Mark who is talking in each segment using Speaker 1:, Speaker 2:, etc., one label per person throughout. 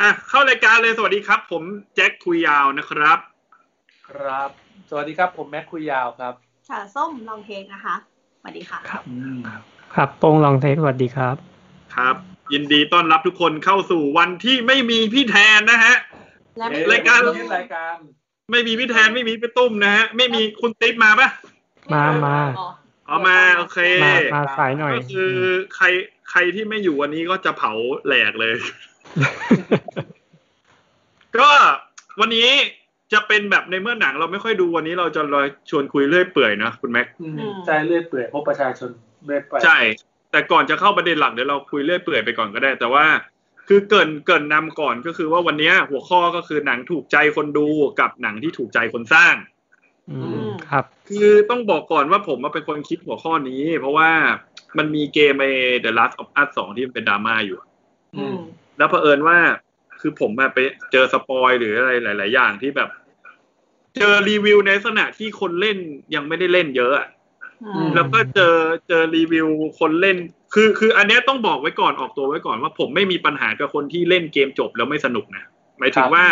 Speaker 1: อ่ะเข้ารายการเลยสวัสดีครับ ผมแจ็คคุยยาวนะครับ
Speaker 2: ครับ สวัสดีครับ ผมแม็กคุยยาวครับ
Speaker 3: ค่ะส้มลองเทคนะคะสวัสดีค่ะ
Speaker 1: ครับ
Speaker 4: ครับโป้งลองเทคสวัสดีครับ
Speaker 1: ครับ ยินดีต้อนรับทุกคนเข้าสู่วันที่ไม่มีพี่แทนนะฮะ
Speaker 3: และ
Speaker 1: รายการ
Speaker 2: ยึดรายการ
Speaker 1: ไม่มีพี่แทนไม่มีพี่ตุ้มนะฮะไม่มีคุณติ๊บมาปะ
Speaker 4: มามา
Speaker 3: อ๋อ
Speaker 1: เอามาโอเค
Speaker 4: มามาสายหน่อย
Speaker 1: ก็คือใครใครที่ไม่อยู่วันนี้ก็จะเผาแหลกเลย ก็วันนี้จะเป็นแบบในเมื่อหนังเราไม่ค่อยดูวันนี้เราจะลอยชวนคุยเรื่อยเปื่อยนะคุณแม็ก
Speaker 2: อืมใช่เลื่อยเปื่อยพบประชาชนเรื่อยไป
Speaker 1: ใช่ แต่ก่อนจะเข้าประเด็นหลักเดี๋ยวเราคุยเรื่อยเปื่อยไปก่อนก็ได้ แต่ว่า คือเกรินเกรินนำก่อนก็คือว่าวันเนี้ยหัวข้อก็คือหนังถูกใจคนดูกับหนังที่ถูกใจคนสร้าง
Speaker 4: อืมครับ
Speaker 1: คือต้องบอกก่อนว่าผมมาเป็นคนคิดหัวข้อนี้ เพราะว่ามันมีเกมไอ้ The Last of Us 2 ที่มันเป็นดราม่าอยู่
Speaker 3: อืม
Speaker 1: แล้วเผอิญว่าคือผมอะไปเจอสปอยหรืออะไรหลาย ๆ อย่างที่แบบ เจอรีวิวในลักษณะที่คนเล่นยังไม่ได้เล่นเยอะอะ
Speaker 3: อื
Speaker 4: อื
Speaker 3: ม
Speaker 4: ม
Speaker 1: แล้วก็เจอเจอรีวิวคนเล่น คือคืออันเนี้ยต้องบอกไว้ก่อนออกตัวไว้ก่อนว่าผมไม่มีปัญหากับคนที่เล่นเกมจบแล้วไม่สนุกนะหมายถึงว่า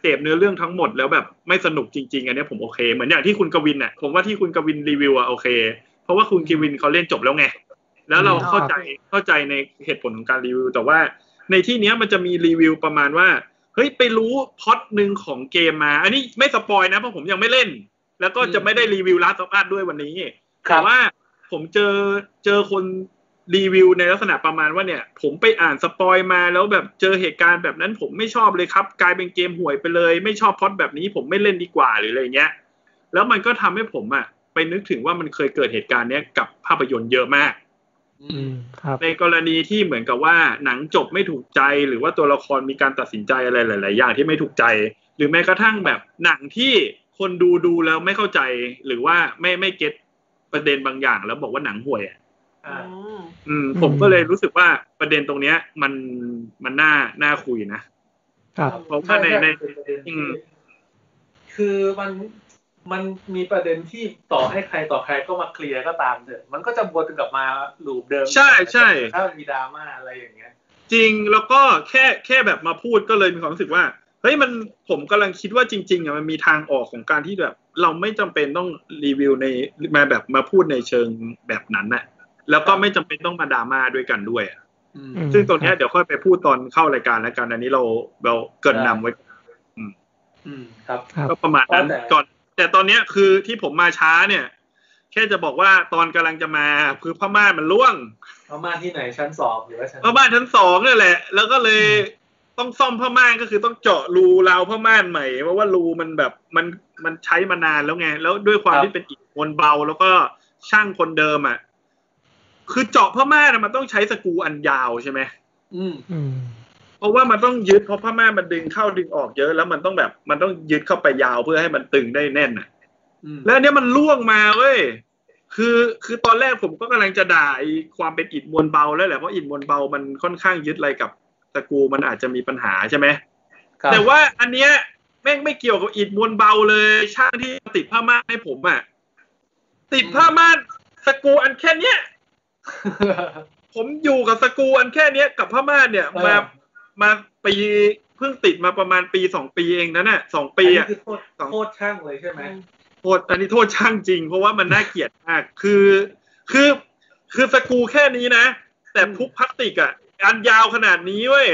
Speaker 1: เสพเนื้อเรื่องทั้งหมดแล้วแบบไม่สนุกจริง ๆ อันเนี้ยผมโอเค เหมือนอย่างที่คุณกวินน่ะผมว่าที่คุณกวินรีวิวอะโอเค เพราะว่าคุณกวินเขาเล่นจบแล้วไง แล้วเราเข้าใจเข้าใจในเหตุผลของการรีวิว แต่ว่าในที่เนี้ยมันจะมีรีวิวประมาณว่าเฮ้ยไปรู้พล็อตหนึ่งของเกมมา อันนี้ไม่สปอยนะเพราะผมยังไม่เล่น แล้วก็จะไม่ได้รีวิวลาสต์ออสด้วยวันนี้
Speaker 2: ครั
Speaker 1: แต่
Speaker 2: บ
Speaker 1: ว่าผมเจอเจอคนรีวิวในลักษณะประมาณว่าเนี่ย ผมไปอ่านสปอยมาแล้วแบบเจอเหตุการณ์แบบนั้นผมไม่ชอบเลยครับ กลายเป็นเกมห่วยไปเลย ไม่ชอบพล็อดแบบนี้ผมไม่เล่นดีกว่าหรืออะไรเงี้ย แล้วมันก็ทำให้ผมอะไปนึกถึงว่ามันเคยเกิดเหตุการณ์เนี้ยกับภาพยนตร์เยอะมาก
Speaker 4: อืมครับ
Speaker 1: ในกรณีที่เหมือนกับว่าหนังจบไม่ถูกใจหรือว่าตัวละครมีการตัดสินใจอะไรหลาย ๆ อย่างที่ไม่ถูกใจ หรือแม้กระทั่งแบบหนังที่คนดูดูแล้วไม่เข้าใจ หรือว่าไม่ไม่เก็ตประเด็นบางอย่าง แล้วบอกว่าหนังห่วยอะ
Speaker 2: อ่า
Speaker 3: อื
Speaker 1: อื
Speaker 3: ม
Speaker 1: ม
Speaker 4: อืม
Speaker 1: ผมก็เลยรู้สึกว่าประเด็นตรงเนี้ย มันมันน่าน่าคุยนะ
Speaker 4: ครับ
Speaker 1: เพราะว่าในใน
Speaker 2: ช่ช่
Speaker 1: อืม
Speaker 2: คือมันมันมีประเด็นที่ต่อให้ใครต่อใครก็มาเคลียร์ก็ตามเถอะมันก็จะวนกลับมาลูปเดิม
Speaker 1: ใช่ใช่
Speaker 2: ถ้ามันมีดราม่าอะไรอย่างเงี้ย
Speaker 1: จริงแล้วก็แค่แค่แบบมาพูดก็เลยมีความรู้สึกว่าเฮ้ยมันผมกำลังคิดว่าจริงๆอ่ะมันมีทางออกของการที่แบบ เราไม่จำเป็นต้องรีวิวในมาแบบมาพูดในเชิงแบบนั้นน่ะแล้วก็ไม่จำเป็นต้องมาดราม่าด้วยกันด้วยอ่ะ
Speaker 2: อืม
Speaker 4: อืม
Speaker 1: ซึ่งตรงเนี้ยเดี๋ยวค่อยไปพูดตอนเข้ารายการแล้วกันอันนี้เราเราเกรินนำไว้
Speaker 2: อืมครับ
Speaker 4: ครับ
Speaker 1: ก็ประมาณนั้น
Speaker 2: แต่
Speaker 1: ก่อน แต่ตอนเนี้ยคือที่ผมมาช้าเนี่ย แค่จะบอกว่าตอนกำลังจะมาคือพม่านมันล่วง
Speaker 2: เอามาที่ไหนชั้นสองหรือว่าชั้น
Speaker 1: ผ้าม่านชั้นสองนี่แหละ แล้วก็เลยต้องซ่อมผ้าม่านก็คือต้องเจาะรูราวผ้าม่านใหม่ เพราะว่ารูมันแบบมันมันใช้มานานแล้วไง แล้วด้วยความที่เป็นอิฐมวลเบา แล้วก็ช่างคนเดิมอ่ะ คือเจาะผ้าม่านอะมันต้องใช้สกรูอันยาวใช่ไหม
Speaker 2: อืม
Speaker 4: อืม
Speaker 1: เพราะว่ามันต้องยึดเพราะผ้าม่านมันดึงเข้าดึงออกเยอะ แล้วมันต้องแบบ มันต้องยึดเข้าไปยาวเพื่อให้มันตึงได้แน่นอ่ะ
Speaker 2: อืม
Speaker 1: แล้วอันเนี้ยมันล่วงมาเว้ย คือ คือตอนแรกผมก็กำลังจะด่าไอ้ความเป็นอิฐมวลเบาแล้วแหละ เพราะอิฐมวลเบามันค่อนข้างยึดอะไรกับตะกรูมันอาจจะมีปัญหาใช่ไหม
Speaker 2: ครับ
Speaker 1: แต่ ว่าอันเนี้ยแม่งไม่เกี่ยวกับอิฐมวลเบาเลย ช่างที่ติดผ้าม่านให้ผมอะติดผ้าม่านสกรูอันแค่เนี้ย ผมอยู่กับสกรูอันแค่เนี้ยกับผ้าม่านเนี่ย
Speaker 2: เออ
Speaker 1: มา มาปีเพิ่งติดมาประมาณปีสองปีเองนะเนี่ยสองปีอะ
Speaker 2: นนี้คือโทษโทษช่างเลยใช่ไหม
Speaker 1: โทษอันนี้โทษช่างจริง เพราะว่ามันน่าเกลียดมาก คือคือคือสกรูแค่นี้นะ แต่พุกพลาสติกอ่ะอันยาวขนาดนี้เว้ย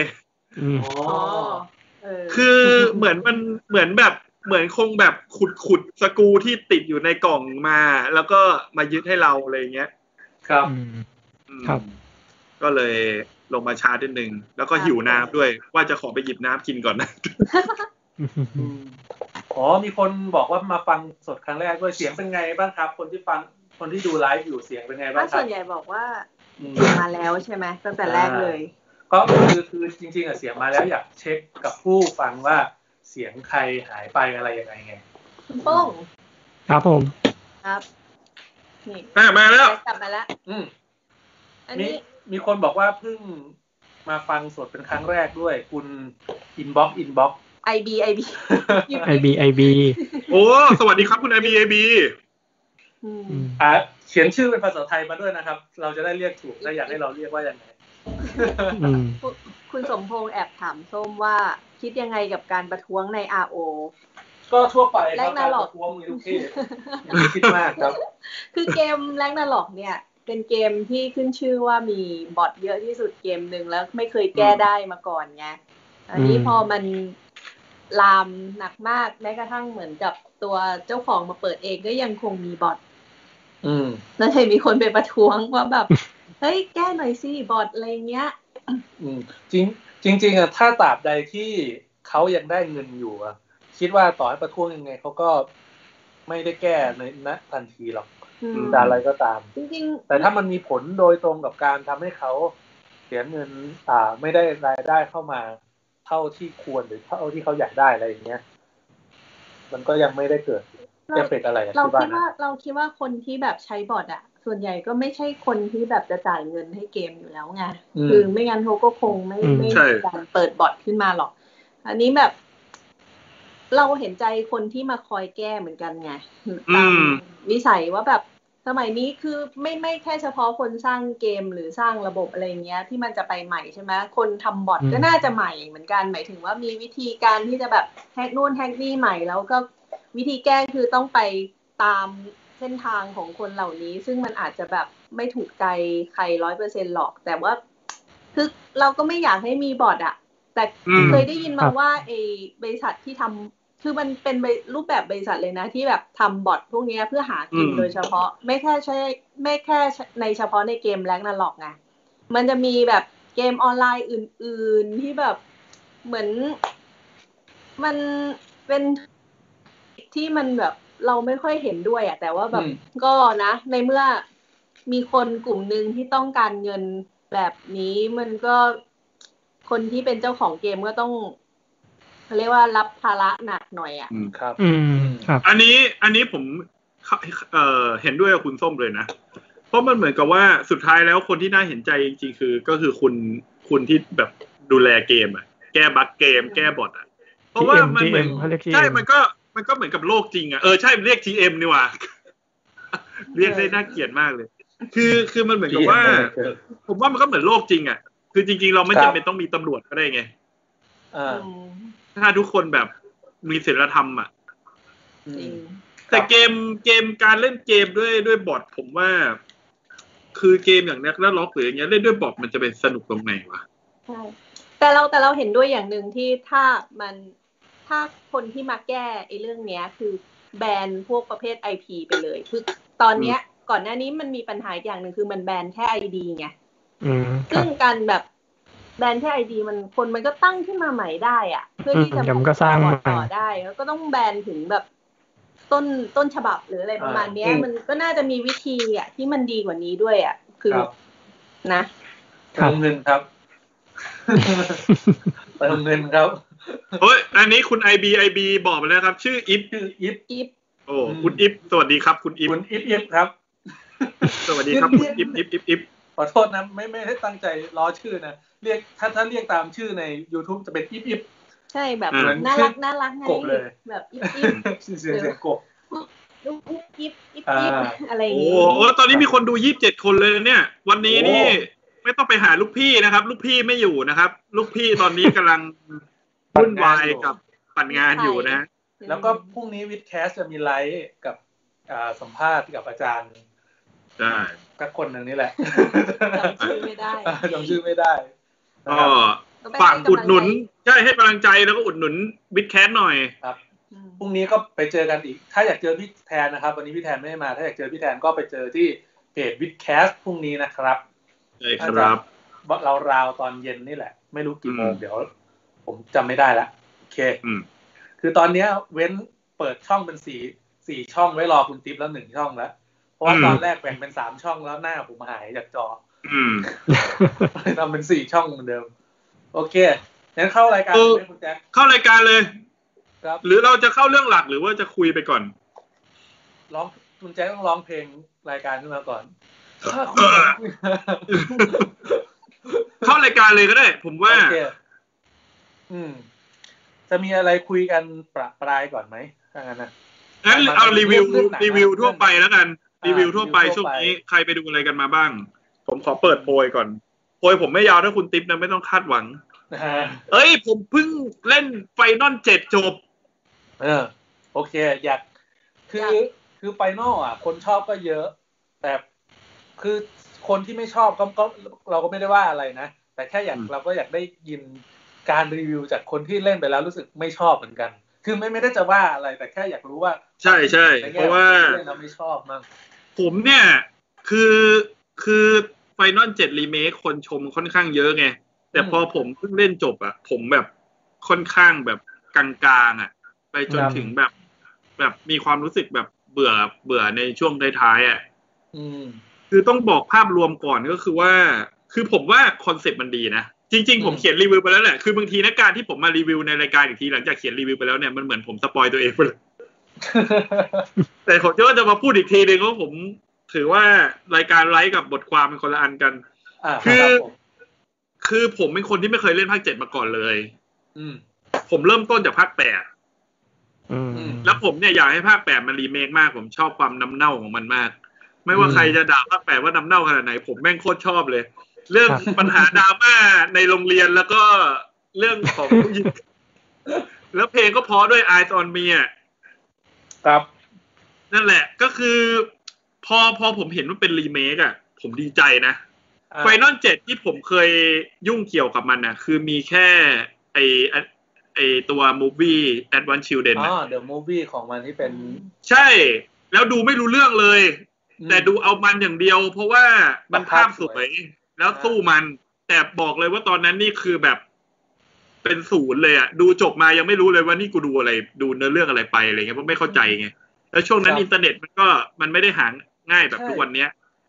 Speaker 4: อืม
Speaker 2: อ๋อ
Speaker 3: อ๋อเออ
Speaker 1: คือเหมือนมันเหมือนแบบเหมือนคงแบบขุดขุดสกรูที่ติดอยู่ในกล่องมา แล้วก็มายึดให้เราอะไรอย่างเงี้ย
Speaker 2: ครับ
Speaker 1: อืม
Speaker 4: ครับ
Speaker 1: ก็เลยลงมาช้านิดนึง แล้วก็หิวน้ำด้วย ว่าจะขอไปหยิบน้ำกินก่อนนะ
Speaker 4: อืม
Speaker 2: อ๋อ มีคนบอกว่ามาฟังสดครั้งแรกด้วยเสียงเป็นไงบ้างครับ คนที่ฟัง คนที่ดูไลฟ์อยู่เสียงเป็นไงบ้า
Speaker 3: ถ้าง
Speaker 2: ค
Speaker 3: ส่
Speaker 2: รั
Speaker 3: ว
Speaker 2: บ
Speaker 3: นใหญ่บอกว่า
Speaker 2: อืม
Speaker 3: มาแล้วใช่ไหมตั้งแต่แรกเลย
Speaker 2: ก็คือคือจริง ๆอะเสียงมาแล้วอยากเช็คกับผู้ฟังว่าเสียงใครหายไปอะไรยังไงไง
Speaker 3: คุณโป้ง
Speaker 4: ครับผม
Speaker 3: ครับ นี่
Speaker 1: อ่ะมาแล้ว
Speaker 3: กลับมาแล้ว
Speaker 2: อืม
Speaker 3: อัน
Speaker 2: มี
Speaker 3: นี้
Speaker 2: มีคนบอกว่าเพิ่งมาฟังสดเป็นครั้งแรกด้วย คุณอินบ็อกอินบ็อก
Speaker 3: ไอบีไอบี
Speaker 4: IB IB
Speaker 1: โอ้สวัสดีครับคุณไอบีไอบี
Speaker 4: อืม
Speaker 2: อ่ะเขียนชื่อเป็นภาษาไทยมาด้วยนะครับ เราจะได้เรียกถูกและอยากให้เราเรียกว่าอย่างไร
Speaker 4: อืม
Speaker 3: คุณสมพงษ์แอบถามส้มว่าคิดยังไงกับการประท้วงใน RO
Speaker 2: ก็ทั่วไปค
Speaker 3: แร
Speaker 2: รับ
Speaker 3: ก
Speaker 2: กา
Speaker 3: น่าร หล
Speaker 2: ป
Speaker 3: อก
Speaker 2: ระท้วงมีทุกที่อย่าไปคิดมากครับ
Speaker 3: คือเกมแรงนาล็อกเนี่ย เป็นเกมที่ขึ้นชื่อว่ามีบอทเยอะที่สุดเกมหนึ่งแล้วไม่เคยแก้ได้มาก่อนไง อันนี้
Speaker 4: อืม
Speaker 3: พอมันลามหนักมากแม้กระทั่งเหมือนกับตัวเจ้าของมาเปิดเองก็ยังคงมีบอท
Speaker 2: อืม
Speaker 3: แล้วเห็นมีคนไปประท้วงว่า แบบ เฮ้ยแก้หน่อยสิบอทอะไรเงี้ย
Speaker 2: อืมจริงจริงๆอะถ้าตราบใดที่เขายังได้เงินอยู่อะคิดว่าต่อให้ประท้วงยังไงเขาก็ไม่ได้แก้ในณทันทีหรอก
Speaker 3: อืม
Speaker 1: ด่
Speaker 2: แต่อะไรก็ตาม
Speaker 3: จริง
Speaker 2: แต่ถ้ามันมีผลโดยตรงกับการทำให้เขาเสียเงิน อ่า ไม่ได้รายได้เข้ามาเท่าที่ควรหรือเท่าที่เขาอยากได้อะไรอย่างเงี้ย มันก็ยังไม่ได้เกิด
Speaker 3: ๆเรา
Speaker 2: เอฟเฟกต์อะไรอะ
Speaker 3: เรา
Speaker 2: ที่บ้าน
Speaker 3: คิด
Speaker 2: นะ
Speaker 3: ว่าเราคิดว่าคนที่แบบใช้บอทอะส่วนใหญ่ก็ไม่ใช่คนที่แบบจะจ่ายเงินให้เกมอยู่แล้วไง
Speaker 2: อืม
Speaker 3: คือไม่งั้นเขาก็คงไม่
Speaker 4: อืม
Speaker 3: ไม่
Speaker 1: ใช่
Speaker 3: มีการเปิดบอทขึ้นมาหรอก อันนี้แบบ เราเห็นใจคนที่มาคอยแก้เหมือนกันไง
Speaker 1: อื
Speaker 3: ตาม
Speaker 1: ม
Speaker 3: วิสัยว่าแบบสมัยนี้คือไม่ไม่แค่เฉพาะคนสร้างเกมหรือสร้างระบบอะไรเงี้ย ที่มันจะไปใหม่ใช่ไหมคนทำบอท
Speaker 4: อืม
Speaker 3: ก็น่าจะใหม่เหมือนกัน หมายถึงว่ามีวิธีการที่จะแบบแฮกนู่นแฮกนี่ใหม่แล้วก็วิธีแก้คือต้องไปตามเส้นทางของคนเหล่านี้ ซึ่งมันอาจจะแบบไม่ถูกใจใครร้อยเปอร์เซ็นหรอก แต่ว่า คือเราก็ไม่อยากให้มีบอทอะแต่
Speaker 1: อืม
Speaker 3: เคยได้ยินมา
Speaker 4: ครับ
Speaker 3: ว่าไอ้บริษัทที่ทำคือมันเป็นบริรูปแบบบริษัทเลยนะ ที่แบบทำบอทพวกเนี้ยเพื่อหากิน
Speaker 1: อืม
Speaker 3: โดยเฉพาะ ไม่แค่ใช้ไม่แค่ในเฉพาะในเกมแลกนั่นหรอกไงมันจะมีแบบเกมออนไลน์อื่น ๆที่แบบเหมือน มันเป็นที่มันแบบเราไม่ค่อยเห็นด้วยอะแต่ว่าแบบ
Speaker 2: อืม
Speaker 3: ก็นะ ในเมื่อมีคนกลุ่มหนึ่งที่ต้องการเงินแบบนี้มันก็คนที่เป็นเจ้าของเกมก็ต้องเขาเรียกว่ารับภาระหนักหน่อยอะ่ะ
Speaker 2: ครับ
Speaker 4: อืมครับ
Speaker 1: อันนี้อันนี้ผมเข้าเอ่อเห็นด้วยกับคุณส้มเลยนะ เพราะมันเหมือนกับว่าสุดท้ายแล้วคนที่น่าเห็นใจจริงๆคือ ก็คือคุณคุณที่แบบดูแลเกมอะแก้บั๊กเกม แก้บอทอะเพราะว่า
Speaker 4: TM
Speaker 1: มันเหมือน
Speaker 4: TM เขาเรียก TM
Speaker 1: ใช่มันก็มันก็เหมือนกับโลกจริงอะเออใช่เรียก TM นี่หว่า เรียกได้น่าเกลียดมากเลย คือคือมันเหมือนกับว่า ผมว่ามันก็เหมือนโลกจริงอะคือจริง ๆ เราไม่
Speaker 2: ครับ
Speaker 1: จำเป็นต้องมีตำรวจก็ได้ไง
Speaker 2: อ่า
Speaker 1: ถ้าทุกคนแบบมีศีลธรรมอะ
Speaker 2: อื
Speaker 3: จริ
Speaker 2: ม
Speaker 3: ง
Speaker 1: แต่เกมเกมการเล่นเกมด้วยด้วยบอทผมว่า คือเกมอย่างแรกแล้วล็อกหรืออย่างเงี้ยเล่นด้วยบอทมันจะเป็นสนุกตรงไหนวะ
Speaker 3: ใช่แต่เราแต่เราเห็นด้วยอย่างหนึ่งที่ถ้ามันถ้าคนที่มาแก้ไอ้เรื่องเนี้ย คือแบนพวกประเภท IP ไปเลยคือตอนเนี้ยก่อนหน้านี้มันมีปัญหาอีกอย่างหนึ่งคือมันแบนแค่ ID ไง
Speaker 4: อืมครั
Speaker 3: ซึ่
Speaker 4: บ
Speaker 3: งการแบบแบนแค่ ID มันคนมันก็ตั้งขึ้นมาใหม่ได้อะเพื่อ
Speaker 4: อืม
Speaker 3: ที่จะ
Speaker 4: เดี๋ยวมันก็สร้างใหม่
Speaker 3: ต่อได้ แล้วก็ต้องแบนถึงแบบต้นต้นฉบับหรืออะไรประมาณเนี้ย
Speaker 2: อ่าอืม
Speaker 3: มันก็น่าจะมีวิธีอ่ะที่มันดีกว่านี้ด้วยอ่ะคือ
Speaker 2: ครับ
Speaker 3: นะ
Speaker 4: ครั
Speaker 2: เติ
Speaker 4: บ
Speaker 2: มเงินครับ เติมเงินครับ
Speaker 1: เฮ้ย อันนี้คุณ IB IB บอกมาแล้วครับ ชื่ออิฟ
Speaker 2: ชื่ออิฟ
Speaker 3: อีฟ
Speaker 1: โอ้
Speaker 2: อืม
Speaker 1: คุณอิฟสวัสดีครับ คุณอิฟ
Speaker 2: คุณอิฟอิฟครับ
Speaker 1: สวัสดีครับ คุณอิฟอิฟอิฟอิฟ
Speaker 2: ขอโทษนะไม่ไม่ได้ตั้งใจล้อชื่อนะเรียกถ้าถ้าเรียกตามชื่อใน YouTube จะเป็นอิฟอิฟ
Speaker 3: ใช่แบบ
Speaker 2: อ่า
Speaker 3: น่ารักน่ารักไง
Speaker 2: กบเลย
Speaker 3: แบบอีฟอีฟ
Speaker 2: ชื่ อเสียงเสียงกบ
Speaker 3: ลูกอุ๊บอิบอิบ
Speaker 2: อ่า
Speaker 3: อิบอะไรอย่าง
Speaker 1: โอ้
Speaker 3: งี้
Speaker 1: โหตอนนี้มีคนดูยี่บเจ็ดคนเลยนะเนี่ย วันนี้นี่
Speaker 2: โอ้
Speaker 1: ไม่ต้องไปหาลูกพี่นะครับ ลูกพี่ไม่อยู่นะครับ ลูกพี่ตอนนี้กำลังวุ่นวายกับปั่นงานอยู่นะฮะ
Speaker 2: แล้วก็พรุ่งนี้วิดแคสจะมีไลฟ์กับอ่าสัมภาษณ์กับอาจารย์
Speaker 1: ใช่
Speaker 2: สักคนหนึ่งนี่แหละ
Speaker 3: จำชื่อไม่ได้
Speaker 2: จำชื่อไม่ได้นะ
Speaker 1: ก็
Speaker 2: ครับ
Speaker 3: ก็ไปให้
Speaker 1: ฝากอุดหนุน
Speaker 3: กำลังใจ
Speaker 1: ใช่ให้กำลังใจแล้วก็อุดหนุนวิดแคสหน่อย
Speaker 3: อืม
Speaker 2: พรุ่งนี้ก็ไปเจอกันอีก ถ้าอยากเจอพี่แทนนะครับ วันนี้พี่แทนไม่ได้มา ถ้าอยากเจอพี่แทนก็ไปเจอที่เพจวิดแคสพรุ่งนี้นะครับ
Speaker 1: ใช่ครับ
Speaker 2: เราราวๆตอนเย็นนี่แหละ ไม่รู้กี่โมง
Speaker 1: อืม
Speaker 2: เดี๋ยว ผมจำไม่ได้ละโอเค
Speaker 1: อืม
Speaker 2: คือตอนเนี้ยเว้นเปิดช่องเป็นสี่สี่ช่องไว้รอคุณติ๊บแล้วหนึ่งช่องแล้วเพราะว่า
Speaker 1: อืม
Speaker 2: ตอนแรกแบ่งเป็นสามช่องแล้วหน้าผมหายจากจอ
Speaker 1: อืม
Speaker 2: ทำเป็นสี่ช่องเหมือนเดิม โอเคงั้นเข้ารายการ
Speaker 1: เออ
Speaker 2: เลยคุณแจ็ค
Speaker 1: เข้ารายการเลย
Speaker 2: ครับ
Speaker 1: หรือเราจะเข้าเรื่องหลักหรือว่าจะคุยไปก่อน
Speaker 2: ร้องคุณแจ็คต้องร้องเพลงรายการขึ้นมา ก่อน
Speaker 1: เออ เข้ารายการเลยก็ได้ ผมว่า
Speaker 2: โอเคอืม จะมีอะไรคุยกันประปรายก่อนไหมถ้างั้นนะ
Speaker 1: งั้นเอารีวิว
Speaker 2: เรื่องหนัง
Speaker 1: รีวิวทั่วไปแล้วกัน
Speaker 2: อ่า
Speaker 1: รีวิวทั่วไป
Speaker 2: รีวิว
Speaker 1: ช่
Speaker 2: ทั่วไป
Speaker 1: วงนี้ใครไปดูอะไรกันมาบ้าง ผมขอเปิดโพยก่อน โพยผมไม่ยาวถ้าคุณติ๊บนะไม่ต้องคาดหวัง
Speaker 2: นะฮะ
Speaker 1: เอ้ย ผมเพิ่งเล่นไฟนอลเจ็ดจบ
Speaker 2: เออ โอเค อยากคื
Speaker 3: ยา
Speaker 2: อก คือไปนอกอ่ะ คนชอบก็เยอะ แต่คือคนที่ไม่ชอบก็ก็เราก็ไม่ได้ว่าอะไรนะ แต่แค่อยาก
Speaker 1: อืม
Speaker 2: เราก็อยากได้ยินการรีวิวจากคนที่เล่นไปแล้วรู้สึกไม่ชอบเหมือนกัน คือไม่ไม่ได้จะว่าอะไร แต่แค่อยากรู้ว่า
Speaker 1: ใช่ใช่
Speaker 2: ใน
Speaker 1: เพ
Speaker 2: แง่
Speaker 1: ราะว่า
Speaker 2: เล่นแล้วไม่ชอบมั้ง
Speaker 1: ผมเนี่ย คือคือไฟนอลเจ็ดรีเมคคนชมค่อนข้างเยอะไง แต่พอผมเพิ่งเล่นจบอะผมแบบค่อนข้างแบบกลางๆอะไปจน
Speaker 4: ครับ
Speaker 1: ถึงแบบ แบบมีความรู้สึกแบบเบื่อเบื่อในช่วงท้ายๆอะ
Speaker 2: อืม
Speaker 1: คือต้องบอกภาพรวมก่อนก็คือว่า คือผมว่าคอนเซปต์มันดีนะ จริง ๆ ผม
Speaker 2: อืม
Speaker 1: เขียนรีวิวไปแล้วแหละคือบางทีนะการที่ผมมารีวิวในรายการอีกทีหลังจากเขียนรีวิวไปแล้วเนี่ยมันเหมือนผมสปอยตัวเองไปเลย แต่ผมจะว่าจะมาพูดอีกทีหนึ่งว่าผมถือว่ารายการไลฟ์กับบทความเป็นคนละอันกัน
Speaker 2: อ่า
Speaker 1: คือ
Speaker 2: รับผม
Speaker 1: คือผมเป็นคนที่ไม่เคยเล่นภาคเจ็ดมาก่อนเลย
Speaker 2: อืม
Speaker 1: ผมเริ่มต้นจากภาคแปด
Speaker 4: อืม
Speaker 1: แล้วผมเนี่ยอยากให้ภาคแปดมันรีเมคมาก ผมชอบความน้ำเน่าของมันมาก ไม่ว่า
Speaker 4: อืม
Speaker 1: ใครจะด่าภาคแปดว่าน้ำเน่าขนาดไหน ผมแม่งโคตรชอบเลย เรื่อง
Speaker 4: ครับ
Speaker 1: ปัญหาดราม่าในโรงเรียนแล้วก็เรื่องของผู้หญิง แล้วเพลงก็เพราะด้วย Eyes on Me อะ
Speaker 2: ครับ
Speaker 1: นั่นแหละก็คือ พอพอผมเห็นว่าเป็นรีเมคอะผมดีใจนะ
Speaker 2: อ่า
Speaker 1: ไฟนอลเจ็ดที่ผมเคยยุ่งเกี่ยวกับมันนะคือมีแค่ไออะไอตัวมูฟี่ Advance Children
Speaker 2: อ๋
Speaker 1: นะ
Speaker 2: อเดอะมูฟวี่ของมันที่เป็น
Speaker 1: ใช่ แล้วดูไม่รู้เรื่องเลย
Speaker 2: อืม
Speaker 1: แต่ดูเอามันอย่างเดียว เพราะว่ามัน
Speaker 2: ภา
Speaker 1: ภา
Speaker 2: พ
Speaker 1: พส
Speaker 2: สว
Speaker 1: วย ย แล้วสู้มัน แต่บอกเลยว่าตอนนั้นนี่คือแบบเป็นศูนย์เลยอะดูจบมายังไม่รู้เลยว่านี่กูดูอะไร ดูเนื้อเรื่องอะไรไปอะไรเงี้ยเพราะไม่เข้าใจไงแล้วช่วงนั้
Speaker 2: คน รับ
Speaker 1: อินเทอร์เน็ตมันก็มันไม่ได้หาง่ายแบบ
Speaker 2: ใช่
Speaker 1: ทุกวันเนี้ย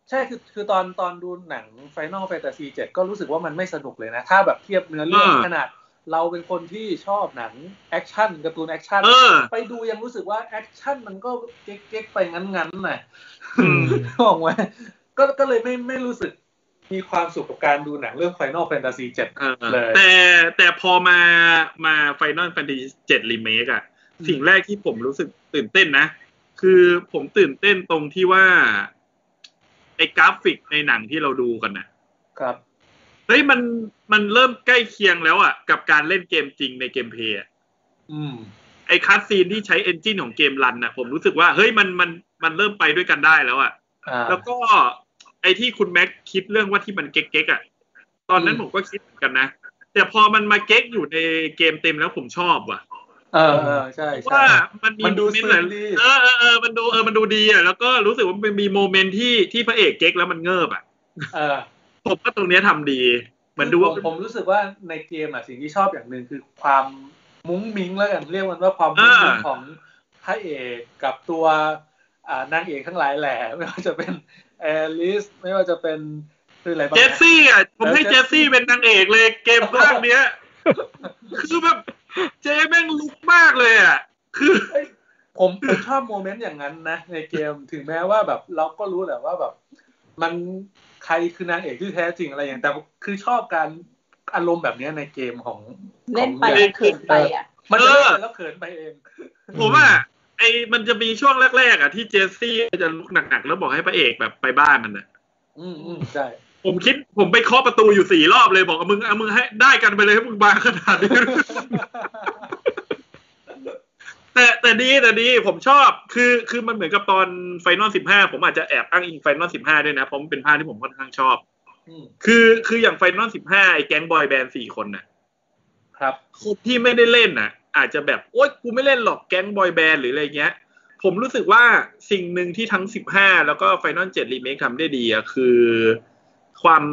Speaker 2: ใช่ คือ คือ ตอน ตอน ดู หนัง Final Fantasy 7 ก็รู้สึกว่ามันไม่สนุกเลยนะ ถ้า แบบ เทียบ เนื้อเรื่อง
Speaker 1: เออ
Speaker 2: ขนาด เราเป็นคนที่ชอบหนัง แอคชั่น การ์ตูน แอคชั่น
Speaker 1: เออ
Speaker 2: ไปดูยังรู้สึกว่า แอคชั่น มันก็ เก๊กๆ ไป งั้นๆน่ะ
Speaker 1: อืม
Speaker 2: บอกว่าก็ ก็เลย ไม่ ไม่รู้สึก มีความสุข กับ การดูหนังเรื่อง Final Fantasy
Speaker 1: เออ
Speaker 2: 7 เลย
Speaker 1: แต่แต่พอมามาไฟนอลแฟนตาซีเจ็ดรีเมคอะ
Speaker 2: อืม
Speaker 1: สิ่งแรกที่ผมรู้สึกตื่นเต้นนะ คือผมตื่นเต้นตรงที่ว่าไอกราฟิกในหนังที่เราดูกันน่ะ
Speaker 2: ครับ
Speaker 1: เฮ้ยมันมันเริ่มใกล้เคียงแล้วอ่ะ กับการเล่นเกมจริงในเกมเพลย์อะ
Speaker 2: อืม
Speaker 1: ไอคัสซีนที่ใช้เอนจินของเกมรันอ่ะ ผมรู้สึกว่า เฮ้ยมันมันมันเริ่มไปด้วยกันได้แล้วอ่ะ
Speaker 2: อ่า
Speaker 1: แล้วก็ไอที่คุณแม็กคิดเรื่องว่าที่มันเก๊กๆอ่ะ ตอนนั้น
Speaker 2: อืม
Speaker 1: ผมก็คิดเหมือนกันนะ แต่พอมันมาเก๊กอยู่ในเกมเต็มแล้วผมชอบว่ะ
Speaker 2: เออเออใช่
Speaker 1: เพราะ
Speaker 2: ใช่
Speaker 1: ว่ามันมี
Speaker 2: มันดู
Speaker 1: โเต์หลาย
Speaker 2: ซึ้งดี
Speaker 1: เออเออเออมันดูเออมันดูดีอ่ะแล้วก็รู้สึกว่ามันมีโมเมนต์ที่ที่พระเอกเก๊กแล้วมันเงิบอ่ะ
Speaker 2: เออ
Speaker 1: ผมว่าตรงเนี้ยทำดีเหมือนดูว่า
Speaker 2: ผมผมรู้สึกว่าในเกมอ่ะสิ่งที่ชอบอย่างหนึ่งคือความมุ้งมิ้งแล้วกันเรียกมันว่าความมุ้งมิ้ง
Speaker 1: อ่า
Speaker 2: ของพระเอกกับตัวอ่านางเอกทั้งหลายแหล่ไม่ว่าจะ เป็นแอลิสไม่ว่าจะเป็นคืออะไรบ้าง
Speaker 1: เจ
Speaker 2: นะ
Speaker 1: สซี่อ่ะผมให้
Speaker 2: เออเจ
Speaker 1: เจ
Speaker 2: ส
Speaker 1: ส
Speaker 2: ซี่
Speaker 1: ซี่เป็นนางเอกเลยเกมภาคเนี้ ย คือแบบเจแม่งลุกมากเลยอ่ะ คือ
Speaker 2: ผมผมชอบโมเมนต์อย่างนั้นนะในเกมถึงแม้ว่าแบบเราก็รู้แหละว่าแบบ มันใครคือนางเอกที่แท้จริงอะไรอย่างแต่คือชอบการอารมณ์แบบเนี้ยในเกมของ
Speaker 3: เล่นไป
Speaker 2: ของ
Speaker 3: เขินไปอ่ะ
Speaker 2: มันจะเล่นไปแล้วเขินไปเอง
Speaker 1: ผมอ่ะไอมันจะมีช่วงแรกๆอ่ะที่เจสซี่จะลุกหนักๆแล้วบอกให้พระเอกแบบไปบ้านมันอ่ะ
Speaker 2: อืมอืม ใช่
Speaker 1: ผมคิดผมไปเคาะประตูอยู่สี่รอบเลยบอกเอามึงเอามึงให้ได้กันไปเลยให้มึงบางขนาดนี้ แต่แต่ดีแต่ดีผมชอบคือคือมันเหมือนกับตอนไฟนอลสิบห้าผมอาจจะแอบอ้างอิงไฟนอลสิบห้าด้วยนะเพราะมันเป็นภาคที่ผมค่อนข้างชอบ
Speaker 2: อืม
Speaker 1: คือคืออย่างไฟนอลสิบห้าไอ้แก๊งบอยแบนด์สี่คนน่ะ
Speaker 2: ครับ
Speaker 1: คนที่ไม่ได้เล่นน่ะ อาจจะแบบ โอ๊ยกูไม่เล่นหรอกแก๊งบอยแบนด์หรืออะไรเงี้ย ผมรู้สึกว่าสิ่งหนึ่งที่ทั้งสิบห้าแล้วก็ไฟนอลเจ็ดรีเมคทำได้ดีอะคือความ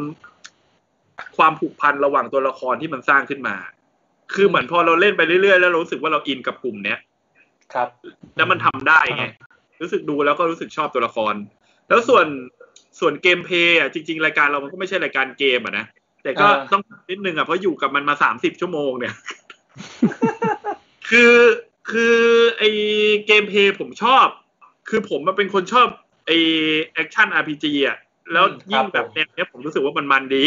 Speaker 1: ความผูกพันระหว่างตัวละครที่มันสร้างขึ้นมา คือเหมือนพอเราเล่นไปเรื่อยๆ แล้วเรารู้สึกว่าเราอินกับกลุ่มเนี้ย
Speaker 2: ครับ
Speaker 1: แล้วมันทำได้ไง รู้สึกดูแล้วก็รู้สึกชอบตัวละคร แล้วส่วนส่วนเกมเพลย์อ่ะจริง ๆ รายการเรามันก็ไม่ใช่รายการเกมอ่ะนะ แต่ก็
Speaker 2: อ่า
Speaker 1: ต้องนิดนึงอ่ะเพราะอยู่กับมันมาสามสิบชั่วโมง เนี่ย คือคือไอเกมเพลย์ผมชอบ คือผมมันเป็นคนชอบไอแอคชั่นอาร์พีจีอ่ะ แล้วยิ่งแบบแนวเนี้ยผมรู้สึกว่ามันมันดี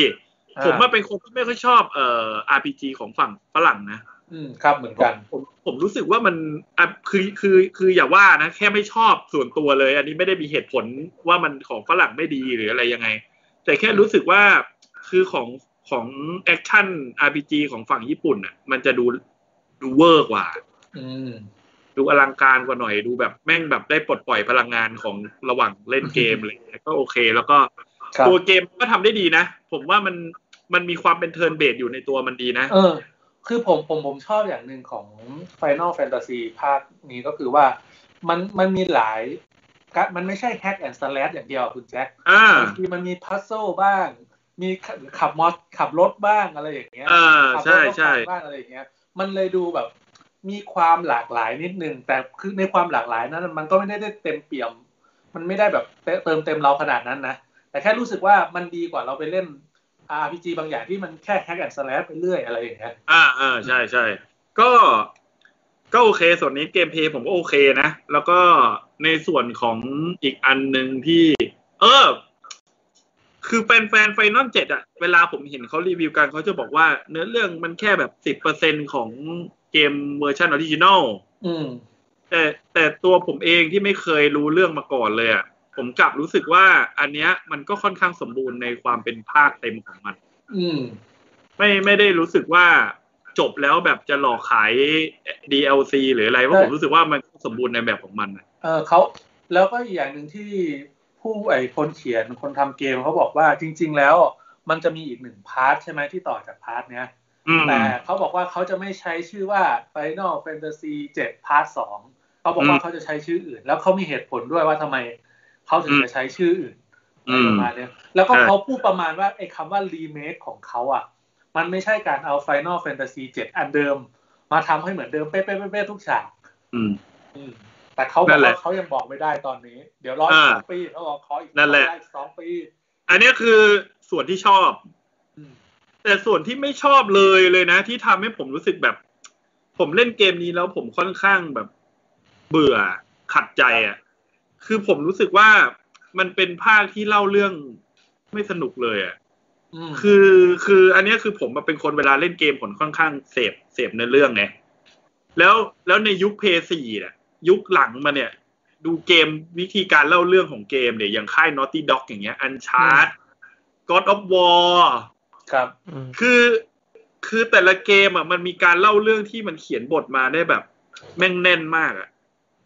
Speaker 1: ผมว่าเป็นคนที่ไม่ค่อยชอบเอ่อ RPG ของฝั่งฝรั่งนะ
Speaker 2: อืมครับเหมือนกัน
Speaker 1: ผมผมรู้สึกว่ามันอ่ะคือคือคืออย่าว่านะ แค่ไม่ชอบส่วนตัวเลย อันนี้ไม่ได้มีเหตุผลว่ามันของฝรั่งไม่ดีหรืออะไรยังไง แต่แค่รู้สึกว่าคือของ ของแอคชั่น RPG ของฝั่งญี่ปุ่นอ่ะ มันจะดูดูเวอร์กว่า
Speaker 2: อืม
Speaker 1: ดูอลังการกว่าหน่อยดูแบบแม่งแบบได้ปลดปล่อยพลังงานของระหว่างเล่นเกมอะไรอย่างเงี้ยก็โอเค แล้วก็
Speaker 2: ครับ
Speaker 1: ตัวเกมก็ทำได้ดีนะ ผมว่ามันมันมีความเป็นเทิร์นเบสอยู่ในตัวมันดีนะ
Speaker 2: เออ คือผมผมผมชอบอย่างหนึ่งของ Final Fantasy ภาคนี้ก็คือว่า มันมันมีหลายกะมันไม่ใช่ hack and slash อย่างเดียวอะคุณแจ็ค
Speaker 1: อ่า
Speaker 2: บางทีมันมีพัซ z ซ e บ้าง มีขับขับมอสขับรถบ้างอะไรอย่างเงี้ย
Speaker 1: อ่า
Speaker 2: ขับ
Speaker 1: ใช่
Speaker 2: รถต้อง
Speaker 1: ใช่
Speaker 2: ขับบ้างอะไรอย่างเงี้ย มันเลยดูแบบ มีความหลากหลายนิดนึง แต่คือในความหลากหลายนั้น มันก็ไม่ได้เต็มเปี่ยม มันไม่ได้แบบเติมเต็มเราขนาดนั้นนะ แต่แค่รู้สึกว่ามันดีกว่าเราไปเล่น RPG บางอย่างที่มันแค่ hack and slash ไปเรื่อยอะไรอย่างเงี้ย
Speaker 1: อ่าอ่าใช่ใช่ก็ก็โอเค ส่วนนี้เกมเพลย์ผมก็โอเคนะ แล้วก็ในส่วนของอีกอันหนึ่งที่ เออ คือแฟนแฟนไฟนอลเจ็ดอะเวลาผมเห็นเขารีวิวกันเขาจะบอกว่าเนื้อเรื่องมันแค่แบบสิบเปอร์เซ็นของเกมเวอร์ชันออริจินอล
Speaker 2: อืม
Speaker 1: แต่แต่ตัวผมเองที่ไม่เคยรู้เรื่องมาก่อนเลยอะผมกลับรู้สึกว่าอันเนี้ยมันก็ค่อนข้างสมบูรณ์ในความเป็นภาคเต็มของมัน
Speaker 2: อืม
Speaker 1: ไม่ไม่ได้รู้สึกว่าจบแล้วแบบจะหลอกขาย DLC หรืออะไรเพราะผมรู้สึกว่ามันสมบูรณ์ในแบบของมันอะ
Speaker 2: เออเขาแล้วก็อีกอย่างหนึ่งที่ผู้ไอ้คนเขียนคนทำเกมเขาบอกว่าจริง ๆ แล้วมันจะมีอีกหนึ่งพาร์ทใช่ไหมที่ต่อจากพาร์ทเนี้ย
Speaker 1: อืม
Speaker 2: แต่เขาบอกว่าเขาจะไม่ใช้ชื่อว่า Final Fantasy 7 Part 2เขาบอก
Speaker 1: อื
Speaker 2: ว่าม เขาจะใช้ชื่ออื่น แล้วเขามีเหตุผลด้วยว่าทำไมเขาถึงจะใช้ชื่ออื่น
Speaker 1: อื
Speaker 2: อะ
Speaker 1: ม
Speaker 2: ไรประมาณเนี้ยแล้วก็
Speaker 1: ใช่
Speaker 2: เขาพูดประมาณว่าไอ้คำว่า remake ของเขาอ่ะ มันไม่ใช่การเอา Final Fantasy 7 อันเดิม มาทำให้เหมือนเดิมเป๊ะๆๆๆทุกฉาก
Speaker 1: อืม
Speaker 2: อืมแต่เขาบ
Speaker 1: นั่
Speaker 2: อก
Speaker 1: นแหละ
Speaker 2: ว่าเขายังบอกไม่ได้ตอนนี้ เดี๋ยวรออีก
Speaker 1: อ่า
Speaker 2: สองปีเขาบอกขออีก
Speaker 1: นั่นแหละ
Speaker 2: ขออีกสองปี
Speaker 1: อันเนี้ยคือส่วนที่ชอบ
Speaker 2: อืม
Speaker 1: แต่ส่วนที่ไม่ชอบเลยเลยนะ ที่ทำให้ผมรู้สึกแบบ ผมเล่นเกมนี้แล้วผมค่อนข้างแบบ เบื่อขัดใจอะ่ะ คือผมรู้สึกว่ามันเป็นภาคที่เล่าเรื่องไม่สนุกเลยอ่ะ
Speaker 2: อืม
Speaker 1: คือคืออันเนี้ยคือผมมาเป็นคนเวลาเล่นเกมผลค่อนข้างเสพเสพในอเรื่องไงแล้วแล้วในยุคเพย์สี่ะยุคหลังมาเนี่ย ดูเกมวิธีการเล่าเรื่องของเกมเนี่ยอย่างค่าย Naughty Dog อย่างเงี้ย Uncharted God of War
Speaker 2: ครับ
Speaker 4: อืม
Speaker 1: คือคือแต่ละเกมอ่ะมันมีการเล่าเรื่องที่มันเขียนบทมาได้แบบ แม่งแน่นมากอ่ะ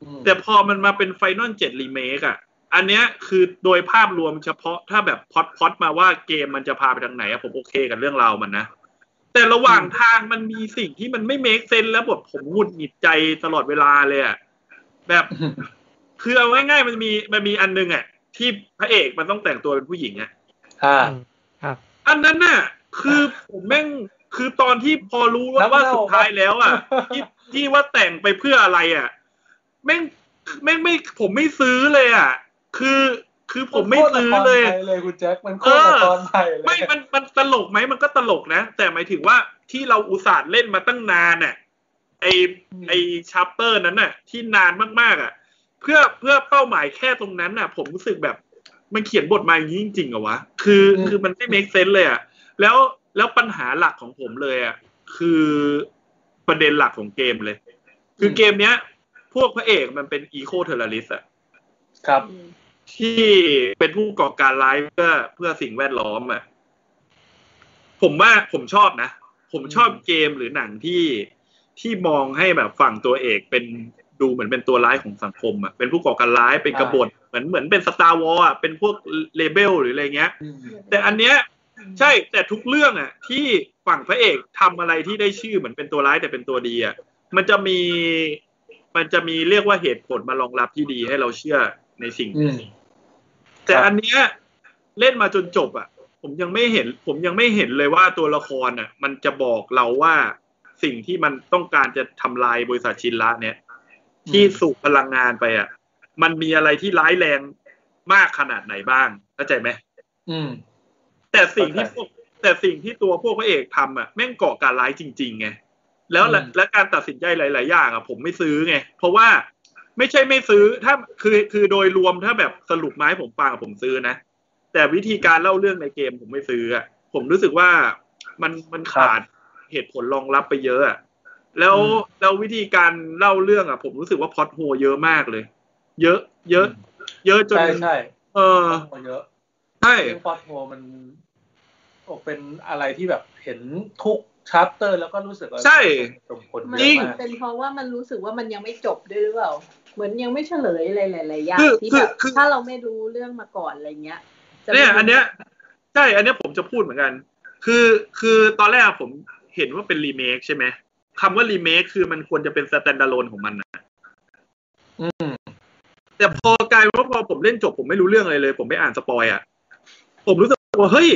Speaker 2: อืม
Speaker 1: แต่พอมันมาเป็นไฟนอลเจ็ดรีเมคอะอันเนี้ยคือโดยภาพรวมเฉพาะถ้าแบบพอดพอดมาว่าเกมมันจะพาไปทางไหนอะผมโอเคกับเรื่องราวมันนะ แต่ระหว่างทางมันมีสิ่งที่มันไม่เมคเซนแล้วแบบผมหงุดหงิดใจตลอดเวลาเลยอะแบบคือเอาง่ายๆมันมีมันมีอันนึงอะที่พระเอกมันต้องแต่งตัวเป็นผู้หญิงอะ
Speaker 2: อ่า
Speaker 4: ครับ
Speaker 1: อันนั้นน่ะ คือผมแม่งคือตอนที่พอรู้ว่าว่าสุดท้ายแล้วอะ ที่ที่ว่าแต่งไปเพื่ออะไรอ่ะแม่งแม่งไม่ผมไม่ซื้อเลยอ่ะ คือคือผมไม่ซื้อเลย
Speaker 2: มันโคตรละครไทเลยคุณแจ็คมันโคตรละครไทยเล ย
Speaker 1: ไม่มันมันตลกไหมมันก็ตลกนะ แต่หมายถึงว่าที่เราอุตส่าห์เล่นมาตั้งนานน่ะไอไอชัปเตอร์นั้นน่ะ ที่นานมากๆอ่ะ เพื่อเพื่อเป้าหมายแค่ตรงนั้นน่ะ ผมรู้สึกแบบ มันเขียนบทมาอย่างนี้จริงๆเหรอวะคือคือมันไม่เมคเซน s ์เลยอ่ะแล้วแล้วปัญหาหลักของผมเลยอ่ะคือประเด็นหลักของเกมเลย คือเกมเนี้ย พวกพระเอกมันเป็นอีโคเทอร์ริสอ่ะ
Speaker 2: ครับ
Speaker 3: อืม
Speaker 1: ที่เป็นผู้ก่อการร้ายเพื่อเพื่อสิ่งแวดล้อมอ่ะ ผมว่าผมชอบนะ ผมชอบ
Speaker 2: อืม
Speaker 1: เกมหรือหนังที่ที่มองให้แบบฝั่งตัวเอกเป็นดูเหมือนเป็นตัวร้ายของสังคมอ่ะเป็นผู้ก่อการร้ายเป็นกบฏเหมือนเหมือนเป็นสตาร์วอลอ่ะเป็นพวกเลเบลหรืออะไรเงี้ย
Speaker 2: อืม
Speaker 1: แต่อันเนี้ยใช่แต่ทุกเรื่องอ่ะ ที่ฝั่งพระเอกทำอะไรที่ได้ชื่อเหมือนเป็นตัวร้ายแต่เป็นตัวดีอ่ะมันจะมีมันจะมีเรียกว่าเหตุผลมารองรับที่ดีให้เราเชื่อในสิ่ง
Speaker 2: อืม
Speaker 1: แต่
Speaker 2: ครับ
Speaker 1: อันเนี้ยเล่นมาจนจบอ่ะ ผมยังไม่เห็น ผมยังไม่เห็นเลยว่าตัวละครอ่ะ มันจะบอกเราว่าสิ่งที่มันต้องการจะทำลายบริษัทชินละเนี่ย ที่สูบพลังงานไปอ่ะ มันมีอะไรที่ร้ายแรงมากขนาดไหนบ้างเข้าใจไหม
Speaker 2: อืม
Speaker 1: แต่สิ่งที่พ
Speaker 2: เข้าใจ
Speaker 1: วกแต่สิ่งที่ตัวพวกพระเอกทำอ่ะแม่งก่อการร้ายจริงๆไงแล้วและ
Speaker 2: อืม
Speaker 1: และการตัดสินใจหลาย ๆ อย่างอ่ะ ผมไม่ซื้อไงเพราะว่าไม่ใช่ไม่ซื้อถ้าคือคือโดยรวมถ้าแบบสรุปไมาให้ผมฟังอะผมซื้อนะ แต่วิธีการเล่าเรื่องในเกมผมไม่ซื้ออ่ะผมรู้สึกว่ามันมันขาดเหตุผลรองรับไปเยอะอ่ะแล้ว
Speaker 2: อืม
Speaker 1: แล้ววิธีการเล่าเรื่องอ่ะ ผมรู้สึกว่าพล็อดโฮเยอะมากเลย เยอะ เยอะ เยอะจน
Speaker 2: ใช่ใช่
Speaker 1: เออ
Speaker 2: เยอะ
Speaker 1: ใช่
Speaker 2: เรื่องพอดโฮมัน โอ้เป็นอะไรที่แบบเห็นทุกชัปเตอร์ แล้วก็รู้สึกว่า
Speaker 1: ใช่
Speaker 2: สมคน
Speaker 3: มัน
Speaker 1: จริง
Speaker 3: เป็นเพราะว่ามันรู้สึกว่ามันยังไม่จบด้วยหรือเปล่า เหมือนยังไม่เฉลยอะไรหลายๆอย่าง
Speaker 1: คือ
Speaker 3: ที่
Speaker 1: คือ
Speaker 3: แบบ
Speaker 1: คือ
Speaker 3: ถ้าเราไม่รู้เรื่องมาก่อนอะไรเงี้ยจะไม่
Speaker 1: เนี่ย
Speaker 3: รู้
Speaker 1: อันเนี้ยใช่ อันเนี้ยผมจะพูดเหมือนกัน คือคือตอนแรกผมเห็นว่าเป็นรีเมคใช่ไหมคำว่ารีเมคคือมันควรจะเป็นสแตนดาร์โลนของมันนะ
Speaker 2: อืม
Speaker 1: แต่พอกลายว่าพอผมเล่นจบผมไม่รู้เรื่องอะไรเลย ผมไปอ่านสปอยอะผมรู้สึกว่าเฮ้ย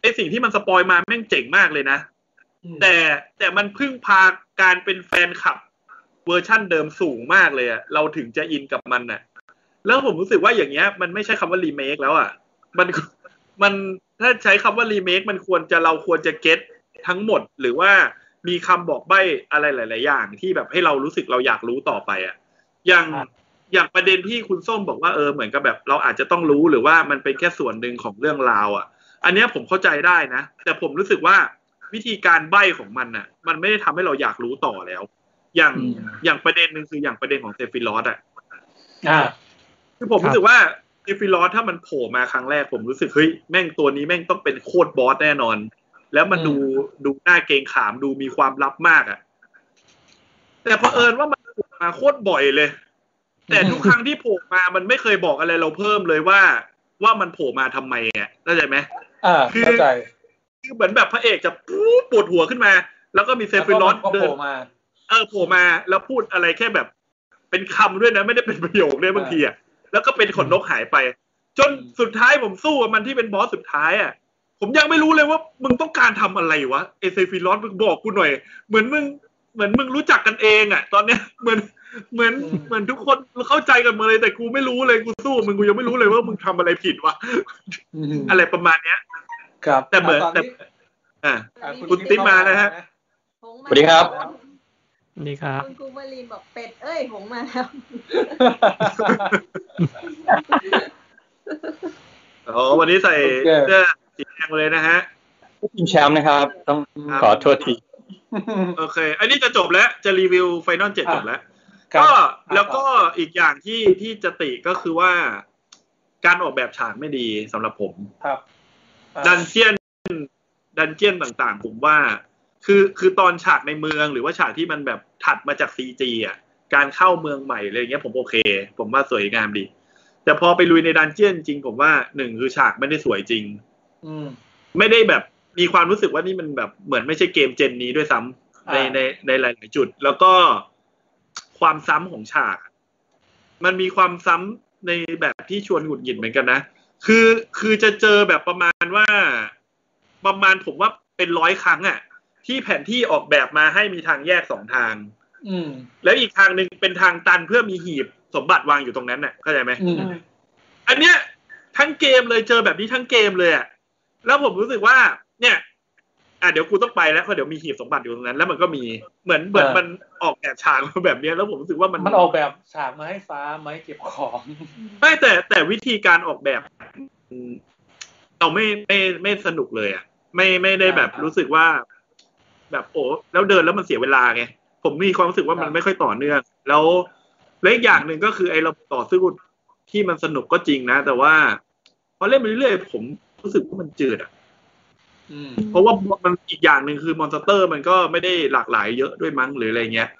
Speaker 1: ไอสิ่งที่มันสปอยมาแม่งเจ๋งมากเลยนะ แต่แต่มันพึ่งพาการเป็นแฟนคลับเวอร์ชั่นเดิมสูงมากเลยอะเราถึงจะอินกับมันน่ะ แล้วผมรู้สึกว่าอย่างเงี้ย มันไม่ใช่คำว่ารีเมคแล้วอะมันมันถ้าใช้คำว่ารีเมคมันควรจะเราควรจะเก็ตทั้งหมด หรือว่ามีคำบอกใบ้อะไรหลาย ๆ อย่าง ที่แบบให้เรารู้สึกเราอยากรู้ต่อไปอะอย่างอย่างประเด็นที่คุณส้มบอกว่าเออเหมือนกับแบบ เราอาจจะต้องรู้หรือว่ามันเป็นแค่ส่วนหนึ่งของเรื่องราวอะ อันเนี้ยผมเข้าใจได้นะ แต่ผมรู้สึกว่าวิธีการใบ้ของมันน่ะ มันไม่ได้ทำให้เราอยากรู้ต่อแล้ว อย่าง
Speaker 3: อืม
Speaker 1: อย่างประเด็นหนึ่งคืออย่างประเด็นของเซฟิลอสอ่ะ
Speaker 2: อ่า
Speaker 1: คือผม
Speaker 4: ครับ
Speaker 1: รู้สึกว่าเซฟิลอสถ้ามันโผล่มาครั้งแรกผมรู้สึกเฮ้ยแม่งตัวนี้แม่งต้องเป็นโคตรบอสแน่นอน แล้วมัน
Speaker 2: อืม
Speaker 1: ดูดูหน้าเกรงขามดูมีความลับมากอ่ะ แต่เผอิญว่ามันโผล่มาโคตรบ่อยเลย แต่ทุกครั้งที่โผล่มามันไม่เคยบอกอะไรเราเพิ่มเลยว่า ว่ามันโผล่มาทำไมอ่ะเข้าใจไหม
Speaker 2: อ่า
Speaker 1: คือ
Speaker 2: เข้าใจ
Speaker 1: คือเหมือนแบบพระเอกจะปุ๊บปวดหัวขึ้นมา แล้วก็มีเซฟิลอส
Speaker 2: แล้วก็มันก็
Speaker 1: เดิ
Speaker 2: โผ
Speaker 1: น
Speaker 2: ล่มา
Speaker 1: เออโผล่มาแล้วพูดอะไรแค่แบบ เป็นคำด้วยนะไม่ได้เป็นประโยคด้วยบางทีอ่ะแล้วก็เป็นขนนกหายไป จนสุดท้ายผมสู้กับมันที่เป็นบอสสุดท้ายอ่ะผมยังไม่รู้เลยว่ามึงต้องการทำอะไรวะเอเซฟิลอสมึงบอกกูหน่อย เหมือนมึงเหมือนมึงรู้จักกันเองอ่ะ ตอนเนี้ยเหมือนเหมือน
Speaker 2: อืม
Speaker 1: เหมือนทุกคนเข้าใจกันหมาเลยแต่กูไม่รู้เลยกูสู้มึงกูยังไม่รู้เลยว่ามึงทำอะไรผิดวะ
Speaker 2: ม
Speaker 1: อะไรประมาณเนี้ย
Speaker 2: ครับ
Speaker 1: แต่เหมือนะ
Speaker 2: ต
Speaker 1: แต่อ่า
Speaker 2: อ่ะ
Speaker 1: คุณติ๊บมานะฮะ
Speaker 3: หงส์มา
Speaker 5: สวัสดีครับ
Speaker 4: ดีครับ
Speaker 3: คุณกูเบอรีนบอกเป็ดเอ้ยหงส์มาแล้ว
Speaker 1: อ๋อวันนี้ใส่
Speaker 2: โอเค
Speaker 1: เสื้อสีแดงเลยนะฮะ
Speaker 5: ทีมแชมป์นะครับ ต้อง
Speaker 1: ครับ
Speaker 5: ขอโทษที
Speaker 1: โอเค อันนี้จะจบแล้วจะรีวิวไฟนอลเจ็ดจบแล้ว
Speaker 2: ครับ
Speaker 1: ก็แล้วก็อีกอย่างที่ที่จะติก็คือว่า การออกแบบฉากไม่ดีสำหรับผม
Speaker 2: ครับอ่ะ
Speaker 1: ดันเจียนดันเจียนต่างๆ ผมว่า คือคือตอนฉากในเมืองหรือว่าฉากที่มันแบบถัดมาจากซีจีอ่ะการเข้าเมืองใหม่อะไรอย่างเงี้ยผมโอเค ผมว่าสวยงามดี แต่พอไปลุยในดันเจียนจริง ผมว่าหนึ่งคือฉากไม่ได้สวยจริง
Speaker 2: อืม
Speaker 1: ไม่ได้แบบมีความรู้สึกว่านี่มันแบบเหมือนไม่ใช่เกมเจนนี้ด้วยซ้ำใน
Speaker 2: อ่า
Speaker 1: ในในหลายๆจุด แล้วก็ความซ้ำของฉากอะมันมีความซ้ำในแบบที่ชวนหงุดหงิดเหมือนกันนะ คือคือจะเจอแบบประมาณว่า ประมาณผมว่าเป็นร้อยครั้งอะที่แผนที่ออกแบบมาให้มีทางแยกสองทาง
Speaker 2: อืม
Speaker 1: แล้วอีกทางหนึ่งเป็นทางตันเพื่อมีหีบสมบัติวางอยู่ตรงนั้นน่ะเข้าใจไหม
Speaker 2: อืม
Speaker 1: อันเนี้ยทั้งเกมเลยเจอแบบนี้ทั้งเกมเลยอะแล้วผมรู้สึกว่า เนี่ยอ่ะเดี๋ยวกูต้องไปแล้วเพราะเดี๋ยวมีหีบสมบัติอยู่ตรงนั้น แล้วมันก็มีเหมือนเหมือนมันออกแบบฉากมาแบบเนี้ยแล้วผมรู้สึกว่ามัน
Speaker 2: มันออกแบบฉากมาให้ฟ้าไม้เก็บของ
Speaker 1: ไม่แต่แต่วิธีการออกแบบอืมเราไม่ไม่ไม่สนุกเลยอะไม่ไม่ได้แบบรู้สึกว่า แบบโอ้แล้วเดินแล้วมันเสียเวลาไงผมมีความรู้สึกว่ามันไม่ค่อยต่อเนื่อง แล้วและอีกอย่างหนึ่งก็คือไอ้เราต่อสู้ที่มันสนุกก็จริงนะ แต่ว่าพอเล่นไปเรื่อยๆผมรู้สึกว่ามันจืดอะ
Speaker 2: อืม
Speaker 1: เพราะว่ามันอีกอย่างหนึ่งคือมอนสเตอร์มันก็ไม่ได้หลากหลายเยอะด้วยมั้งหรืออะไรเงี้ย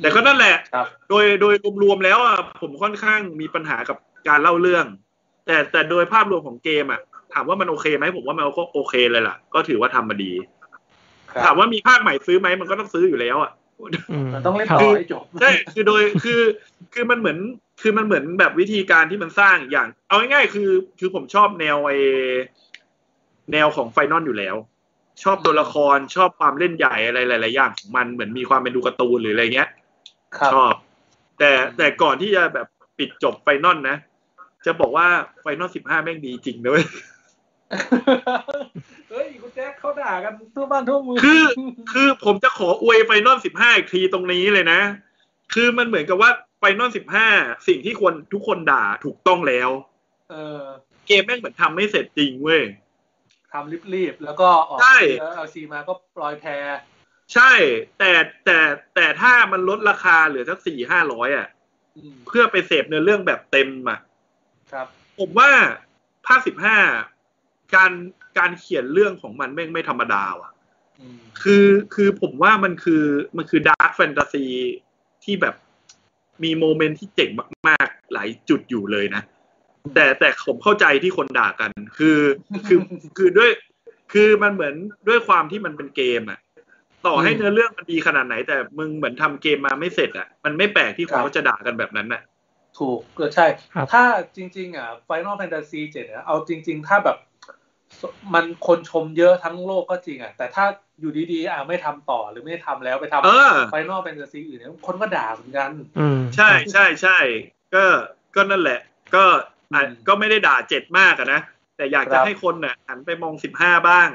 Speaker 1: แต่ก็นั่นแหละ
Speaker 2: ครับ
Speaker 1: โดยโดยรวมๆแล้วอ่ะผมค่อนข้างมีปัญหากับการเล่าเรื่อง แต่แต่โดยภาพรวมของเกมอ่ะ ถามว่ามันโอเคไหมผมว่ามันก็โอเคเลยล่ะ ก็ถือว่าทำมาดี
Speaker 2: ครับ
Speaker 1: ถามว่ามีภาคใหม่ซื้อไหมมันก็ต้องซื้ออยู่แล้วอ่ะ
Speaker 4: อืม
Speaker 2: มันต้องเล่น
Speaker 4: ครับ
Speaker 2: ต่อให้จบ
Speaker 1: ใช่คือโดยคือคือมันเหมือนคือมันเหมือนแบบวิธีการที่มันสร้างอย่าง เอาง่ายๆคือคือผมชอบแนวไอแนวของไฟนอลอยู่แล้ว ชอบตัวละครชอบความเล่นใหญ่อะไรหลายๆอย่างของมันเหมือนมีความเป็นดูการ์ตูนหรืออะไรเงี้ย
Speaker 2: ครับ
Speaker 1: ชอบ แต่แต่ก่อนที่จะแบบปิดจบไฟนอลนะ จะบอกว่าไฟนอลสิบห้าแม่งดีจริงนะเว้ย
Speaker 2: เฮ้ยคุณแจ็คเขาด่ากันทั่วบ้านทั่วเมือง
Speaker 1: คือ คือผมจะขออวยไฟนอลสิบห้าอีกทีตรงนี้เลยนะ คือมันเหมือนกับว่าไฟนอลสิบห้าสิ่งที่คนทุกคนด่าถูกต้องแล้ว
Speaker 2: เออ
Speaker 1: เกมแม่งเหมือนทำไม่เสร็จจริงเว้ย
Speaker 2: ทำรีบๆ แล้วก็ออก
Speaker 1: ใช่
Speaker 2: แล้วเอาซีมาก็ปล่อยแพร
Speaker 1: ใช่แต่แต่แต่ถ้ามันลดราคาเหลือสักสี่ห้าร้อยอ่ะ
Speaker 2: อืม
Speaker 1: เพื่อไปเสพเนื้อเรื่องแบบเต็มอ่ะ
Speaker 2: ครับ
Speaker 1: ผมว่าภาคสิบห้า การการเขียนเรื่องของมันแม่งไม่ธรรมดาว่ะ
Speaker 2: อืม
Speaker 1: คือคือผมว่ามันคือมันคือดาร์ f แฟนตาซีที่แบบมีโมเมนต์ที่เจ๋งมาก ๆ หลายจุดอยู่เลยนะ แต่แต่ผมเข้าใจที่คนด่ากัน คือคือคือด้วย คือมันเหมือนด้วยความที่มันเป็นเกมอะต่อให้
Speaker 5: อืม
Speaker 1: เนื้อเรื่องมันดีขนาดไหน แต่มึงเหมือนทำเกมมาไม่เสร็จอะมันไม่แปลกที่คนเขาจะด่ากันแบบนั้นน่ะ
Speaker 2: ถูกก็ใช่
Speaker 4: ครับ
Speaker 2: ถ้าจริง ๆ อ่ะ Final Fantasy 7เนี่ยเอาจริง ๆ ถ้าแบบมันคนชมเยอะทั้งโลกก็จริงอ่ะ แต่ถ้าอยู่ดีๆ อ่ะไม่ทำต่อหรือไม่ทำแล้วไปท
Speaker 1: เออ
Speaker 2: ำ Final Fantasy อื่นเนี่ยคนก็ด่าเหมือนกัน
Speaker 4: อืม
Speaker 1: ใช่ใช่ใช่ก็ก็นั่นแหละ ก็อ่ะ
Speaker 2: อืม
Speaker 1: ก็ไม่ได้ด่าเจ็ดมากอะนะ แต่อยาก
Speaker 2: ค
Speaker 1: จะ
Speaker 2: รับ
Speaker 1: ให้คนน่ะหันไปมองสิบห้าบ้าง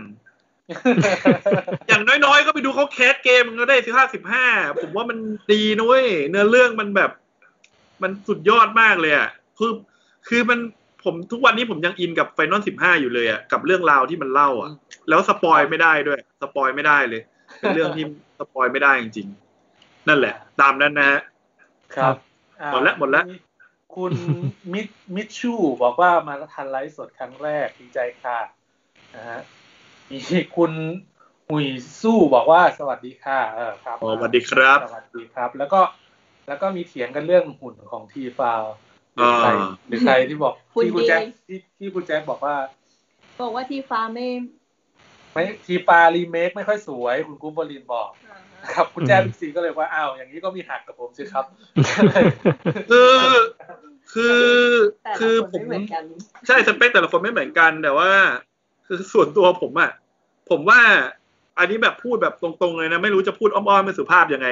Speaker 1: อย่างน้อยๆ ก็ไปดูเขาแคสเกมมันก็ได้สิบห้าสิบห้าผมว่ามันดีนุ้ยเนื้อเรื่องมันแบบ มันสุดยอดมากเลยอ่ะคือคือมันผมทุกวันนี้ผมยังอินกับไฟนอลสิบห้าอยู่เลยอ่ะกับเรื่องราวที่มันเล่าอ่ะ แล้วสปอยไม่ได้ด้วย สปอยไม่ได้เลย เป็นเรื่อง ที่สปอยไม่ได้จริงๆ นั่นแหละ ตามนั้นนะฮะ
Speaker 4: ครับ
Speaker 2: อ่า
Speaker 1: หมดละหมดละ
Speaker 2: คุณ มิมิชชูบอกว่ามาทันไลฟ์สดครั้งแรกดีใจค่ะนะฮะมีคุณหุยสู้บอกว่าสวัสดีค่ะ เออครับ
Speaker 1: อ๋อสวัสดีครับ
Speaker 2: สวัสดีครับ แล้วก็แล้วก็มีเถียงกันเรื่องหุ่นของทีฟาวห
Speaker 1: อ่
Speaker 2: รือใครา หรือใครที่บอก
Speaker 3: หุ่น
Speaker 2: ที่คุณแจ็ค
Speaker 3: ดี
Speaker 2: ที่ที่คุณแจ็คบอกว่า
Speaker 3: บอกว่าทีฟ้าไม่
Speaker 2: ไม่ทีฟารีเมคไม่ค่อยสวย คุณกุ้มบอลินบอกนะครับ คุณแจ็คบิ๊กซีก็เลยว่าอ้าวอย่างนี้ก็มีหักกับผมสิครับ
Speaker 1: คือคือ
Speaker 3: แต่ละ
Speaker 1: คือ
Speaker 3: คน
Speaker 1: ผม
Speaker 3: ไม่เหมือนกัน
Speaker 1: ใช่สเปคแต่ละคนไม่เหมือนกันแต่ว่า คือส่วนตัวผมอะผมว่า อันนี้แบบพูดแบบตรงๆเลยนะ ไม่รู้จะพูดอ้อมๆไม่สุภาพยังไง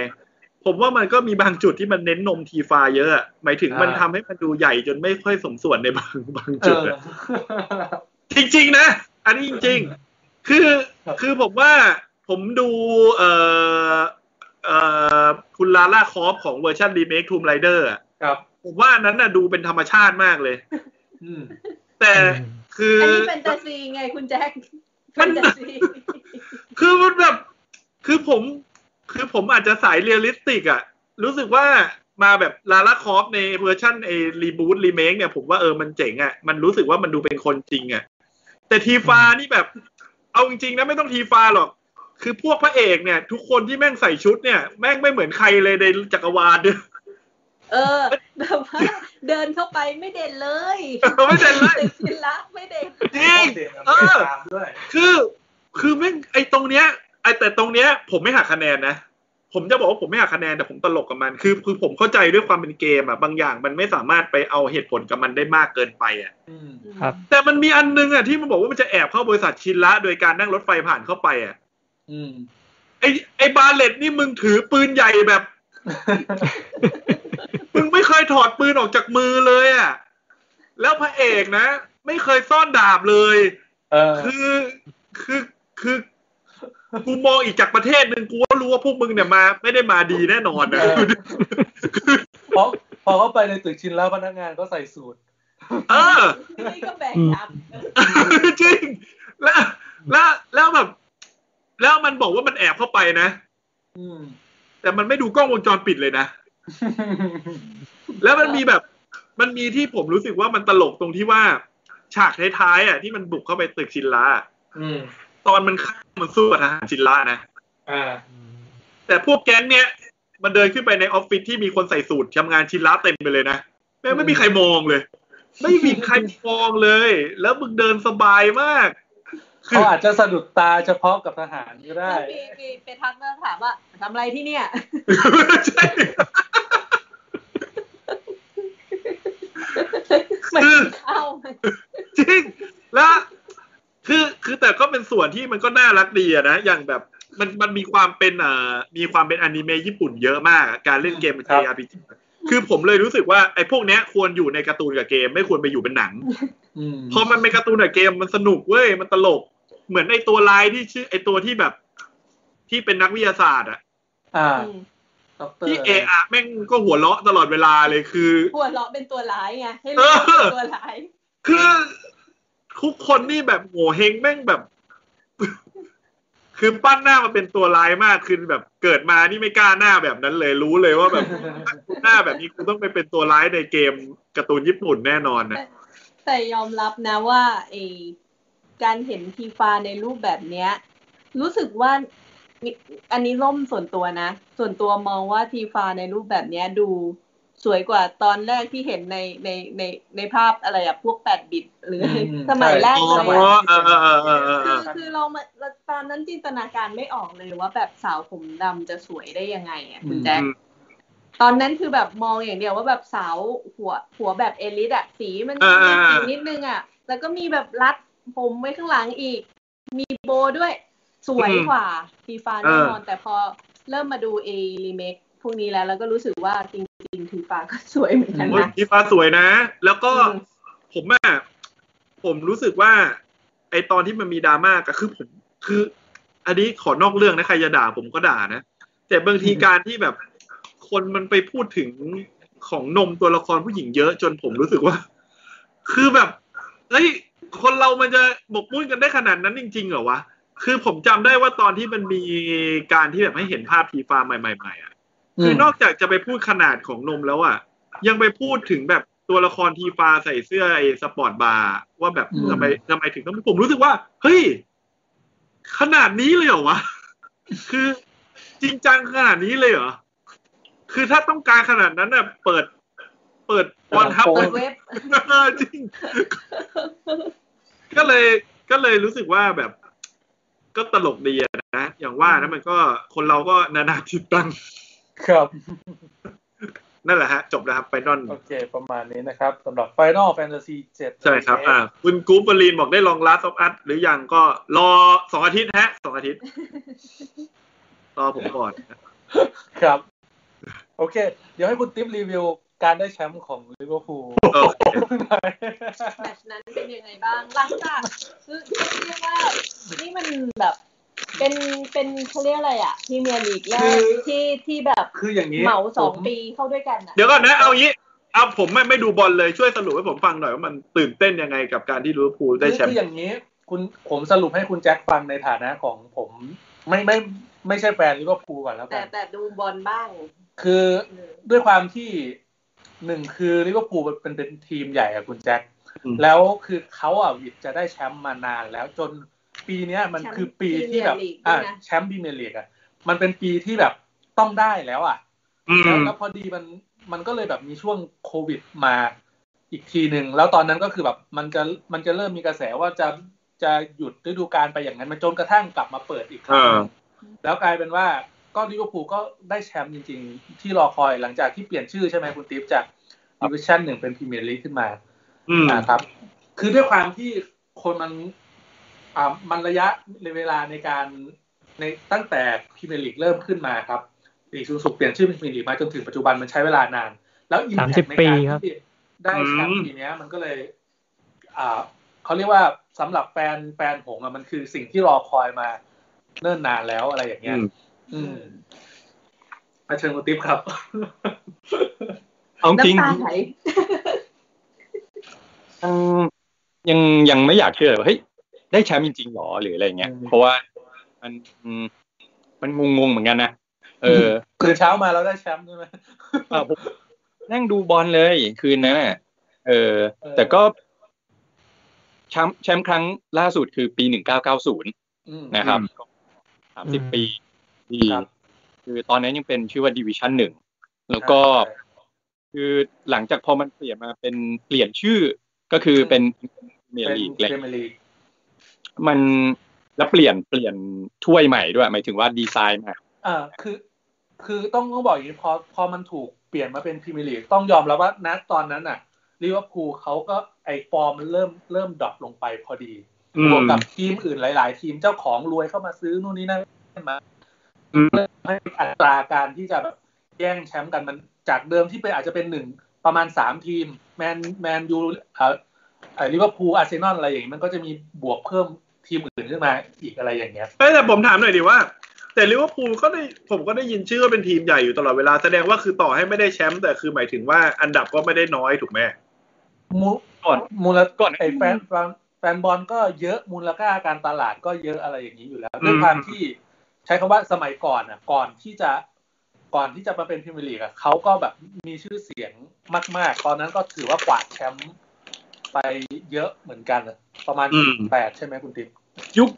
Speaker 1: ผมว่ามันก็มีบางจุดที่มันเน้นนมทีฟาเยอะอะหมายถึงมัน
Speaker 2: อ่า
Speaker 1: ทำให้มันดูใหญ่จนไม่ค่อยสมส่วนในบางบางจุดอะ
Speaker 2: เออ
Speaker 1: จริงๆนะ อันนี้จริงๆ คือ
Speaker 2: ครับ
Speaker 1: คือผมว่าผมดูเอ่อเอ่อคุณลาล่าคอฟของเวอร์ชันรีเมคทูมไรเดอร์
Speaker 2: ครับ
Speaker 1: ผมว่าอันนั้นน่ะดูเป็นธรรมชาติมากเลย
Speaker 2: อืม
Speaker 1: แต่คือ
Speaker 3: อันนี้แฟนตาซีไงคุณแจ็คแฟนตาซี
Speaker 1: คือมันแบบ คือผม คือผมอาจจะสายเรียลลิสติกอะรู้สึกว่ามาแบบลาล a คอฟในเวอร์ชันไอรีบูตรีเมคเนี่ยผมว่าเออมันเจ๋งอะมันรู้สึกว่ามันดูเป็นคนจริงอะแต่ทีฟานี่แบบ เอาจริงๆนะไม่ต้องทีฟาหรอก คือพวกพระเอกเนี่ย ทุกคนที่แม่งใส่ชุดเนี่ย แม่งไม่เหมือนใครเลยในจักรวาล ด้วย
Speaker 3: เออแบบว่าเดินเข้าไปไม่เด่นเลย
Speaker 1: ไม่เด่นเลย
Speaker 3: ตึกศิละไม่เด่น
Speaker 1: จริง
Speaker 2: เออตามด้วย
Speaker 1: คือคือแม่งไอ้ตรงเนี้ยไอ้แต่ตรงเนี้ย ผมไม่หักคะแนนนะ ผมจะบอกว่าผมไม่หักคะแนนแต่ผมตลกกับมัน คือคือผมเข้าใจด้วยความเป็นเกมอะบางอย่างมันไม่สามารถไปเอาเหตุผลกับมันได้มากเกินไปอะ
Speaker 2: อืม
Speaker 4: ครับ
Speaker 1: แต่มันมีอันนึงอะที่มันบอกว่ามันจะแอบเข้าบริษัทชินละโดยการนั่งรถไฟผ่านเข้าไปอะ
Speaker 2: อืม
Speaker 1: ไอ้ไอ้บาเลตนี่มึงถือปืนใหญ่แบบ มึงไม่เคยถอดปืนออกจากมือเลยอะแล้วพระเอกนะ ไม่เคยซ่อนดาบเลย
Speaker 2: เออ
Speaker 1: คือคือคือกูมองอีกจากประเทศหนึ่งกูก็รู้ว่าพวกมึงเนี่ยมาไม่ได้มาดีแน่นอนนะ
Speaker 2: เออ พอพอเข้าไปในตึกชินแล้วพนักงานก็ใส่สูท
Speaker 1: เออ
Speaker 3: นี่ก็แบ่งยับ
Speaker 1: จริง แล้วแล้วแล้วแบบ แล้วมันบอกว่ามันแอบเข้าไปนะ
Speaker 2: อืม
Speaker 1: แต่มันไม่ดูกล้องวงจรปิดเลยนะ แล้วมันมีแบบ มันมีที่ผมรู้สึกว่ามันตลกตรงที่ว่า ฉากท้ายๆอ่ะที่มันบุกเข้าไปตึกชินลาอะ
Speaker 2: อืม
Speaker 1: ตอนมันเข้ามันสู้กับทหารชินลานะ
Speaker 2: อ่า
Speaker 1: แต่พวกแก๊งเนี้ยมันเดินขึ้นไปในออฟฟิศที่มีคนใส่สูตรทำงานชินล้าเต็มไปเลยนะแม่งไม่มีใครมองเลย ไม่มีใครมองเลย แล้วมึงเดินสบายมาก คือ
Speaker 2: เขาอาจจะสะดุดตาเฉพาะกับทหารก็ ได้
Speaker 3: แล้วมีมีไปทักมาถามว่าทำอะไรที่เนี่ย
Speaker 1: ใช่
Speaker 3: มัน
Speaker 1: คือ
Speaker 3: เข้า
Speaker 1: จริงแล้วคือคือแต่ก็เป็นส่วนที่มันก็น่ารักดีอะนะอย่างแบบมันมันมีความเป็นเอ่อมีความเป็นอนิเมะญี่ปุ่นเยอะมากอะการเล่นเกมเป็น
Speaker 2: ครับ
Speaker 1: JRPG คือผมเลยรู้สึกว่าไอ้พวกเนี้ยควรอยู่ในการ์ตูนกับเกม ไม่ควรไปอยู่เป็นหนัง
Speaker 2: อืม
Speaker 1: พอมันเป็นการ์ตูนกับเกมมันสนุกเว้ย มันตลก เหมือนไอตัวลายที่ชื่อไอตัวที่แบบ ที่เป็นนักวิทยาศาสตร์อะ
Speaker 2: อ่า
Speaker 3: อืม
Speaker 2: ด็อกเตอร์
Speaker 1: ที่เอะอะแม่งก็หัวเราะตลอดเวลาเลยคือ
Speaker 3: หัวเราะเป็นตัวร้ายไง ให้รู้ว่า
Speaker 1: เออ
Speaker 3: เป็นตัวร้าย
Speaker 1: คือ ทุกคนนี่แบบโง่เฮงแม่งแบบ คือปั้นหน้ามาเป็นตัวลายมากคือแบบเกิดมานี่ไม่กล้าหน้าแบบนั้นเลยรู้เลยว่าแบบถ้ากูหน้าแบบนี้กูต้องไปเป็นตัวร้ายในเกมการ์ตูนญี่ปุ่นแน่นอนนะ
Speaker 3: แต่ยอมรับนะว่าไอ การเห็นทีฟาในรูปแบบเนี้ย รู้สึกว่ามีอันนี้ล่มส่วนตัวนะ ส่วนตัวมองว่าทีฟาในรูปแบบเนี้ยดูสวยกว่าตอนแรกที่เห็นในในในในภาพอะไรอะพวกแปดบิตหรืออะไร
Speaker 2: อืม
Speaker 3: สมัยแรก
Speaker 1: อ๋อ
Speaker 3: เลยอะ
Speaker 1: เออเออเออเออเออ
Speaker 3: คือคือเรามาเราตอนนั้นจินตนาการไม่ออกเลยว่าแบบสาวผมดำจะสวยได้ยังไงอ่ะคุณแจ็ค
Speaker 1: อืม
Speaker 3: ตอนนั้นคือแบบมองอย่างเดียวว่าแบบสาวหัวหัวแบบเอลิสอ่ะสีมัน
Speaker 1: เออเออ
Speaker 3: สีนิดนึงอ่ะ แล้วก็มีแบบรัดผมไว้ข้างหลังอีก มีโบด้วยสวยกว่าฟีฟาแน่นอน แต่พอเริ่มมาดูเอรีเมคพวกนี้แล้วแล้วก็รู้สึกว่าจริงๆทีฟาก็สวยเหมือนกัน
Speaker 1: โอ้ย
Speaker 3: นะ
Speaker 1: ทีฟ้าสวยนะ แล้วก็
Speaker 3: อืม
Speaker 1: ผมอะผมรู้สึกว่า ไอตอนที่มันมีดราม่าก็คือผมคือ อันนี้ขอนอกเรื่องนะใครจะด่าผมก็ด่านะแต่บางทีการที่แบบ คนมันไปพูดถึงของนมตัวละครผู้หญิงเยอะจนผมรู้สึกว่า คือแบบเฮ้ยคนเรามันจะหมกมุ่นกันได้ขนาดนั้นจริงๆเหรอวะคือผมจำได้ว่าตอนที่มันมีการที่แบบให้เห็นภาพทีฟ้าใหม่ๆๆอ่ะ คือนอกจากจะไปพูดขนาดของนมแล้วอ่ะ ยังไปพูดถึงแบบตัวละครทีฟาใส่เสื้อไอ้สปอร์ตบาร์ว่าแบบ
Speaker 2: อืม
Speaker 1: ทำไมทำไมถึงต้องผมรู้สึกว่า เฮ้ย ขนาดนี้เลยเหรอวะ คือจริงจังขนาดนี้เลยเหรอ คือถ้าต้องการขนาดนั้นน่ะ เปิด เปิดออนทับ
Speaker 2: โอ้ย
Speaker 3: เปิดเว็บ
Speaker 1: เออ จริง ก็เลยก็เลยรู้สึกว่าแบบ ก็ตลกดีอะนะ อย่างว่านะมันก็คนเราก็นานาจิตตัง
Speaker 2: ครับ
Speaker 1: นั่นแหละฮะ จบแล้วครับ ไฟนอล
Speaker 2: โอเค ประมาณนี้นะครับสำหรับ Final Fantasy 7
Speaker 1: ใช่ครับ อ่า คุณกูปบรีนบอกได้ลองลาสออฟอั s หรือยังก็รอสองอาทิตย์ฮะสองอาทิต ย์ รอผมก่อน
Speaker 2: ครับ โอเค เดี๋ยวให้คุณติ๊บรีวิวการได้แชมป์ของลิเวอร์พูล
Speaker 1: โอเค
Speaker 2: หน่อย
Speaker 3: แมตช์นั้นเป็นยังไงบ้างหลังจากคือเรียกว่านี่มันแบบเป็นเป็นเขาเรียกอะไรอ่ะพรีเมียร์ลีกแร
Speaker 2: คื
Speaker 3: ก
Speaker 2: อ
Speaker 3: ที่ที่แบบ
Speaker 2: คืออย่างนี้
Speaker 3: เหมาสอง
Speaker 2: ผม
Speaker 3: ปีเข้าด้วยกันอ่ะ
Speaker 1: เดี๋ยวก่อนนะ เอางี้ เอาผมไม่ไม่ดูบอลเลยช่วยสรุปให้ผมฟังหน่อยว่ามันตื่นเต้นยังไงกับการที่ลิเวอร์พูลได้แชมป์
Speaker 2: คืออย่างนี้ คุณผมสรุปให้คุณแจ็คฟังในฐานะของผม ไม่ไม่ไม่ใช่แฟนลิเวอร์พูลก่อนแล้วกั
Speaker 3: แต่
Speaker 2: น
Speaker 3: แต่ดูบอลบ้าง
Speaker 2: คือ
Speaker 3: เออ
Speaker 2: ด้วยความที่หนึ่งคือลิเวอร์พูลเป็นเป็นทีมใหญ่อะคุณแจ็ค
Speaker 1: อืม
Speaker 2: แล้วคือเขาอะวิทจะได้แชมป์มานานแล้วจนปีเนี้ยมันคือปีที่แบบอ่ะแชมป์พรีเมียร์ลีกอะมันเป็นปีที่แบบต้องได้แล้วอะ
Speaker 1: อื
Speaker 2: แล้ว
Speaker 1: ม
Speaker 2: แล้วพอดีมันมันก็เลยแบบมีช่วงโควิดมาอีกทีหนึ่งแล้วตอนนั้นก็คือแบบมันจะมันจะเริ่มมีกระแสว่าจะจะหยุดฤดูกาลไปอย่างนั้นมันจนกระทั่งกลับมาเปิดอีกครั้งหนึ่งแล้วกลายเป็นว่าก็ลิเวอร์พูลก็ได้แชมป์จริง ๆ ที่รอคอยหลังจากที่เปลี่ยนชื่อใช่ไหมคุณติ๊บจากดิวิชั่นหนึ่งเป็นพรีเมียร์ลีกขึ้นมา
Speaker 1: อืม
Speaker 2: นะครับ คือด้วยความที่คนมันอ่ามันระยะในเวลาในการในตั้งแต่พรีเมียร์ลีกเริ่มขึ้นมาครับลีกสูงสุดเปลี่ยนชื่อเป็นพรีเมียร์ลีกมาจนถึงปัจจุบันมันใช้เวลานาน แล้วอิมแพคใน
Speaker 4: ปี
Speaker 2: การ
Speaker 4: ครับ
Speaker 2: ที่ได้แชม
Speaker 1: อื
Speaker 2: ป์
Speaker 1: ม
Speaker 2: ปีเนี้ยมันก็เลย อ่าเขาเรียกว่าสำหรับแฟนแฟนหงส์อะมันคือสิ่งที่รอคอยมาเนิ่นนานแล้วอะไรอย่างเงี้ยอืมมาเชิญคุณติ๊บครับ
Speaker 5: เอาจริง
Speaker 3: น้ำตา ไหล
Speaker 5: ยังยังยังไม่อยากเชื่อว่าเฮ้ยได้แชมป์จริงๆหรอหรืออะไรเงี้ย
Speaker 2: อืม
Speaker 5: เพราะว่ามันอืมมันงงๆเหมือนกันนะเออ
Speaker 2: คือเช้ามาเราได้แชมป์ใช่ไหม
Speaker 5: เออผมนั่งดูบอลเลยคืนนั้นน่ะเออ
Speaker 2: เออ
Speaker 5: แต่ก็แชมป์แชมป์ครั้งล่าสุดคือปีหนึ่งเก้าเก้าศูนย์
Speaker 2: อืม
Speaker 5: นะครับสามสิบปีที่
Speaker 2: ครับ
Speaker 5: คือตอนนั้นยังเป็นชื่อว่าดิวิชั่นหนึ่งแล้วก็ คือหลังจากพอมันเปลี่ยนมาเป็นเปลี่ยนชื่อก็คือเป็นเม
Speaker 2: เป็น
Speaker 5: ลีก
Speaker 2: พ
Speaker 5: เลย
Speaker 2: รีเมียร์ลีก
Speaker 5: มันแล้วเปลี่ยนเปลี่ยนถ้วยใหม่ด้วย หมายถึงว่าดีไซน์ใหม่
Speaker 2: อ่าคือ คือต้องต้องบอกอย่างนี้พอพอมันถูกเปลี่ยนมาเป็นพรีเมียร์ลีกต้องยอมรับว่าณตอนนั้นน่ะลิเวอร์พูลเขาก็ไอฟอร์มมันเริ่มเริ่มดรอปลงไปพอดี
Speaker 1: อืม
Speaker 2: บวกกับทีมอื่นหลาย ๆ ทีมเจ้าของรวยเข้ามาซื้อนู่นนี่นั่น
Speaker 1: อืม
Speaker 2: ให้อัตราการที่จะแบบแย่งแชมป์กันมันจากเดิมที่เป็นอาจจะเป็นหนึ่งประมาณสามทีมแมนแมนยูเอ่อเอ่อลิเวอร์พูลอาร์เซนอลอะไรอย่างนี้มันก็จะมีบวกเพิ่มทีมอื่นขึ้นมาอีกอะไรอย่างเงี้ย
Speaker 1: เอ้ยแต่ผมถามหน่อยดิว่า แต่ลิเวอร์พูลก็ได้ผมก็ได้ยินชื่อว่าเป็นทีมใหญ่อยู่ตลอดเวลาแสดงว่าคือต่อให้ไม่ได้แชมป์แต่คือหมายถึงว่าอันดับก็ไม่ได้น้อยถูกไหม
Speaker 2: มู
Speaker 5: ก่อน
Speaker 2: มูล
Speaker 5: ก่อน
Speaker 2: ไอแฟนแฟนแฟนบอลก็เยอะมูลค่าการตลาดก็เยอะอะไรอย่างนี้อยู่แล้ว
Speaker 1: อืม
Speaker 2: ด้วยความที่ใช้คำว่าสมัยก่อนอ่ะ ก่อนที่จะก่อนที่จะมาเป็นพรีเมียร์ลีกอ่ะเขาก็แบบมีชื่อเสียงมาก ๆ ตอนนั้นก็ถือว่ากวาดแชมป์ไปเยอะเหมือนกันอะ ประมาณ
Speaker 1: อืม
Speaker 2: แปดใช่ไหมคุณติ๊บ
Speaker 6: ยุค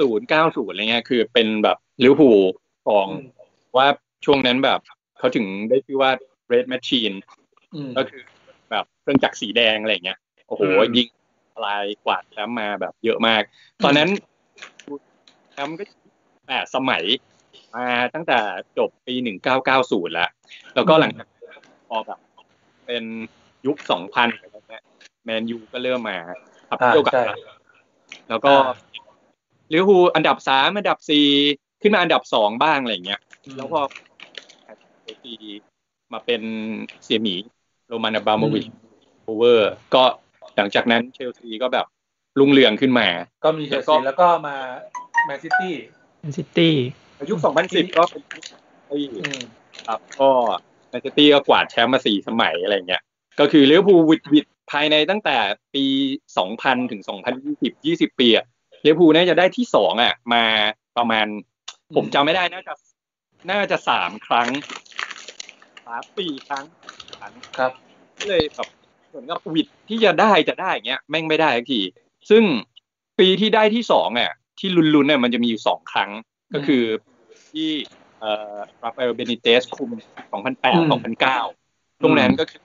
Speaker 6: 80 90 อะไรเงี้ย คือเป็นแบบลิเวอร์พูลของ
Speaker 2: อืม
Speaker 6: ว่าช่วงนั้นแบบเขาถึงได้ชื่อว่า Red Machine
Speaker 2: อืม
Speaker 6: ก็คือแบบเครื่องจักรสีแดงอะไรอย่างเงี้ย โอ้โห
Speaker 1: อืม
Speaker 6: ยิงทลายกวาดแชมป์มาแบบเยอะมาก ตอนนั้นแชมป์ก็แปดสมัยมาตั้งแต่จบปี 1990 แล้ว แล้วก็หลังจากนั้นพอแบบเป็นยุค 2000อะไรแบบเนี้ยแมนยูก็เริ่มมาขับเที่ยวกับ แล้วก็ลิเวอร์พูลอันดับสามอันดับสี่ขึ้นมาอันดับสองบ้างอะไรอย่างเงี้ย แล้วพอปีมาเป็นเสียหมีโรมานอบราโมวิชโอเวอร์ ก็หลังจากนั้นเชลซีก็แบบรุ่งเรืองขึ้นมา
Speaker 2: ก็มีเชลซีแล้วก็มาแมนซิตี้
Speaker 4: แมนซิตี้
Speaker 6: ยุค 2010 ก็เป็นยุคที่
Speaker 2: อืม
Speaker 6: ครับก็แมนซิตี้ก็กวาดแชมป์มาสี่สมัยอะไรอย่างเงี้ย ก็คือลิเวอร์พูลวิดวิดภายในตั้งแต่ปี 2000 ถึง 2020 20 ปีอะลิเวอร์พูลน่าจะได้ที่สองอะมาประมาณ ผมจำไม่ได้น่าจะน่าจะสามครั้งสามปีครั้งครั้ง
Speaker 2: ครับ
Speaker 6: ก็เลยแบบเหมือนกับหวิดที่จะได้จะได้อย่างเงี้ยแม่งไม่ได้สักที ซึ่งปีที่ได้ที่สองอ่ะที่ลุ้นๆเนี่ยมันจะมีอยู่สองครั้ง ก็คือที่เอ่อราฟาเอลเบนิเตสคุม
Speaker 2: อืม
Speaker 6: 2008 2009 ตรงนั้นก็คือ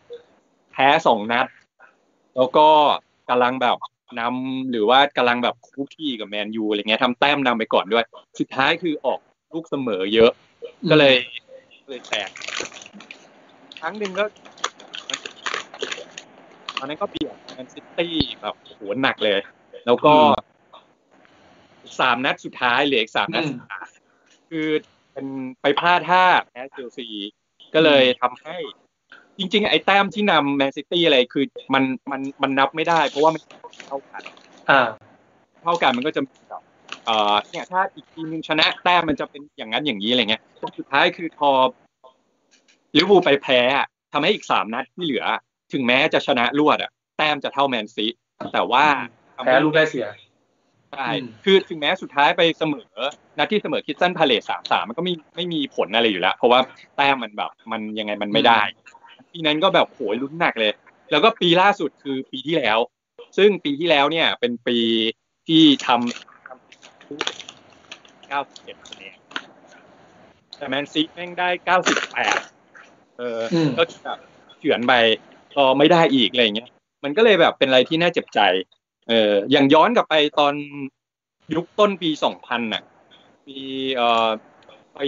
Speaker 6: แพ้สองนัด แล้วก็กำลังแบบนำหรือว่ากำลังแบบคุกคีกับแมนยูอะไรเงี้ยทำแต้มนำไปก่อนด้วย สุดท้ายคือออกลูกเสมอเยอะ ก็เลยเลยแตก ครั้งหนึ่งก็ตอนนั้นก็เบียดแมนซิตี้แบบโหหนักเลย แล้วก็สามนัดสุดท้ายเหลืออีกสามนัด
Speaker 2: อืม
Speaker 6: สุดท้ายคือเป็นไปพลาดท่าแพ้เชลซีก็เลยทำให้ จริง ๆ ไอ้แต้มที่นำแมนซิตี้อะไรคือมันมันมันนับไม่ได้ เพราะว่ามันเท่ากัน
Speaker 2: อ่า
Speaker 6: เท่ากันมันก็จะมีแบบเอ่อเนี่ยถ้าอีกทีมนึงชนะแต้มมันจะเป็นอย่างนั้นอย่างนี้อะไรเงี้ยสุดท้ายคือพอลิเวอร์พูลไปแพ้อะทำให้อีกสามนัดที่เหลือ ถึงแม้จะชนะรวดอะแต้มจะเท่าแมนซีแต่ว่าทำ
Speaker 2: แพ้
Speaker 6: ให้
Speaker 2: ลูกได้เสีย
Speaker 6: ใช่
Speaker 2: อืม
Speaker 6: คือถึงแม้สุดท้ายไปเสมอ นัดที่เสมอคิดสันพาเลสสามสามมันก็ไม่ไม่มีผลอะไรอยู่แล้ว เพราะว่าแต้มมันแบบมันยังไงมันไม่ได้ปีนั้นก็แบบโหยลุ้นหนักเลย แล้วก็ปีล่าสุดคือปีที่แล้ว ซึ่งปีที่แล้วเนี่ยเป็นปีที่ทำทำ97คะแนนแต่แมนซีแม่งได้ 98 เอออ
Speaker 2: ม
Speaker 6: ก็แบบเฉือนไปต่อไม่ได้อีกอะไรอย่างเงี้ย มันก็เลยแบบเป็นอะไรที่น่าเจ็บใจ เอออย่างย้อนกลับไปตอนยุคต้นปี 2000น่ะ ปีเอ่อปี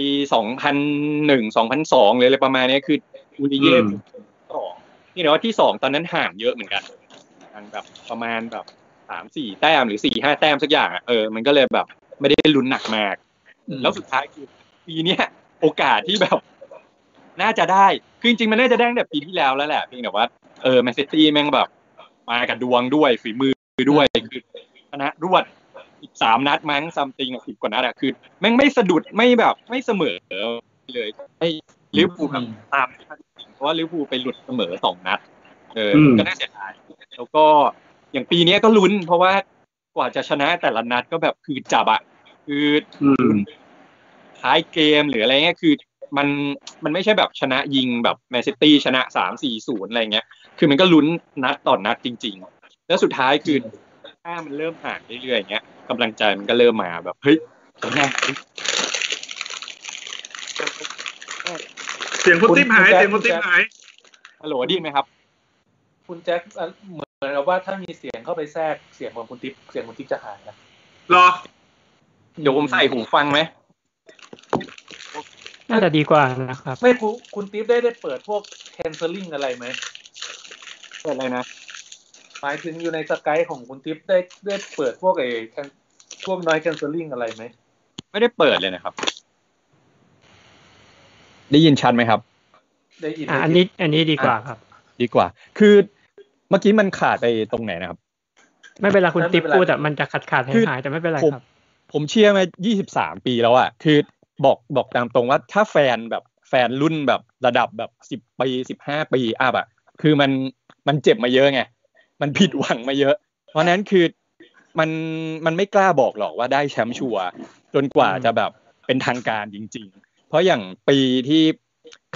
Speaker 6: 2001 2002หรืออะไรประมาณเนี้ยคืออูริเย่
Speaker 1: อืม
Speaker 6: สองนี่นะว่าที่สองตอนนั้นห่างเยอะเหมือนกัน กันแบบประมาณแบบสามสี่แต้มหรือสี่ห้าแต้มสักอย่างอะเออมันก็เลยแบบไม่ได้ลุ้นหนักมาก
Speaker 2: อืม
Speaker 6: แล้วสุดท้ายคือปีเนี้ย โอกาสที่แบบ น่าจะได้ คือจริงๆมันน่าจะได้ตั้งแต่ปีที่แล้วแล้วแหละเพียงแต่ว่าเออแมนซิตี้แม่งแบบ มากับดวงด้วยฝีมือด้วยคือชนะรวดอีกสามนัดมั้งซัมติงสิบกว่านัดอะคือแม่งไม่สะดุดไม่แบบไม่เสมอเลยไม่ลิเวอร์พูลแบบ ตามไม่ทันจริงเพราะว่าลิเวอร์พูลไปหลุดเสมอสองนัด เอออ
Speaker 1: ม
Speaker 6: ก็น่าเสียดาย แล้วก็อย่างปีเนี้ยก็ลุ้น เพราะว่ากว่าจะชนะแต่ละนัดก็แบบคือจับอะคือ
Speaker 1: อืม
Speaker 6: ท้ายเกมหรืออะไรเงี้ยคือมันมันไม่ใช่แบบชนะยิงแบบแมนซิตี้ชนะสามสี่ศูนย์อะไรเงี้ย คือมันก็ลุ้นนัดต่อนัดจริง ๆ แล้วสุดท้ายคือถ้ามันเริ่มห่างเรื่อยๆอย่างเงี้ยกำลังใจมันก็เริ่มมาแบบเฮ้ยเอาแน่
Speaker 1: เสียงคุณติ๊บหาย
Speaker 2: คุณแจ๊ค
Speaker 1: เสียงคุณติ๊บหาย
Speaker 6: ฮัลโหลไดีไหมครับ
Speaker 2: คุณแจ็คเอ่อเหมือนกับว่าถ้ามีเสียงเข้าไปแทรกเสียงของคุณติ๊บเสียงคุณติ๊บจะหายนะ
Speaker 1: รอ
Speaker 6: เดี๋ยวผมใส่หูฟังไหม
Speaker 4: น่าจะดีกว่านะครับ
Speaker 2: ไม่คุณคุณติ๊บได้ได้เปิดพวก canceling อะไรไหม
Speaker 6: เปิดอะไรนะ
Speaker 2: หมายถึงอยู่ในสกายของคุณติ๊บได้ได้เปิดพวกเอพวกน้อย canceling อะไรไหม
Speaker 6: ไม่ได้เปิดเลยนะครับ ได้ยินชัดไหมครับ
Speaker 2: ได้ยินไหม
Speaker 4: อ่ะอันนี้อันนี้ดีกว่าครับ
Speaker 6: ดีกว่า คือเมื่อกี้มันขาดไปตรงไหนนะครับ
Speaker 4: ไม่เป็นไรคุณติ๊บพูดแต่มันจะขาดขาดหายหายๆแต่ไม่เป็นไร
Speaker 6: ผม
Speaker 4: ครับ
Speaker 6: ผมเชียร์มา 23 ปีแล้วอะคือบอกบอกตามตรงว่าถ้าแฟนแบบแฟนรุ่นแบบระดับแบบ 10 ปี 15 ปีอัพอะคือมันมันเจ็บมาเยอะไง มันผิดหวังมาเยอะ เพราะฉะนั้นคือมันมันไม่กล้าบอกหรอกว่าได้แชมป์ชัวร์จนกว่าจะแบบเป็นทางการจริง ๆ เพราะอย่างปีที่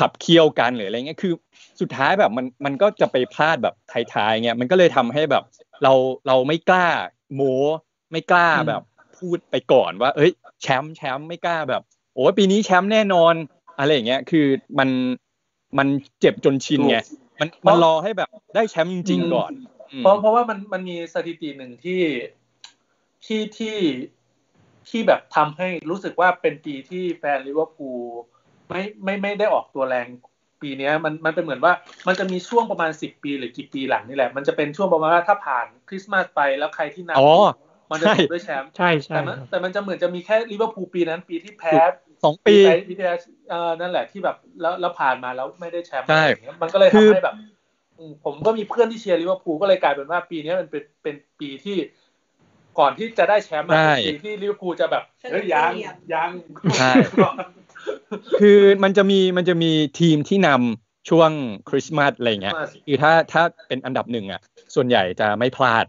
Speaker 6: ขับเคี่ยวกันหรืออะไรเงี้ยคือ สุดท้ายแบบมันมันก็จะไปพลาดแบบท้ายๆเงี้ยมันก็เลยทำให้แบบเราเราไม่กล้า โมไม่กล้าแบบ พูดไปก่อนว่า เอ้ย แชมป์แชมป์ไม่กล้าแบบ โอ้ยปีนี้แชมป์แน่นอน อะไรอย่างเงี้ยคือมันมันเจ็บจนชินไงมันมันรอให้แบบได้แชมป์จริงๆก่อนอืม
Speaker 2: เพราะเพราะว่ามันมันมีสถิติหนึ่งที่ที่ที่ที่แบบทำให้รู้สึกว่าเป็นปีที่แฟนลิเวอร์พูลไม่ไม่ไม่ได้ออกตัวแรงปีเนี้ย มันมันเป็นเหมือนว่ามันจะมีช่วงประมาณสิบปีหรือกี่ปีหลังนี่แหละ มันจะเป็นช่วงประมาณว่าถ้าผ่านคริสต์มาสไปแล้วใครที่น
Speaker 6: อ๋อ
Speaker 2: ำมันจะ
Speaker 6: ใช่
Speaker 2: จบด้วยแชมป์
Speaker 4: ใช่ใช่
Speaker 2: แต่มัน
Speaker 4: ครับ
Speaker 2: แต่มันจะเหมือนจะมีแค่ลิเวอร์พูลปีนั้นปีที่แพ้
Speaker 6: สองปี
Speaker 2: ไอ้วิทยาเอ่อนั่นแหละที่แบบแล้วแล้วผ่านมาแล้วไม่ได้แชมป์
Speaker 6: ใช่
Speaker 2: อะไรอย่างเงี้ยมันก็เลย
Speaker 6: คือ
Speaker 2: ทำให้แบบอืมผมก็มีเพื่อนที่เชียร์ลิเวอร์พูลก็เลยกลายเป็นว่าปีเนี้ยมันเป็นเป็นปีที่ ก่อนที่จะได้แชมป์อะเป็นปีที่ลิเวอร์พูลจะแบบเฮ้ยยังยัง
Speaker 6: ใช่ คือมันจะมีมันจะมีทีมที่นำช่วงคริสต์มาสอะไรเงี้ย คือถ้าถ้าเป็นอันดับหนึ่งอ่ะ ส่วนใหญ่จะไม่พลาด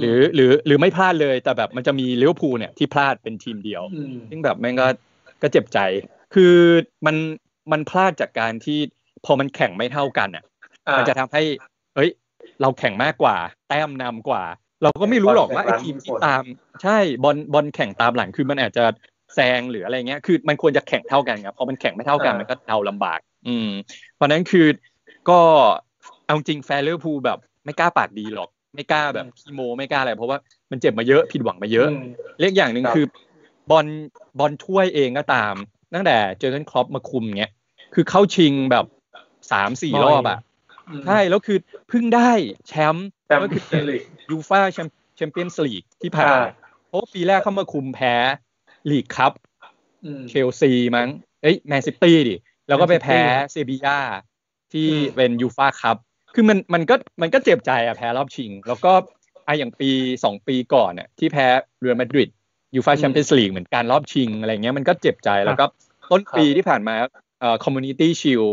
Speaker 6: หรือหรือหรือไม่พลาดเลยแต่แบบมันจะมีลิเวอร์พูลเนี่ยที่พลาดเป็นทีมเดียว
Speaker 2: ม
Speaker 6: ซึ่งแบบแม่งก็ก็เจ็บใจ คือมันมันพลาดจากการที่พอมันแข่งไม่เท่ากันอ่ะ
Speaker 2: อ่า
Speaker 6: มันจะทำให้ เอ้ย เราแข่งมากกว่า แต้มนำกว่า เราก็ไม่รู้หรอกว่าไอ้ทีมที่ตาม ใช่ บอล บอลแข่งตามหลัง คือมันอาจจะแซงหรืออะไรเงี้ย คือมันควรจะแข่งเท่ากันครับ พอมันแข่งไม่เท่ากัน
Speaker 2: อ่ามั
Speaker 6: มันก็เดาลำบาก อืม เพราะฉะนั้นคือ ก็ เอาจริงแฟนลิเวอร์พูลแบบไม่กล้าปากดีหรอก ไม่กล้าแบบขี้โม ไม่กล้าอะไร เพราะว่ามันเจ็บมาเยอะ ผิดหวังมาเยอะ
Speaker 2: ม
Speaker 6: เรียกอย่างหนึ่ง
Speaker 2: ครับ
Speaker 6: คือบอลบอลถ้วยเองก็ตาม ตั้งแต่เจอร์เกนคล็อปมาคุมเงี้ย คือเข้าชิงแบบสามสี่รอบอะ
Speaker 2: อืม
Speaker 6: ใช่ แล้วคือเพิ่งได้แชมป์
Speaker 2: แชม
Speaker 6: ก็
Speaker 2: ป์
Speaker 6: คือ
Speaker 2: เชียร์ลีก
Speaker 6: ยูฟ่าแชมเปี้ยนส์ลีกที่ผ่าน
Speaker 2: อ่า
Speaker 6: เพราะว่าปีแรกเข้ามาคุมแพ้ลีกครับ
Speaker 2: อืม
Speaker 6: เชลซีมั้งเอ้ยแมนซิตี้ดิ แล้วก็ไป
Speaker 4: Man City
Speaker 6: แพ้เซบียาที่
Speaker 2: อืม
Speaker 6: เป็นยูฟ่าครับ คือมันมันก็มันก็เจ็บใจอะแพ้รอบชิง แล้วก็ไอะอย่างปีสองปีก่อนเนี่ยที่แพ้เรอัลมาดริดยูฟ่าแชมเปี้ยนส์ลีกเหมือนการรอบชิงอะไรเงี้ยมันก็เจ็บใจแล้วก็ต้นปีที่ผ่านมาเอ่อคอมมูนิตี้ชิล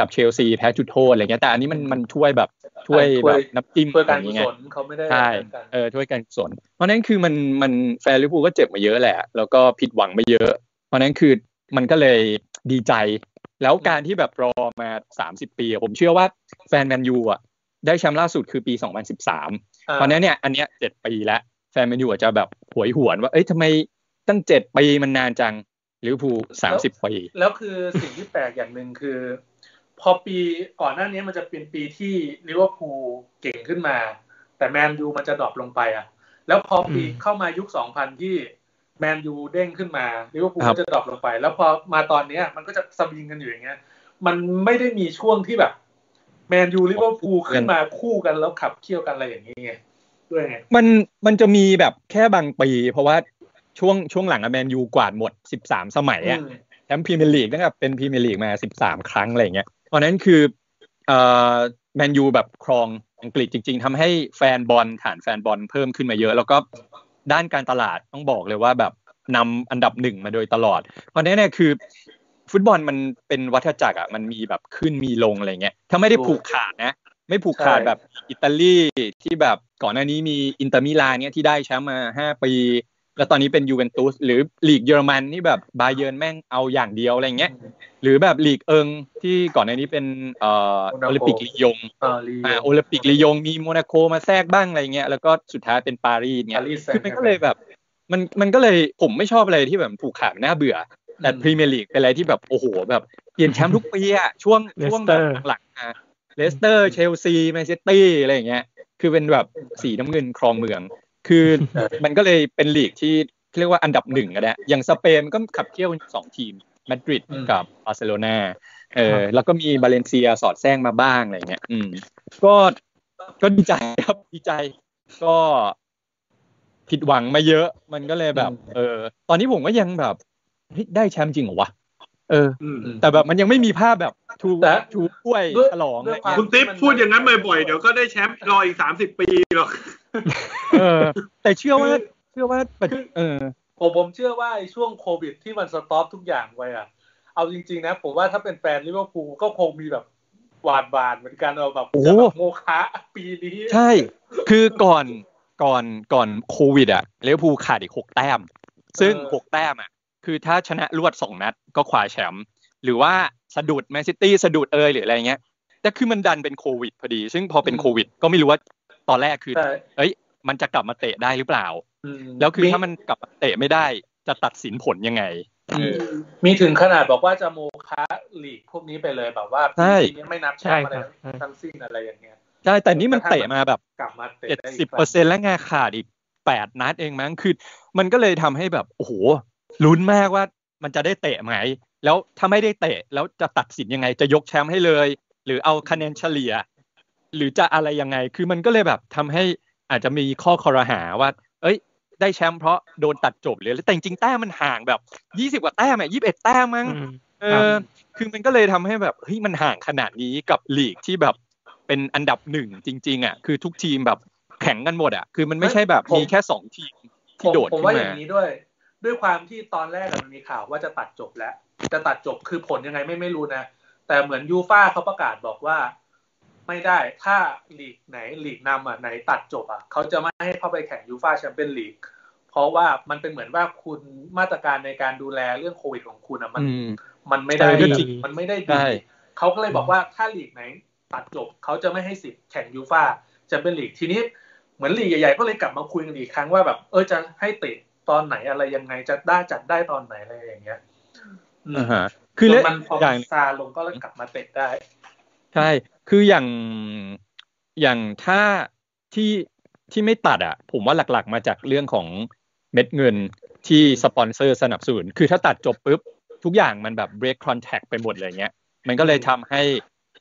Speaker 6: กับเชลซีแพ้จุดโทษอะไรเงี้ยแต่อันนี้มันมันช่วยแบบ ช่วย
Speaker 2: ช่
Speaker 6: แบ
Speaker 2: วย
Speaker 6: บน้ำจิ้ม
Speaker 2: เพื่อการกุ
Speaker 6: ย่งเงี้
Speaker 2: ศ
Speaker 6: ย
Speaker 2: ลเขาไม่ได้
Speaker 6: ใช่
Speaker 2: กัน
Speaker 6: เออช่วยการกุศลเพราะฉะนั้นคือมันมันแฟนลิเวอร์พูลก็เจ็บมาเยอะแหละ แล้วก็ผิดหวังมาเยอะ เพราะฉะนั้นคือมันก็เลยดีใจ แล้วการที่แบบรอมาสามสิบปีอะผมเชื่อว่าแฟนแมนยูอ่ะได้แชมป์ล่าสุดคือปีสองพันสิบสาม เพราะฉะนั้นเนี่ยอันเนี้ยเจ็ดปีแล้วแฟนแมนยูอาจจะแบบหวยหวนว่าเอ้ยทำไมตั้งเจ็ดปีมันนานจังลิเวอร์พูลสามสิบปี
Speaker 2: แล้วคือสิ่งที่แปลกอย่างหนึ่งคือ พอปีก่อนหน้านี้มันจะเป็นปีที่ลิเวอร์พูลเก่งขึ้นมา แต่แมนยูมันจะดรอปลงไปอ่ะ แล้วพอปี
Speaker 4: อืม
Speaker 2: เข้ามายุค 2000 ที่แมนยูเด้งขึ้นมาลิเวอร์พูล
Speaker 6: ครับ
Speaker 2: ก็จะดรอปลงไป แล้วพอมาตอนเนี้ย มันก็จะสวิงกันอยู่อย่างเงี้ย มันไม่ได้มีช่วงที่แบบแมนยูลิเวอร์พูลขึ้นมาคู่กันแล้วขับเคี่ยวกันอะไรอย่างเงี้ยไงด้วยไง
Speaker 6: มันมันจะมีแบบแค่บางปี เพราะว่าช่วงช่วงหลังอะแมนยูกวาดหมด 13 สมัยอะแชมป์พรีเมียร์ลีกตั้งแต่เป็นพรีเมียร์ลีกมา 13 ครั้งอะไรเงี้ยตอนนั้นคือเอ่อแมนยูแบบครองอังกฤษจริง ๆทำให้แฟนบอลฐานแฟนบอลเพิ่มขึ้นมาเยอะ แล้วก็ด้านการตลาดต้องบอกเลยว่าแบบนำอันดับหนึ่งมาโดยตลอด เพราะฉะนั้นเนี่ยคือ ฟุตบอลมันเป็นวัฏจักรอะมันมีแบบขึ้นมีลงอะไรเงี้ยถ้าไม่ได้ผูกขาดนะ ไม่ผูกขาด
Speaker 2: ใช่
Speaker 6: แบบอิตาลีที่แบบก่อนหน้านี้มีอินเตอร์มิลานเนี่ยที่ได้แชมป์มาห้าปี แล้วตอนนี้เป็นยูเวนตุสหรือลีกเยอรมันนี่แบบบาเยิร์นแม่งเอาอย่างเดียวอะไรเงี้ยหรือแบบลีกเอิงที่ก่อนหน้านี้เป็นเอ่อ
Speaker 2: โมนาโก
Speaker 6: โอลิมปิกลียง
Speaker 2: เออลี
Speaker 6: อ่าโอลิมปิกลียงมีโมนาโกมาแทรกบ้างอะไรเงี้ยแล้วก็สุดท้ายเป็นปารีสเนี่ย
Speaker 2: ปารีสแซง
Speaker 6: คือมันก็เลยแบบมันมันก็เลยผมไม่ชอบอะไรที่แบบผูกขาดมันน่าเบื่อ แต่พรีเมียร์ลีกเป็นอะไรที่แบบโอ้โหแบบเปลี่ยนแชมป์ทุกปี อะช่วง
Speaker 4: เลสเตอร์
Speaker 6: ช่วงแบบหลังๆอะเลสเตอร์เชลซีแมนเชสเตอร์อะไรอย่างเงี้ยคือเป็นแบบสีน้ำเงินครองเมือง คือมันก็เลยเป็นลีกที่เรียกว่าอันดับหนึ่งก็ได้อย่างสเปนมันก็ขับเคี่ยวสองทีมมาดริดกับบาร์เซโลนาเออแล้วก็มีบาเลนเซียสอดแทรกมาบ้างอะไรอย่างเงี้ยอืม ก็ก็ดีใจครับ ดีใจ ก็ผิดหวังมาเยอะ มันก็เลยแบบ เออ ตอนนี้ผมก็ยังแบบเฮ้ยได้แชมป์จริงเหรอวะเออ
Speaker 1: อืม
Speaker 6: แต่แบบมันยังไม่มีภาพแบบชู
Speaker 2: แต่
Speaker 6: ชูถ้วย
Speaker 2: ด้วย
Speaker 6: ฉลองอะ
Speaker 2: ด้
Speaker 6: ไร
Speaker 2: วยความ
Speaker 6: เงี้ย
Speaker 1: คุณติ๊บพูดอย่างนั้นบ่อยๆ เดี๋ยวก็ได้แชมป์รออีกสามสิบปีหรอก
Speaker 6: เออ แต่เชื่อว่า เชื่อว่าปัจ
Speaker 2: คือ
Speaker 6: เออ
Speaker 2: ผมผมเชื่อว่าไอ้ช่วงโควิดที่มันสต็อปทุกอย่างไว้อะเอาจริง ๆ นะ ผมว่าถ้าเป็นแฟนลิเวอร์พูลก็คงมีแบบหวาดบานเหมือนกันเราแบบ
Speaker 6: โอ้
Speaker 2: จะแบบโมคะปีนี้
Speaker 6: ใช่ คือก่อนก่อนก่อนโควิดอ่ะลิเวอร์พูลขาดอีกหกแต้ม ซึ่งหกแต้มอ่ะ คือถ้าชนะรวดสองนัดก็คว้าแชมป์หรือว่าสะดุดแมนซิตี้สะดุดเอยหรืออะไรเงี้ยแต่คือมันดันเป็นโควิดพอดี ซึ่งพอเป็นโควิด ก็ไม่รู้ว่าตอนแรกคือ
Speaker 2: ใช่
Speaker 6: เอ้ย มันจะกลับมาเตะได้หรือเปล่า
Speaker 2: อืม
Speaker 6: แล้วคือถ้ามันกลับมาเตะไม่ได้ จะตัดสินผลยังไง
Speaker 2: อืมมีถึงขนาดบอกว่าจะโมคะลีกพวกนี้ไปเลยแบบว่า
Speaker 6: ใช่
Speaker 2: ทีนี้ไม่นับแชมป์อะไร
Speaker 4: ใช่ครับ
Speaker 2: ทั้งสิ้นอะไรอย่างเงี้ย
Speaker 6: ใช่แต่นี่มันเตะมาแบบ
Speaker 2: กลับมาเตะ
Speaker 6: เจ็ด
Speaker 2: ได้
Speaker 6: สิ
Speaker 2: อี
Speaker 6: บ
Speaker 2: ก
Speaker 6: เปอร์เซ็นต์และงาขาดอีกแปดนัดเองมั้งคือมันก็เลยทำให้แบบ โอ้โหลุ้นมากว่ามันจะได้เตะไหม แล้วถ้าไม่ได้เตะ แล้วจะตัดสินยังไงจะยกแชมป์ให้เลย หรือเอาคะแนนเฉลี่ย หรือจะอะไรยังไง คือมันก็เลยแบบทำให้อาจจะมีข้อคอรหาว่า เอ้ย ได้แชมป์เพราะโดนตัดจบหรืออะไรแต่จริงๆแต้มมันห่างแบบยี่สิบกว่าแต้มอ่ะยี่สิบเอ็ดแต้มมั้ง
Speaker 4: อืม
Speaker 6: เอ
Speaker 4: ครับ
Speaker 6: อคือมันก็เลยทำให้แบบเฮ้ยมันห่างขนาดนี้กับลีกที่แบบเป็นอันดับหนึ่งจริง ๆอ่ะคือทุกทีมแบบแข่งกันหมดอ่ะคือมันไม่ใช่แบบมีแค่สองทีม
Speaker 2: ผ
Speaker 6: ที่
Speaker 2: ม
Speaker 6: โดด
Speaker 2: ผม
Speaker 6: ขึ้
Speaker 2: ว่าน อ
Speaker 6: มา
Speaker 2: ย่างนี้ด้วย ด้วยความที่ตอนแรกอะมันมีข่าวว่าจะตัดจบแล้ว จะตัดจบคือผลยังไงไม่ไม่รู้นะ แต่เหมือนยูฟ่าเขาประกาศบอกว่า ไม่ได้ถ้าลีกไหนลีกนำอ่ะไหนตัดจบอ่ะเขาจะไม่ให้เข้าไปแข่งยูฟ่าแชมเปี้ยนลีกเพราะว่ามันเป็นเหมือนว่าคุณมาตรการในการดูแลเรื่องโควิดของคุณอ่ะมัน
Speaker 6: อืม
Speaker 2: มันไม่ได้
Speaker 6: ใช่ก็จริง
Speaker 2: มันไม่ได้
Speaker 6: ใช่
Speaker 2: ดีเขาก็เลยบอกว่าถ้าลีกไหนตัดจบเขาจะไม่ให้สิทธิ์แข่งยูฟ่าแชมเปี้ยนลีกทีนี้เหมือนลีกใหญ่ๆก็เลยกลับมาคุยกันอีกครั้งว่าแบบ เออจะให้เตะตอนไหนอะไรยังไงจะได้จัดได้ตอนไหนอะไรอย่างเงี้ยอืม
Speaker 6: อ่าฮะคือ
Speaker 2: จ
Speaker 6: เล่
Speaker 2: นมันพอ
Speaker 6: อ
Speaker 2: มั
Speaker 6: ย่าง
Speaker 2: นซาลงก็เลยกลับมาเตะได้
Speaker 6: ใช่คืออย่างอย่างถ้าที่ที่ไม่ตัดอ่ะ ผมว่าหลักๆมาจากเรื่องของเม็ดเงินที่สปอนเซอร์สนับสนุนคือถ้าตัดจบปุ๊บทุกอย่างมันแบบ break contact ไปหมดเลยเงี้ย มันก็เลยทำให้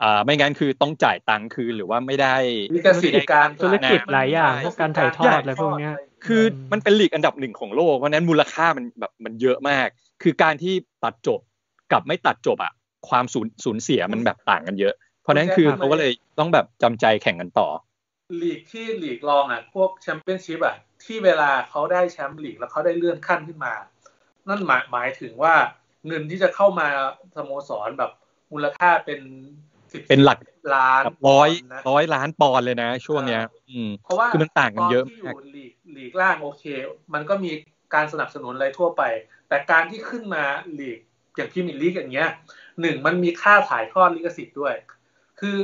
Speaker 6: อ่าไม่งั้นคือต้องจ่ายตังค์คืนหรือว่าไม่ได้
Speaker 2: ลิขสิทธิ์การ
Speaker 4: ธุรกิจหลายอย่าง
Speaker 2: ใช่
Speaker 4: พวกการถ่ายทอดอะไรพวกเนี้ย
Speaker 6: คือ
Speaker 4: อืม
Speaker 6: มันเป็นลีกอันดับหนึ่งของโลกเพราะฉะนั้นมูลค่ามันแบบมันเยอะมาก คือการที่ตัดจบกับไม่ตัดจบอะความสูญสูญเสียมันแบบต่างกันเยอะ เพราะฉะนั้นคือเขาก็เลยต้องแบบจำใจแข่งกันต่อ
Speaker 2: ลีกที่ลีกรองอ่ะ พวกแชมเปี้ยนชิพอ่ะ ที่เวลาเขาได้แชมป์ลีกแล้วเขาได้เลื่อนขั้นขึ้นมา นั่นหมายหมายถึงว่าเงินที่จะเข้ามาสโมสรแบบมูลค่าเป็นสิบ
Speaker 6: เป็นหลัก
Speaker 2: ล้าน
Speaker 6: แบบร้อย
Speaker 2: นะ
Speaker 6: ร้อยล้านปอนด์เลยนะ ช่วงเนี้ย อืม
Speaker 2: เพราะว่า
Speaker 6: คือมันต่างกันเยอะ
Speaker 2: ตที่อ
Speaker 6: มาก
Speaker 2: ยู่ลีกลีกล่างโอเค มันก็มีการสนับสนุนอะไรทั่วไป แต่การที่ขึ้นมาลีกอย่างพรีเมียร์ลีกอย่างเงี้ยหนึ่งมันมีค่าถ่ายทอดลิขสิทธิ์ด้วย คือ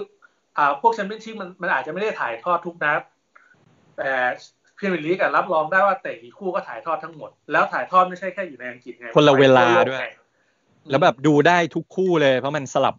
Speaker 2: อ่าพวกแชมเปี้ยนชิพมันมันอาจจะไม่ได้ถ่ายทอดทุกนัด แต่พรีเมียร์ลีกอะรับรองได้ว่าเตะกี่คู่ก็ถ่ายทอดทั้งหมด แล้วถ่ายทอดไม่ใช่แค่อยู่ในอังกฤษไง
Speaker 6: คนละเวลา
Speaker 2: ไปทั่โก
Speaker 6: ด้วย
Speaker 2: ไง
Speaker 6: แล้วแบบดูได้ทุกคู่เลย เพราะมันสลับ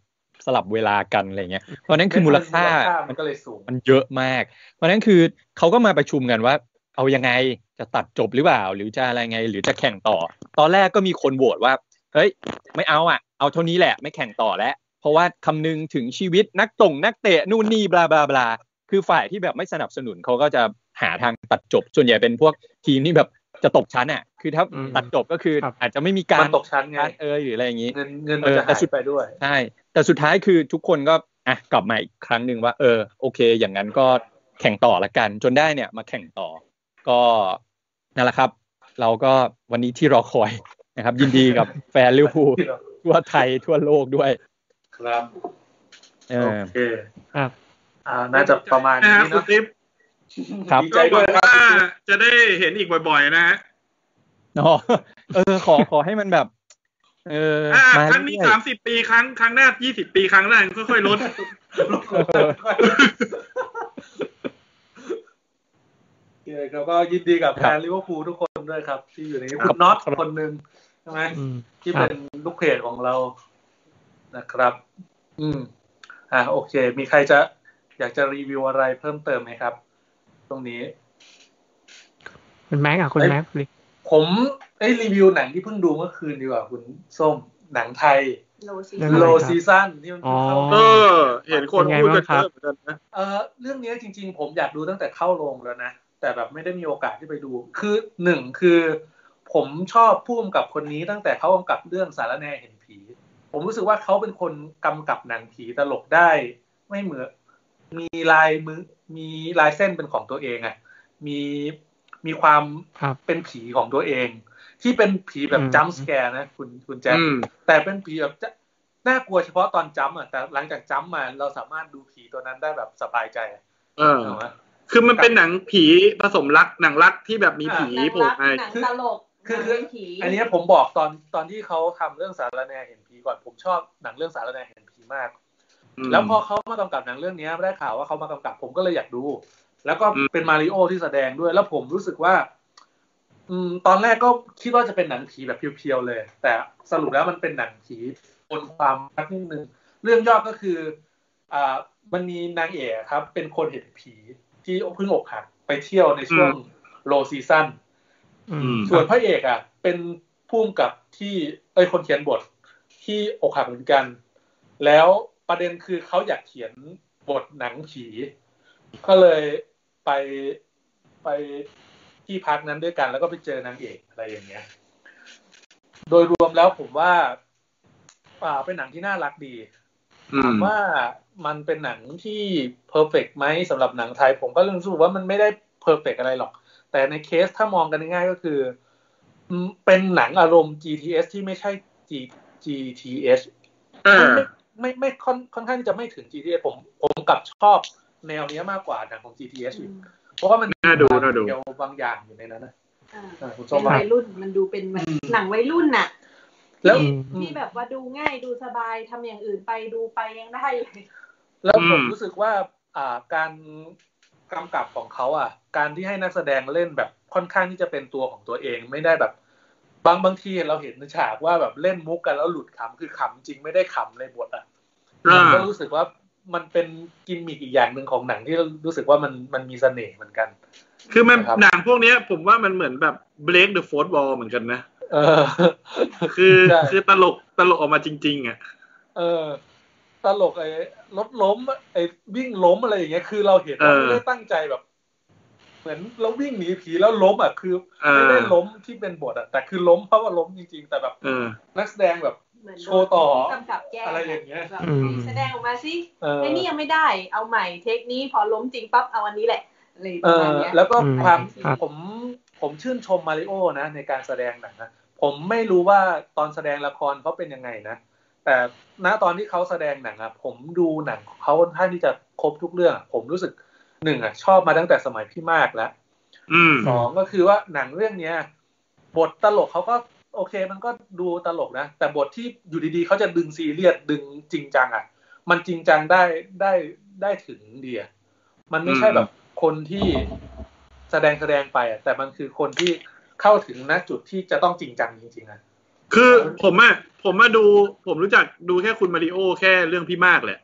Speaker 6: สลับเวลากันอะไรเงี้ย เพราะฉะนั้นคือมูลค่า
Speaker 2: มันก็เลยสูง
Speaker 6: มันเยอะมาก เพราะฉะนั้นคือเขาก็มาประชุมกันว่า เอายังไงจะตัดจบหรือเปล่า หรือจะอะไรไง หรือจะแข่งต่อ ตอนแรกก็มีคนโหวตว่า เฮ้ย ไม่เอาอ่ะ เอาเท่านี้แหละ ไม่แข่งต่อแล้ว เพราะว่าคำนึงถึงชีวิตนักตรงนักเตะนู่นนี่บลาบลาบลา คือฝ่ายที่แบบไม่สนับสนุนเขาก็จะหาทางตัดจบ ส่วนใหญ่เป็นพวกทีมที่แบบจะตกชั้นอ่ะ คือถ้า
Speaker 4: อืม
Speaker 6: ตัดจบก็คือ
Speaker 4: ครับ
Speaker 6: อาจจะไม่มีการ
Speaker 2: มันตกชั้นไง
Speaker 6: การเอยหรืออะไรอย่างนี้
Speaker 2: เงินเงินมันจะ
Speaker 6: เออแต่
Speaker 2: หาย
Speaker 6: สุด
Speaker 2: ไปด้วย
Speaker 6: ใช่ แต่สุดท้ายคือทุกคนก็อ่ะกลับมาอีกครั้งหนึ่งว่า เออ โอเค อย่างนั้นก็แข่งต่อละกัน จนได้เนี่ยมาแข่งต่อ ก็นั่นแหละครับ เราก็วันนี้ที่รอคอยนะครับ ยินดีกับแฟนลิเวอร์พูลทั่วไทยทั่วโลกด้วย
Speaker 2: ครับ
Speaker 6: เอ
Speaker 2: โอ
Speaker 6: อ
Speaker 2: เค
Speaker 4: ครับ
Speaker 2: อ่าน่าจะประมาณ
Speaker 1: นะ
Speaker 2: นี้
Speaker 1: ฮะคุณ
Speaker 2: เนาะ
Speaker 1: ติ๊บ
Speaker 6: ครับ
Speaker 2: ดีใจ
Speaker 1: ก็ห
Speaker 2: ด้ว
Speaker 1: วัง
Speaker 2: ยครับ
Speaker 1: ว่าจะได้เห็นอีกบ่อยๆนะฮะ
Speaker 6: อ๋อเออ ขอขอให้มันแบบ เออ
Speaker 1: อ่า
Speaker 6: มา
Speaker 1: ครั้งนี้
Speaker 6: เรื่
Speaker 1: สา
Speaker 6: อย
Speaker 1: มสิบปีครั้งครั้งหน้ายี่สิบปีครั้งหน้าค่อยๆลด
Speaker 2: โอเคแล้วก็ยินดีกับแฟนลิเวอร์พูลทุกคนด้วยครับ ที่อยู่ในนี้คุณน็อตคนหนึ่งใช่ไหม
Speaker 4: อืม
Speaker 2: ที่
Speaker 4: ครั
Speaker 2: เป็
Speaker 4: บ
Speaker 2: นลูกเพจของเรานะครับ อืม อ่าโอเค มีใครจะอยากจะรีวิวอะไรเพิ่มเติมไหมครับ ตรงนี้
Speaker 4: คุณแม็กซ์อ่ะคุณแม็กซ์ดิ
Speaker 2: ผมได้รีวิวหนังที่เพิ่งดูเมื่อคืนดีกว่าคุณส้มหนังไทย
Speaker 3: โลซี
Speaker 2: โลซีซั่นที่มัน
Speaker 4: อ๋อ
Speaker 2: เพิ่งเข้า
Speaker 1: เออ เห็นคนพูดกันเยอะเหมือนกันนะ
Speaker 2: เออเรื่องนี้จริงๆ ผมอยากดูตั้งแต่เข้าโรงแล้วนะ แต่แบบไม่ได้มีโอกาสที่ไปดู คือหนึ่งคือ ผมชอบผู้กำกับคนนี้ตั้งแต่เขากำกับเรื่องสารแนเห็นผี ผมรู้สึกว่าเขาเป็นคนกำกับหนังผีตลกได้ ไม่เหมือนมีลายมือมีลายเส้นเป็นของตัวเองอะมีมีความ
Speaker 4: ครับ
Speaker 2: เป็นผีของตัวเอง ที่เป็นผีแบบ
Speaker 4: อืม
Speaker 2: จัมส์แกร์นะ คุณคุณแจ๊ค
Speaker 1: อืม
Speaker 2: แต่เป็นผีแบบจะน่ากลัวเฉพาะตอนจ้ำอ่ะแต่หลังจากจ้ำมาเราสามารถดูผีตัวนั้นได้แบบสบายใจอะ
Speaker 1: เออ
Speaker 2: เห็นไหม
Speaker 1: คือมันเป็นหนังผีผสมรักหนังรักที่แบบมีผี
Speaker 3: หนัง
Speaker 1: โผล่
Speaker 3: รัก
Speaker 1: มา
Speaker 3: หนังตลก
Speaker 2: คือ
Speaker 3: ห
Speaker 2: คื
Speaker 3: นั
Speaker 2: อ
Speaker 3: งผี
Speaker 2: อันเนี้ยผมบอกตอนตอนที่เขาทำเรื่องสารแนเห็นผีก่อนผมชอบหนังเรื่องสารแนเห็นผีมาก
Speaker 1: อืม
Speaker 2: แล้วพอเขามากำกับหนังเรื่องเนี้ยได้ข่าวว่าเขามากำกับผมก็เลยอยากดู แล้วก็เป็นมาริโอที่แสดงด้วย แล้วผมรู้สึกว่า อืม ตอนแรกก็คิดว่าจะเป็นหนังผีแบบเพียวๆเลย แต่สรุปแล้วมันเป็นหนังผีบนความรักนิดนึง เรื่องย่อก็คือ อ่า มันมีนางเอกครับ เป็นคนเห็นผีที่เพิ่งอกหักไปเที่ยวในช่วงโลซีซั่น
Speaker 4: อืม
Speaker 2: ส่วนพระเอกอ่ะ เป็นพุ่มกับที่เอ้ยคนเขียนบทที่อกหักเหมือนกัน แล้วประเด็นคือเขาอยากเขียนบทหนังผี ก็เลยไปไปที่พักนั้นด้วยกัน แล้วก็ไปเจอนางเอกอะไรอย่างเงี้ย โดยรวมแล้วผมว่าอ่าเป็นหนังที่น่ารักดี
Speaker 1: อืม
Speaker 2: ว่ามันเป็นหนังที่เพอร์เฟกไหมสำหรับหนังไทย ผมก็รู้สึกว่ามันไม่ได้เพอร์เฟกอะไรหรอก แต่ในเคสถ้ามองกันง่ายๆก็คืออืมเป็นหนังอารมณ์ GTS ที่ไม่ใช่ G GTS
Speaker 1: เออ
Speaker 2: ไม่ไม่ไม่ค่อนค่อนข้างที่จะไม่ถึง GTS ผมผมกลับชอบแนวเนี้ยมากกว่าหนังของ GTS อีกเพราะว่ามัน
Speaker 1: น่าดูน่าดู
Speaker 2: เกี่ยวบางอย่างอยู่ในนั้นนะ
Speaker 3: อ่า
Speaker 2: อ่าคุณส้ม
Speaker 3: เป็น
Speaker 2: ว่า
Speaker 3: วัยรุ่นมันดูเป็นวัยหนังวัยรุ่นน่ะ
Speaker 2: แล้ว
Speaker 4: อืม
Speaker 3: ที่แบบว่าดูง่ายดูสบายทำอย่างอื่นไปดูไปยังได้เลย
Speaker 2: แล้วผ
Speaker 1: อื
Speaker 2: ม
Speaker 1: ม
Speaker 2: รู้สึกว่า อ่าการกำกับของเขาอ่ะ การที่ให้นักแสดงเล่นแบบค่อนข้างที่จะเป็นตัวของตัวเองไม่ได้แบบ บางบางทีเราเห็นในฉากว่าแบบเล่นมุกกันแล้วหลุดขำคือขำจริงไม่ได้ขำในบทอ่ะ
Speaker 1: อ่า
Speaker 2: ก็รู้สึกว่ามันเป็นกิมมิคอีกอย่างหนึ่งของหนังที่รู้สึกว่ามันมันมีเสน่ห์เหมือนกัน
Speaker 1: คือมัน
Speaker 2: ครับ
Speaker 1: หนังพวกเนี้ย ผมว่ามันเหมือนแบบ break the fourth wall เหมือนกันนะ
Speaker 2: เออ
Speaker 1: คือ
Speaker 2: ใช่
Speaker 1: คือตลกตลกออกมาจริง ๆ อ่ะ
Speaker 2: เออ ตลกไอ้รถล้มไอ้วิ่งล้มอะไรอย่างเงี้ยคือเราเห็นว่า
Speaker 1: เออ
Speaker 2: ไม่ได้ตั้งใจแบบ เหมือนเราวิ่งหนีผีแล้วล้มอ่ะคือ
Speaker 1: เอ
Speaker 2: ไม่
Speaker 1: อ
Speaker 2: ได้ล้มที่เป็นบทอ่ะแต่คือล้มเพราะว่าล้มจริง ๆ แต่แบบ
Speaker 1: เออ
Speaker 2: นักแสดงแบบ
Speaker 3: เหมือน
Speaker 2: โชว์ต่อ
Speaker 3: ผู้กำกับแก้
Speaker 2: อะไรอย่างเงี้ย
Speaker 3: แบบ
Speaker 4: อืม
Speaker 3: แสดงออกมาสิ
Speaker 2: เออ
Speaker 3: ไอ้นี่ยังไม่ได้เอาใหม่เทคนี้พอล้มจริงปั๊บเอาอันนี้แหละอะไรป
Speaker 2: เอ
Speaker 3: ระมา
Speaker 2: อ
Speaker 3: ณเนี้ย
Speaker 2: แล้วก็
Speaker 4: อืม
Speaker 2: ความ
Speaker 4: ครับ
Speaker 2: ผมผมชื่นชมมาริโอนะ ในการแสดงหนังนะผมไม่รู้ว่าตอนแสดงละครเขาเป็นยังไงนะ แต่ณตอนที่เขาแสดงหนังอะผมดูหนังเขาค่อนข้างที่จะครบทุกเรื่องอะผมรู้สึกหนึ่งอะชอบมาตั้งแต่สมัยพี่มากแล้ว
Speaker 1: อืม
Speaker 2: สองก็คือว่าหนังเรื่องเนี้ย บทตลกเขาก็โอเคมันก็ดูตลกนะ แต่บทที่อยู่ดีๆเขาจะดึงซีเรียสดึงจริงจังอ่ะ มันจริงจังได้ได้ได้ถึงเดียมันไม่ใช่
Speaker 1: อืม
Speaker 2: แบบคนที่แสดงแสดงไปอ่ะแต่มันคือคนที่เข้าถึงณจุดที่จะต้องจริงจังจริงๆอ่ะ
Speaker 1: คือผมอะผมมาดูผมรู้จักดูแค่คุณมาริโอแค่เรื่องพี่มากแหละ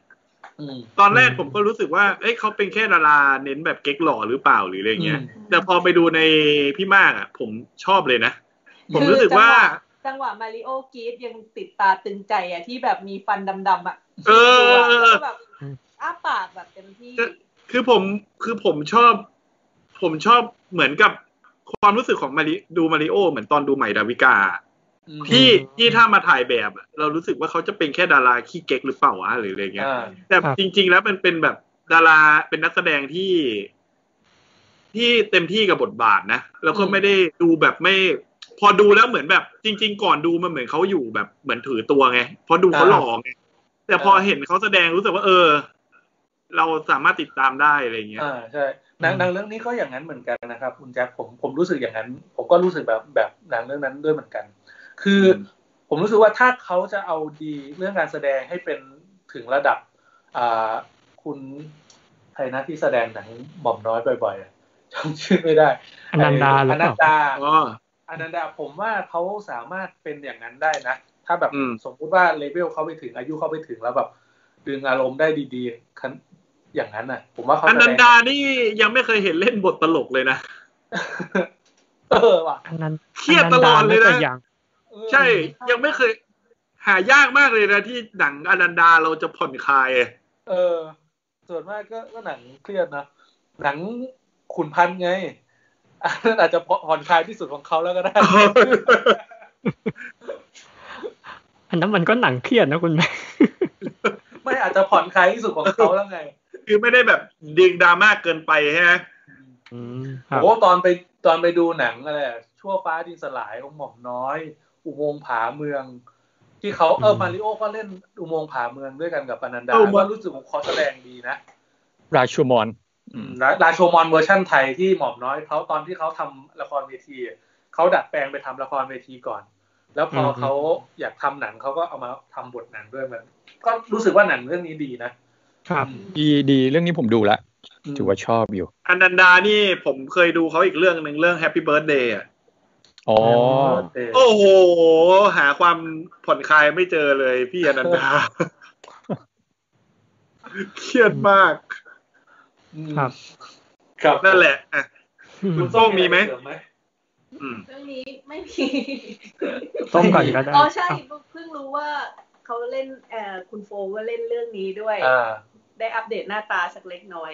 Speaker 2: อืม
Speaker 1: ตอนแรก
Speaker 4: อืม
Speaker 1: ผมก็รู้สึกว่า เอ้ยเขาเป็นแค่ดาราเน้นแบบเก๊กหล่อหรือเปล่าหรืออะไรเงี้ย
Speaker 3: อืม
Speaker 1: แต่พอไปดูในพี่มากอะผมชอบเลยนะ ผมรู้สึกว่า
Speaker 3: คือจังหวะจังหวะมาริโอกรีดยังติดตาตึงใจอ่ะที่แบบมีฟันดำๆอ่ะ
Speaker 1: เออ
Speaker 3: ดูะ
Speaker 1: เออเออ
Speaker 3: แล้วแบบอ้าปากแบบเต็มที่
Speaker 1: จะ คือผมคือผมชอบ ผมชอบเหมือนกับความรู้สึกของมาริดูมาริโอเหมือนตอนดูใหม่ดาวิกา
Speaker 2: อืม
Speaker 1: ที่ที่ถ้ามาถ่ายแบบอะเรารู้สึกว่าเขาจะเป็นแค่ดาราขี้เก๊กหรือเปล่าวะหรืออะไรเงี้ย
Speaker 2: อ่า
Speaker 1: แต่
Speaker 4: ครับ
Speaker 1: จริง ๆ แล้วมันเป็นแบบดาราเป็นนักแสดงที่ ที่เต็มที่กับบทบาทนะแล้วก็ไม่ได้ดูแบบไม่ พอดูแล้วเหมือนแบบ จริง ๆ ก่อนดูมันเหมือนเขาอยู่แบบเหมือนถือตัวไงเพราะดูเขาหล่อไงแต่พอเห็นเขาแสดงรู้สึกว่า เออ เราสามารถติดตามได้อะไรเงี้ย
Speaker 2: อ่าใช่หนังหนังเรื่องนี้ก็อย่างนั้นเหมือนกันนะครับ คุณแจ๊คผมผมรู้สึกอย่างนั้น ผมก็รู้สึกแบบแบบหนังเรื่องนั้นด้วยเหมือนกัน คือ ผมรู้สึกว่าถ้าเขาจะเอาดีเรื่องการแสดงให้เป็นถึงระดับ อ่า คุณใครนะที่แสดงหนังหม่อมน้อยบ่อยๆอะจำชื่อไม่ได้
Speaker 4: อนันดาหรือ อ
Speaker 2: นัน
Speaker 4: เปล่า
Speaker 2: ดา
Speaker 1: อ๋อ
Speaker 2: อนันดาผมว่าเขาสามารถเป็นอย่างนั้นได้นะ ถ้าแบบ
Speaker 1: อืม
Speaker 2: สมมุติว่าเลเวลเขาไปถึงอายุเขาไปถึงแล้วแบบดึงอารมณ์ได้ดีๆคันอย่างนั้นน่ะ ผมว่าเขา
Speaker 1: อั
Speaker 2: แส
Speaker 1: น
Speaker 2: ดง
Speaker 1: นันดานี่ยังไม่เคยเห็นเล่นบทตลกเลยนะ
Speaker 2: เออว่ะ
Speaker 4: อันนั้น
Speaker 1: เครียดตลอดเลยนะ
Speaker 4: อัาาาจยัง
Speaker 2: เออ
Speaker 1: ใช่ ยังไม่เคย หายากมากเลยนะที่หนังอนันดาเราจะผ่อนคลาย
Speaker 2: เออ ส่วนมากก็ก็หนังเครียดนะหนังขุนพันธ์ไง อันนั้นอาจจะผ่อนคลายที่สุดของเขาแล้วก็ได้
Speaker 4: อันนั้นมันก็หนังเครียดนะคุณแม่
Speaker 2: ไม่อาจจะผ่อนคลายที่สุดของเขาแล้วไง
Speaker 1: คือไม่ได้แบบดึงดราม่าเกินไปใช่ไหม
Speaker 4: อืมครับ
Speaker 2: โอ้ตอนไปตอนไปดูหนังอะไรอะชั่วฟ้าดินสลายของหม่อมน้อย อุโมงค์ผาเมือง ที่เขาเออมาริโอก็เล่นอุโมงค์ผาเมืองด้วยกันกับปนันดาว่ารู้สึกว่าเขาแสดงดีนะ
Speaker 5: ราชูมอน
Speaker 2: และราโชมอนเวอร์ชั่นไทยที่หม่อมน้อยเขาตอนที่เขาทำละครเวทีอะเขาดัดแปลงไปทำละครเวทีก่อน แล้วพอเขาอยากทำหนังเขาก็เอามาทำบทหนังด้วยมัน ก็รู้สึกว่าหนังเรื่องนี้ดีนะ
Speaker 4: ครับ
Speaker 5: ดีดีเรื่องนี้ผมดูละ ถือว่าชอบอยู่
Speaker 1: อันนันดานี่ผมเคยดูเขาอีกเรื่องหนึ่งเรื่อง Happy Birthday อ่ะ
Speaker 5: อ๋อ
Speaker 1: โอ้โห หาความผ่อนคลายไม่เจอเลยพี่อนันดา เครียดมาก
Speaker 4: ครับ
Speaker 2: ครับ
Speaker 1: นั่นแหละอ่ะ คุณส้มมีไหม
Speaker 2: เริไหม
Speaker 1: อืม
Speaker 3: เรื่องนี้ไม่มี
Speaker 4: ต้มก่อนก็ได้
Speaker 3: อ๋อใช่เพิ่งรู้ว่าเขาเล่นเอ่อคุณโฟว่าเล่นเรื่องนี้ด้วย
Speaker 2: อ่า
Speaker 3: ได้อัปเดตหน้าตาสักเล็กน้อย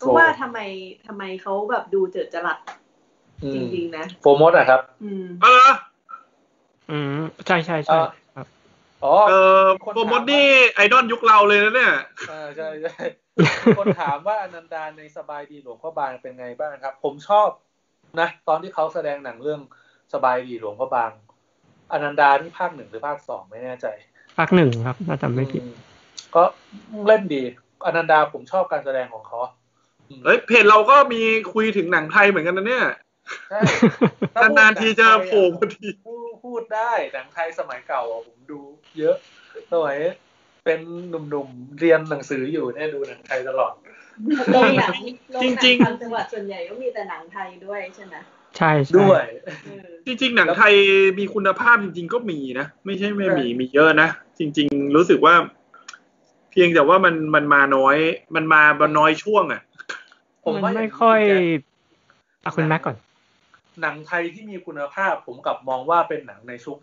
Speaker 3: ก็ว่าทำไมทำไมเขาแบบดูเจิดจรัส
Speaker 2: อื
Speaker 3: จ
Speaker 2: ม
Speaker 3: ริง ๆ นะ
Speaker 2: โฟร์โมดอะครับ
Speaker 3: อืม
Speaker 1: เอาละ
Speaker 4: อืมใช่ใช่ใช่
Speaker 2: อ่ะ
Speaker 4: ครับ
Speaker 2: อ๋อ
Speaker 1: เออ
Speaker 2: คนถาม
Speaker 1: โปรโมทนี่ไอดอลยุคเราเลยนะเนี่ย
Speaker 2: เออใช่ใช่คนถามว่าอนันดาในสบายดีหลวงพ่อบางเป็นไงบ้างครับ ผมชอบนะ ตอนที่เขาแสดงหนังเรื่องสบายดีหลวงพ่อบางอนันดาที่ภาคหนึ่งหรือภาคสองไม่แน่ใจ
Speaker 4: ภาคหนึ่งครับน่าจะไม่ผิด
Speaker 2: อืมก็เล่นดีอนันดาผมชอบการแสดงของเขาอืม
Speaker 1: เฮ้ยเพจเราก็มีคุยถึงหนังไทยเหมือนกันนะเนี่ย
Speaker 2: ใช่ถ้พูด
Speaker 1: นานๆทีจะ
Speaker 2: หง
Speaker 1: โผล่พ
Speaker 2: ไยอ
Speaker 1: อดี
Speaker 2: พูดพูดได้หนังไทยสมัยเก่าอะผมดู เยอะสมัยเป็นหนุ่มๆเรียนหนังสืออยู่เนี่ยดูหนังไทยตลอด
Speaker 3: โรงหนัง
Speaker 1: จริงๆ
Speaker 3: โหนัต่างจังหวัดส่วนใหญ่ก็มีแต่หนังไทยด้วยใช่ไหม
Speaker 4: ใช่ใช่
Speaker 2: ด้วย
Speaker 3: เออ
Speaker 1: จริง ๆ หนังไทยมีคุณภาพจริง ๆ ก็มีนะ ไม่ใช่ไม่มีมีเยอะนะ จริง ๆ รู้สึกว่า เพียงแต่ว่ามันมันมาน้อย มันมาน้อยช่วงอ่ะ
Speaker 2: ผม
Speaker 4: มัน
Speaker 2: ว่าาง
Speaker 4: ไม่
Speaker 2: นี้
Speaker 4: ค่อย
Speaker 2: พี่แจ๊ค
Speaker 4: อ่ะคุณแม็กก่อน
Speaker 2: หนังไทยที่มีคุณภาพ ผมกลับมองว่าเป็นหนังในชุก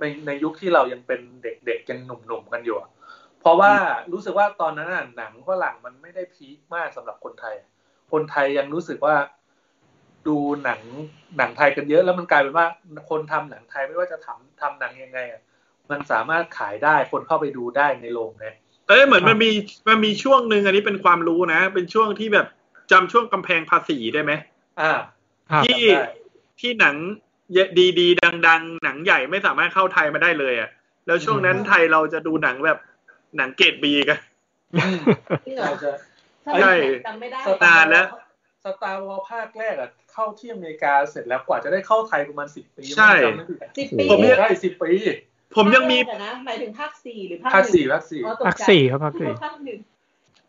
Speaker 2: ในในยุคที่เรายังเป็นเด็กๆยังหนุ่มๆกันอยู่อะเพราะว่ารู้สึกว่าตอนนั้นน่ะหนังฝรั่งมันไม่ได้พีคมากสำหรับคนไทย คนไทยยังรู้สึกว่า ดูหนังหนังไทยกันเยอะ แล้วมันกลายเป็นว่าคนทำหนังไทยไม่ว่าจะทำทำหนังยังไงอะมันสามารถขายได้คนเข้าไปดูได้ในโรงเนี่ย
Speaker 1: เอ้ยเหมือน
Speaker 4: ครับ
Speaker 1: มันมีมันมีช่วงหนึ่งอันนี้เป็นความรู้นะ เป็นช่วงที่แบบจำช่วงกำแพงภาษีได้ไหม
Speaker 2: อ่า
Speaker 4: ครับ
Speaker 1: ที่
Speaker 2: จำได้
Speaker 1: ที่หนังดีดีๆดัง ๆ หนังใหญ่ไม่สามารถเข้าไทยมาได้เลยอ่ะแล้วช่วงนั้นไทยเราจะดูหนังแบบหนังเกรดบีกัน
Speaker 3: จริงเหรอ
Speaker 2: เราจะ
Speaker 3: ถ้าเป็นหนังจำไม่ได้
Speaker 2: สตา
Speaker 1: นาน
Speaker 2: ร์
Speaker 1: แล้ว
Speaker 2: สตาร์วอลภาคแรกอะเข้าที่อเมริกาเสร็จแล้วกว่าจะได้เข้าไทยประมาณสิบปี
Speaker 1: ใช่
Speaker 2: จำไม่ผิดอะ
Speaker 3: สิบปี
Speaker 1: ผมเนี่ย
Speaker 2: ได้สิบปี
Speaker 1: ผมยังมี
Speaker 3: ภาคแรกอะนะหมายถึงภาคสี่หรือภาค
Speaker 2: ภาค
Speaker 3: หนึ่ง
Speaker 2: สี่ภาคสี่
Speaker 3: อ๋อตกใจ
Speaker 4: ภาคสี่ครับภาคสี่
Speaker 3: ภาคหนึ่ง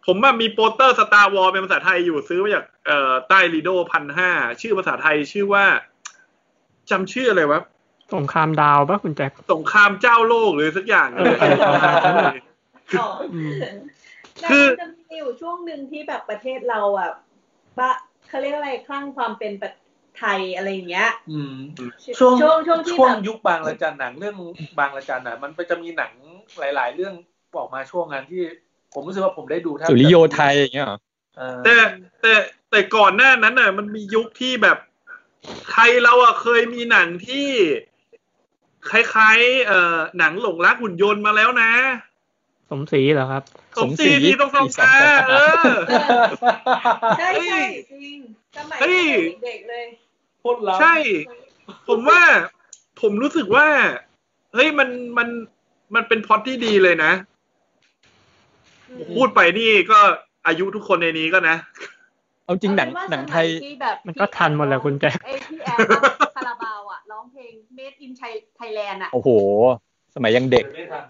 Speaker 1: ผมว่ามีโปสเตอร์สตาร์วอลเป็นภาษาไทยอยู่ซื้อมาจากเอ่อใต้ลีโดพันห้าชื่อภาษาไทยชื่อว่าจำชื่ออะไรวะ
Speaker 4: สงครามดาวป่ะคุณแจ็ค
Speaker 1: สงครามเจ้าโลกหรือสักอย่าง
Speaker 4: เออเออเออเออ
Speaker 3: อ๋อ
Speaker 4: อืม
Speaker 3: แล้วมันจะมีอยู่ช่วงหนึ่งที่แบบประเทศเราอ่ะบะเขาเรียกอะไรคลั่งความเป็นแบบไทยอะไรอย่างเงี้ย
Speaker 2: อืม
Speaker 3: ช่
Speaker 2: ช่ว
Speaker 3: ว
Speaker 2: ง
Speaker 3: งช่วงที่
Speaker 2: ช่ว
Speaker 3: แบ
Speaker 2: ง
Speaker 3: บ
Speaker 2: ยุคบางระจันหนังเรื่องบางระจันน่ะมันจะมีหนังหลาย ๆ เรื่องออกมาช่วงนั้นที่ ผมรู้สึกว่าผมได้ดูแทบ
Speaker 5: สุริโยไทยอย่างเงี้ยเหรอ
Speaker 2: เออ
Speaker 1: แต่แต่แต่ก่อนหน้านั้นน่ะ มันมียุคที่แบบไทยเราอ่ะเคยมีหนังที่ คล้ายๆเอ่อหนังหลงรักหุ่นยนต์มาแล้วนะ
Speaker 4: สมศรีเหรอครับ
Speaker 1: สมศ
Speaker 5: สมศ
Speaker 1: รี
Speaker 5: รี
Speaker 1: ที่ต้องสอง
Speaker 5: สมศ
Speaker 1: ตา
Speaker 5: รี
Speaker 1: เออ
Speaker 3: ใช่
Speaker 1: เฮ้ย
Speaker 3: ใช่จริงสมัย
Speaker 1: เฮ้ย
Speaker 3: เด็กๆเลย
Speaker 2: โคตรล้ำ
Speaker 1: ใช่ ผมว่าผมรู้สึกว่า เฮ้ยมันมันมันเป็นพล็อตที่ดีเลยนะ
Speaker 3: อืม
Speaker 1: พูดไปนี่ก็อายุทุกคนในนี้ก็นะ
Speaker 5: เอาจริงหนัง
Speaker 3: เอาเป็ว่า
Speaker 5: หนังไทย
Speaker 3: สมัที่แบบ
Speaker 4: มันก็ทันหมดแหละคุณแจ็ค
Speaker 3: เอ้ยพี่แอนคาราบาวอ่ะร้องเพลง Made in Thai- Thailand อ่ะ
Speaker 5: โอ้โห สมัยยังเด็ก
Speaker 2: ไม่ทัน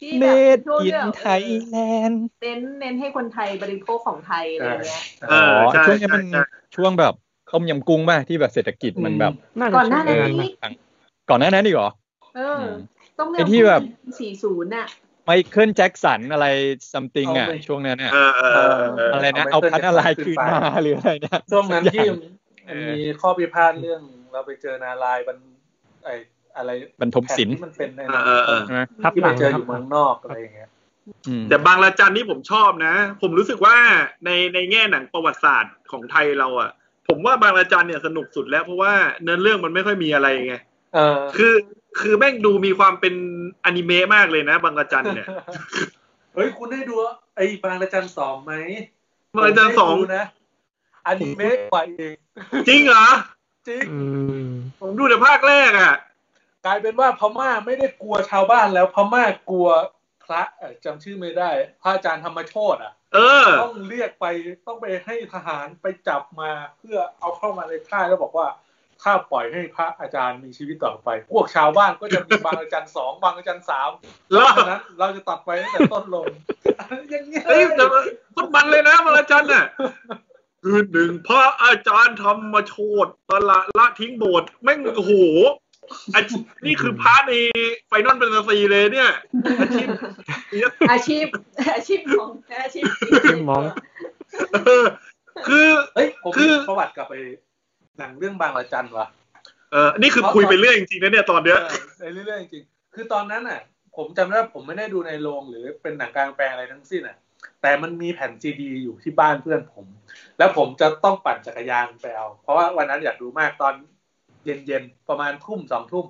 Speaker 3: ที่
Speaker 5: เม
Speaker 3: แบบ
Speaker 5: ด
Speaker 3: ช่วง
Speaker 5: อิ
Speaker 3: ที่
Speaker 5: น
Speaker 3: แบบ
Speaker 5: ไทยแลนด์
Speaker 3: เน้นเน้นให้คนไทยบริโภคของไทยอะไรเงี้ย
Speaker 1: เออใช่
Speaker 5: ช่วงนี้มัน
Speaker 1: ใช่
Speaker 5: ช่วงแบบต้มยำกุ้งป่ะที่แบบเศรษฐกิจมันแบบ
Speaker 4: น่าจะ
Speaker 3: ก่อนหน้านี้
Speaker 4: ชื่ะไร
Speaker 5: ก่อน ก่อนหน้านั้นดีกเหรอ
Speaker 3: เอออ
Speaker 5: ม
Speaker 3: ต้องเรี
Speaker 5: ไอ้
Speaker 3: ยก
Speaker 5: ที่แบบ
Speaker 3: สี่ศูนย์น่ะ
Speaker 5: ไมเคิลแจ็คสันอะไรซัมติงอ่ะ ช่วงนั้นอ่ะ
Speaker 1: เออเออเออเออ
Speaker 5: อะไรนะ เอาพันอะไรคืนมาหรืออะไรนะ
Speaker 2: ช่วงนั้นที่
Speaker 5: สักอย่า
Speaker 2: มันมีข้อพิพาทเรื่องเราไปเจอนารายณ์มันไออะไร
Speaker 5: บรรทมศิลป์
Speaker 2: ที่มันเป็นใน
Speaker 1: เออเออเออ
Speaker 5: ใช่ไหม
Speaker 4: ทับ
Speaker 2: ที่
Speaker 4: ห
Speaker 2: ไป
Speaker 4: ลัง
Speaker 2: เจออ
Speaker 4: ครับ
Speaker 2: ยู่เมืองนอกอะไรอย่างเงี้ย
Speaker 5: อืม
Speaker 1: แต่บางระจันนี่ผมชอบนะ ผมรู้สึกว่าในในแง่หนังประวัติศาสตร์ของไทยเราอ่ะ ผมว่าบางระจันเนี่ยสนุกสุดแล้ว เพราะว่าเนื้อเรื่องมันไม่ค่อยมีอะไรไง
Speaker 2: เออ
Speaker 1: คือ คือแม่งดูมีความเป็นอนิเมะมากเลยนะบางระจันเนี่ย
Speaker 2: เฮ้ยคุณได้ดูไอ้บางระจันสองไหม
Speaker 1: บางระจัน สอง
Speaker 2: ผมได้ดูนะอนิเมะกว่าอีก
Speaker 1: จริงเหรอ
Speaker 2: จริง
Speaker 4: อืม
Speaker 1: ผมดูแต่ภาคแรกอ่ะ
Speaker 2: กลายเป็นว่าพม่าไม่ได้กลัวชาวบ้านแล้วพม่ากลัวพระเอ่อจำชื่อไม่ได้ พระอาจารย์ธรรมโชตอ่ะ
Speaker 1: เออ
Speaker 2: ต้องเรียกไปต้องไปให้ทหารไปจับมาเพื่อเอาเข้ามาในค่ายแล้วบอกว่า ถ้าปล่อยให้พระอาจารย์มีชีวิตต่อไป พวกชาวบ้านก็จะมีบางอาจารย์สองบางอาจารย์สาม เพ
Speaker 1: แล้ว
Speaker 2: ราะฉะนั้นเราจะตัดไปตั้งแต่ต้นลม อย่างเงี้ย
Speaker 1: เฮ้ยแต่ว่าโคตรมันเลยนะบางระ จันทร์น่ะคืนหนึ่งพระอาจารย์ธรรมโชตตละละทิ้งโบสถ์แม่งโอ้โหอาชีพนี่คือพระในไฟนอลเป็นซีเลยเนี่ย อาชีพเอี๊ยด
Speaker 3: อาชีพ อาชีพของอาชีพ
Speaker 4: เป็นหมอง
Speaker 1: เออคือ
Speaker 2: เฮ้ยผม
Speaker 1: คือ
Speaker 2: มีประวัติกลับไปหนังเรื่องบางระจันวะ
Speaker 1: เออนี่คือคุยไปเรื่อยจริงๆนะเนี่ยตอนเนี้ย
Speaker 2: เออเรื่อยๆจริงๆคือตอนนั้นอ่ะ ผมจำได้ว่าผมไม่ได้ดูในโรงหรือเป็นหนังกลางแปลงอะไรทั้งสิ้นอ่ะ แต่มันมีแผ่นซีดีอยู่ที่บ้านเพื่อนผม แล้วผมจะต้องปั่นจักรยานไปเอา เพราะว่าวันนั้นอยากดูมากตอนเย็นๆ ประมาณทุ่มสองทุ่ม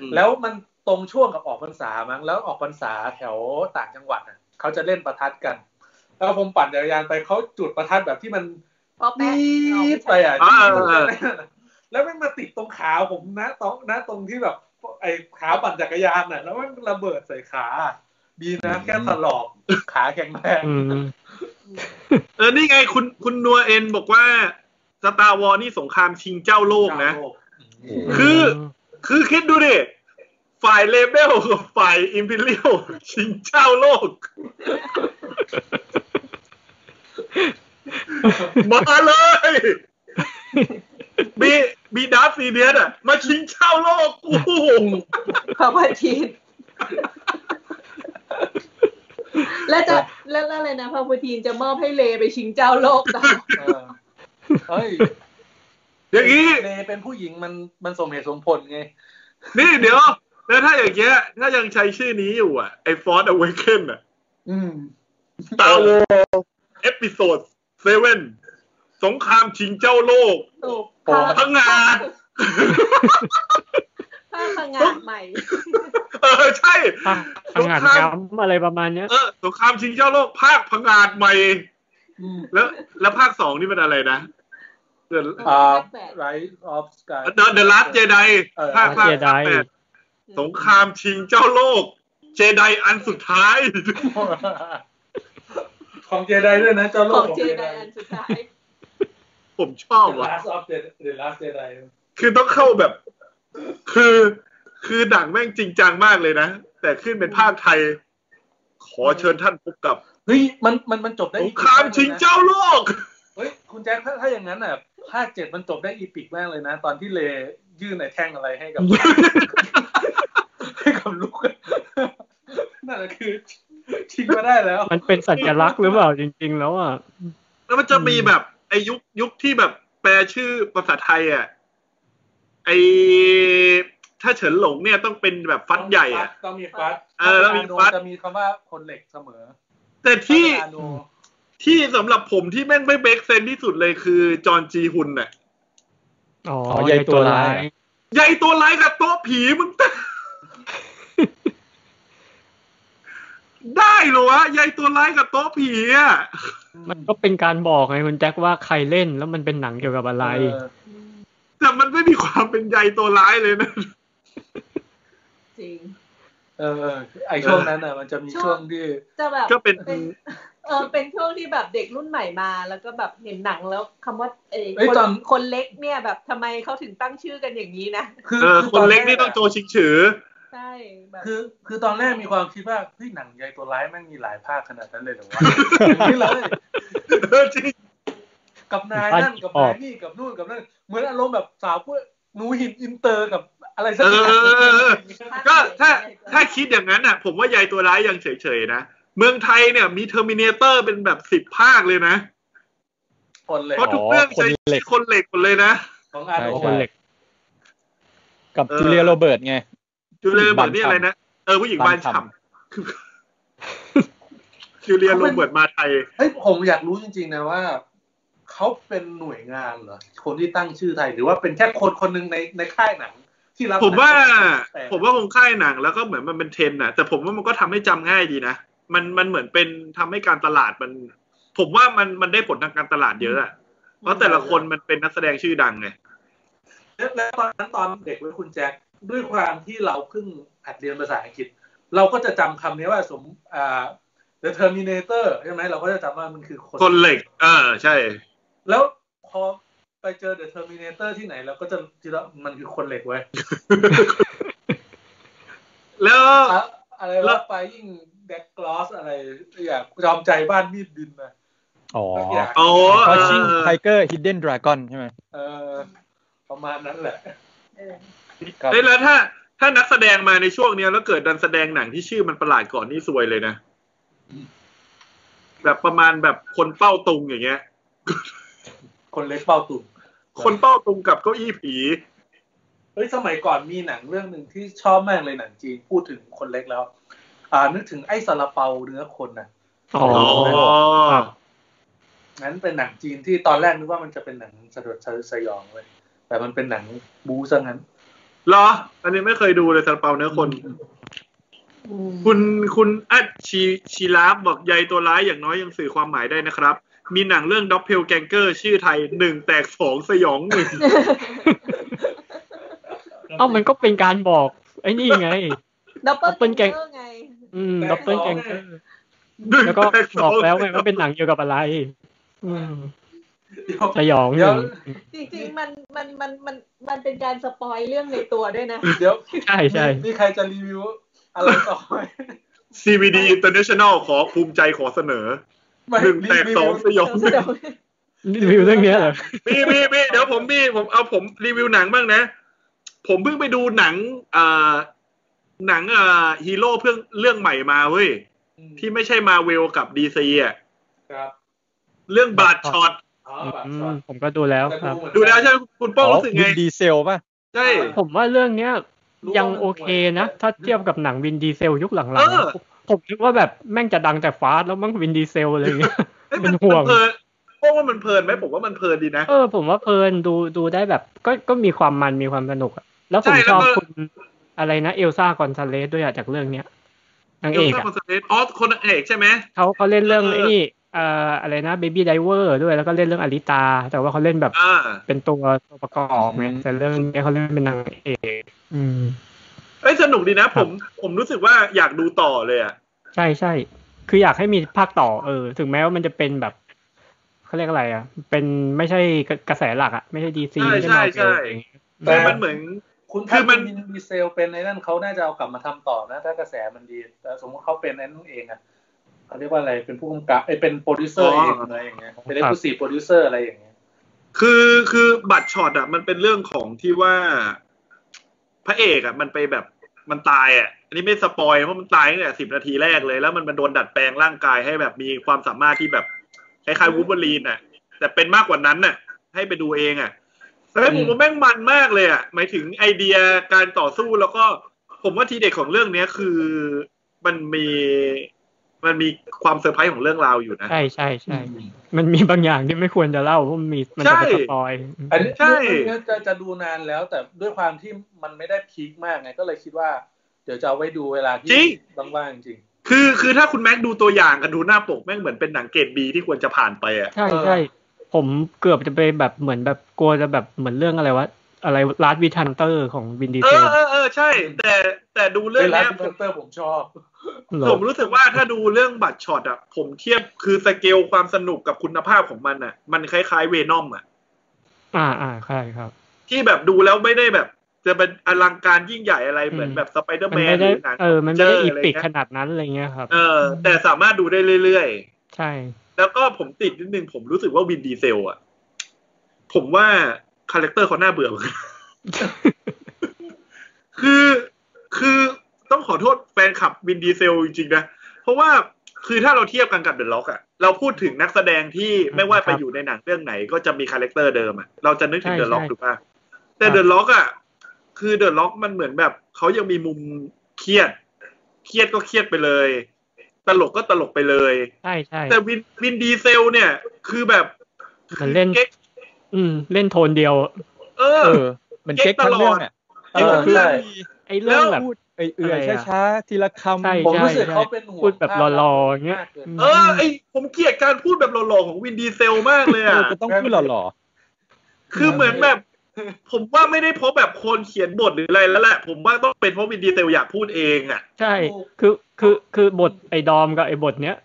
Speaker 5: อืม
Speaker 2: แล้วมันตรงช่วงกับออกพรรษามั้งแล้วออกพรรษาแถวต่างจังหวัดอ่ะเขาจะเล่นประทัดกัน แล้วผมปั่นจักรยานไปเขาจุดประทัดแบบที่มัน
Speaker 3: ป๊อปแป๊ะเอา
Speaker 2: ปี๊ดไป
Speaker 3: ใช่
Speaker 2: อ่ะ
Speaker 1: อ่า
Speaker 2: แล้วมันมาติดตรงขาผมนะตรงนะตรงที่แบบไอ้ขาปั่นจักรยานน่ะ แล้วมันระเบิดใส่ขาดีนะแค่ถลอกขาแข็งแรง
Speaker 4: อืม
Speaker 1: เออนี่ไงคุณคุณนัวเอ็นบอกว่าสตาร์วอนี่สงครามชิงเจ้าโลกนะ คือ คือคิดดูดิ ฝ่ายเลเบลกับฝ่ายอิมพิเรียลชิงเจ้าโลก มาเลยบีบีดับซีเนียสอะมาชิงเจ้าโลกกู
Speaker 3: พาวเวอร์ทีนแล้วจะแล้วแล้วอะไรนะพาวเวอร์ทีนจะมอบให้เลไปชิงเจ้าโลกต่อ
Speaker 2: เออเฮ้ย
Speaker 1: อย่างนี้
Speaker 2: เนเป็นผู้หญิงมันมันสมเหตุสมผลไง
Speaker 1: นี่เดี๋ยว แล้วถ้าอย่างเงี้ย ถ้ายังใช้ชื่อนี้อยู่อะไอฟอร์ดอเวเกนอะ
Speaker 2: อืม
Speaker 1: ตาวเอพิโซดเซเว่นสงครามชิงเจ้าโลก
Speaker 3: ถูก
Speaker 2: โอ้
Speaker 1: พังงา
Speaker 3: ภาพพังงาใหม่
Speaker 1: เออใช่
Speaker 4: อ่ะทำงานย้ำอะไรประมาณเนี้ย
Speaker 1: เออสงครามชิงเจ้าโลก ภาคพังงาดใหม่
Speaker 2: อืม
Speaker 1: แล้ว แล้วภาคสองนี่เป็นอะไรนะ เดอะ
Speaker 2: อ่า
Speaker 3: แปด
Speaker 2: Rise of Sky
Speaker 1: เดอะเดอะลัสเจได
Speaker 2: เออ
Speaker 1: ภาคภาค
Speaker 4: Last Jedi
Speaker 1: แปดสงครามชิงเจ้าโลก เจไดอันสุดท้าย
Speaker 2: ของเจไดด้วยนะเจ้าโล
Speaker 3: ขอก ง
Speaker 2: ของ
Speaker 3: เจ
Speaker 2: เจ
Speaker 3: ได
Speaker 2: ได
Speaker 3: อันสุดท้าย
Speaker 1: ผมชอบ
Speaker 2: The
Speaker 1: ว่ะ
Speaker 2: Last of the The Last Jedi
Speaker 1: คือต้องเข้าแบบ คือ คือหนังแม่งจริงจังมากเลยนะ แต่ขึ้นเป็นภาคไทย ขอเชิญท่านพบกับ
Speaker 2: เฮ้ยมันมันมันจบได้
Speaker 1: สง
Speaker 2: อี
Speaker 1: ครามชิง
Speaker 2: ก
Speaker 1: เจ้าโลก
Speaker 2: เฮ้ยคุณแจ็คถ้าถ้าอย่างนั้นอ่ะภาคเจ็ดมันจบได้อีปิกมากเลยนะ ตอนที่เลยื่นไอ้แท่งอะไรให้กับ ให้กับลูกนั่นแหละคือชิงมาได้แล้ว
Speaker 4: มันเป็นสัญลักษณ์หรือเปล่าจริง ๆ แล้วอ่ะ
Speaker 1: แล้วมันจะมีแบบไอยุคยุคที่แบบแปลชื่อภาษาไทยอ่ะไอถ้าเฉินหลงเนี่ยต้องเป็นแบบฟัดใหญ่อ่ะ
Speaker 2: ต้องมีฟัด
Speaker 1: เออต้องมีฟัด
Speaker 2: จะมีคำว่าคนเหล็กเสมอ
Speaker 1: แต่ที่
Speaker 2: อาโน
Speaker 1: ที่สำหรับผมที่แม่งไม่เบรกเซนที่สุดเลยคือจอห์นจีฮุนน่ะ
Speaker 4: อ๋อ
Speaker 6: อ๋อใยตัวร้าย
Speaker 1: ใหญ่ตัวร้ายกับโต๊ะผีมึง ได้เหรอวะใหญ่ตัวร้ายกับโต๊ะผีอ่ะ
Speaker 4: มันก็เป็นการบอกไงคุณแจ็คว่าใครเล่นแล้วมันเป็นหนังเกี่ยวกับอะไร
Speaker 2: เออ
Speaker 1: แต่มันไม่มีความเป็นใหญ่ตัวร้ายเลยนะ
Speaker 3: จริง
Speaker 2: เออเออไอช่วงนั้นอ่ะ มันจะมีช่วงที่
Speaker 3: จะแบบ
Speaker 1: ก็เป็น
Speaker 3: เป็น เออเป็นช่วงที่แบบเด็กรุ่นใหม่มา แล้วก็แบบเห็นหนังแล้วคำว่าเอ้ย
Speaker 2: เอ้ย
Speaker 3: คน
Speaker 2: ตอน
Speaker 3: คนเล็กเนี่ยแบบทำไมเขาถึงตั้งชื่อกันอย่างนี้นะ
Speaker 2: คือ
Speaker 1: เออ
Speaker 2: อ
Speaker 1: คนเล็กนี่
Speaker 2: แระ
Speaker 1: ต้องโจชิงฉือ
Speaker 3: ใช่แบบ
Speaker 2: คือ คือตอนแรกมีความคิดว่าเฮ้ยหนังใยตัวร้ายแม่งมีหลายภาคขนาดนั้นเลยเหรอว ะ นี่เลย
Speaker 1: เออจริง
Speaker 2: กับนาย
Speaker 4: บ้าน
Speaker 2: นั่นกั
Speaker 4: ออน
Speaker 2: บาก ยนี่กับนู่นกับนั่นเหมือนอารมณ์แบบสาวผู้หนูหินอินเตอร์กับอะไรสัก
Speaker 1: เออ
Speaker 2: อ
Speaker 1: ย่าง เออเออเออ ก็ถ้าถ้า
Speaker 3: ใช่
Speaker 1: คิดอย่างนั้นอ่ะ ผมว่ายายตัวร้ายยังเฉยๆนะ เมืองไทยเนี่ยมีเทอร์มินเตอร์เป็นแบบสิบภาคเลยนะ
Speaker 2: คนเลย
Speaker 1: เพราะทุกเรื่องใช้ชื่อคนเหล็กหมดเลยนะ
Speaker 2: ของอาโน
Speaker 6: ใช่
Speaker 4: คนเหล็ก
Speaker 6: กับ
Speaker 1: เออ
Speaker 6: จูเลียโรเบิร์ตไง
Speaker 1: จูเลียโรเบิร์ตนี่อะไรนะ เออผู้หญิงบานฉ่ำคือจูเลียโรเบิร์ตมาไทย
Speaker 2: เฮ้ยผมอยากรู้จริง ๆ นะว่า เขาเป็นหน่วยงานเหรอ คนที่ตั้งชื่อไทยหรือว่าเป็นแค่คนคนหนึ่งในในค่ายหนัง ที่รับ
Speaker 1: ผมว่า
Speaker 2: หนัง
Speaker 1: ผมว่าคงค่ายหนังแล้วก็เหมือนมันเป็นเทรนด์น่ะ แต่ผมว่ามันก็ทำให้จำง่ายดีนะ มันมันเหมือนเป็นทำให้การตลาดมัน ผมว่ามันมันได้ผลทางการตลาดเยอะอะเพราะแต่ละคนมันเป็นนักแสดงชื่อดังไง
Speaker 2: แล้วแล้วตอนนั้นตอนเด็กเว้ยคุณแจ็คด้วยความที่เราเพิ่งหัดเรียนภาษาอังกฤษ เราก็จะจำคำนี้ว่าสมอ่า The Terminator ใช่ไหมเราก็จะจำว่ามันคือคน
Speaker 1: คนเหล็ก เออ ใช่
Speaker 2: แล้วพอไปเจอเดอะเทอร์มินเตอร์ที่ไหนเราก็จะทีละมันคือคนเหล็กไว้ย
Speaker 1: แล้ว
Speaker 2: อะอะ
Speaker 1: แล้ว
Speaker 2: ไร่าว ไปยิ่งแดกกลอสอะไรอย่างจอมใจบ้านมีดดินนะ
Speaker 6: อ๋อ
Speaker 2: สักอย่าง
Speaker 1: อ๋อ
Speaker 6: เพ
Speaker 1: เอ
Speaker 6: ราะชิง
Speaker 1: อ
Speaker 6: ไทเกอร์ฮิดเด้นดราก้อนใช่ไหม
Speaker 2: เออ ประมาณนั้นแหละ
Speaker 3: เออ
Speaker 1: เอ้ยแล้วถ้า ถ้านักแสดงมาในช่วงเนี้ยแล้วเกิดดันแสดงหนังที่ชื่อมันประหลาดก่อนนี่ซวยเลยนะ แบบประมาณแบบคนเป้าตุงอย่างเงี้ย
Speaker 2: คนเล็กเป้าตุ่ม
Speaker 1: คนเป้าตุงกับเก้าอี้ผี
Speaker 2: เฮ้ยสมัยก่อนมีหนังเรื่องหนึ่งที่ชอบมากเลยหนังจีนพูดถึงคนเล็กแล้ว อ่านึกถึงไอ้ซาลาเปาเนื้อคนนะ
Speaker 4: อ๋อ
Speaker 1: อ๋อ
Speaker 2: นั้นเป็นหนังจีนที่ตอนแรกนึกว่ามันจะเป็นหนังสะดุดสยองเลยแต่มันเป็นหนังบูซะงั้น
Speaker 1: เหรอ อันนี้ไม่เคยดูเลยซาลาเปาเนื้อคน
Speaker 3: อืม
Speaker 1: คุณคุณอัดชีชีลาฟบอกใยตัวร้ายอย่างน้อยยังสื่อความหมายได้นะครับ มีหนังเรื่องด็อปเพลแกงเกอร์ชื่อไทยหนึ่งแตกสองสยองหนึ่ง
Speaker 4: เอ้ามันก็เป็นการบอก ไอ้นี่ไง
Speaker 3: ดับเบิล
Speaker 4: Double
Speaker 3: แกง
Speaker 4: Gang
Speaker 3: ไง
Speaker 4: อืมดับเบิลแกงเกอร์
Speaker 1: หนึ่ง
Speaker 4: แล้วก็
Speaker 1: ตส
Speaker 4: บ
Speaker 1: ง
Speaker 4: อกแล้วไงว่าเป็นหนังเกี่ยวกับอะไร อืม
Speaker 2: เดี๋ยว
Speaker 4: สยองห
Speaker 2: เดี๋ยว
Speaker 4: นึ่ง
Speaker 3: จริงๆ มันมันมันมันมันเป็นการสปอยเรื่องในตัวด้วยนะ
Speaker 2: เดี๋ยว
Speaker 4: ใช่ใช่
Speaker 2: มีมีใครจะรีวิวอะไรต่อไหม
Speaker 1: CVD International ขอภูมิใจขอเสนอ
Speaker 2: ไม่
Speaker 1: หนึ่งแตกสองสยองหนึ่ง
Speaker 4: รีวิวเรื่องเนี้ยเหรอ
Speaker 1: มีมีมีเดี๋ยวผมมีผมเอาผมรีวิวหนังบ้างนะ ผมเพิ่งไปดูหนังเอ่อหนังเอ่อฮีโร่เพื่องเรื่องใหม่มาเว้ย ที่ไม่ใช่มาเวลกับดีซีอ่ะ
Speaker 2: ครับ
Speaker 1: เรื่องบาดชอต
Speaker 2: อ๋อ
Speaker 4: อื
Speaker 2: แบบ
Speaker 4: มผมก็ดูแล้วครับ
Speaker 1: ดูแล้วใช่ไหมคุณโป้งรู้สึกไง
Speaker 6: วินดีเซลป่ะ
Speaker 1: ใช่
Speaker 4: ผมว่าเรื่องเนี้ยยังโอเคนะ ถ้าเทียบกับหนังวินดีเซลยุคหลังๆ
Speaker 1: เอ
Speaker 4: นะ
Speaker 1: อ
Speaker 4: ผมคิดว่าแบบแม่งจะดังแต่ฟาสต์แล้วมั่งวินดีเซลอะไรเงี้ย
Speaker 1: เอ้ย
Speaker 4: เป็นห่วง
Speaker 1: มัเพลินโป้งว่ามันเพลินไหมผมว่ามันเพลินดีนะ
Speaker 4: เออผมว่าเพลินดูดูได้แบบ ก็ก็มีความมันมีความสนุกอะแล้วผม
Speaker 1: ใช่
Speaker 4: ชอบ
Speaker 1: แล้วก็
Speaker 4: คุณอะไรนะเอลซ่ากอนซาเลสด้วยอะจากเรื่องเนี้ยนางเอก
Speaker 1: เอลซ่า
Speaker 4: อะ
Speaker 1: คอนเซเลตอ๋อคนนางเอกใช่ไหม
Speaker 4: เขาเขาเล่นเรื่อง
Speaker 1: เออ
Speaker 4: ไอ้นี่เอ่ออะไรนะเบบี้ไดเวอร์ด้วยแล้วก็เล่นเรื่องอลิตา แต่ว่าเขาเล่นแบบ
Speaker 1: อ่า
Speaker 4: เป็นตัวตัวประกอบไง
Speaker 6: อืม
Speaker 4: แต่เรื่องเนี้ยเขาเล่นเป็นนางเอกอืม
Speaker 1: เอ้ยสนุกดีนะ ผมผมรู้สึกว่าอยากดูต่อเลยอ่ะ
Speaker 4: ใช่ใช่ คืออยากให้มีภาคต่อเออ ถึงแม้ว่ามันจะเป็นแบบเขาเรียกอะไรอ่ะ เป็นไม่ใช่กระกระแสหลักอ่ะ ไม่ใช่ดีซี
Speaker 1: ใช่
Speaker 4: ไม่ใช่มา
Speaker 1: ใช่
Speaker 4: เวล
Speaker 1: ใช่
Speaker 4: อะไรอย่างเงี้ย
Speaker 2: แต่
Speaker 1: คือมันเหมือน
Speaker 2: คุณ
Speaker 1: คื
Speaker 2: ถ้า
Speaker 1: อมั
Speaker 2: มัน นมีเซลเป็นในนั่นเขาน่าจะเอากลับมาทำต่อนะ ถ้ากระแสมันดี แต่สมมติเขาเป็นไอ้นั่นเองอ่ะเขาเรียกว่าอะไรเป็นผู้กำกับเอ้ยเป็นโปรดิวเซอร์เองอะไรอย่างเงี้ยเป็นเอ็กซ์คลูซีฟโปรดิวเซอร์อะไรอย่างเงี้ย
Speaker 1: คือคือบัตรช็อตอ่ะมันเป็นเรื่องของที่ว่า พระเอกอ่ะ มันไปแบบมันตายอ่ะ อันนี้ไม่สปอยเพราะมันตายตั้งแต่สิบนาทีแรกเลย แล้วมันมันโดนดัดแปลงร่างกายให้แบบมีความสามารถที่แบบคล้ายๆวูล์ฟเบอรีนอ่ะ แต่เป็นมากกว่านั้นน่ะ ให้ไปดูเองอ่ะเฮ้ย
Speaker 2: อื
Speaker 1: ผม มว่าแม่งมันมากเลยอ่ะหมายถึงไอเดียการต่อสู้แล้วก็ ผมว่าทีเด็ดของเรื่องเนี้ยคือมันมีมันมีความเซอร์ไพรส์ของเรื่องราวอยู่นะ
Speaker 4: ใช่ใช่ใช่ มันมีบางอย่างที่ไม่ควรจะเล่าเพราะมันมีมันจะเป็น
Speaker 1: ใช่
Speaker 4: สปอย
Speaker 2: อันนี้
Speaker 1: ใช่
Speaker 2: เรื่องนี้จะจะดูนานแล้วแต่ด้วยความที่มันไม่ได้พีคมากไงก็เลยคิดว่า เดี๋ยวจะเอาไว้ดูเวลา
Speaker 1: จริ
Speaker 2: ที่
Speaker 1: ง
Speaker 2: ว่างๆจริง
Speaker 1: คือคือถ้าคุณแม็กดูตัวอย่างกับดูหน้าปกแม่งเหมือนเป็นหนังเกรดบีที่ควรจะผ่านไปอ่ะ
Speaker 4: ใช่ใช่ ผมเกือบจะไปแบบเหมือนแบบกลัวจะแบบเหมือนเรื่องอะไรวะอะไรลาสวิทันเตอร์ของวินดี
Speaker 1: เอ
Speaker 4: เซ
Speaker 1: อ
Speaker 4: ล
Speaker 1: เออเออใช่ แต่แต่ดูเรื่
Speaker 2: เรื่
Speaker 1: อ
Speaker 2: อง ง
Speaker 1: เนี้
Speaker 2: นี้
Speaker 1: ย
Speaker 2: คอมเตอร์ผมชอบ
Speaker 4: เหร
Speaker 1: ผ
Speaker 4: อ
Speaker 1: มรู้สึกว่าถ้าดูเรื่องบัตรช็อตอ่ะ ผมเทียบคือสเกลความสนุกกับคุณภาพของมันอ่ะ มันคล้ายๆเวนอมอ่ะ
Speaker 4: อ่าอ่าใช่ครับ
Speaker 1: ที่แบบดูแล้วไม่ได้แบบ จะเป็นอลังการยิ่งใหญ่อะไรเหมือน
Speaker 4: อืม
Speaker 1: แบบสไปเดอร์
Speaker 4: มั
Speaker 1: แม
Speaker 4: น
Speaker 1: นห
Speaker 4: ไม่ได้
Speaker 1: รือหนัง
Speaker 4: เออ มันไม่ได้อี
Speaker 1: ะร
Speaker 4: ปิก
Speaker 1: เงี้ย
Speaker 4: ขนาดนั้นอะไรเงี้ยครับ
Speaker 1: เออ แต่สามารถดูได้เรื่อย
Speaker 4: ใช่
Speaker 1: ๆ แล้วก็ผมติดนิดนึงผมรู้สึกว่าวินดีเซลอ่ะ ผมว่าคาแรคเตอร์เขาน่าเบื่อเหมือนกัน คือคือต้องขอโทษแฟนคลับวินดีเซลจริงๆนะ เพราะว่าคือถ้าเราเทียบกันกับเดอะล็อกอะเราพูดถึงนักแสดงที่
Speaker 4: อืม
Speaker 1: ไม่ว่าไป
Speaker 4: ครับ
Speaker 1: อยู่ในหนังเรื่องไหนก็จะมีคาแรคเตอร์เดิมอะเราจะนึกถึง
Speaker 4: ใช่
Speaker 1: เดอะล็อก
Speaker 4: ใช่
Speaker 1: ถูกป่ะแต่
Speaker 4: ครับ
Speaker 1: เดอะล็อกอะคือเดอะล็อกมันเหมือนแบบเขายังมีมุมเครียด เครียดก็เครียดไปเลย ตลกก็ตลกไปเลย
Speaker 4: ใช่ใช่
Speaker 1: แต่วินวินดีเซลเนี่ย คือแบบ
Speaker 4: มันเล่น
Speaker 1: ก๊ก
Speaker 4: อืม เล่นโทนเดียว
Speaker 1: เอ
Speaker 6: เอ
Speaker 1: อ
Speaker 6: อ มันเก๊กทั้งเรื่องอ่ะ
Speaker 1: เก๊กตลอด
Speaker 6: เรื่อง
Speaker 4: ไอ้เรื่องแบบ
Speaker 6: พูดเอื่อย
Speaker 4: อะไรอะ
Speaker 6: ๆช้าๆทีละคำ
Speaker 4: ใช่
Speaker 2: ผมรู้สึกเขาเป็นห่วง
Speaker 4: พูดแบบรอๆอย่างเงี้ย
Speaker 2: มากกินไป
Speaker 1: เออไอผมเกลียดการพูดแบบหล่อๆของวินดีเซลมากเลย
Speaker 6: เอ
Speaker 1: อะ
Speaker 6: อก็ต้องพูดหล่อ
Speaker 1: คือเหมือนแบบ ผมว่าไม่ได้เพราะแบบคนเขียนบทหรืออะไรแล้วแหละ ผมว่าต้องเป็นเพราะวินดีเซลอยากพูดเองอ่ะ
Speaker 4: ใช่
Speaker 2: ถูก
Speaker 4: คือคือคือบทไอ้ดอมกับไอ้บทเนี้ย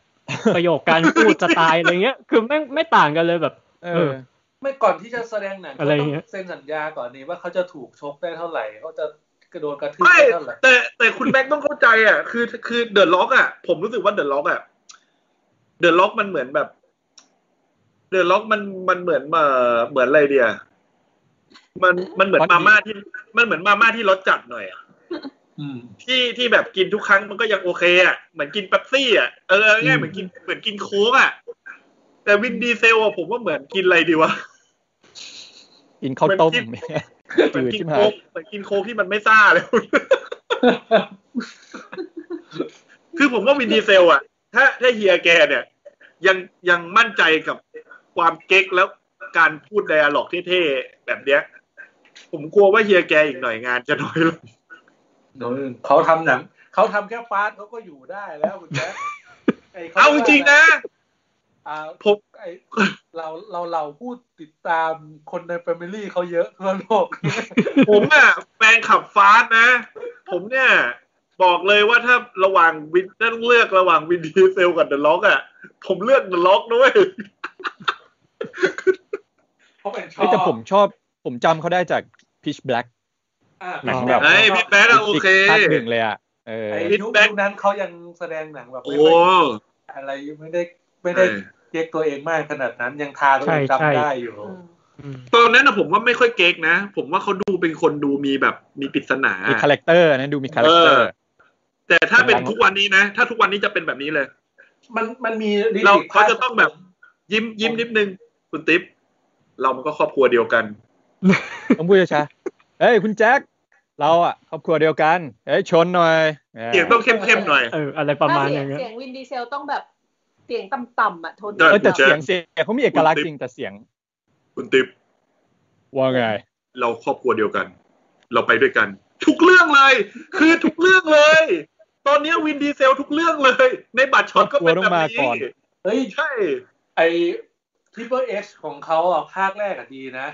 Speaker 4: ประโยคการพูดสไตล์อะไรเงี้ย คือไม่งไม่ต่างกันเลยแบบ
Speaker 6: ๆเอ
Speaker 4: เอ
Speaker 6: อ
Speaker 4: อ
Speaker 2: ไม่ก่อนที่จะแสดงหนัง
Speaker 4: อะไร
Speaker 2: เขาต้
Speaker 4: เงี้ย
Speaker 2: เซ็นสัญญาก่อนนี้ว่าเขาจะถูกชกได้เท่าไหร่เขาจะกระโดนกระทืบ
Speaker 1: ไม่
Speaker 2: ได้เท่าไหร่
Speaker 1: แต่แต่คุณแบ็คต้องเข้าใจอ่ะ คือคือเดอะล็อกอ่ะ ผมรู้สึกว่าเดอะล็อกอ่ะ เดอะล็อกมันเหมือนแบบ เดอะล็อกมันมันเหมือนเอ่อเหมือนอะไรเดียมันมันเหมือนมาม่าที่มันเหมือนมาม่าที่รสจัดหน่อยอะ
Speaker 2: อืม
Speaker 1: ที่ที่แบบกินทุกครั้งมันก็ยังโอเคอ่ะเหมือนกินเป๊ปซี่อ่ะเออง่ายๆเหมือนกินเหมือนกินโค้กอ่ะแต่วินดีเซลอะผมว่าเหมือนกินอะไรดีวะ
Speaker 6: กินข้าวต้ม
Speaker 1: เหมือนกิน เหมือนกิน
Speaker 6: จืดใช่ไหม
Speaker 1: โค้กเหมือนกินโค้กที่มันไม่ซ่าเลย คือผมว่าวินดีเซลอะถ้าถ้าเฮียแกเนี่ย ยังยังมั่นใจกับความเก๊กแล้วการพูดไดอะล็อกเท่ๆแบบเนี้ย ผมกลัวว่าเฮียแกอีกหน่อยงานจะน้อยลง
Speaker 2: โน่นเขาทำหนังเขาทำแค่ฟาสต์เขาก็อยู่ได้แล้วคุณ แจ๊คไข
Speaker 1: เอาจริงๆนะ
Speaker 2: อ่า
Speaker 1: ผม
Speaker 2: ไอเราเราเราพูดติดตามคนในแฟมิลี่เขาเยอะทั่วโลก
Speaker 1: ผมอะแฟนขับฟาสต์นะ ผมเนี่ย บอกเลยว่าถ้าระหว่างวินต้องเลือกระหว่างวินดีเซลกับเดอะล็อกอะผมเลือกเดอะล็อกด้วย
Speaker 2: เพราะเป็นชอ
Speaker 6: เฮ้ย
Speaker 2: บ
Speaker 6: แต่ผมชอบผมจำเขาได้จาก Pitch Black
Speaker 2: อ่ะ
Speaker 6: หนังแบบ
Speaker 1: ไอ้ยพี่แป๊ดอะโอเค
Speaker 6: ภาคหนึ่งเลยอ่ะเออ
Speaker 2: ไอ้
Speaker 1: พี่
Speaker 2: ยุค
Speaker 1: แบ็ค
Speaker 2: นั้นเขายังแสดงหนังแบบ
Speaker 1: โอ้
Speaker 2: ไม่ค่อยอะไรไม่ได้ไม่ได้เก๊กตัวเองมากขนาดนั้นยังทาตัวเอง
Speaker 4: ใช่ใช่
Speaker 2: จำได้อยู่
Speaker 3: อืม
Speaker 4: อืม
Speaker 1: ตอนนั้นนะผมว่าไม่ค่อยเก๊กนะ ผมว่าเขาดูเป็นคนดูมีแบบมีปริศนา
Speaker 6: มีคาแรคเตอร์นะดูมีคาแรคเตอร์
Speaker 1: เออ แต่ถ้าเป็น
Speaker 6: ครับ
Speaker 1: ทุกวันนี้นะ ถ้าทุกวันนี้จะเป็นแบบนี้เลย
Speaker 2: มันมันมีลิ
Speaker 1: เรา
Speaker 2: ขิตภ
Speaker 1: เขา
Speaker 2: พ
Speaker 1: จะต้องแบบ ยิ้มยิ้มนิดนึง คุณติ๊บเรามันก็ครอบครัวเดียวกัน
Speaker 6: ต้องพูดช้าๆเฮ้ยคุณแจ็คเราอ่ะครอบครัวเดียวกันเฮ้ยชนหน่อย
Speaker 1: เสียงต้องเข้มๆหน่อย
Speaker 4: เอออะไรประมาณ
Speaker 3: ถ้เสี
Speaker 4: อ
Speaker 3: ง
Speaker 4: ยย่างเงี้ย
Speaker 3: เสียงวินดีเซลต้องแบบเสียงต่ำๆอ่ะโทน
Speaker 1: เอ
Speaker 6: เออแต่
Speaker 1: จ๊
Speaker 6: เสียงเสียงเขามีเอกลักษณ์จริงแต่เสียง
Speaker 1: คุณติ๊บ
Speaker 6: ว่าไง
Speaker 1: เราครอบครัวเดียวกัน เราไปด้วยกัน ทุกเรื่องเลย คือทุกเรื่องเลย ตอนนี้วินดีเซลทุกเรื่องเลย ในบัตรช็อตก็เป็นแบบ
Speaker 6: ครอบครัวต้องมาก่
Speaker 1: นี้
Speaker 6: อน
Speaker 2: เฮ้ย
Speaker 1: ใช่
Speaker 2: ไอทริปเปอร์เอของเขาอ่ะภาคแรกอ่ะดีนะ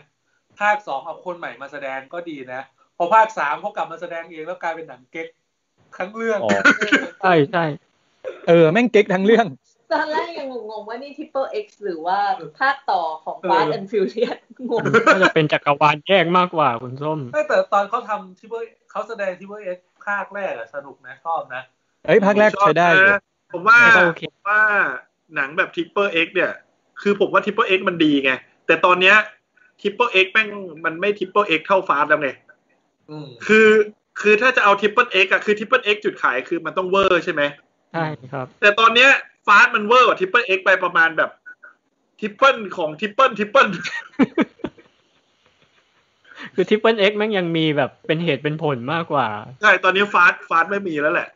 Speaker 2: ภาคสองเอาคนใหม่มาแสดงก็ดีนะ พอภาคสามเขากลับมาแสดงเองแล้วกลายเป็นหนังเก๊กทั้งเรื่อง
Speaker 6: อ๋อ
Speaker 4: ใช่ใช่
Speaker 6: เออแม่งเก๊กทั้งเรื่อง
Speaker 3: ตอนแรกยังงงๆว่านี่ Triple X หรือว่าภาคต่อของ Fast and Furious งง
Speaker 4: น่าจะเป็นจักรวาลแยกมากกว่าคุณส้ม
Speaker 2: เอ้ยแต่ตอนเขาทำทริปเปอร์เขาแสดงทริปเปอร์เอภาคแรกอ่ะสนุกนะชอบนะ
Speaker 6: เอ้ยภาคแรกใช้ได้อยู่
Speaker 1: ผมว่า
Speaker 4: ก็โอเค
Speaker 1: ผมว่าหนังแบบ Triple X เนี่ย คือผมว่า Triple X มันดีไง แต่ตอนเนี้ย Triple X แม่งมันไม่ Triple X เท่าฟาสแล้วไง
Speaker 2: อืม
Speaker 1: คือคือถ้าจะเอา Triple X อะคือ Triple X จุดขายคือมันต้องเวอร์ใช่ไหม
Speaker 4: ใช่ครับ
Speaker 1: แต่ตอนเนี้ยฟาสมันเวอร์กว่า Triple X ไปประมาณแบบ Triple ของ Triple Triple
Speaker 4: คือทิปเปิลเอ็กแม่งยังมีแบบเป็นเหตุเป็นผลมากกว่า
Speaker 1: ใช่ ตอนนี้ฟาสฟาสไม่มีแล้วแหละ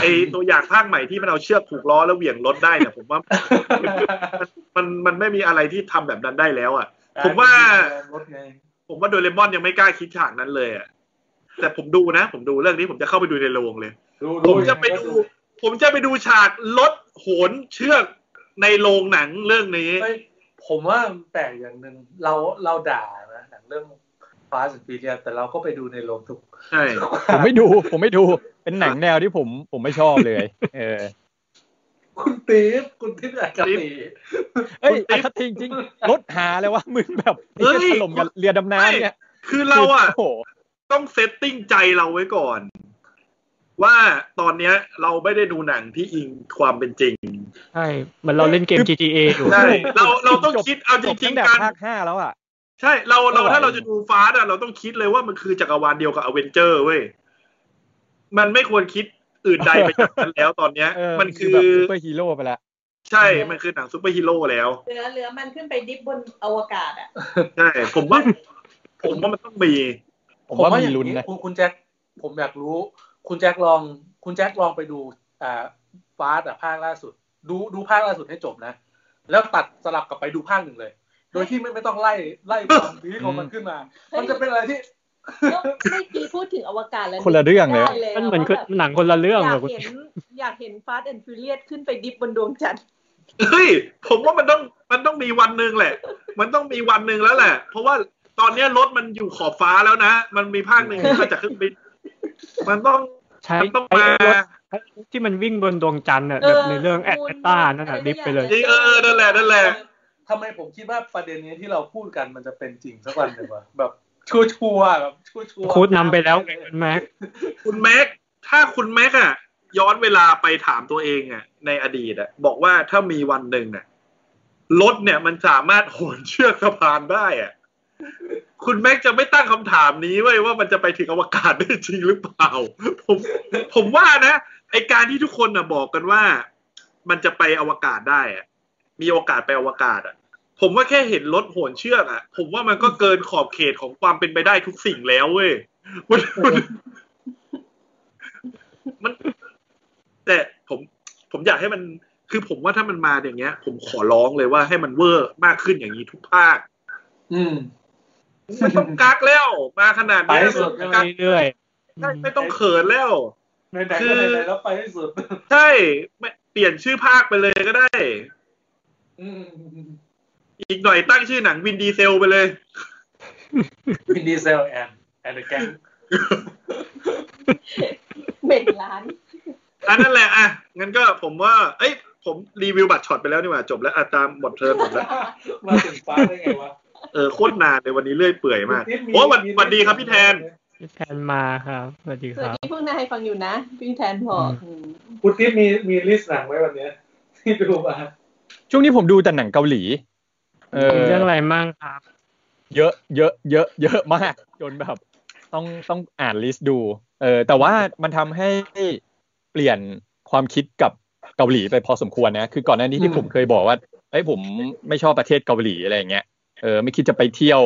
Speaker 1: ไอตัวอย่างภาคใหม่ที่มันเอาเชือกผูกล้อแล้วเหวี่ยงรถได้เนี่ยผมว่ามันมันไม่มีอะไรที่ทำแบบนั้นได้แล้วอะ ผมว่า
Speaker 2: รถไง
Speaker 1: ผมว่าโดเรมอนยังไม่กล้าคิดฉากนั้นเลยอะแต่ผมดูนะ ผมดูเรื่องนี้ผมจะเข้าไปดูในโรงเลย
Speaker 2: รู้
Speaker 1: ผม
Speaker 2: รู้
Speaker 1: จะไปดู ผมจะไปดูฉากรถโหนเชือกในโรงหนังเรื่องนี้
Speaker 2: เฮ้ยผมว่ามันแปลกอย่างหนึ่งเราเราด่านะหนังเรื่อง Fast and Furious แต่เราก็ไปดูในโรงทุก
Speaker 1: ใช่
Speaker 6: ผมไม่ดู ผมไม่ดู เป็นหนังแนวที่ผมผมไม่ชอบเลย เออ
Speaker 2: คุณติ๊บคุณติ๊บอากาตี
Speaker 6: เอ้ยอคติจริงๆรถหาเลยวะมึงแบบไอ้เหี้ยถล่มกับเรือดำน้ำเนี่ย
Speaker 1: คือเราอะ
Speaker 6: โอ้โห
Speaker 1: ต้องเซตติ้งใจเราไว้ก่อน ว่าตอนเนี้ยเราไม่ได้ดูหนังที่อิงความเป็นจริง
Speaker 4: ใช่เหมันเราเล่นเกม GTA อยู่
Speaker 1: ใช่ เราเราต้องคิดเอาจ
Speaker 6: จบ
Speaker 1: ริ
Speaker 6: ตั้
Speaker 1: งๆ
Speaker 6: งแต่
Speaker 1: กัน
Speaker 6: ภาคห้าแล้วอ่ะ
Speaker 1: ใช่เราเรา
Speaker 6: ไม่ไหว
Speaker 1: ถ้าเราจะดูฟาสต์อะเราต้องคิดเลยว่ามันคือจักรวาลเดียวกับอเวนเจอร์เว้ยมันไม่ควรคิดอื่นใดไปจากนั้นแล้วตอนเนี้ย
Speaker 6: เออ
Speaker 1: มันคือ
Speaker 6: แบบซูเปอร์ฮีโร่ไปละ
Speaker 1: ใช่ มันคือหนังซูเปอร์ฮีโร่แล้ว
Speaker 3: เรือเรือมันขึ้นไปดิบบนอวกาศอ่ะ
Speaker 1: ใช่ ผมว่า ผมว่ามันต้องมี
Speaker 6: ผมว่ามีลุ้นนะ
Speaker 2: คุณคุณแจ็คผมอยากรู้ คุณแจ็คลองคุณแจ็คลองไปดูอ่าฟาสอ่ะภาคล่าสุด ดูดูภาคล่าสุดให้จบนะ แล้วตัดสลับกลับไปดูภาคหนึ่งเลย โดยที่ไม่ไม่ต้องไล่ไล่ความพีคของมันขึ้นมา
Speaker 3: เฮ้ย
Speaker 2: มันจะเป็นอะไรที่
Speaker 3: ก็เมื่อกี้พูดถึงอวกาศแล้ว
Speaker 6: คนละเรื่องเลย
Speaker 3: ได้
Speaker 6: อะ
Speaker 3: แล้ว
Speaker 4: มันเหมือน
Speaker 3: ว่าแบบ
Speaker 4: หนังคนละเรื่อง
Speaker 3: อ
Speaker 4: เหร
Speaker 3: ยา
Speaker 4: อก คุณ
Speaker 3: เห็นอยากเห็น Fast and Furious ขึ้นไปดิบบนดวงจันทร์
Speaker 1: เฮ้ย ผมว่ามันต้องมันต้องมีวันหนึ่งแหละ มันต้องมีวันหนึ่งแล้วแหละ เพราะว่าตอนเนี้ยรถมันอยู่ขอบฟ้าแล้วนะ มันมีภาคหนึ่งที่มันจะขึ้นไปมันต้อง
Speaker 4: ใช้
Speaker 1: มันต้อง
Speaker 4: ใช้
Speaker 1: มาร
Speaker 4: ถที่มันวิ่งบนดวงจันทร์น่ะแบบในเรื่องแอดเวนต้านั่นน่ะดิฟไปเลย
Speaker 1: จริงเออเออนั่นแหละนั่นแหละ
Speaker 2: ทำไมผมคิดว่าประเด็นนี้ที่เราพูดกันมันจะเป็นจริงสักวันหนึ่งวะแบบชัวชัวร์ๆแบบชัวชัวร์ๆ
Speaker 4: คูดนำไปแล้วไงคุณแม็ก
Speaker 1: คุณแม็ก ถ้าคุณแม็กอะย้อนเวลาไปถามตัวเองอะในอดีตอะบอกว่าถ้ามีวันหนึ่งอะ รถเนี่ยมันสามารถโหนเชือกสะพานได้อะคุณแม็กจะไม่ตั้งคำถามนี้ไว้ยว่ามันจะไปถึงอวกาศได้จริงหรือเปล่า ผมผมว่านะไอการที่ทุกคนน่ะบอกกันว่า มันจะไปอวกาศได้อะมีโอกาสไปอวกาศอะผมว่าแค่เห็นรถโหนเชือกอะผมว่ามันก็เกินขอบเขตของความเป็นไปได้ทุกสิ่งแล้วเว้ยมันมันมัน แต่ผมผมอยากให้มัน คือผมว่าถ้ามันมาอย่างเงี้ย ผมขอร้องเลยว่าให้มันเวอร์มากขึ้นอย่างนี้ทุกภาค
Speaker 2: อืม
Speaker 1: ไม่ต้องกักแล้ว มาขนาดนี้
Speaker 2: ไป
Speaker 1: ไม่
Speaker 2: สุ
Speaker 1: ต้
Speaker 2: ด
Speaker 1: องกัก
Speaker 4: เรื่อย
Speaker 1: ได้ไม่ต้องเขินแล้ว
Speaker 2: ในไหนๆก็ในไหนๆแล้วไปให้สุด
Speaker 1: ใช่ไม่เปลี่ยนชื่อภาคไปเลยก็ได้
Speaker 2: อืม
Speaker 1: อีกหน่อยตั้งชื่อหนังวินดีเซลไปเลย
Speaker 2: วินดีเซลแอนแอนเดอะ แกง
Speaker 3: เหม็นร้าน
Speaker 1: อันนั้นแหละอ่ะงั้นก็ผมว่า เอ้ย ผมรีวิวบัตรช็อตไปแล้วนี่หว่าจบแล้วอะตามหมดเทอมหมดแล้ว
Speaker 2: มาถึงฟ้าได้ไงวะ
Speaker 1: เออโคตรนานเลยวันนี้เลื่อยเปื่อยมากโอ้วันวันดีครับพี่แทน
Speaker 4: ๆแทนมาครับสวัสดี
Speaker 3: ส
Speaker 4: ค
Speaker 3: วัส
Speaker 4: รับ
Speaker 3: ดีพวกนายฟังอยู่นะพี่แทนบอกอืม
Speaker 2: คุณติ๊บมีมีลิสต์หนังไว้วันเนี้ย ที่ดูมา
Speaker 6: ช่วงนี้ผมดูแต่หนังเกาหลี เออ
Speaker 4: มีเรื่องอะไรมั่งครับ
Speaker 6: เยอะเยอะเยอะเยอะมาก จนแบบ ต้องต้องอ่านลิสต์ดู เออแต่ว่ามันทำให้เปลี่ยนความคิดกับเกาหลีไปพอสมควรนะ คือก่อนหน้านี้ที่ผมเคยบอกว่าเอ้ยผมไม่ชอบประเทศเกาหลีอะไรอย่างเงี้ยเออไม่คิดจะไปเที่ยว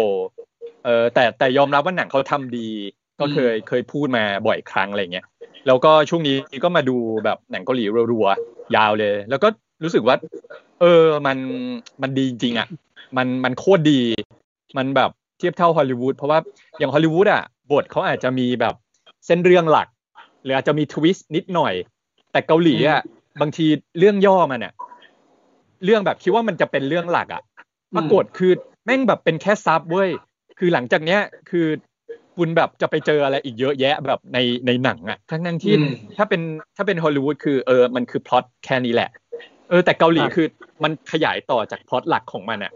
Speaker 6: เออแต่แต่ยอมรับว่าหนังเขาทำดี ก็เคยเคยพูดมาบ่อยครั้งอะไรเงี้ยแล้วก็ช่วงนี้ก็มาดูแบบหนังเกาหลีรัวๆยาวเลย แล้วก็รู้สึกว่า เออมันมันดีจริงๆอ่ะมันมันโคตรดี มันแบบเทียบเท่าฮอลลีวูดเพราะว่าอย่างฮอลลีวูดอ่ะ บทเขาอาจจะมีแบบเส้นเรื่องหลัก หรืออาจจะมีทวิสต์นิดหน่อย แต่เกาหลีอ่ะบางทีเรื่องย่อมันอ่ะเรื่องแบบคิดว่ามันจะเป็นเรื่องหลักอ่ะปรากฏคือแม่งแบบเป็นแค่ซับเว้ยคือหลังจากเนี้ยคือคุณแบบจะไปเจออะไรอีกเยอะแยะแบบในในหนังอ่ะทั้งนั้นที่ ถ้าเป็นถ้าเป็นฮอลลีวูดคือเออมันคือพล็อตแค่นี้แหละ เออแต่เกาหลี
Speaker 4: ครับ
Speaker 6: คือมันขยายต่อจากพล็อตหลักของมันอะ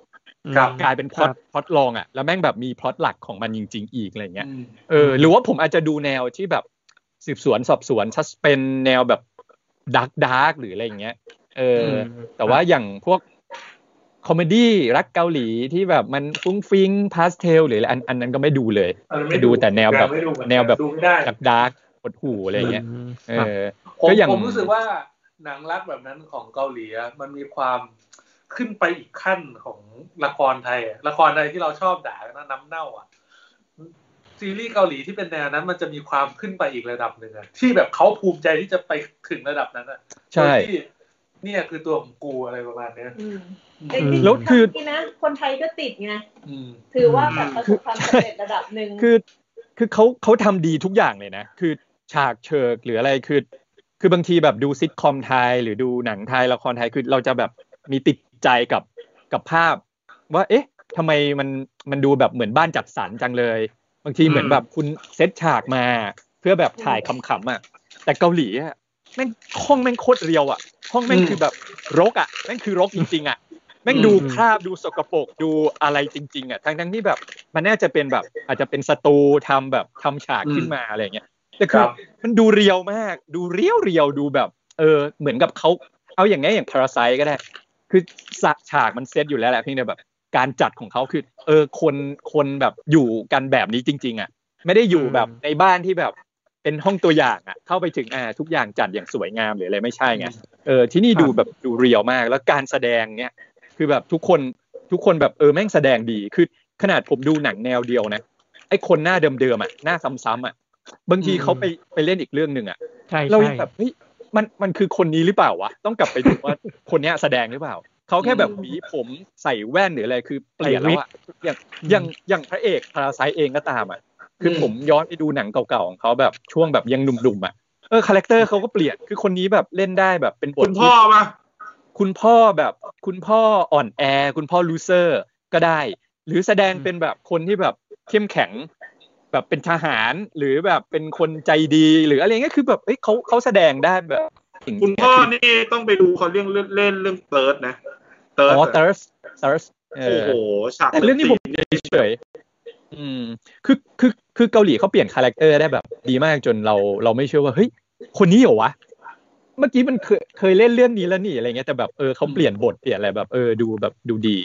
Speaker 6: กลายเป็นพล็อตพล็อตรองอะแล้วแม่งแบบมีพล็อตหลักของมันจริง ๆ อีกอะไรเงี้ย
Speaker 2: อืม
Speaker 6: เออหรือว่าผมอาจจะดูแนวที่แบบสืบสวนสอบสวนซัสเป็นแนวแบบดาร์กดาร์กหรืออะไรเงี้ยเอออ
Speaker 4: ม
Speaker 6: แต่ว่าอย่างพวกคอมเมดี้รักเกาหลีที่แบบมันฟุ้งฟิ้งพาสเทลหรืออะไรอันอันนั้นก็ไม่ดูเลย
Speaker 2: อันนั้น
Speaker 6: ไปดูแต่แนวแบบ
Speaker 2: ไม่ดูเหมือกั
Speaker 6: แนวแบบ
Speaker 2: ดูไม่ได้
Speaker 6: ดาร์กดาร์กหดหู่อะไรเงี้ย
Speaker 4: ม
Speaker 6: เอ
Speaker 4: ครับ
Speaker 6: อ
Speaker 2: ผม
Speaker 6: ก็อย่าง
Speaker 2: ผมรู้สึกว่าหนังรักแบบนั้นของเกาหลีอะมันมีความขึ้นไปอีกขั้นของละครไทยอะละครไทยที่เราชอบด่ากันนะน้ำเน่าอ่ะซีรีส์เกาหลีที่เป็นแนวนั้น มันจะมีความขึ้นไปอีกระดับหนึ่งอะที่แบบเขาภูมิใจที่จะไปถึงระดับนั้นอะ
Speaker 6: ใช่
Speaker 2: โดยที่เนี่ยคือตัวของกูอะไรประมาณเนี้ย
Speaker 3: อืม
Speaker 2: อืม
Speaker 3: ไอ้ที่
Speaker 6: แล้วคือ
Speaker 3: ทำนี่นะคนไทยก็ติดไง
Speaker 2: อืม
Speaker 3: ถือว่าแบบประสบความสำเร็จระดับหนึ่ง
Speaker 6: คือคือเขาเขาทำดีทุกอย่างเลยนะ คือฉากเชิกหรืออะไรคือ คือบางทีแบบดูซิทคอมไทย หรือดูหนังไทยละครไทยคือเราจะแบบมีติดใจกับกับภาพ ว่าเอ๊ะทำไมมันมันดูแบบเหมือนบ้านจัดสรรจังเลย บางทีเหมือนแบบคุณเซตฉากมา เพื่อแบบถ่ายขำๆอ่ะแต่เกาหลีอ่ะแม่งห้องแม่งโคตรเรียวอ่ะห้องแม่งคือแบบรกอ่ะแม่งคือรกจริงๆอ่ะแม่งดูคราบดูสกปรกดูอะไรจริง ๆอ่ะทั้งๆที่แบบ มันน่าจะเป็นแบบอาจจะเป็นสตูทำแบบทำฉากขึ้นมาอะไรอย่างเงี้ยแต่
Speaker 2: ค
Speaker 6: คือ
Speaker 2: รับ
Speaker 6: มันดูเรียวมาก ดูเรียวเรียวดูแบบ เออ เหมือนกับเขาเอาอย่างงี้ยอย่างพาราไซก็ได้ คือสะฉากมันเซตอยู่แล้วแหละเพียงแต่แบบ การจัดของเขาคือ เออ คนคนแบบอยู่กันแบบนี้จริง ๆ อ่ะ ไม่ได้อยู่แบบในบ้านที่แบบเป็นห้องตัวอย่างอ่ะ เข้าไปถึงอ่าทุกอย่างจัดอย่างสวยงามหรืออะไรไม่ใช่ไงเออที่นี่ดูแบบดูเรียวมาก แล้วการแสดงเนี้ยคือแบบทุกคนทุกคนแบบเออแม่งแสดงดีคือขนาดผมดูหนังแนวเดียวนะไอ้คนหน้าเดิมๆอ่ะหน้าซ้ำๆอ่ะบางทีเขาไปไปเล่นอีกเรื่องหนึ่งอ่ะ
Speaker 4: ใช่
Speaker 6: เรา
Speaker 4: ใช่
Speaker 6: ยังแบบเฮ้ยมันมันคือคนนี้หรือเปล่าวะต้องกลับไปดูว่า คนเนี้ยแสดงหรือเปล่า เขาแค่แบบหวีผมใส่แว่นหรืออะไรคือเปลี่ยนแล้วอะอย่างอย่างอย่างพระเอกพาราไซเองก็ตามอ่ะคืออ
Speaker 2: ม
Speaker 6: ผมย้อนไปดูหนังเก่าๆของเขาแบบช่วงแบบยังหนุ่มๆอ่ะเออคาแรคเตอร์เขาก็เปลี่ยนคือคนนี้แบบเล่นได้แบบเป็นบท
Speaker 1: คุณพ่อ
Speaker 6: ที่
Speaker 1: มา
Speaker 6: คุณพ่อแบบคุณพ่ออ่อนแอ คุณพ่อลูเซอร์ก็ได้ หรือแสดงเป็นแบบคนที่แบบเข้มแข็ง แบบเป็นทหารหรือแบบเป็นคนใจดีหรืออะไรเงี้ยคือแบบเอ้ยเขาเขาแสดงได้แบบอย่าง
Speaker 1: คุณพ่อนี่ต้องไปดูเขาเรื่องเล่นเรื่องเติร์ดนะ เติร์ด
Speaker 6: อ๋อ
Speaker 1: อะ
Speaker 6: thirst thirst เอ
Speaker 1: โอ้
Speaker 6: อ
Speaker 1: โหฉาก
Speaker 6: แต่เรื่องนี้ผม เฉยๆอืมคือคือคือเกาหลีเขาเปลี่ยนคาแรคเตอร์ได้แบบ ดีมากจนเราเราไม่เชื่อว่าเฮ้ยคนนี้เหรอวะ เมื่อกี้มันเคยเคยเล่นเรื่องนี้แล้วนี่อะไรเงี้ยแต่แบบเออเขาเปลี่ยนบทเปลี่ยนอะไรแบบเออดูแบบดูดี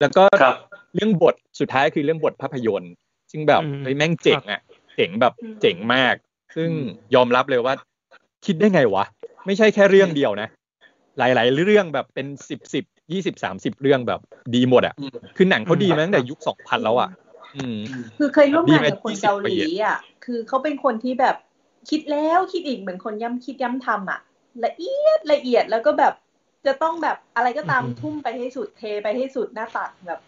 Speaker 6: แล้วก็
Speaker 2: ครับ
Speaker 6: เรื่องบทสุดท้ายคือเรื่องบทภาพยนตร์ ซึ่งแบบ
Speaker 4: อืม
Speaker 6: เฮ้ยแม่งเจ๋งอ่ะเจ๋งแบบเจ๋งมาก ซึ่งยอมรับเลยว่า คิดได้ไงวะ ไม่ใช่แค่เรื่องเดียวนะ หลาย ๆ เรื่องแบบเป็นสิบสิบยี่สิบสามสิบเรื่องแบบดีหมดอ่ะ
Speaker 2: อืม
Speaker 6: คือหนังเขาดีมาตั้งแต่ยุคสองพันแล้วอ่ะ อืม
Speaker 3: คือเคยร่วมงานกับคน
Speaker 6: ดีไหม
Speaker 3: เกาหลี
Speaker 6: ยี่สิบปีอะ
Speaker 3: อ่ะ คือเขาเป็นคนที่แบบคิดแล้วคิดอีกเหมือนคนย้ำคิดย้ำทำอ่ะ ละเอียดละเอียดแล้วก็แบบจะต้องแบบอะไรก็ตาม
Speaker 4: อืม
Speaker 3: ทุ่มไปให้สุดเทไปให้สุดหน้าตัดแบบ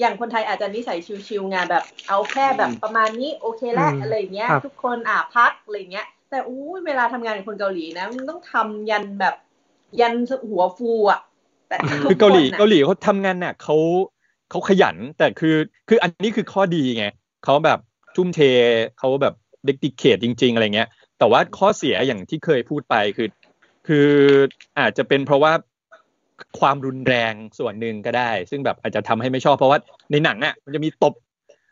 Speaker 3: อย่างคนไทยอาจจะนิสัยชิวๆไงแบบ เอาแค่แบบประมาณนี้โอเคแล้ว
Speaker 4: อืม
Speaker 3: อะไรอย่างเงี้ย
Speaker 4: ครับ
Speaker 3: ทุกคนอ่ะพักอะไรอย่างเงี้ย แต่อู้เวลาทำงานกับคนเกาหลีนะมันต้องทำยันแบบ ยันหัวฟูอ่ะ แต่ทุ
Speaker 6: คือเกาหลี
Speaker 3: นน่ะ
Speaker 6: เกาหลีเขาทำงานหนักเขาเขาขยัน แต่คือคืออันนี้คือข้อดีไงเขาแบบทุ่มเทเขาแบบเด็กติเคทจริง ๆ อะไรเงี้ย แต่ว่าข้อเสียอย่างที่เคยพูดไปคือ คืออาจจะเป็นเพราะว่าความรุนแรงส่วนหนึ่งก็ได้ ซึ่งแบบอาจจะทำให้ไม่ชอบเพราะว่าในหนังอ่ะมันจะมีตบ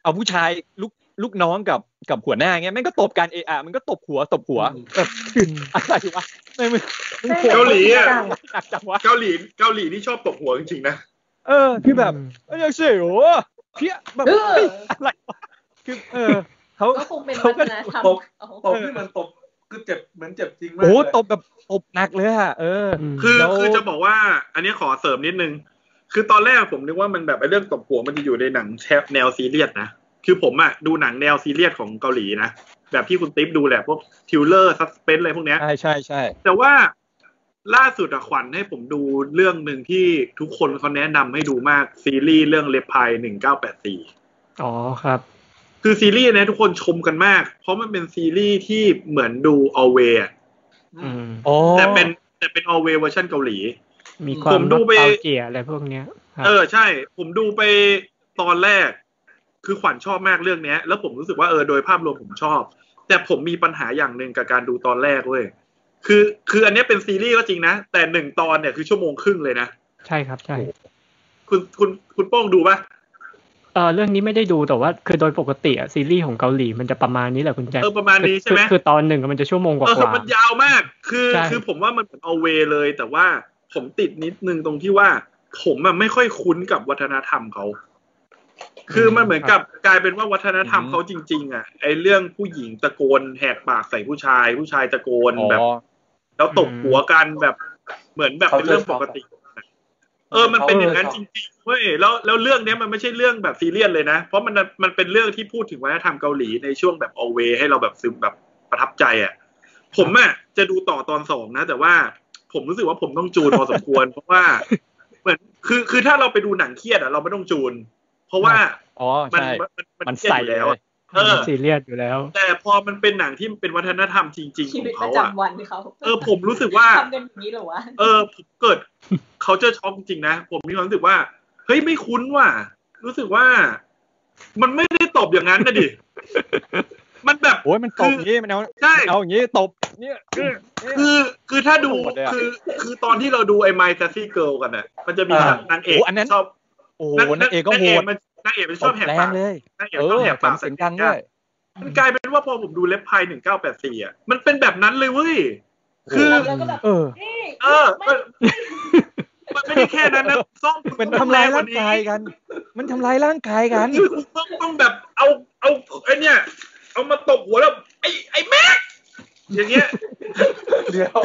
Speaker 6: เอาผู้ชายลูกลูกน้องกับกับหัวหน้าเงี้ยแม่งก็ตบกันเอะอะมันก็ตบหัวตบหัว
Speaker 2: อืม
Speaker 6: แบบคืออะไรวะไม่มึงมึงโหด
Speaker 1: เกาหลีอะ
Speaker 6: หนักจังวะ
Speaker 1: เกาหลีเกาหลีนี่ชอบตบหัวจริงๆนะ
Speaker 6: เออคือแบบเอ้ยเสียวอะเพี้ยแบบ
Speaker 3: เออ
Speaker 6: เฮ้ยอะไรวะคือเออเขา
Speaker 3: ก็คงเป็น
Speaker 6: เขา
Speaker 3: วัฒ
Speaker 6: ก็
Speaker 3: นธรรม
Speaker 2: ตบ
Speaker 3: ของ
Speaker 2: ตบที่มันตบคือเจ็บเหมือนเจ็บจริงมาก
Speaker 6: โอ้โห
Speaker 2: เลย
Speaker 6: ตบแบบตบหนักเลยอะเอออ
Speaker 4: ม
Speaker 1: คือ
Speaker 6: แล้ว
Speaker 1: คือจะบอกว่าอันนี้ขอเสริมนิดนึง คือตอนแรกผมนึกว่ามันแบบไอ้เรื่องตบหัวมันจะอยู่ในหนังแชปแนวซีเรียสนะ คือผมอะดูหนังแนวซีเรียสของเกาหลีนะ แบบที่คุณติ๊บดูแหละพวกทิวเลอร์ซัสเพนอะไรพวกเนี้ย
Speaker 6: ใช่ใช่ใช่
Speaker 1: แต่ว่าล่าสุดอะขวัญให้ผมดูเรื่องหนึ่งที่ทุกคนเขาแนะนำให้ดูมากซีรีส์เรื่องเลพายหนึ่งเก้าแปดสี่
Speaker 4: อ๋อครับ
Speaker 1: คือซีรีส์เนะทุกคนชมกันมาก เพราะมันเป็นซีรีส์ที่เหมือนดูออเวอะ
Speaker 4: อืม
Speaker 6: อ๋อ
Speaker 1: แต่เป็นแต่เป็นออเวเวอร์ชันเกาหลี
Speaker 4: มีควา
Speaker 1: ผม มดูไป
Speaker 4: นอสตัลเจียอะไรพวกเนี้ยครับ
Speaker 1: เออใช่ ผมดูไปตอนแรก คือขวัญชอบมากเรื่องเนี้ย แล้วผมรู้สึกว่าเออโดยภาพรวมผมชอบ แต่ผมมีปัญหาอย่างหนึ่งกับการดูตอนแรกเว้ยคือคืออันเนี้ยเป็นซีรีส์ก็จริงนะ แต่หนึ่งตอนเนี่ยคือชั่วโมงครึ่งเลยนะ
Speaker 4: ใช่ครับใช่
Speaker 1: คุณคุณคุณโป้งดูปะ
Speaker 4: เออเรื่องนี้ไม่ได้ดูแต่ว่าคือโดยปกติอะซีรีส์ของเกาหลีมันจะประมาณนี้แหละคุณแจ็ค
Speaker 1: เออประมาณนี้ใช่ไหม
Speaker 4: คือคือตอนหนึ่งมันจะชั่วโมงกว่า
Speaker 1: เออ
Speaker 4: ๆ
Speaker 1: มันยาวมาก คือ
Speaker 4: ใช่
Speaker 1: คือผมว่ามันเหมือนเอาเวเลย แต่ว่าผมติดนิดนึงตรงที่ว่า ผมอะไม่ค่อยคุ้นกับวัฒนธรรมเขา คือมันเหมือนกับกลายเป็นว่าวัฒนธรรมเขาจริง ๆ อ่ะ ไอเรื่องผู้หญิงตะโกนแหกปากใส่ผู้ชาย ผู้ชายตะโกน
Speaker 6: อ๋อ
Speaker 1: แบบ แล้วตบหัวกันแบบเหมือนแบบเป็นเรื่องปกติ เออ มันเป็นอย่างนั้นจริงๆเว้ย แล้ว แล้วเรื่องเนี้ยมันไม่ใช่เรื่องแบบซีเรียสเลยนะ เพราะมัน มันเป็นเรื่องที่พูดถึงวัฒนธรรมเกาหลีในช่วงแบบอเวให้เราแบบซึมแบบประทับใจอะ่ะ ผมอะ่ะจะดูต่อตอนสองนะ แต่ว่าผมรู้สึกว่าผมต้องจูนพอสมควร เพราะว่า เหมือน คือ คือถ้าเราไปดูหนังเครียดอะ่ะเราไม่ต้องจูน เพราะว่า
Speaker 6: อ๋อ
Speaker 1: มัน
Speaker 6: ใช่
Speaker 1: มันมั
Speaker 6: มัน
Speaker 1: นเครียด
Speaker 6: ใส่
Speaker 1: อยู่
Speaker 6: เล
Speaker 1: แล้วอะ
Speaker 6: ย
Speaker 1: เออ
Speaker 4: ซีเรียสอยู่แล้ว
Speaker 1: แต่พอมันเป็นหนังที่เป็นวัฒนธรรมจริง ๆข
Speaker 3: ชี
Speaker 1: อง
Speaker 3: วิตป
Speaker 1: เขา
Speaker 3: ระ
Speaker 1: อ่ะ
Speaker 3: จำวันเขา
Speaker 1: เออ ผมรู้สึกว่า
Speaker 3: ทำกันอย่างนี้เหรอวะ
Speaker 1: เออผมเกิด เขาเจอช็อกจริงๆนะ ผมมีความรู้สึกว่าเฮ้ยไม่คุ้นว่ะ รู้สึกว่า มันไม่ได้ตบอย่างนั้นนะดิ มันแบบ
Speaker 6: โอ้ยมันตบอย่างงี้มันเอา
Speaker 1: ใช่
Speaker 6: มันเอาอย่างงี้ตบเนี่ยเออเนี่ย
Speaker 1: คือคือถ้าดู
Speaker 6: โหดเลยอะ
Speaker 1: คือคือตอนที่เราดูไอ้ไมซ์ซี่เกิลกันน่ะ มันจะมี
Speaker 2: อ่า
Speaker 1: นางเอก
Speaker 6: โอ้อันนั้น
Speaker 1: ชอบ
Speaker 6: โอ้โหนางเอกก็โหด
Speaker 1: มันนางเอกมันช
Speaker 6: ต
Speaker 1: อบบ แหก
Speaker 6: แร
Speaker 1: ปาง ก
Speaker 6: เลย
Speaker 1: นางเอก
Speaker 6: เอ
Speaker 1: ชอบ
Speaker 6: อ
Speaker 1: แหกปาก
Speaker 6: ทำเสียงดังด้วย
Speaker 1: มันกลายเป็นว่าพอผมดูเล็บพายหนึ่งเก้าแปดสี่อ่ะ มันเป็นแบบนั้นเลยเว้ย คือ
Speaker 3: แล้วก็แบบ
Speaker 6: เออ
Speaker 3: นี่
Speaker 1: เออมันมันไม่ได้แค่นั้นนะส้ม
Speaker 6: มันทำลายร่างกายกัน มันทำลายร่างกายกัน
Speaker 1: คือคุณต้องต้องแบบเอาเอาไอ้เนี่ย เอามาตบหัวแล้ว ไอ้ไอ้แม็กอย่างเงี้ย
Speaker 2: เดี๋ยว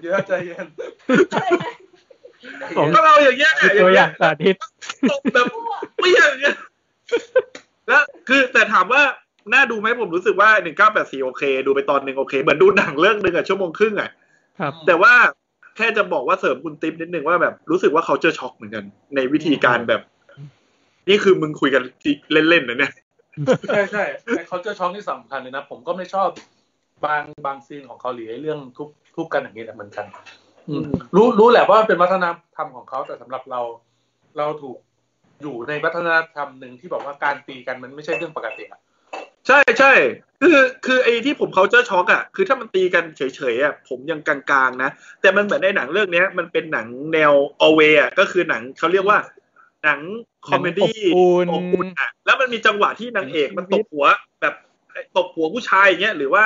Speaker 2: เดี๋ยวใจเย็น
Speaker 3: อะไรนะ
Speaker 4: ผม
Speaker 1: ก็เราอย่างเงี้ย
Speaker 4: คือ
Speaker 1: อ
Speaker 4: ตัว
Speaker 1: ย่าง
Speaker 4: อ
Speaker 1: เงี้
Speaker 4: ย่าย งสาธิต
Speaker 1: ตบแบบเปรี้ยอย่างเงี้ยแล้วคือแต่ถามว่าน่าดูไหมผมรู้สึกว่าหนึ่งเก้าแปดสี่โอเค ดูไปตอนหนึ่งโอเค เหมือนดูหนังเรื่องหนึ่งอะชั่วโมงครึ่งอะ
Speaker 4: ครับ
Speaker 1: แต่ว่าแค่จะบอกว่าเสริมคุณติ๊บนิดนึงว่าแบบรู้สึกว่าเขาเจอช็อกเหมือนกัน ในวิธีการแบบ นี่คือมึงคุยกันเล่นๆนะเนี่ย
Speaker 2: ใช่ใช่ไอ้เขาเจอช็อกที่สำคัญเลยนะ ผมก็ไม่ชอบบางบางซีนของเกาหลีไอ้เรื่องทุบทุบกันอย่างนี้แหละเหมือนกันอืมรู้รู้แหละว่ามันเป็นวัฒนธรรมของเขาแต่สำหรับเรา เราถูกอยู่ในวัฒนธรรมหนึ่งที่บอกว่าการตีกันมันไม่ใช่เรื่องปกติอะ
Speaker 1: ใช่ใช่คือคือไอ้ที่ผมเขาเจอช็อกอ่ะคือถ้ามันตีกันเฉยๆอ่ะผมยังกลางๆนะ แต่มันเหมือนในหนังเรื่องเนี้ย มันเป็นหนังแนวอเวอ่ะก็คือหนังเขาเรียกว่า หนังคอมเมดี้
Speaker 6: หนังอบอุ่น
Speaker 1: นอ่ะแล้วมันมีจังหวะที่นางเอกมันตบหัวแบบตบหัวผู้ชายอย่างเงี้ยหรือว่า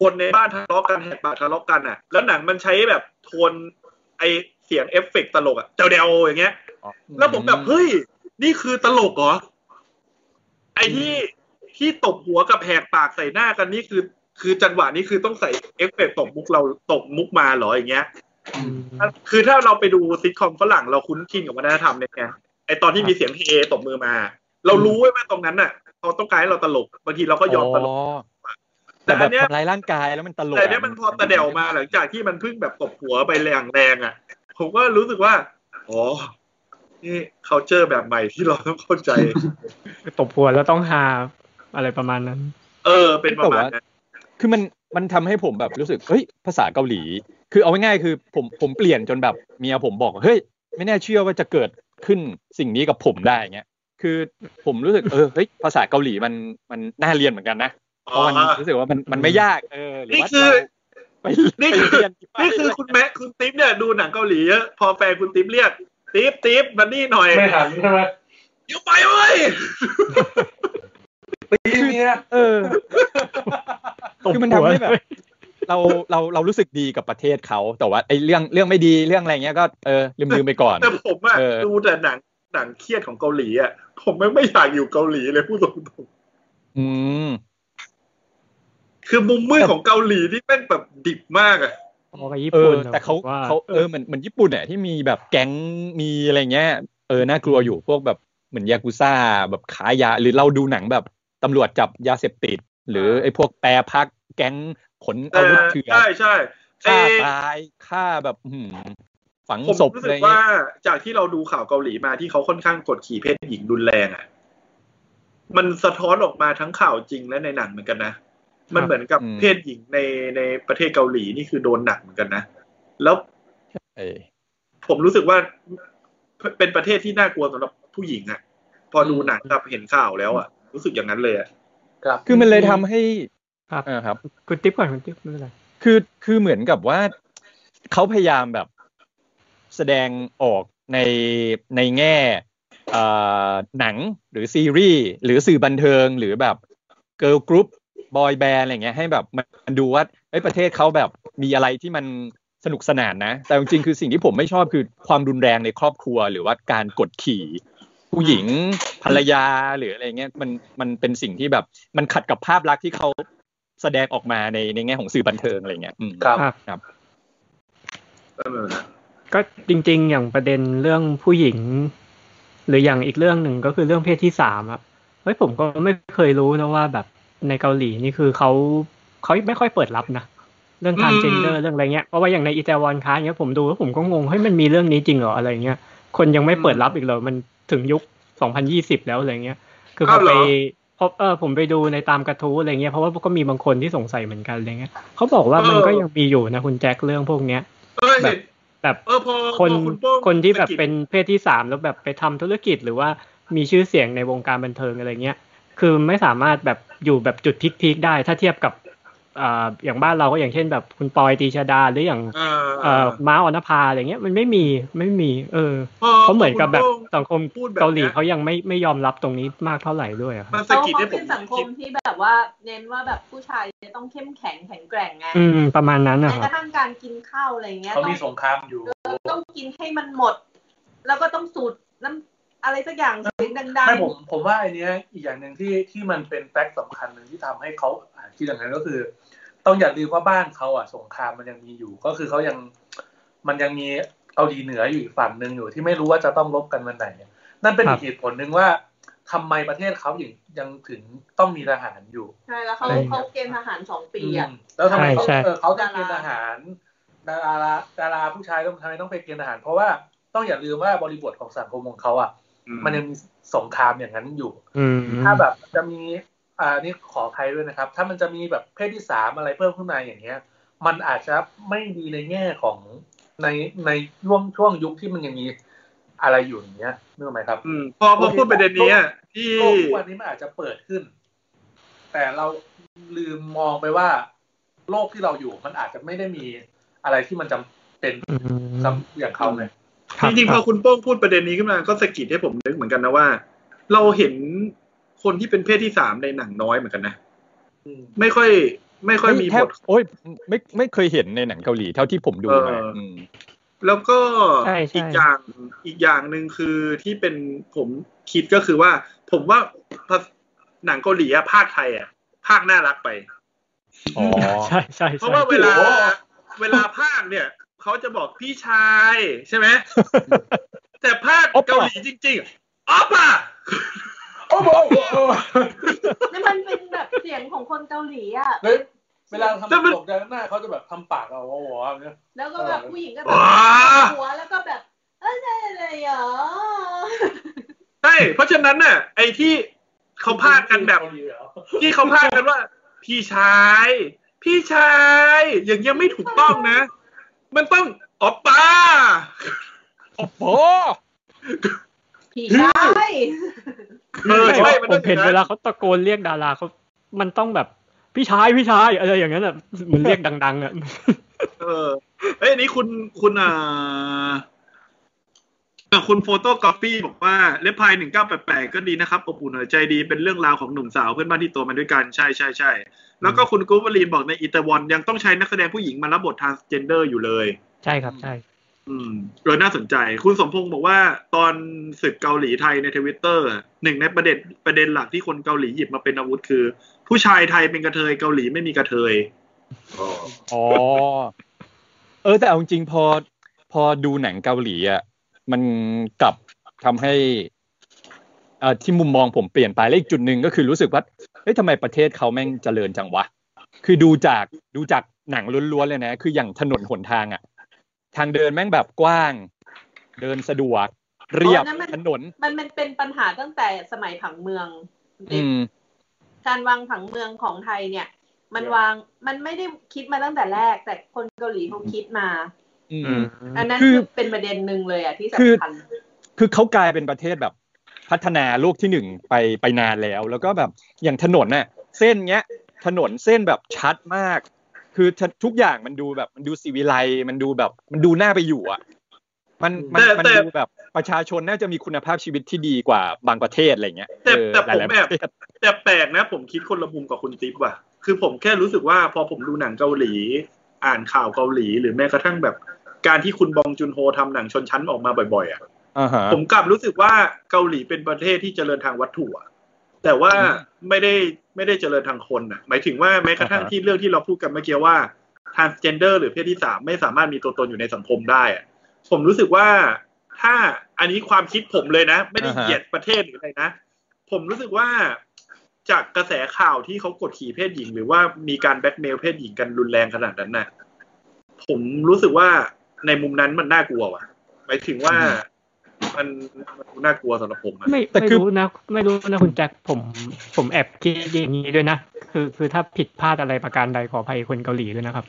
Speaker 1: คนในบ้านทะเลาะกันแหกปากทะเลาะกันอ่ะ แล้วหนังมันใช้แบบโทนไอเสียงเอฟเฟกต์ตลกอ่ะเดาเดาอย่างเงี้ย แล้วผมแบบเฮ้ย นี่คือตลกเหรอ ไอที่ที่ตบหัวกับแหกปากใส่หน้ากันนี่คือ คือจังหวะนี้คือต้องใส่เอฟเฟกต์ตบมุกเราตบมุกมาเหรออย่างเงี้ย คือถ้าเราไปดูซิทคอมฝรั่งเราคุ้นชินกับวัฒนธรรมเนี่ยไงไอตอนที่มีเสียงเฮตบมือมา เรารู้ไว้ว่าตรงนั้นน่ะเขาต้องการให้เราตลกบางทีเราก็ยอมตลก
Speaker 6: แต่
Speaker 1: แต่
Speaker 6: แบ
Speaker 1: อั
Speaker 6: บ
Speaker 1: นเนี้ย
Speaker 6: ทำร้ายร่างกายแล้วมันตลก
Speaker 1: แต่เนี้ยมันพอตะเดวมาหลังจากที่มันเพึ่งแบบตบหัวไปแรงแรงๆอ่ะ ผมก็รู้สึกว่าอ๋อนี่ culture แบบใหม่ที่เราต้องเข้าใจ
Speaker 4: ตบหัวแล้วต้องหาอะไรประมาณนั้น
Speaker 1: เออ เป็นประมาณนั้น
Speaker 6: คือมันมันทำให้ผมแบบรู้สึกเฮ้ยภาษาเกาหลี คือเอาง่ายๆคือผมผมเปลี่ยนจนแบบเมียผมบอกเฮ้ยไม่น่าเชื่อว่าจะเกิดขึ้นสิ่งนี้กับผมได้เงี้ยคือผมรู้สึกเออเฮ้ยภาษาเกาหลีมันมันน่าเรียนเหมือนกันนะเพ
Speaker 1: อ๋อ
Speaker 6: ราะมันรู้สึกว่ามันมันไม่ยากเออหรือว่า
Speaker 1: นี่คือ
Speaker 6: เราไป
Speaker 1: นี่
Speaker 6: ไป
Speaker 1: คือ
Speaker 6: เรียนที่บ้า
Speaker 1: นี่คือคุณแม่คุณติ๊บเนี่ยดูหนังเกาหลีเยอะพอแฟนคุณติ๊บเรียก ติ๊บติ๊บมานี่หน่อย
Speaker 2: ไม่หันใช่ไหม
Speaker 1: เดี๋ยวไปเว้ย
Speaker 2: ตีเมีย
Speaker 6: เออ คือมันทำให้แบบ เราเราเรารู้สึกดีกับประเทศเขาแต่ว่าไอ้เรื่องเรื่องไม่ดีเรื่องอะไรเงี้ยก็เออลืมลืมไปก่อน
Speaker 1: แต่ผมอะ
Speaker 6: เออ
Speaker 1: ดูแต่หนังหนังเครียดของเกาหลีอะผมไม่ไม่อยากอยู่เกาหลีเลยพูดตรง
Speaker 6: อืม
Speaker 1: ๆคือมุมมืดของเกาหลีที่แม่งแบบดิบมากอะ
Speaker 4: พอกับญี่
Speaker 6: เอ
Speaker 4: ปุ่
Speaker 6: อน แต่เขา
Speaker 4: ผมว่า
Speaker 6: เขาเออเหมือนเหมือนญี่ปุ่นเนี่ยที่มีแบบแก๊งมีอะไรเงี้ยเออน่ากลัวอยู่พวกแบบเหมือนยากุซ่าแบบขายยา หรือเราดูหนังแบบตำรวจจับยาเสพติด หรือไอ้พวกแปรพักแก๊งขน
Speaker 1: เอ
Speaker 6: อาวุ
Speaker 1: อ
Speaker 6: ธเถื่อน
Speaker 1: ใช่ใช่เอ
Speaker 6: ฆ่า
Speaker 1: อ
Speaker 6: ตายฆ่าแบบอื้อหือฝัง
Speaker 1: ผม
Speaker 6: ศพ
Speaker 1: รู้
Speaker 6: อะ
Speaker 1: สึ
Speaker 6: ไร
Speaker 1: ก
Speaker 6: เงี้
Speaker 1: ว่าย จากที่เราดูข่าวเกาหลีมาที่เขาค่อนข้างกดขี่เพศหญิงรุนแรงอะมันสะท้อนออกมาทั้งข่าวจริงและในหนังเหมือนกันนะ มันเหมือนกับเพศหญิงในในประเทศเกาหลีนี่คือโดนหนักเหมือนกันนะแล้ว
Speaker 6: เออ
Speaker 1: ผมรู้สึกว่าเป็นประเทศที่น่ากลัวสำหรับผู้หญิงอะพอดู
Speaker 6: อืม
Speaker 1: หนังกับเห็นข่าวแล้วอะรู้สึกอย่างนั้นเลยอะ
Speaker 2: ครับ
Speaker 6: คือมันเลยทำให้
Speaker 4: ครับ
Speaker 6: เออครับ
Speaker 4: คุณติ๊บก่อนคุณติ๊บไม่เป็นไร
Speaker 6: คือคือเหมือนกับว่าเขาพยายามแบบแสดงออกในในแง่เอ่อหนังหรือซีรีส์หรือสื่อบันเทิงหรือแบบเกิร์ลกรุ๊ปบอยแบนด์อะไรเงี้ยให้แบบมันดูว่าเอ้ยประเทศเขาแบบมีอะไรที่มันสนุกสนานนะ แต่จริงๆคือสิ่งที่ผมไม่ชอบคือความรุนแรงในครอบครัว หรือว่าการกดขี่ ผู้หญิงภรรยาหรืออะไรเงี้ยมันมันเป็นสิ่งที่แบบมันขัดกับภาพลักษณ์ที่เขาแสดงออกมาในในแง่ของสื่อบันเทิงอะไรเงี้ยอืม
Speaker 2: ครับ
Speaker 1: ก็เหมือนกัน
Speaker 4: ก็จริงๆ อย่างประเด็นเรื่องผู้หญิง หรืออย่างอีกเรื่องหนึ่งก็คือเรื่องเพศที่สามอะเฮ้ยผมก็ไม่เคยรู้นะว่าแบบในเกาหลีนี่คือเขาเขาไม่ค่อยเปิดรับนะเรื่องทางเจนเดอร์เรื่องอะไรเงี้ยเพราะว่าอย่างในอิตาลีค้าเนี้ยผมดูแล้วผมก็งงเฮ้ยมันมีเรื่องนี้จริงเหรออะไรเงี้ยคนยังไม่เปิดรับอีกเหรอมันถึงยุค 2020 แล้วอะไรเงี้ย คือพอไปพอเออผมไปดูในตามกระทู้อะไรเงี้ยเพราะว่าก็มีบางคนที่สงสัยเหมือนกันอะไรเงี้ยเขาบอกว่ามันก็ยังมีอยู่นะคุณแจ็คเรื่องพวกเนี้ย
Speaker 1: เออเห็น
Speaker 4: แบบ
Speaker 1: เออพอ
Speaker 4: คน
Speaker 1: พอณโป้ง
Speaker 4: คนที่แบบ
Speaker 1: สะกิด
Speaker 4: เป็นเพศที่สามแล้วแบบไปทำธุรกิจหรือว่ามีชื่อเสียงในวงการบันเทิงอะไรเงี้ย คือไม่สามารถแบบอยู่แบบจุดพีคๆได้ ถ้าเทียบกับอ่าอย่างบ้านเราก็อย่างเช่นแบบคุณปอยตีชดาหรืออย่าง
Speaker 1: เอ่อ
Speaker 4: เอ่อม้าออนภาอะไรเงี้ยมันไม่มีไม่มี เออ
Speaker 1: พอ
Speaker 4: เขาเหมือนกับแบบ
Speaker 1: คุณโป้ง
Speaker 4: สังคม
Speaker 1: พูดแบบเนี้ย
Speaker 4: เกาหลีเขายังไม่ไม่ยอมรับตรงนี้มากเท่าไหร่ด้วยอะค
Speaker 1: มั
Speaker 4: รับ
Speaker 1: นสะ
Speaker 3: เขาเขา
Speaker 1: กิดให้ผ
Speaker 3: เป็
Speaker 1: ม
Speaker 3: นสังคมที่แบบว่า เน้นว่าแบบผู้ชายจะต้องเข้มแข็งแข็งแกร่งไง
Speaker 4: อืมประมาณนั้น
Speaker 3: แม้
Speaker 4: นะ
Speaker 3: ก
Speaker 4: ครับ
Speaker 3: ระทั่งการกินข้าวอะไรเงี้ย
Speaker 2: เขา
Speaker 3: ต้อ
Speaker 2: มี
Speaker 3: ง
Speaker 2: สงครามอยู่
Speaker 3: ต้องกินให้มันหมด แล้วก็ต้องสูดน้ำอะไรสักอย่างเสียงดัง
Speaker 2: ไม่ผมผมว่าไอเนี้ยอีกอย่างหนึ่งที่ที่มันเป็นแฟกต์สำคัญหนึ่งที่ทำให้เขาอ่านที่อย่างนั้นก็คือ ต้องอย่าลืมว่าบ้านเขาอ่ะสงครามมันยังมีอยู่ ก็คือเขายังมันยังมีเกาหลีเหนืออยู่อีกฝั่งหนึ่งอยู่ที่ไม่รู้ว่าจะต้องลบกันวันไหนนั่นเป็น
Speaker 4: ครั
Speaker 2: อี
Speaker 4: บ
Speaker 2: กเหตุผลหนึ่งว่าทำไมประเทศเขาอย่างยังถึงต้องมีทหารอยู่
Speaker 3: ๆใช่แล้วเขาเขาเกณฑ์ทหารสองปีอ่ะ
Speaker 2: อืมแล้วทำไมเขา
Speaker 4: ใช่ใช่
Speaker 2: เออเขาต้องเกณฑ์ทหารดาราดาราผู้ชายต้องทำไมต้องไปเกณฑ์ทหาร เพราะว่าต้องอย่าลืมว่าบริบทของสังคมของเขาอ่ะ มันยังมีสงครามอย่างนั้นอยู่
Speaker 4: อืม
Speaker 2: ถ้าแบบจะมีอ่านี่ขอใครด้วยนะครับ ถ้ามันจะมีแบบเพศที่สามอะไรเพิ่มขึ้นมาอย่างเงี้ย มันอาจจะไม่ดีในแง่ของในในช่วงช่วงยุคที่มันยังมีอะไรอยู่อย่างเงี้ยนึกออกไหมครับ
Speaker 1: อืมพอพอพูดประเด็นนี้อะที่
Speaker 2: โลกทุกวันนี้มันอาจจะเปิดขึ้น แต่เราลืมมองไปว่า โลกที่เราอยู่มันอาจจะไม่ได้มีอะไรที่มันจำเป็น
Speaker 4: อืม
Speaker 2: สำหรับอย่างเขาเลย
Speaker 4: คบ
Speaker 1: จริงๆพอคุณโป้งพูดประเด็นนี้ขึ้นมาก็สะกิดให้ผมนึกเหมือนกันนะว่า เราเห็นคนที่เป็นเพศที่สามในหนังน้อยเหมือนกันนะ
Speaker 2: อืม
Speaker 1: ไม่ค่อย ไม่ค่อยมี
Speaker 6: แท
Speaker 1: บบ ท
Speaker 6: โอ้ยไม่ไม่เคยเห็นในหนังเกาหลีเท่าที่ผมดู
Speaker 1: เออ
Speaker 6: มาอืม
Speaker 1: แล้วก็
Speaker 4: ใช่ใช่
Speaker 1: อีกอย่างอีกอย่างหนึ่งคือที่เป็นผมคิดก็คือว่า ผมว่าหนังเกาหลีอะภาคไทยอะภาคน่ารักไป
Speaker 6: อ๋อ
Speaker 4: ใช่ใช่
Speaker 1: เพราะว่า
Speaker 4: ใช่
Speaker 1: เวลา
Speaker 2: โอ้
Speaker 1: เวลาภาคเนี่ยเขาจะบอกพี่ชายใช่ไหม แต่ภาค
Speaker 6: อ๊อปป่ะ
Speaker 1: เกาหลีจริงๆอ๊อปอะ
Speaker 2: โอ้โหโอ้โห
Speaker 3: นั่นมันเป็นแบบเสียงของคนเกาหลีอ่ะ
Speaker 2: เฮ้ยเวลาทำตกใจหน้าเขาจะแบบทำปากเอาวอวอเนี่ย
Speaker 3: แล้วก็แบบผู้หญิงก็แบบ
Speaker 1: ว้า
Speaker 3: หัวแล้วก็แบบ เอ้ยอะไรเหรอ
Speaker 1: ใช่เพราะฉะนั้นน่ะไอ้ที่เขาพาดกันแบบ ที่เขาพาดกันว่า พี่ชาย พี่ชาย อย่างเงี้ยไม่ถูกต้องนะ มันต้องอ๊อปป้า
Speaker 6: โอ้โห
Speaker 3: ผีได้
Speaker 1: เออใช่
Speaker 4: ไม่
Speaker 1: มัน
Speaker 4: ผ
Speaker 1: ต้อ
Speaker 4: ม
Speaker 1: งอย่า
Speaker 4: เห็น
Speaker 1: งนั้น
Speaker 4: เวลาเขาตะโกนเรียกดาราเขามันต้องแบบพี่ชายพี่ชายอะไรอย่างนั้นอ่ะเหมันเรียกดังๆอ่ะ
Speaker 1: เออเอ้ยอันนี้คุณคุณอ่าอ่ะคุณโฟโต้กราฟีบอกว่าเล็บพายหนึ่งเก้าแปดแปดก็ดีนะครับอบอุ่นหัวใจดีเป็นเรื่องราวของหนุ่มสาวเพื่อนบ้านที่โตมาด้วยกันใช่ใช่ใช่แล้วก็คุณกูวลีนบอกในอิตาวอนยังต้องใช้นักแสดงผู้หญิงมารับบททางเจนเดอร์อยู่เลย
Speaker 4: ใช่ครับใช่
Speaker 1: อืมเออน่าสนใจ คุณสมพงศ์บอกว่าตอนศึกเกาหลีไทยในทวิตเตอร์หนึ่งในประเด็นประเด็นหลักที่คนเกาหลีหยิบมาเป็นอาวุธคือ ผู้ชายไทยเป็นกระเทยเกาหลีไม่มีกระเทย
Speaker 6: อ๋อ เออ แต่เอาจริงๆพอ พอดูหนังเกาหลีอ่ะ มันกลับทำให้เอ่อที่มุมมองผมเปลี่ยนไปและอีกจุดหนึ่งก็คือรู้สึกว่า เฮ้ยทำไมประเทศเขาแม่งเจริญจังวะ คือดูจากดูจากหนังล้วนๆเลยนะ คืออย่างถนนหนทางอ่ะ ทางเดินแม่งแบบกว้าง เดินสะดวก เรียบถนน
Speaker 3: มันมันเป็นปัญหาตั้งแต่สมัยผังเมือง
Speaker 6: อืม
Speaker 3: การวางผังเมืองของไทยเนี่ย มันวางมันไม่ได้คิดมาตั้งแต่แรก แต่คนเกาหลีเขาคิดมา
Speaker 6: อื
Speaker 4: อื
Speaker 6: ม
Speaker 4: ม
Speaker 3: อันนั้น
Speaker 6: คื
Speaker 3: คือ
Speaker 6: อ
Speaker 3: เป็นประเด็นหนึ่งเลยอ่ะที่
Speaker 6: คือ
Speaker 3: สำคัญ
Speaker 6: คือเขากลายเป็นประเทศแบบพัฒนาโลกที่หนึ่งไปไปนานแล้ว แล้วก็แบบอย่างถนนน่ะเส้นเนี้ย ถนนเส้นแบบชัดมาก คือทุกอย่างมันดูแบบมันดูสีวิไลซ์มันดูแบบ มันดูน่าไปอยู่อ่ะ มันมัน
Speaker 1: แต่
Speaker 6: มัน
Speaker 1: แต่
Speaker 6: ดูแบบประชาชนน่าจะมีคุณภาพชีวิตที่ดีกว่าบางประเทศอะไรเงี้ย
Speaker 1: แต่
Speaker 6: เออ
Speaker 1: แต่
Speaker 6: ห
Speaker 1: ผม
Speaker 6: ลายๆ
Speaker 1: แบ
Speaker 6: ป
Speaker 1: บ
Speaker 6: ระเทศ
Speaker 1: แต่แปลกนะผมคิดคนละมุมกับคุณติ๊บว่ะ คือผมแค่รู้สึกว่าพอผมดูหนังเกาหลี อ่านข่าวเกาหลี หรือแม้กระทั่งแบบ การที่คุณบองจุนโฮทำหนังชนชั้นออกมาบ่อยๆอ่ะ
Speaker 6: อ่าฮะ
Speaker 1: ผมกลับรู้สึกว่าเกาหลีเป็นประเทศที่เจริญทางวัตถุอะแต่ว่า
Speaker 6: อืม
Speaker 1: ไม่ได้ไม่ได้เจริญทางคนอ่ะ หมายถึงว่าแม้กระทั่ง
Speaker 6: อ่าฮะ
Speaker 1: ที่เรื่องที่เราพูดกันเมื่อกี้ว่า transgender หรือเพศที่สามไม่สามารถมีตัวตนอยู่ในสังคมได้อะผมรู้สึกว่าถ้าอันนี้ความคิดผมเลยนะ ไม่ได้
Speaker 6: อ่าฮะ
Speaker 1: เหยียดประเทศหรืออะไรนะ ผมรู้สึกว่าจากกระแสข่าวที่เขากดขี่เพศหญิง หรือว่ามีการแบล็กเมลเพศหญิงกันรุนแรงขนาดนั้นน่ะผมรู้สึกว่าในมุมนั้นมันน่ากลัวว่ะหมายถึงว่ามันมันน่ากลัวสำหรับผมอะ
Speaker 4: ไม่
Speaker 6: แต่
Speaker 4: ไม่
Speaker 6: คือ
Speaker 4: รู้นะไม่รู้นะคุณแจ็คผมผมแอบคิดอย่างนี้ด้วยนะ คือคือถ้าผิดพลาดอะไรประการใดขออภัยคนเกาหลีด้วยนะครับ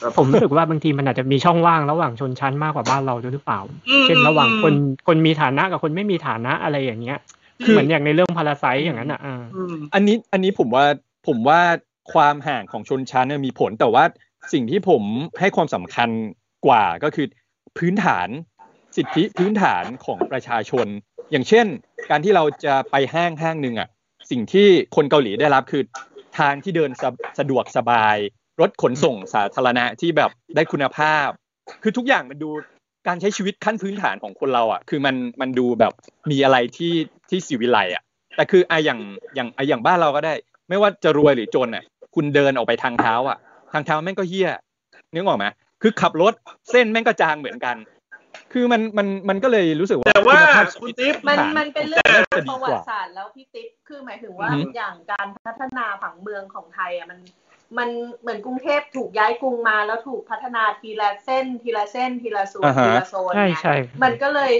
Speaker 1: ครับ
Speaker 4: ผมรู้สึกว่าบางทีมันอาจจะมีช่องว่างระหว่างชนชั้นมากกว่าบ้านเราด้วยหรือเปล่า
Speaker 1: อืม
Speaker 4: เช่นระหว่างคนคนมีฐานะกับคนไม่มีฐานะอะไรอย่างเงี้ย
Speaker 6: คือ
Speaker 4: เหมือนอย่างในเรื่องพาราไซอย่างนั้นอ่ะอ่า
Speaker 1: อืม
Speaker 6: อันนี้อันนี้ผมว่าผมว่าความห่างของชนชั้นเนี่ยมีผลแต่ว่าสิ่งที่ผมให้ความสำคัญกว่าก็คือพื้นฐานสิทธิพื้นฐานของประชาชน อย่างเช่น การที่เราจะไปห้างห้างหนึ่งอ่ะสิ่งที่คนเกาหลีได้รับคือทางที่เดินสะสะดวกสบาย รถขนส่งสาธารณะที่แบบได้คุณภาพ คือทุกอย่างมันดูการใช้ชีวิตขั้นพื้นฐานของคนเราอ่ะ คือมันมันดูแบบมีอะไรที่ที่สีวิไลอ่ะ แต่คืออะอย่างอย่างอะอย่างบ้านเราก็ได้ ไม่ว่าจะรวยหรือจนอ่ะ คุณเดินออกไปทางเท้าอ่ะ ทางเท้าแม่งก็เหี้ยนึกออกไหมคือขับรถเส้นแม่งก็จางเหมือนกัน คือมันมันมันก็เลยรู้สึกว่า
Speaker 1: แต่ว่า
Speaker 6: ณภพชี
Speaker 1: คุ
Speaker 6: วิ
Speaker 1: ณ
Speaker 6: ต
Speaker 1: ติ๊บ
Speaker 3: มัน
Speaker 6: ฐาน
Speaker 3: มันเป็นเรื่อง
Speaker 6: แต่
Speaker 3: ทา
Speaker 6: จะ
Speaker 3: ง
Speaker 6: ดี
Speaker 3: ประ
Speaker 6: ก
Speaker 3: วั
Speaker 6: ว่า
Speaker 3: ติศาสตร์แล้วพี่ติ๊บคือหมายถึงว่า
Speaker 6: อือฮึ
Speaker 3: อย่างการพัฒนาผังเมืองของไทยอ่ะมันมันเหมือนกรุงเทพถูกย้ายกรุงมาแล้วถูกพัฒนาทีละเส้น ทีละเส้น ทีละโซน
Speaker 6: อ่าฮะ
Speaker 3: ทีละโซน
Speaker 4: ใช่
Speaker 3: เนี่ย
Speaker 4: ใช่
Speaker 3: มันก็เลย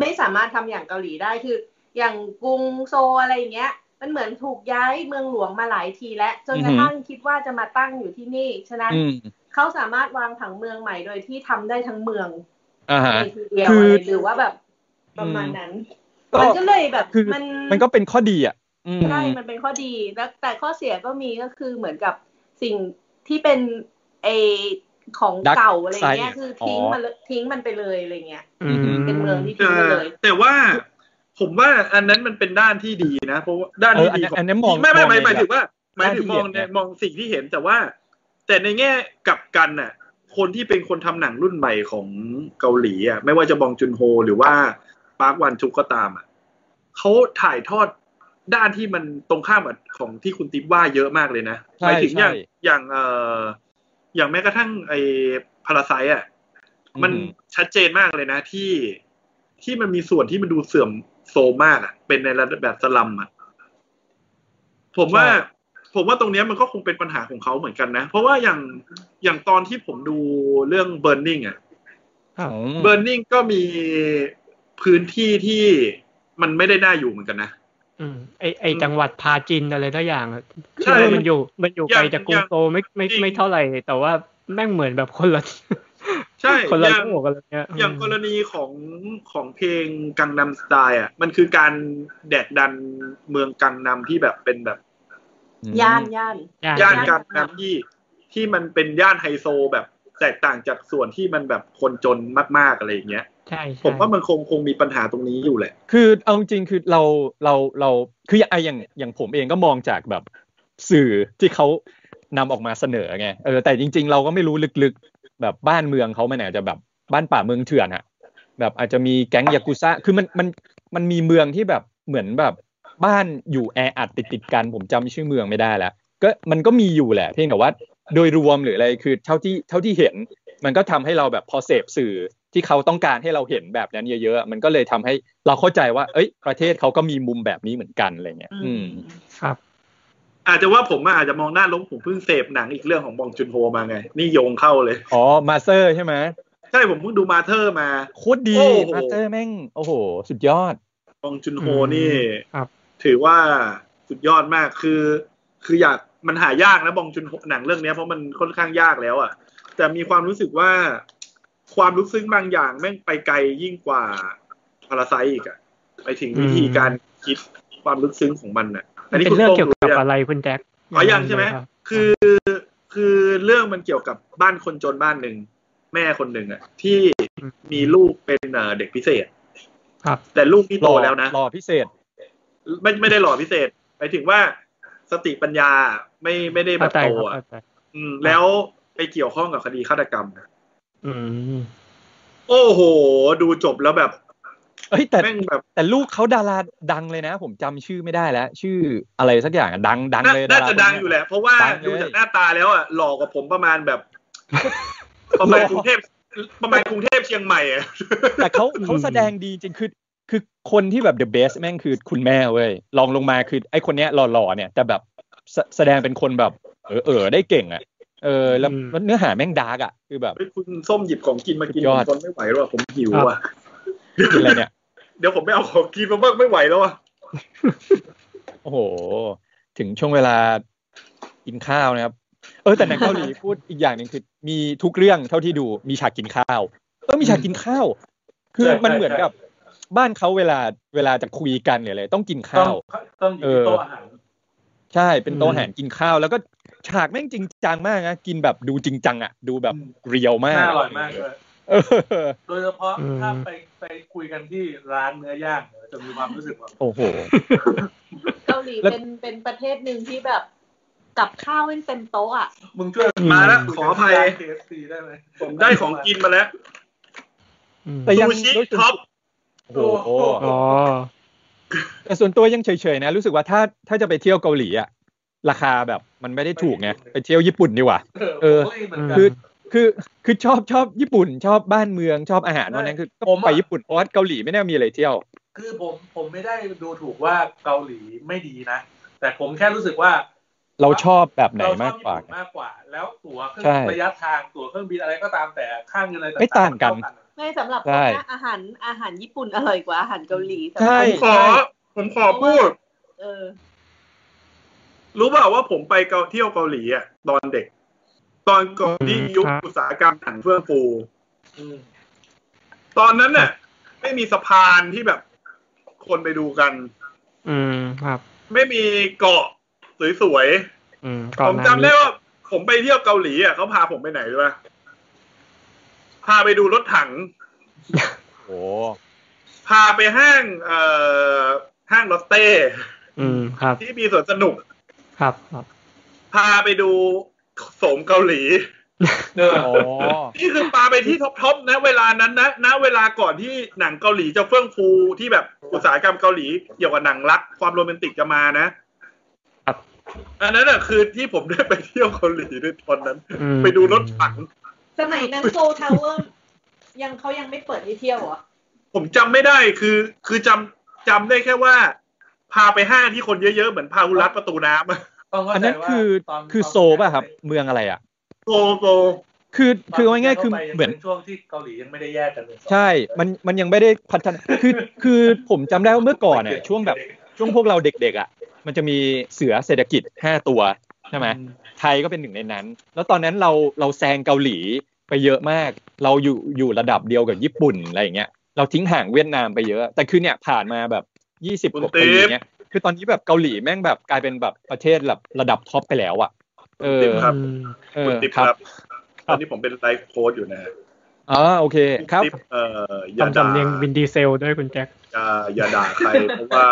Speaker 3: ไม่สามารถทำอย่างเกาหลีได้คือ อย่างกรุงโซลอะไรอย่างเงี้ย มันเหมือนถูกย้ายเมืองหลวงมาหลายทีแล้วจนกระทั่งคิดว่าจะมาตั้งอยู่ที่นี่ฉะนั้น
Speaker 6: อืม
Speaker 3: เขาสามารถวางผังเมืองใหม่โดยที่ทำได้ทั้งเมือง
Speaker 6: อ่าฮะ
Speaker 3: ในทีเดียว
Speaker 6: คืออ
Speaker 3: ะไรหรือว่าแบบประมาณนั้น
Speaker 6: ก็
Speaker 3: มันก็เลยแบบ
Speaker 6: คือ
Speaker 3: มัน
Speaker 6: มันก็เป็นข้อดีอ่ะ อืม
Speaker 3: ใช่มันเป็นข้อดีแล้วแต่ข้อเสียก็มีก็คือเหมือนกับสิ่งที่เป็นเอของ
Speaker 6: Dark
Speaker 3: เก่าอะไรเงี้ย
Speaker 6: side
Speaker 3: คือทิ้ง
Speaker 6: อ๋อ
Speaker 3: มันเลยทิ้งมันไปเลยอะไรเงี้ย
Speaker 4: อืม
Speaker 3: เป็นเมืองที่ทิ้
Speaker 1: แต่
Speaker 3: งไปเลย
Speaker 1: แต่ว่าผมว่าอันนั้นมันเป็นด้านที่ดีนะ เพราะว่าด้านที่
Speaker 6: เอออัน
Speaker 1: ดี
Speaker 6: นั้น
Speaker 1: ของ
Speaker 6: อันนั้นมอง
Speaker 1: ไม่ไม่
Speaker 6: มอง
Speaker 1: หมาย
Speaker 6: ใน
Speaker 1: หมายถึงว่า หมายถึงมองในมองสิ่งที่เห็นแต่ว่า แต่ในแง่กลับกันน่ะ คนที่เป็นคนทำหนังรุ่นใหม่ของเกาหลีอ่ะไม่ว่าจะบองจุนโฮหรือว่าปาร์ควันชุกก็ตามอ่ะเขาถ่ายทอดด้านที่มันตรงข้ามกับของที่คุณติ๊บว่าเยอะมากเลยนะ
Speaker 6: ใช่
Speaker 1: หมายถึงอย่าง
Speaker 6: ใช่
Speaker 1: อย่างเอ่ออย่างแม้กระทั่งไอ้พาราไซอ่ะ มันชัดเจนมากเลยนะที่ที่มันมีส่วนที่มันดูเสื่อมโทรมมากอะเป็นในระดับแบบสลัมอะผมว่า
Speaker 6: ใช่
Speaker 1: ผมว่าตรงเนี้ยมันก็คงเป็นปัญหาของเขาเหมือนกันนะ เพราะว่าอย่างอย่างตอนที่ผมดูเรื่อง Burning อะ
Speaker 6: ของ
Speaker 1: Burning ก็มีพื้นที่ที่มันไม่ได้น่าอยู่เหมือนกันนะ
Speaker 4: อืมไอไอจังหวัดพาจินอะไรตัวอย่างอะ
Speaker 1: ใช่
Speaker 4: เออมันอยู่มันอยู่
Speaker 1: อ
Speaker 4: ไกล
Speaker 1: ย่าง
Speaker 4: จากกรุงโตไม่ไม่
Speaker 1: จริง
Speaker 4: ไม่เท่าไหร่ แต่ว่าแม่งเหมือนแบบคนละ
Speaker 1: ใช่
Speaker 4: คนละ
Speaker 1: อย่าง
Speaker 4: โลกอะไรเงี้ย
Speaker 1: อย่างกรณีของของเพลงกังนำสไตล์อ่ะ มันคือการแดกดันเมืองกังนำที่แบบเป็นแบบ
Speaker 3: ย่านย่าน
Speaker 4: ย่าน
Speaker 1: ย่าน
Speaker 3: ย่าน
Speaker 1: การ
Speaker 3: การ
Speaker 1: นำที่ที่มันเป็นย่านไฮโซแบบแตกต่างจากส่วนที่มันแบบคนจนมากๆอะไรอย่างเงี้ย
Speaker 4: ใช่ใช่
Speaker 1: ผมว่ามันคงคงมีปัญหาตรงนี้อยู่แหละ
Speaker 6: คือเอาจริงๆคือเราเราเราคืออย่างอย่างอย่างผมเองก็มองจากแบบสื่อที่เขานำออกมาเสนอไงเออแต่จริง ๆ เราก็ไม่รู้ลึกๆ แบบบ้านเมืองเขามันอาจจะแบบบ้านป่าเมืองเถื่อนอะแบบอาจจะมีแก๊งยากุซ่าคือมันมันมันมีเมืองที่แบบเหมือนแบบบ้านอยู่แออัดติดติดๆกันผมจำชื่อเมืองไม่ได้แล้ว ก็มันก็มีอยู่แหละเพียงแต่ว่าโดยรวมหรืออะไรคือเท่าที่เท่าที่เห็น มันก็ทำให้เราแบบพอเสพสื่อที่เขาต้องการให้เราเห็นแบบนั้นเยอะๆ มันก็เลยทำให้เราเข้าใจว่า เอ้ย ประเทศเขาก็มีมุมแบบนี้เหมือนกันอะไรเงี้ย อืม
Speaker 4: ครับ
Speaker 1: อาจจะว่าผมอะอาจจะมองหน้าล้มผมเพิ่งเสพหนังอีกเรื่องของบองจุนโฮมาไง นี่โยงเข้าเลย
Speaker 6: อ๋อ มาเซอร์ใช่ไหม
Speaker 1: ใช่ผมเพิ่งดูมาเธอร์มา
Speaker 6: โคตรดี
Speaker 1: โอ้โห
Speaker 6: มาเซอร์แม่ง โอ้โห สุดยอด
Speaker 1: บองจุนโฮ
Speaker 4: อืม
Speaker 1: นี่
Speaker 4: ครับ
Speaker 1: ถือว่าสุดยอดมากคือ คืออยากมันหายากนะบองจุนโฮหนังเรื่องเนี้ยเพราะมันค่อนข้างยากแล้วอะแต่มีความรู้สึกว่า ความรู้สึกบางอย่างแม่งไปไกลยิ่งกว่าพาราไซอีกอะไปถึงวิธีการคิดความลึกซึ้งของมันอะ
Speaker 4: มันเป็นเรื่องเกี่ยวกับ
Speaker 1: ยัง
Speaker 4: อะไรคุณแจ็ค
Speaker 1: อ๋อยังใช่ไหม
Speaker 4: ครับ
Speaker 1: คือคือเรื่องมันเกี่ยวกับบ้านคนจนบ้านหนึ่งแม่คนหนึ่งอะที่มีลูกเป็นเอ่อเด็กพิเศษ
Speaker 4: ครับ
Speaker 1: แต่ลูกนี่
Speaker 6: ห
Speaker 1: โต
Speaker 6: ล่อ
Speaker 1: แล้วนะ
Speaker 6: หล่อพิเศษ
Speaker 1: ไม่ไม่ได้หล่อพิเศษหมายถึงว่าสติปัญญาไม่ไม่ได้แบ
Speaker 4: เข้า
Speaker 1: บ
Speaker 4: ใจ
Speaker 1: โต
Speaker 4: ครับ
Speaker 1: อะ
Speaker 4: เข้าใจ
Speaker 1: อืม แล้วไปเกี่ยวข้องกับคดีฆาตกรรมนะ
Speaker 4: อืม
Speaker 1: โอ้โห ดูจบแล้วแบบ
Speaker 6: เอ้ย แต่
Speaker 1: แม่งแบบ
Speaker 6: แต่ลูกเขาดาราดังเลยนะ ผมจำชื่อไม่ได้แล้ว ชื่ออะไรสักอย่างอะดังดัง
Speaker 1: นา
Speaker 6: เลย
Speaker 1: น่า
Speaker 6: ด
Speaker 1: จะ
Speaker 6: รคนเนี้
Speaker 1: ดังอยู่แหละ เพราะว่า
Speaker 6: ดังเลย
Speaker 1: ดูจากหน้าตาแล้วอะหล่อกว่าผมประมาณแบบ ประมาณกรุงเทพประมาณกรุงเทพเชียงใหม่อะ
Speaker 6: แต่เขา
Speaker 4: อืม
Speaker 6: เขาแสดงดีจริงคือคือคนที่แบบ the best แม่งคือคุณแม่เว้ยลองลงมาคือไอคนเนี้ยหล่อๆเนี่ย แต่แบบแสแสดงเป็นคนแบบ เออเออได้เก่งอ่ะเออแล้ว
Speaker 4: อืม
Speaker 6: แล้วเนื้อหาแม่งดาร์กอ่ะคือแบบ
Speaker 1: เฮ้ยคุณส้มหยิบของกินมากิน
Speaker 6: สุดย
Speaker 1: ผ
Speaker 6: อ
Speaker 1: มท
Speaker 6: ด
Speaker 1: นไม่ไหวแล้วอะผมหิวอ่ะ
Speaker 6: กินอะไรเนี่ย
Speaker 1: เดี๋ยวผมไม่เอาของกินมาบ้างไม่ไหวแล้วอ่ะ
Speaker 6: โอ้โห ถึงช่วงเวลากินข้าวนะครับ เออแต่หนังเกาหลี พูดอีกอย่างหนึ่งคือมีทุกเรื่องเท่าที่ดูมีฉากกินข้าวเออมีฉากกินข้าว คือมันเหมือนกับ บ้านเขาเวลาเวลาจะคุยกันหรืออะไรต้องกิน
Speaker 2: ต้
Speaker 6: ข้า
Speaker 2: อง
Speaker 6: ว
Speaker 2: ต้องอยู่ที่โต๊ะอาหาร
Speaker 6: ใช่ เป็นโต๊ะ
Speaker 4: อืม
Speaker 6: อาหารกินข้าว แล้วก็ฉากแม่งจริงจังมากนะ กินแบบดูจริงจังอ่ะ ดูแบบ
Speaker 2: อืม
Speaker 6: เรียวมาก
Speaker 2: น่าอร่อยมากเลย
Speaker 6: เออ
Speaker 2: โดยเฉพาะ
Speaker 4: อืม
Speaker 2: ถ้าไปไปคุยกันที่ร้านเนื้อย่างเนี่ยจะมีความรู้สึกว่า
Speaker 6: โอ้โห
Speaker 3: เกาหลี
Speaker 6: แล้ว
Speaker 3: เป็นเป็นประเทศหนึ่งที่แบบกับข้าวเป็นเต็มโต๊ะอ่ะ
Speaker 2: มึงช่วย
Speaker 1: มาแล้วขออภัย
Speaker 2: เคฟซีได้ไหม
Speaker 1: ผมได้ของกินมาแล้ว
Speaker 4: อืม
Speaker 6: แต่ยัง
Speaker 1: ซูชิ
Speaker 6: รู้สึก
Speaker 1: ท็อป
Speaker 6: โอ้โห
Speaker 4: อ๋อ
Speaker 6: แต่ส่วนตัวยังเฉยๆนะ รู้สึกว่าถ้าถ้าจะไปเที่ยวเกาหลีอ่ะ ราคาแบบมันไม่ได้ถูกไง ไปเที่ยวญี่ปุ่นดีกว่า
Speaker 2: เอ
Speaker 6: เอ
Speaker 2: อผม
Speaker 6: อ
Speaker 2: ก็เหมือนกัน
Speaker 6: คือ คือคือชอบชอบญี่ปุ่น ชอบบ้านเมืองชอบอาหารวันนั้นคือก็
Speaker 2: ผมอะ
Speaker 6: ไปญี่ปุ่นเพราะว่าเกาหลีไม่น่ามีอะไรเที่ยว
Speaker 2: คือผมผมไม่ได้ดูถูกว่าเกาหลีไม่ดีนะ แต่ผมแค่รู้สึกว่า
Speaker 6: เราชอบแบบไหน
Speaker 2: เราช
Speaker 6: มา
Speaker 2: อบ
Speaker 6: ก
Speaker 2: ญี่
Speaker 6: กว่า
Speaker 2: ปุ่นมากกว่า แล้วตั๋วเครื่
Speaker 6: ใช่
Speaker 2: องระยะทางตั๋วเครื่องบินอะไรก็ตามแต่ค่าเงินอะไร
Speaker 6: ไม่ต่างกัน
Speaker 2: เท่
Speaker 3: ไม่สำหรับ
Speaker 6: ใช่
Speaker 3: คนนะอาหารอาหารญี่ปุ่นอร่อยกว่าอาหารเกาหลีสำหรับ
Speaker 6: ใช่
Speaker 1: ผมขอ ผมขอพูด
Speaker 3: เออ
Speaker 1: รู้เปล่าว่าผมไปเกาเที่ยวเกาหลีอ่ะตอนเด็ก ตอนก่อนที่
Speaker 4: อืม
Speaker 1: ยุค
Speaker 4: ครับ
Speaker 1: อุตสาหกรรมหนังเฟื่องฟู
Speaker 2: อืม
Speaker 1: ตอนนั้นน่ะ ไม่มีสะพานที่แบบคนไปดูกัน
Speaker 4: อืมครับ
Speaker 1: ไม่มีเกาะสวย
Speaker 4: อืมก่
Speaker 1: ๆ
Speaker 4: อ
Speaker 1: ผ
Speaker 4: น
Speaker 1: ม
Speaker 4: หน้า
Speaker 1: จำได้
Speaker 4: นี้
Speaker 1: ว่า ผมไปเที่ยวเกาหลีอ่ะเขาพาผมไปไหนรู้ป่ะพาไปดูรถถัง
Speaker 6: โอ้โห
Speaker 1: พาไปห้างเอ่อห้างลอตเต้
Speaker 4: อืมครับ
Speaker 1: ที่มีสวนสนุก
Speaker 4: ครับครับ
Speaker 1: พาไปดูโสมเกาหลี
Speaker 2: เออ
Speaker 6: อ๋อ
Speaker 1: นี่คือปาไปที่ท็อปทอปนะเวลานั้นนะณเวลาก่อนที่หนังเกาหลีจะเฟื่องฟูที่แบบอุตสาหกรรมเกาหลีเกี่ยวกับหนังรักความโรแมนติกจะมานะครับ อันนั้นอ่ะคือที่ผมได้ไปเที่ยวเกาหลีด้วยตอนนั้น
Speaker 4: อืม
Speaker 1: ไปดูรถถัง
Speaker 7: สมัยนั้นโซทาวเวอร์ยังเขายังไม่เปิดให้เที่ยวเหรอ
Speaker 1: ผมจำไม่ได้คือคือจำจำได้แค่ว่า พาไปห้างที่คนเยอะๆ เหมือนพาหุรัตประตูน้ำอะ
Speaker 2: ต้องเข้า
Speaker 6: อัน
Speaker 2: ใจ
Speaker 6: นั้น
Speaker 2: ว่า
Speaker 6: คือ
Speaker 2: ตน
Speaker 6: คือโซลป่ะครับ เมืองอะไรอ่ะ
Speaker 1: โกโก
Speaker 6: คือ
Speaker 2: ตน
Speaker 6: คือเอาง่ายๆคือ
Speaker 2: ข้ไป
Speaker 6: เหมือน
Speaker 2: ป็ช่วงที่เกาหลียังไม่ได้แยกกันเลย
Speaker 6: ใช่ มัน มันยังไม่ได้พัฒนา คือ คือผมจำได้ว่าเมื่อก่อนเนี่ยช่วงแบบ ช่วงพวกเราเด็กๆอ่ะ มันจะมีเสือเศรษฐกิจห้าตัวใช่ไหม ไทยก็เป็นหนึ่งในนั้น แล้วตอนนั้นเรา เราแซงเกาหลีไปเยอะมาก เราอยู่ อยู่ระดับเดียวกับญี่ปุ่นอะไรอย่างเงี้ย เราทิ้งห่างเวียดนามไปเยอะ แต่คือเนี่ยผ่านมาแบบยี่สิบกว่าปีเนี้ย คือตอนนี้แบบเกาหลีแม่งแบบกลายเป็นแบบประเทศแบบระดับท็อปไปแล้วอ่ะ เออ
Speaker 1: ครับ
Speaker 4: อืม
Speaker 6: เอ
Speaker 1: คุ
Speaker 6: อ
Speaker 1: ณติ๊บค
Speaker 6: ครั
Speaker 1: รั
Speaker 6: บบ
Speaker 1: ตอนนี้ผมเป็นไลฟ์โค้ดอยู่นะ
Speaker 6: อ๋อโอเคครับ
Speaker 1: ติ๊บเอ่ออย่า
Speaker 4: ทำ
Speaker 1: ด่า
Speaker 4: สำเนียงวินดีเซลด้วยคุณแจ็ค
Speaker 1: อย่าอย่าด่าใคร เพราะว่า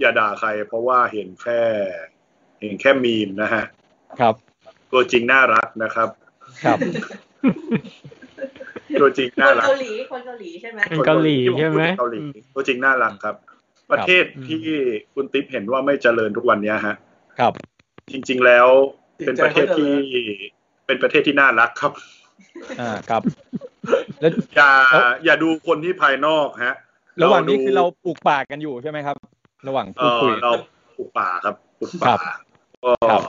Speaker 1: อย่าด่าใคร เพราะว่าเห็นแค่ เห็นแค่มีมนะฮะ
Speaker 6: ครับ
Speaker 1: ตัวจริงน่ารักนะครับ
Speaker 6: ครับ
Speaker 1: ตัวจริง
Speaker 7: ค
Speaker 1: น่าน รัก
Speaker 7: เกาหลีคนเกาหลีใช่ไหม
Speaker 4: คนเกาหลี
Speaker 1: ที่ผ
Speaker 4: ใช่ไหม
Speaker 1: พูดถึงเกาหลีตัวจริงน่ารักครับ ประเทศที่คุณติ๊บเห็นว่าไม่เจริญทุกวันเนี้ยฮะ
Speaker 6: ครับ
Speaker 1: จริง ๆ แล้วเป็นประเทศที่เป็นประเทศที่น่ารักครับ
Speaker 6: อ่า ครับ แล้ว
Speaker 1: อย่า
Speaker 6: แล้ว
Speaker 1: อย่าดูคนที่ภายนอกฮะ
Speaker 6: ระหว่างนี้คือเรา
Speaker 1: ดู
Speaker 6: ปลูกปากกันอยู่ใช่ไหมครับ ระหว่าง
Speaker 1: เอ
Speaker 6: พูด
Speaker 1: อ
Speaker 6: คุย
Speaker 1: เราปลูกป่าครับปลูกป่าก็
Speaker 6: ครับ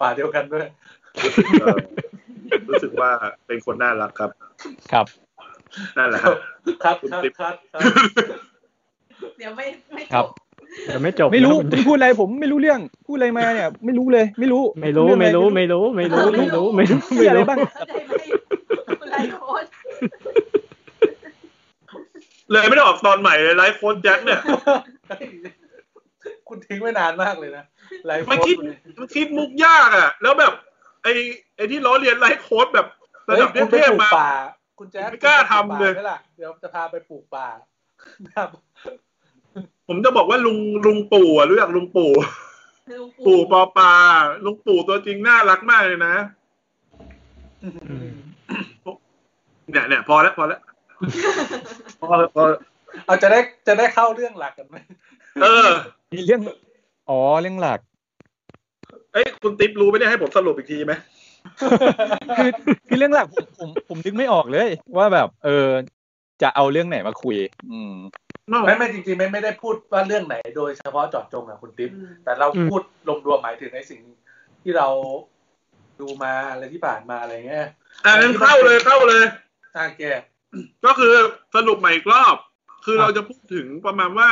Speaker 2: ป่าเดียวกันด้วย
Speaker 1: รู้สึกเอ่อรู้สึกว่าเป็นคนน่ารักครับ
Speaker 6: ครับ
Speaker 1: นั่นแหละฮะ
Speaker 2: ครับ
Speaker 1: คุณ
Speaker 2: ครับ
Speaker 1: ติ๊บ
Speaker 2: ครับครับ
Speaker 7: เดี๋ยวไม่ไม่
Speaker 6: ครับ
Speaker 4: เดี๋ยวไม่จบ
Speaker 6: ไม่รู้
Speaker 4: นะคุณ
Speaker 6: คุ
Speaker 4: แจ็
Speaker 6: ณ
Speaker 4: ค
Speaker 6: พูดอะไรผมไม่รู้เรื่อง พูดอะไรมาเนี่ย ไม่รู้เลย ไม่รู้
Speaker 4: ไม่รู้
Speaker 6: เองอะ
Speaker 4: ไม่รู้ไม่รู้
Speaker 6: ไม่
Speaker 4: ไม่รู้ไม่รู้ไม่รู้
Speaker 6: รู้มี
Speaker 4: ไม่
Speaker 6: อะไร
Speaker 4: รู้
Speaker 6: บ้าง
Speaker 7: เข้าใจไหมคุณไลฟ์โค้ด
Speaker 1: เลยไม่ได้ออกตอนใหม่เลยไลฟ์โค้ดแจ็ค เนี่ย
Speaker 2: คุณทิ้งไว้นานมากเลยนะไลฟ์โพ
Speaker 1: ไม่
Speaker 2: สต์
Speaker 1: คิด
Speaker 2: เลย
Speaker 1: มันคิดมุกยากอ่ะ แล้วแบบ ไอ้ไอ้ที่ล้อเรียนไลฟ์โค้ดแบบระ
Speaker 2: เฮ้ย
Speaker 1: ดับ
Speaker 2: คุณไป
Speaker 1: เทพ
Speaker 2: ปลู
Speaker 1: ๆ
Speaker 2: ก
Speaker 1: มา
Speaker 2: ป่า คุณแจ๊ค
Speaker 1: ไม่กล้าทำเลย
Speaker 2: คุณจะปกป่าไหมล่ะเดี๋ยวจะพาไปปลูกป่า ครับ
Speaker 1: ผมจะบอกว่าลุงลุงปู่อ่ะรู้จักลุงปู่
Speaker 7: ลุง
Speaker 1: ปู่ปอปาลุงปู่ตัวจริงน่ารักมากเลยนะ
Speaker 4: อืม
Speaker 1: เนี่ยเนี่ยพอแล้วพอแล้วพอแล้วพอแล้ว
Speaker 2: เอาจะได้จะได้เข้าเรื่องหลักกันไหม
Speaker 1: เออ
Speaker 6: มีเรื่อง อ๋อ เรื่องหลัก
Speaker 1: เอ้ยคุณติ๊บรู้ไหมเนี่ยให้ผมสรุปอีกทีไหม
Speaker 6: คือ คือเรื่องหลักผมผมผมนึกไม่ออกเลย ว่าแบบ เออ จะเอาเรื่องไหนมาคุย อืม
Speaker 1: นอก
Speaker 2: ไม่ไม่จริงๆไม่ไม่ได้พูดว่าเรื่องไหนโดยเฉพาะเจอดจงอะคุณติ๊บ แต่เราพูดรวมๆหมายถึงในสิ่งที่เราดูมาอะไรที่ผ่านมาอะไรเงี้ย
Speaker 1: อ่ะงั้นเข้าเลยเข้าเลย
Speaker 2: อ่ะแก
Speaker 1: ก็คือสรุปใหม่อีกรอบ คือเราจะพูดถึงประมาณว่า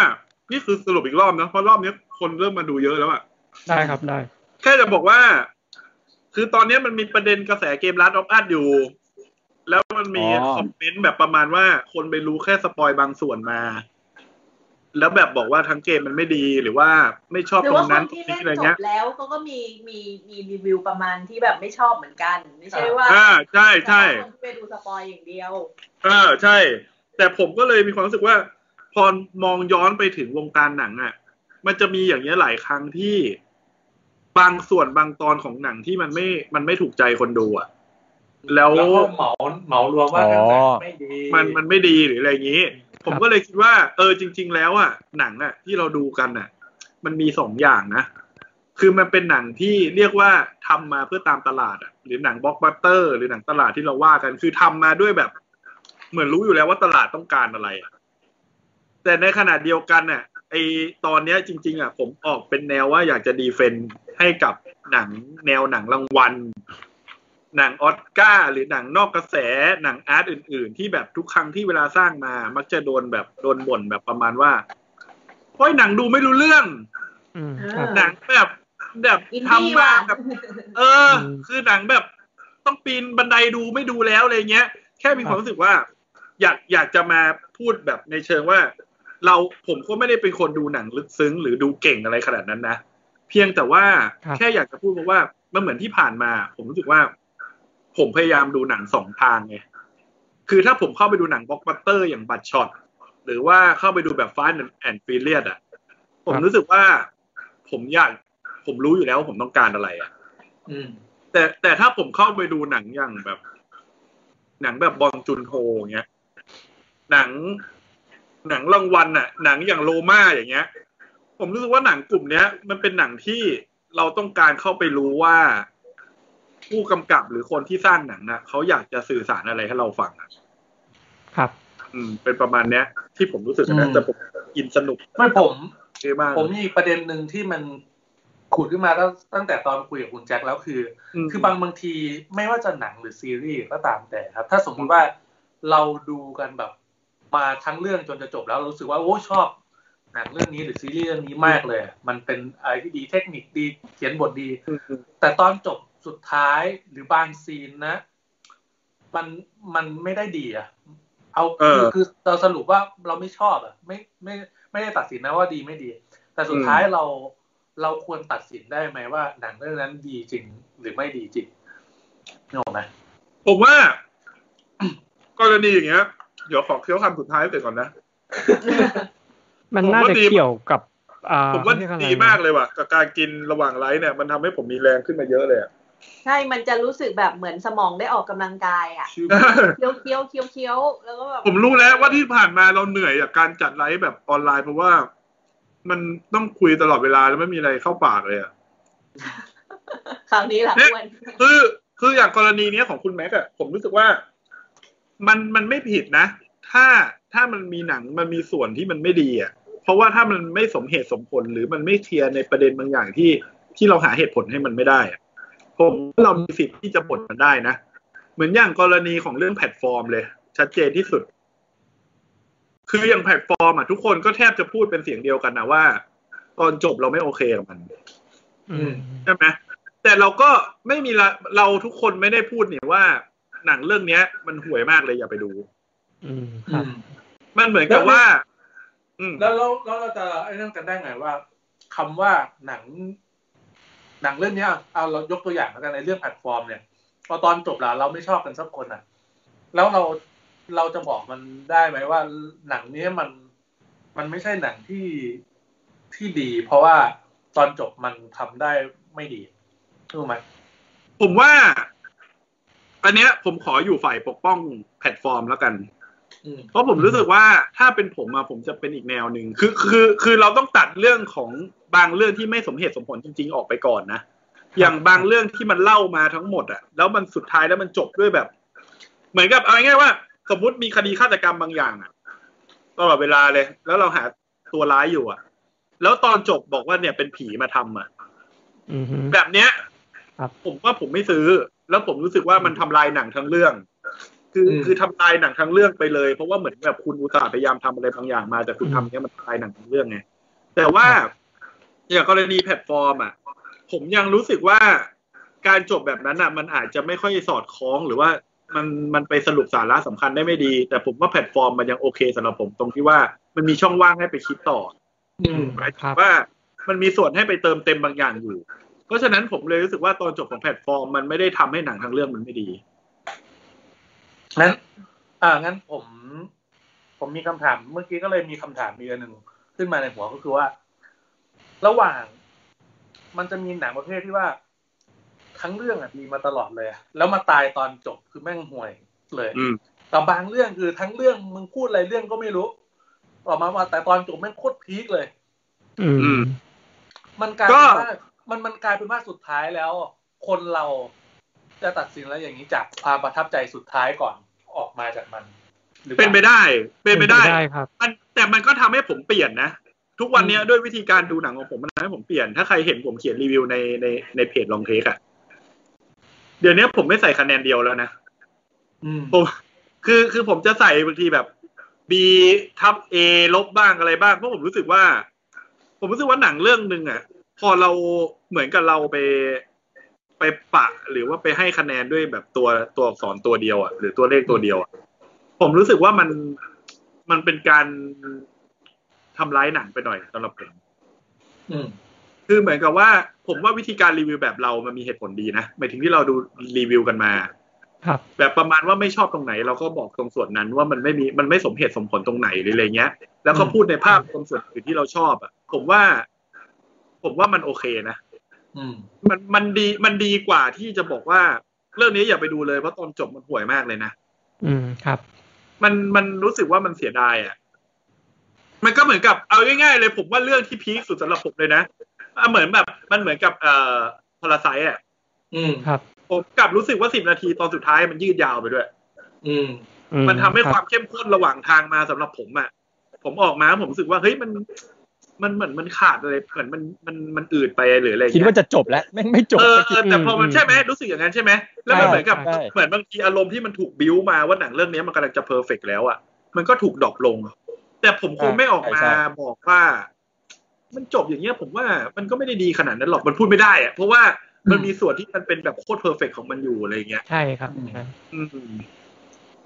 Speaker 1: นี่คือสรุปอีกรอบนะเพราะรอบเนี้ยคนเริ่มมาดูเยอะแล้วอ่ะ
Speaker 4: ได้ครับได้
Speaker 1: แค่จะบอกว่า คือตอนเนี้ยมันมีประเด็นกระแสเกมรัดออฟอัดอยู่ แล้วมันมี
Speaker 6: อ๋อ
Speaker 1: คอมเมนต์แบบประมาณว่า คนไปรู้แค่สปอยบางส่วนมา แล้วแบบบอกว่าทั้งเกมมันไม่ดีหรือว่าไม่ชอบ
Speaker 7: หรือ
Speaker 1: ตร
Speaker 7: ว่าง ค
Speaker 1: นั้น น
Speaker 7: ที่
Speaker 1: ตรง
Speaker 7: เล่น
Speaker 1: นี้อะไร
Speaker 7: จ
Speaker 1: เงี้
Speaker 7: บ
Speaker 1: ย
Speaker 7: แล้วเขาก็มีมีมีรีวิวประมาณที่แบบไม่ชอบเหมือนกัน ไม่ใช่ว่า
Speaker 1: อ่าใช่ใช่
Speaker 7: เฉพาะคนที่ไปดูสปอยอย่างเดียว
Speaker 1: เออใช่ แต่ผมก็เลยมีความรู้สึกว่า พอมองย้อนไปถึงวงการหนังอะ่ะ มันจะมีอย่างเงี้ยหลายครั้งที่บางส่วนบางตอนของหนังที่มันไม่ มันไม่ถูกใจคนดูอะ่ะ แล้ว
Speaker 2: แล้วก็เหมาเหมารวมว่า
Speaker 6: อ๋อ
Speaker 2: เรื่องนั้นไม่ดี
Speaker 1: มันมันไม่ดีหรืออะไรอย่างงี้ ผมก็เลยคิดว่า เออจริง ๆ แล้วอะ่ะ หนังอะ่ะ ที่เราดูกันอะ่ะ มันมีสองอย่างนะ คือมันเป็นหนังที่เรียกว่าทำมาเพื่อตามตลาดอะ่ะ หรือหนังบล็อกบัสเตอร์ หรือหนังตลาดที่เราว่ากัน คือทำมาด้วยแบบ เหมือนรู้อยู่แล้วว่าตลาดต้องการอะไรอะแต่ในขณะเดียวกันน่ะ ไอตอนเนี้ยจริง ๆ อ่ะ ผมออกเป็นแนวว่าอยากจะดีเฟนต์ให้กับหนังแนวหนังรางวัล หนังออสการ์หรือหนังนอกกระแสหนังอาร์ตอื่น ๆ ที่แบบทุกครั้งที่เวลาสร้างมา มักจะโดนแบบโดนบ่นแบบประมาณว่าโอ้ยหนังดูไม่รู้เรื่อง
Speaker 4: อืม
Speaker 7: เออ
Speaker 4: ครับ
Speaker 1: หนังแบบ แบบ
Speaker 7: อินดี้
Speaker 1: ทำมา
Speaker 7: ว่ะ
Speaker 1: แบบ เออ
Speaker 4: อืม
Speaker 1: คือหนังแบบต้องปีนบันไดดูไม่ดูแล้วอะไรเงี้ย แค่มีความรู้สึกว่า อยากอยากจะมาพูดแบบในเชิงว่า เราผมก็ไม่ได้เป็นคนดูหนังลึกซึ้ง หรือดูเก่งอะไรขนาดนั้นนะ เพียงแต่ว่า
Speaker 4: ครับ
Speaker 1: แค่อยากจะพูดเพราะว่ามันเหมือนที่ผ่านมา ผมรู้สึกว่า ผมพยายามดูหนังสองทางไงคือถ้าผมเข้าไปดูหนังบล็อกบัสเตอร์อย่างบัตช็อตหรือว่าเข้าไปดูแบบฟาสแอนด์ฟิเลียดอ่ะ ผมรู้สึกว่า ผมอยาก ผมรู้อยู่แล้วว่าผมต้องการอะไรอ่ะ
Speaker 2: อืม
Speaker 1: แต่แต่ถ้าผมเข้าไปดูหนังอย่างแบบ หนังแบบบองจุนโฮอย่างเงี้ย หนัง หนังรางวัลน่ะ หนังอย่างโลมาอย่างเงี้ย ผมรู้สึกว่าหนังกลุ่มเนี้ย มันเป็นหนังที่เราต้องการเข้าไปรู้ว่า ผู้กำกับหรือคนที่สร้างหนังน่ะเขาอยากจะสื่อสารอะไรให้เราฟังอ่ะ
Speaker 4: ครับ
Speaker 1: อืม เป็นประมาณเนี้ย ที่ผมรู้สึก
Speaker 2: อื
Speaker 1: นะ
Speaker 2: ม
Speaker 1: แต่ผมอินสนุก
Speaker 2: ไม่ผม
Speaker 1: เยอะมาก
Speaker 2: ผมมีประเด็นหนึ่งที่มันขุดขึ้นมาตั้งตั้งแต่ตอนคุยกับคุณแจ็คแล้วคือ
Speaker 1: ม
Speaker 2: คือบางบางทีไม่ว่าจะหนังหรือซีรีส์ก็ตามแต่ครับ ถ้าสมมุติว่าเราดูกันแบบมาทั้งเรื่องจนจะจบแล้วเรารู้สึกว่าโอ้ชอบ หนังเรื่องนี้หรือซีรีส์เรื่องนี้มากเลยอะมันเป็นอะไรที่ดีเทคนิคดีเขียนบทดี แต่ตอนจบสุดท้ายหรือบางซีนนะ มันมันไม่ได้ดีอะเอา
Speaker 1: เออ
Speaker 2: คือคือเราสรุปว่าเราไม่ชอบอะไม่ไม่ไม่ได้ตัดสินนะว่าดีไม่ดี แต่สุด
Speaker 1: อืม
Speaker 2: ท้ายเราเราควรตัดสินได้ไหมว่า หนังเรื่องนั้นดีจริงหรือไม่ดีจริงนึกออกไหม
Speaker 1: ผมว่า กรณีอย่างเงี้ย เดี๋ยวขอเคี้ยวคำสุดท้ายไปก่อนนะ
Speaker 4: มัน
Speaker 1: ผมว่า
Speaker 4: น่าจะ
Speaker 1: ดี
Speaker 4: เกี่ยวกับอ่า
Speaker 1: ผมว่า
Speaker 4: เขเรียอะไร
Speaker 1: ดี
Speaker 4: นะ
Speaker 1: มากเลยว่ะ กับการกินระหว่างไลฟ์เนี่ย มันทำให้ผมมีแรงขึ้นมาเยอะเลย อะ
Speaker 3: ใช่ มันจะรู้สึกแบบเหมือนสมองได้ออกกำลังกายอ่ะ
Speaker 2: ชื่อ
Speaker 3: เคี้ยวเคี้ยวเคี้ยวเคี้ยวแล้วก็แบบ
Speaker 1: ผมรู้แล้วว่าที่ผ่านมาเราเหนื่อยจากการจัดไลฟ์แบบออนไลน์เพราะว่า มันต้องคุยตลอดเวลาแล้วไม่มีอะไรเข้าปากเลยอะ
Speaker 3: คราวนี้แหละอ้วน
Speaker 1: คือคืออย่างกรณีเนี้ยของคุณแม็กอะผมรู้สึกว่า มันมันไม่ผิดนะ ถ้าถ้ามันมีหนังมันมีส่วนที่มันไม่ดีอะเพราะว่าถ้ามันไม่สมเหตุสมผลหรือมันไม่เคลียร์ในประเด็นบางอย่างที่ที่เราหาเหตุผลให้มันไม่ได้อะผมว่าเรามีสิทธิ์ที่จะบ่นมันได้นะเหมือนอย่างกรณีของเรื่องแพลตฟอร์มเลย ชัดเจนที่สุด คืออย่างแพลตฟอร์มอะทุกคนก็แทบจะพูดเป็นเสียงเดียวกันนะว่า ตอนจบเราไม่โอเคกับมัน
Speaker 4: อืม
Speaker 1: ใช่ไหมแต่เราก็ไม่มีละเราทุกคนไม่ได้พูดเนี่ยว่า หนังเรื่องเนี้ย มันห่วยมากเลยอย่าไปดู
Speaker 4: อืมครับ
Speaker 1: มันเหมือนกับว่า อืม
Speaker 2: แล้วแล้วแล้วเราจะไอ้นั่นกันได้ไงว่าคำว่าหนัง หนังเรื่องเนี้ยเอาเรายกตัวอย่างแล้วกันในเรื่องแพลตฟอร์มเนี่ยพอตอนจบแล้วเราไม่ชอบกันสักคนอ่ะ แล้วเราเราจะบอกมันได้ไหมว่า หนังเนี้ยมันมันไม่ใช่หนังที่ที่ดี เพราะว่าตอนจบมันทำได้ไม่ดีรู้ไหม
Speaker 1: ผมว่า อันเนี้ย ผมขออยู่ฝ่ายปกป้องแพลตฟอร์มแล้วกัน
Speaker 2: อืม
Speaker 1: เพราะผมรู้สึกว่าถ้าเป็นผมอะผมจะเป็นอีกแนวหนึ่งคือคือคือเราต้องตัดเรื่องของบางเรื่องที่ไม่สมเหตุสมผลจริง ๆ ออกไปก่อนนะอย่างบางเรื่องที่มันเล่ามาทั้งหมดอะแล้วมันสุดท้ายแล้วมันจบด้วยแบบ เหมือนกับเอาง่ายๆว่า สมมุติมีคดีฆาตกรรมบางอย่างอะตลอดเวลาเลย แล้วเราหาตัวร้ายอยู่อะแล้วตอนจบบอกว่าเนี่ยเป็นผีมาทำอะ
Speaker 4: อืม
Speaker 1: แบบเนี้ย
Speaker 4: ครับ
Speaker 1: ผมว่าผมไม่ซื้อ แล้วผมรู้สึกว่ามันทำลายหนังทั้งเรื่อง คือ
Speaker 2: อืม
Speaker 1: คือทำลายหนังทั้งเรื่องไปเลย เพราะว่าเหมือนแบบคุณอุตส่าห์พยายามทำอะไรบางอย่างมาแต่คุณทำเนี้ยมันทำลายหนังทั้งเรื่องไงแต่ว่าอย่างกรณีแพลตฟอร์มอ่ะผมยังรู้สึกว่าการจบแบบนั้นอ่ะ มันอาจจะไม่ค่อยสอดคล้องหรือว่ามันมันไปสรุปสาระสำคัญได้ไม่ดี แต่ผมว่าแพลตฟอร์มมันยังโอเคสำหรับผมตรงที่ว่ามันมีช่องว่างให้ไปคิดต่อ
Speaker 2: อืม
Speaker 1: หมายถึ
Speaker 4: ครั
Speaker 1: ง
Speaker 4: บ
Speaker 1: ว่ามันมีส่วนให้ไปเติมเต็มบางอย่างอยู่ เพราะฉะนั้นผมเลยรู้สึกว่าตอนจบของแพลตฟอร์มมันไม่ได้ทำให้หนังทั้งเรื่องมันไม่ดี
Speaker 2: งั้น อ่า งั้นผม ผมมีคำถาม เมื่อกี้ก็เลยมีคำถามมีอันหนึ่งขึ้นมาในหัวก็คือว่า ระหว่าง มันจะมีหนังประเภทที่ว่า ทั้งเรื่องอะมีมาตลอดเลยอะแล้วมาตายตอนจบคือแม่งห่วยเลย
Speaker 1: อืม
Speaker 2: แต่บางเรื่องคือทั้งเรื่องมึงพูดอะไรเรื่องก็ไม่รู้ ออกมาว่าแต่ตอนจบแม่งโคตรพีคเลย
Speaker 4: อื
Speaker 1: อื
Speaker 4: ม
Speaker 1: ม
Speaker 2: มันกลายเป็นว่า
Speaker 1: ก็
Speaker 2: มันมันกลายเป็นว่าสุดท้ายแล้ว คนเราจะตัดสินแล้วอย่างนี้จากความประทับใจสุดท้ายก่อนออกมาจากมันหรือล่า
Speaker 1: เป็นไปได้ เป็นไปได้
Speaker 4: ครับ
Speaker 1: มันแต่มันก็ทำให้ผมเปลี่ยนนะ ทุกวันเนี้ย
Speaker 2: อืม
Speaker 1: ด้วยวิธีการดูหนังของผมมันทำให้ผมเปลี่ยน ถ้าใครเห็นผมเขียนรีวิวในในในเพจลองเทคอะเดี๋ยวนี้ผมไม่ใส่คะแนนเดียวแล้วนะ
Speaker 2: อืม
Speaker 1: ผมคือคือผมจะใส่บางทีแบบ B ทับ A ลบบ้างอะไรบ้าง เพราะผมรู้สึกว่า ผมรู้สึกว่าหนังเรื่องหนึ่งอ่ะ พอเราเหมือนกับเราไปไปปะ หรือว่าไปให้คะแนนด้วยแบบตัวตัวอักษรตัวเดียวอ่ะหรือตัวเลขตัวเดียวอ่ะผมรู้สึกว่ามันมันเป็นการทำร้ายหนังไปหน่อยสำหรับผม
Speaker 2: อืม
Speaker 1: คือเหมือนกับว่า ผมว่าวิธีการรีวิวแบบเรามันมีเหตุผลดีนะหมายถึงที่เราดูรีวิวกันมา
Speaker 4: ครับ
Speaker 1: แบบประมาณว่าไม่ชอบตรงไหนเราก็บอกตรงส่วนนั้นว่ามันไม่มีมันไม่สมเหตุสมผลตรงไหนหรืออะไรเงี้ย แล้วก็
Speaker 2: อืม
Speaker 1: พูดในภาพตรงส่วนอื่นที่เราชอบอ่ะผมว่า ผมว่ามันโอเคนะ
Speaker 2: อืม
Speaker 1: มันมันดีมันดีกว่าที่จะบอกว่า เรื่องนี้อย่าไปดูเลยเพราะตอนจบมันห่วยมากเลยนะ
Speaker 4: อืมครับ
Speaker 1: มันมันรู้สึกว่ามันเสียดายอ่ะ มันก็เหมือนกับเอาง่ายๆเลยผมว่าเรื่องที่พีคสุดสำหรับผมเลยนะอ่ะเหมือนแบบมันเหมือนกับเอ่อพลาไซอ่ะ
Speaker 2: อืม
Speaker 4: ครับ
Speaker 1: ผมกลับรู้สึกว่าสิบนาทีตอนสุดท้ายมันยืดยาวไปด้วย
Speaker 2: อืม
Speaker 4: อื
Speaker 1: มันทำให้
Speaker 4: รับ
Speaker 1: ความเข้มข้นระหว่างทางมาสำหรับผมอ่ะ ผมออกมาผมรู้สึกว่าเฮ้ยมัน มันเหมือนมันขาดอะไรเหมือนมันมันมันอืดไปหรืออะไรอย่ง
Speaker 6: คิด
Speaker 1: เงี้ย
Speaker 6: ว่าจะจบแล้วแม่งไม่จบ
Speaker 1: เออ
Speaker 6: สักที
Speaker 1: แต่พอมัน
Speaker 4: อืม
Speaker 1: ใช่ไหมรู้สึกอย่างนั้นใช่ไหมแล้วมันเห
Speaker 4: ใช่
Speaker 1: มือนกับ
Speaker 4: ใช่
Speaker 1: เหมือนบางทีอารมณ์ที่มันถูกบิ้วมาว่าหนังเรื่องนี้มันกำลังจะเพอร์เฟกต์แล้วอ่ะมันก็ถูกดรอปลง แต่ผมคงไม่ออกมา
Speaker 6: ใช่ใช่
Speaker 1: บอกว่า มันจบอย่างเงี้ย ผมว่ามันก็ไม่ได้ดีขนาดนั้นหรอกมันพูดไม่ได้อ่ะเพราะว่ามันมีส่วนที่มันเป็นแบบโคตรเพอร์เฟกต์ของมันอยู่อะไรอย่างเงี้ย
Speaker 4: ใช่ครับ
Speaker 2: อืม
Speaker 4: ใช่
Speaker 1: อืม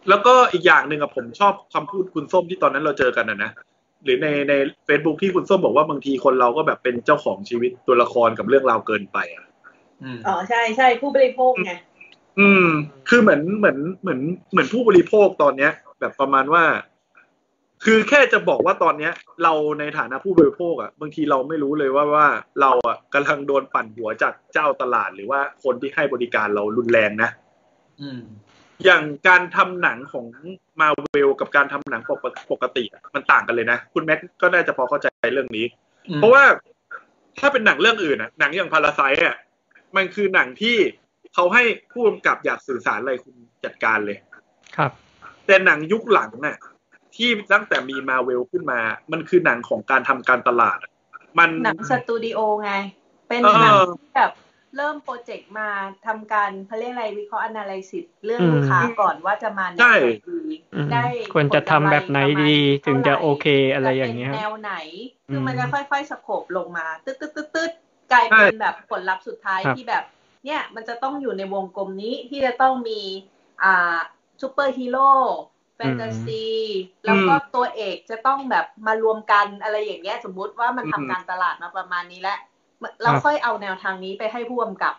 Speaker 1: แล้วก็อีกอย่างหนึ่งอะผมชอบคำพูดคุณส้มที่ตอนนั้นเราเจอกันอะนะหรือในใน Facebook ที่คุณส้มบอกว่าบางทีคนเราก็แบบเป็นเจ้าของชีวิตตัวละครกับเรื่องราวเกินไปอะ
Speaker 2: อืม
Speaker 7: อ๋อใช่ใช่ผู้บริโภคไง
Speaker 1: อืม คือเหมือนเหมือนเหมือนเหมือนผู้บริโภคตอนเนี้ย แบบประมาณว่า คือแค่จะบอกว่าตอนเนี้ย เราในฐานะผู้บริโภคอะบางทีเราไม่รู้เลยว่าว่าเราอะกำลังโดนปั่นหัวจากเจ้าตลาดหรือว่าคนที่ให้บริการเรารุนแรงนะ
Speaker 2: อืม
Speaker 1: อย่างการทำหนังของมาเวลกับการทำหนังปกปกติอะมันต่างกันเลยนะ คุณแม็กก็น่าจะพอเข้าใจเรื่องนี้ เพราะว่าถ้าเป็นหนังเรื่องอื่นอะหนังอย่างพาราไซอ่ะมันคือหนังที่เขาให้ผู้กำกับอยากสื่อสารอะไรคุณจัดการเลย
Speaker 4: ครับ
Speaker 1: แต่หนังยุคหลังน่ะที่ตั้งแต่มีมาเวลขึ้นมา มันคือหนังของการทำการตลาดอะมัน
Speaker 3: หนังสตูดิโอไง เป็น
Speaker 1: เออ
Speaker 3: หนังที่แบบเริ่มโปรเจกต์มาทำการเขาเรียกอะไรวิเคราะห์อนาลิซิสเรื่อง
Speaker 4: อืม
Speaker 3: ลูกค้าก่อนว่าจะมาแนวไหนดี
Speaker 4: อืม
Speaker 3: ได้
Speaker 4: ควรจะทำแบบไหนดี
Speaker 3: ผ
Speaker 4: ถึ
Speaker 3: ล
Speaker 4: ง
Speaker 3: กำไรประมาณ
Speaker 4: จะ
Speaker 3: เท่าห
Speaker 4: โอเคอะไรอย่างเงี้ย
Speaker 3: จะป็นแนวไหน คืออ
Speaker 4: ม
Speaker 3: มันจะค่อยๆสโคบลงมาตึ๊ดตึ๊ดตึ๊ดตึ๊ดกลายเป็นแบบผลลัพธ์สุดท้าย
Speaker 4: ครับ
Speaker 3: ที่แบบ เนี่ยมันจะต้องอยู่ในวงกลมนี้ที่จะต้องมี อ่าซูเปอร์ฮีโร่แฟนตาซีแล้วก็ตัวเอกจะต้องแบบมารวมกันอะไรอย่างเงี้ยสมมุติว่ามัน
Speaker 1: อืม
Speaker 3: ทำการตลาดมาประมาณนี้แล้วเราค่อยเอาแนวทางนี้ไปให้ผู้กำกับ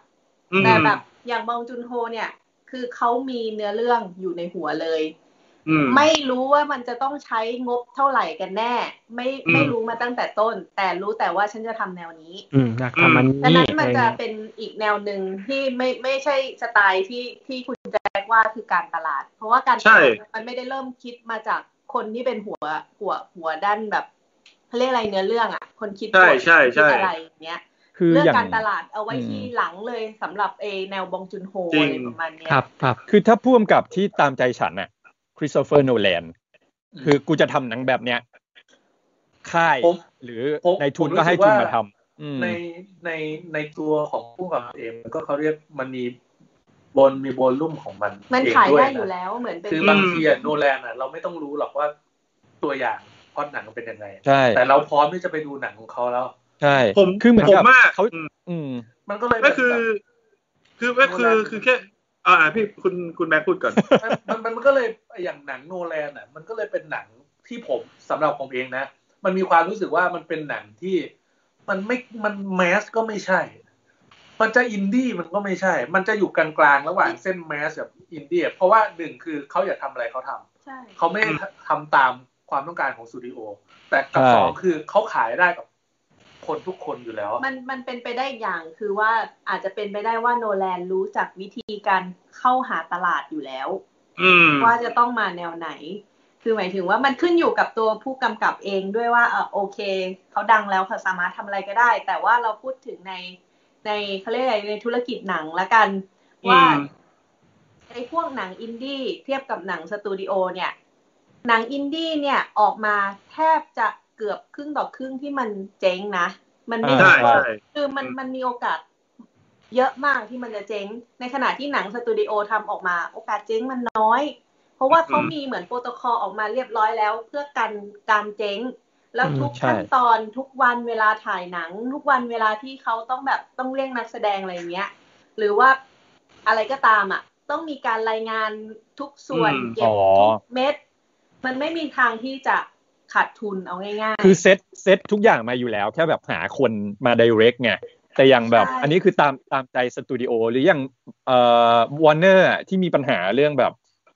Speaker 1: อืม
Speaker 3: แต่แบบอย่างบองจุนโฮเนี่ย คือเขามีเนื้อเรื่องอยู่ในหัวเลย
Speaker 1: อืม
Speaker 3: ไม่รู้ว่ามันจะต้องใช้งบเท่าไหร่กันแน่ ไม่
Speaker 1: อืม
Speaker 3: ไม่รู้มาตั้งแต่ต้น แต่รู้แต่ว่าฉันจะทำแนวนี้
Speaker 4: อืมอยากทำมัน
Speaker 3: ดังนั้
Speaker 4: นี่
Speaker 3: น
Speaker 4: อะ
Speaker 3: มัน
Speaker 4: ไร
Speaker 3: จะ
Speaker 4: เงี้ย
Speaker 3: เป็นอีกแนวหนึ่งที่ไม่ไม่ใช่สไตล์ที่ที่คุณแจ็คว่าคือการตลาด เพราะว่าการต
Speaker 1: ใช่
Speaker 3: ลาดมันไม่ได้เริ่มคิดมาจากคนที่เป็นหัวหัวหัวด้านแบบเขาเรียกอะไรเนื้อเรื่องอ่ะ คนคิด
Speaker 1: ใช่
Speaker 3: บท
Speaker 1: ใช่
Speaker 3: คิด
Speaker 1: ใช่
Speaker 3: อะไรอย่างเงี้ย
Speaker 6: คือ
Speaker 3: เรื่อง
Speaker 6: อย่าง
Speaker 3: การตลาดเอาไว้
Speaker 6: อืม
Speaker 3: ที่หลังเลยสำหรับเอแนวบองจุนโฮ
Speaker 1: จริง
Speaker 3: อะไรประมาณเนี้ย
Speaker 4: ครับครับ
Speaker 6: คือถ้าพ่วงกับที่ตามใจฉันน่ะคริสโตเฟอร์โนแลน
Speaker 2: อืม
Speaker 6: คือกูจะทำหนังแบบเนี้ย ค่าย
Speaker 2: ผม
Speaker 6: หรือ
Speaker 2: ผม
Speaker 6: ในทุน
Speaker 2: ผมรู้
Speaker 6: ก็ให้
Speaker 2: สึก
Speaker 6: ทุน
Speaker 2: ว่า
Speaker 6: มาทำอืม
Speaker 2: ในในในตัวของผู้กำกับเองมันก็เขาเรียกมันมีบนมีบนลุ่มของมัน
Speaker 3: มัน
Speaker 2: เอง
Speaker 3: ขาย
Speaker 2: ด้ว
Speaker 3: ได้
Speaker 2: นะ
Speaker 3: อยู่แล้วเหมือนเป็น
Speaker 2: คือบางทีอะโนแลนอะเราไม่ต้องรู้หรอกว่าตัวอย่างพล็อดหนังมันเป็นยังไง
Speaker 6: ใช่
Speaker 2: แต่เราพร้อมที่จะไปดูหนังของเขาแล้ว
Speaker 6: ใช่
Speaker 1: ผม
Speaker 6: คือเหมือน
Speaker 1: ผม
Speaker 6: กับ
Speaker 1: ว่า
Speaker 6: เขา
Speaker 1: อืม
Speaker 6: อืม
Speaker 2: มันก็เลย
Speaker 1: ก็คือ
Speaker 2: แบบ
Speaker 1: คือก็คือ
Speaker 2: โนแลน
Speaker 1: คือแค่อ่าพี่คุณคุณแม็กพูดก่อน
Speaker 2: มันมันมันก็เลยอย่างหนังโนแลนอ่ะ มันก็เลยเป็นหนังที่ผมสำหรับผมเองนะ มันมีความรู้สึกว่ามันเป็นหนังที่มันไม่มันแมสก็ไม่ใช่ มันจะอินดี้มันก็ไม่ใช่ มันจะอยู่กลางๆระหว่างเส้นแมสกับอินดี้เพราะว่าหนึ่งคือเขาอยากทำอะไรเขาทำ
Speaker 3: ใช่
Speaker 2: เขาไม่ได้ทำตามความต้องการของสตูดิโอแต่กับ
Speaker 6: ใช่
Speaker 2: สองคือเขาขายได้กับคนทุกคนอยู่แล้ว
Speaker 3: มันมันเป็นไปได้อีกอย่างคือว่าอาจจะเป็นไปได้ว่าโนแลนรู้จักวิธีการเข้าหาตลาดอยู่แล้ว
Speaker 1: อืม
Speaker 3: ว่าจะต้องมาแนวไหน คือหมายถึงว่ามันขึ้นอยู่กับตัวผู้กำกับเองด้วยว่าเออโอเค เขาดังแล้วเขาสามารถทำอะไรก็ได้ แต่ว่าเราพูดถึงในในเขาเรียกอะไรในธุรกิจหนังละกัน
Speaker 1: อืม
Speaker 3: ว่าไอ้พวกหนังอินดี้เทียบกับหนังสตูดิโอเนี่ย หนังอินดี้เนี่ยออกมาแทบจะเกือบครึ่งต่อครึ่งที่มันเจ๊งนะ มันไม่
Speaker 1: ใช่
Speaker 3: ใช่ว่า
Speaker 1: ใช่
Speaker 3: คือมัน
Speaker 1: อืม
Speaker 3: มันมีโอกาสเยอะมากที่มันจะเจ๊ง ในขณะที่หนังสตูดิโอทำออกมาโอกาสเจ๊งมันน้อย เพราะว่าเขามีเหมือนโปรโตคอลออกมาเรียบร้อยแล้ว เพื่อกันการเจ๊ง แล้ว
Speaker 4: อืม
Speaker 3: ทุก
Speaker 6: ใช่
Speaker 3: ขั้นตอนทุกวันเวลาถ่ายหนัง ทุกวันเวลาที่เขาต้องแบบต้องเรียกนักแสดงอะไรอย่างเงี้ย หรือว่าอะไรก็ตามอ่ะ ต้องมีการรายงานทุกส่วน
Speaker 1: อืม
Speaker 3: เก็บ
Speaker 6: อ๋อ
Speaker 3: ทุกเม็ดมันไม่มีทางที่จะขาดทุนเอาง่าย
Speaker 6: คือเซตเซตทุกอย่างมาอยู่แล้ว แค่แบบหาคนมา direct ไงแต่อย่างแบบ
Speaker 3: ใช่
Speaker 6: อันนี้คือตามตามใจสตูดิโอหรืออย่างเอ่อวอร์เนอร์ที่มีปัญหาเรื่องแบบ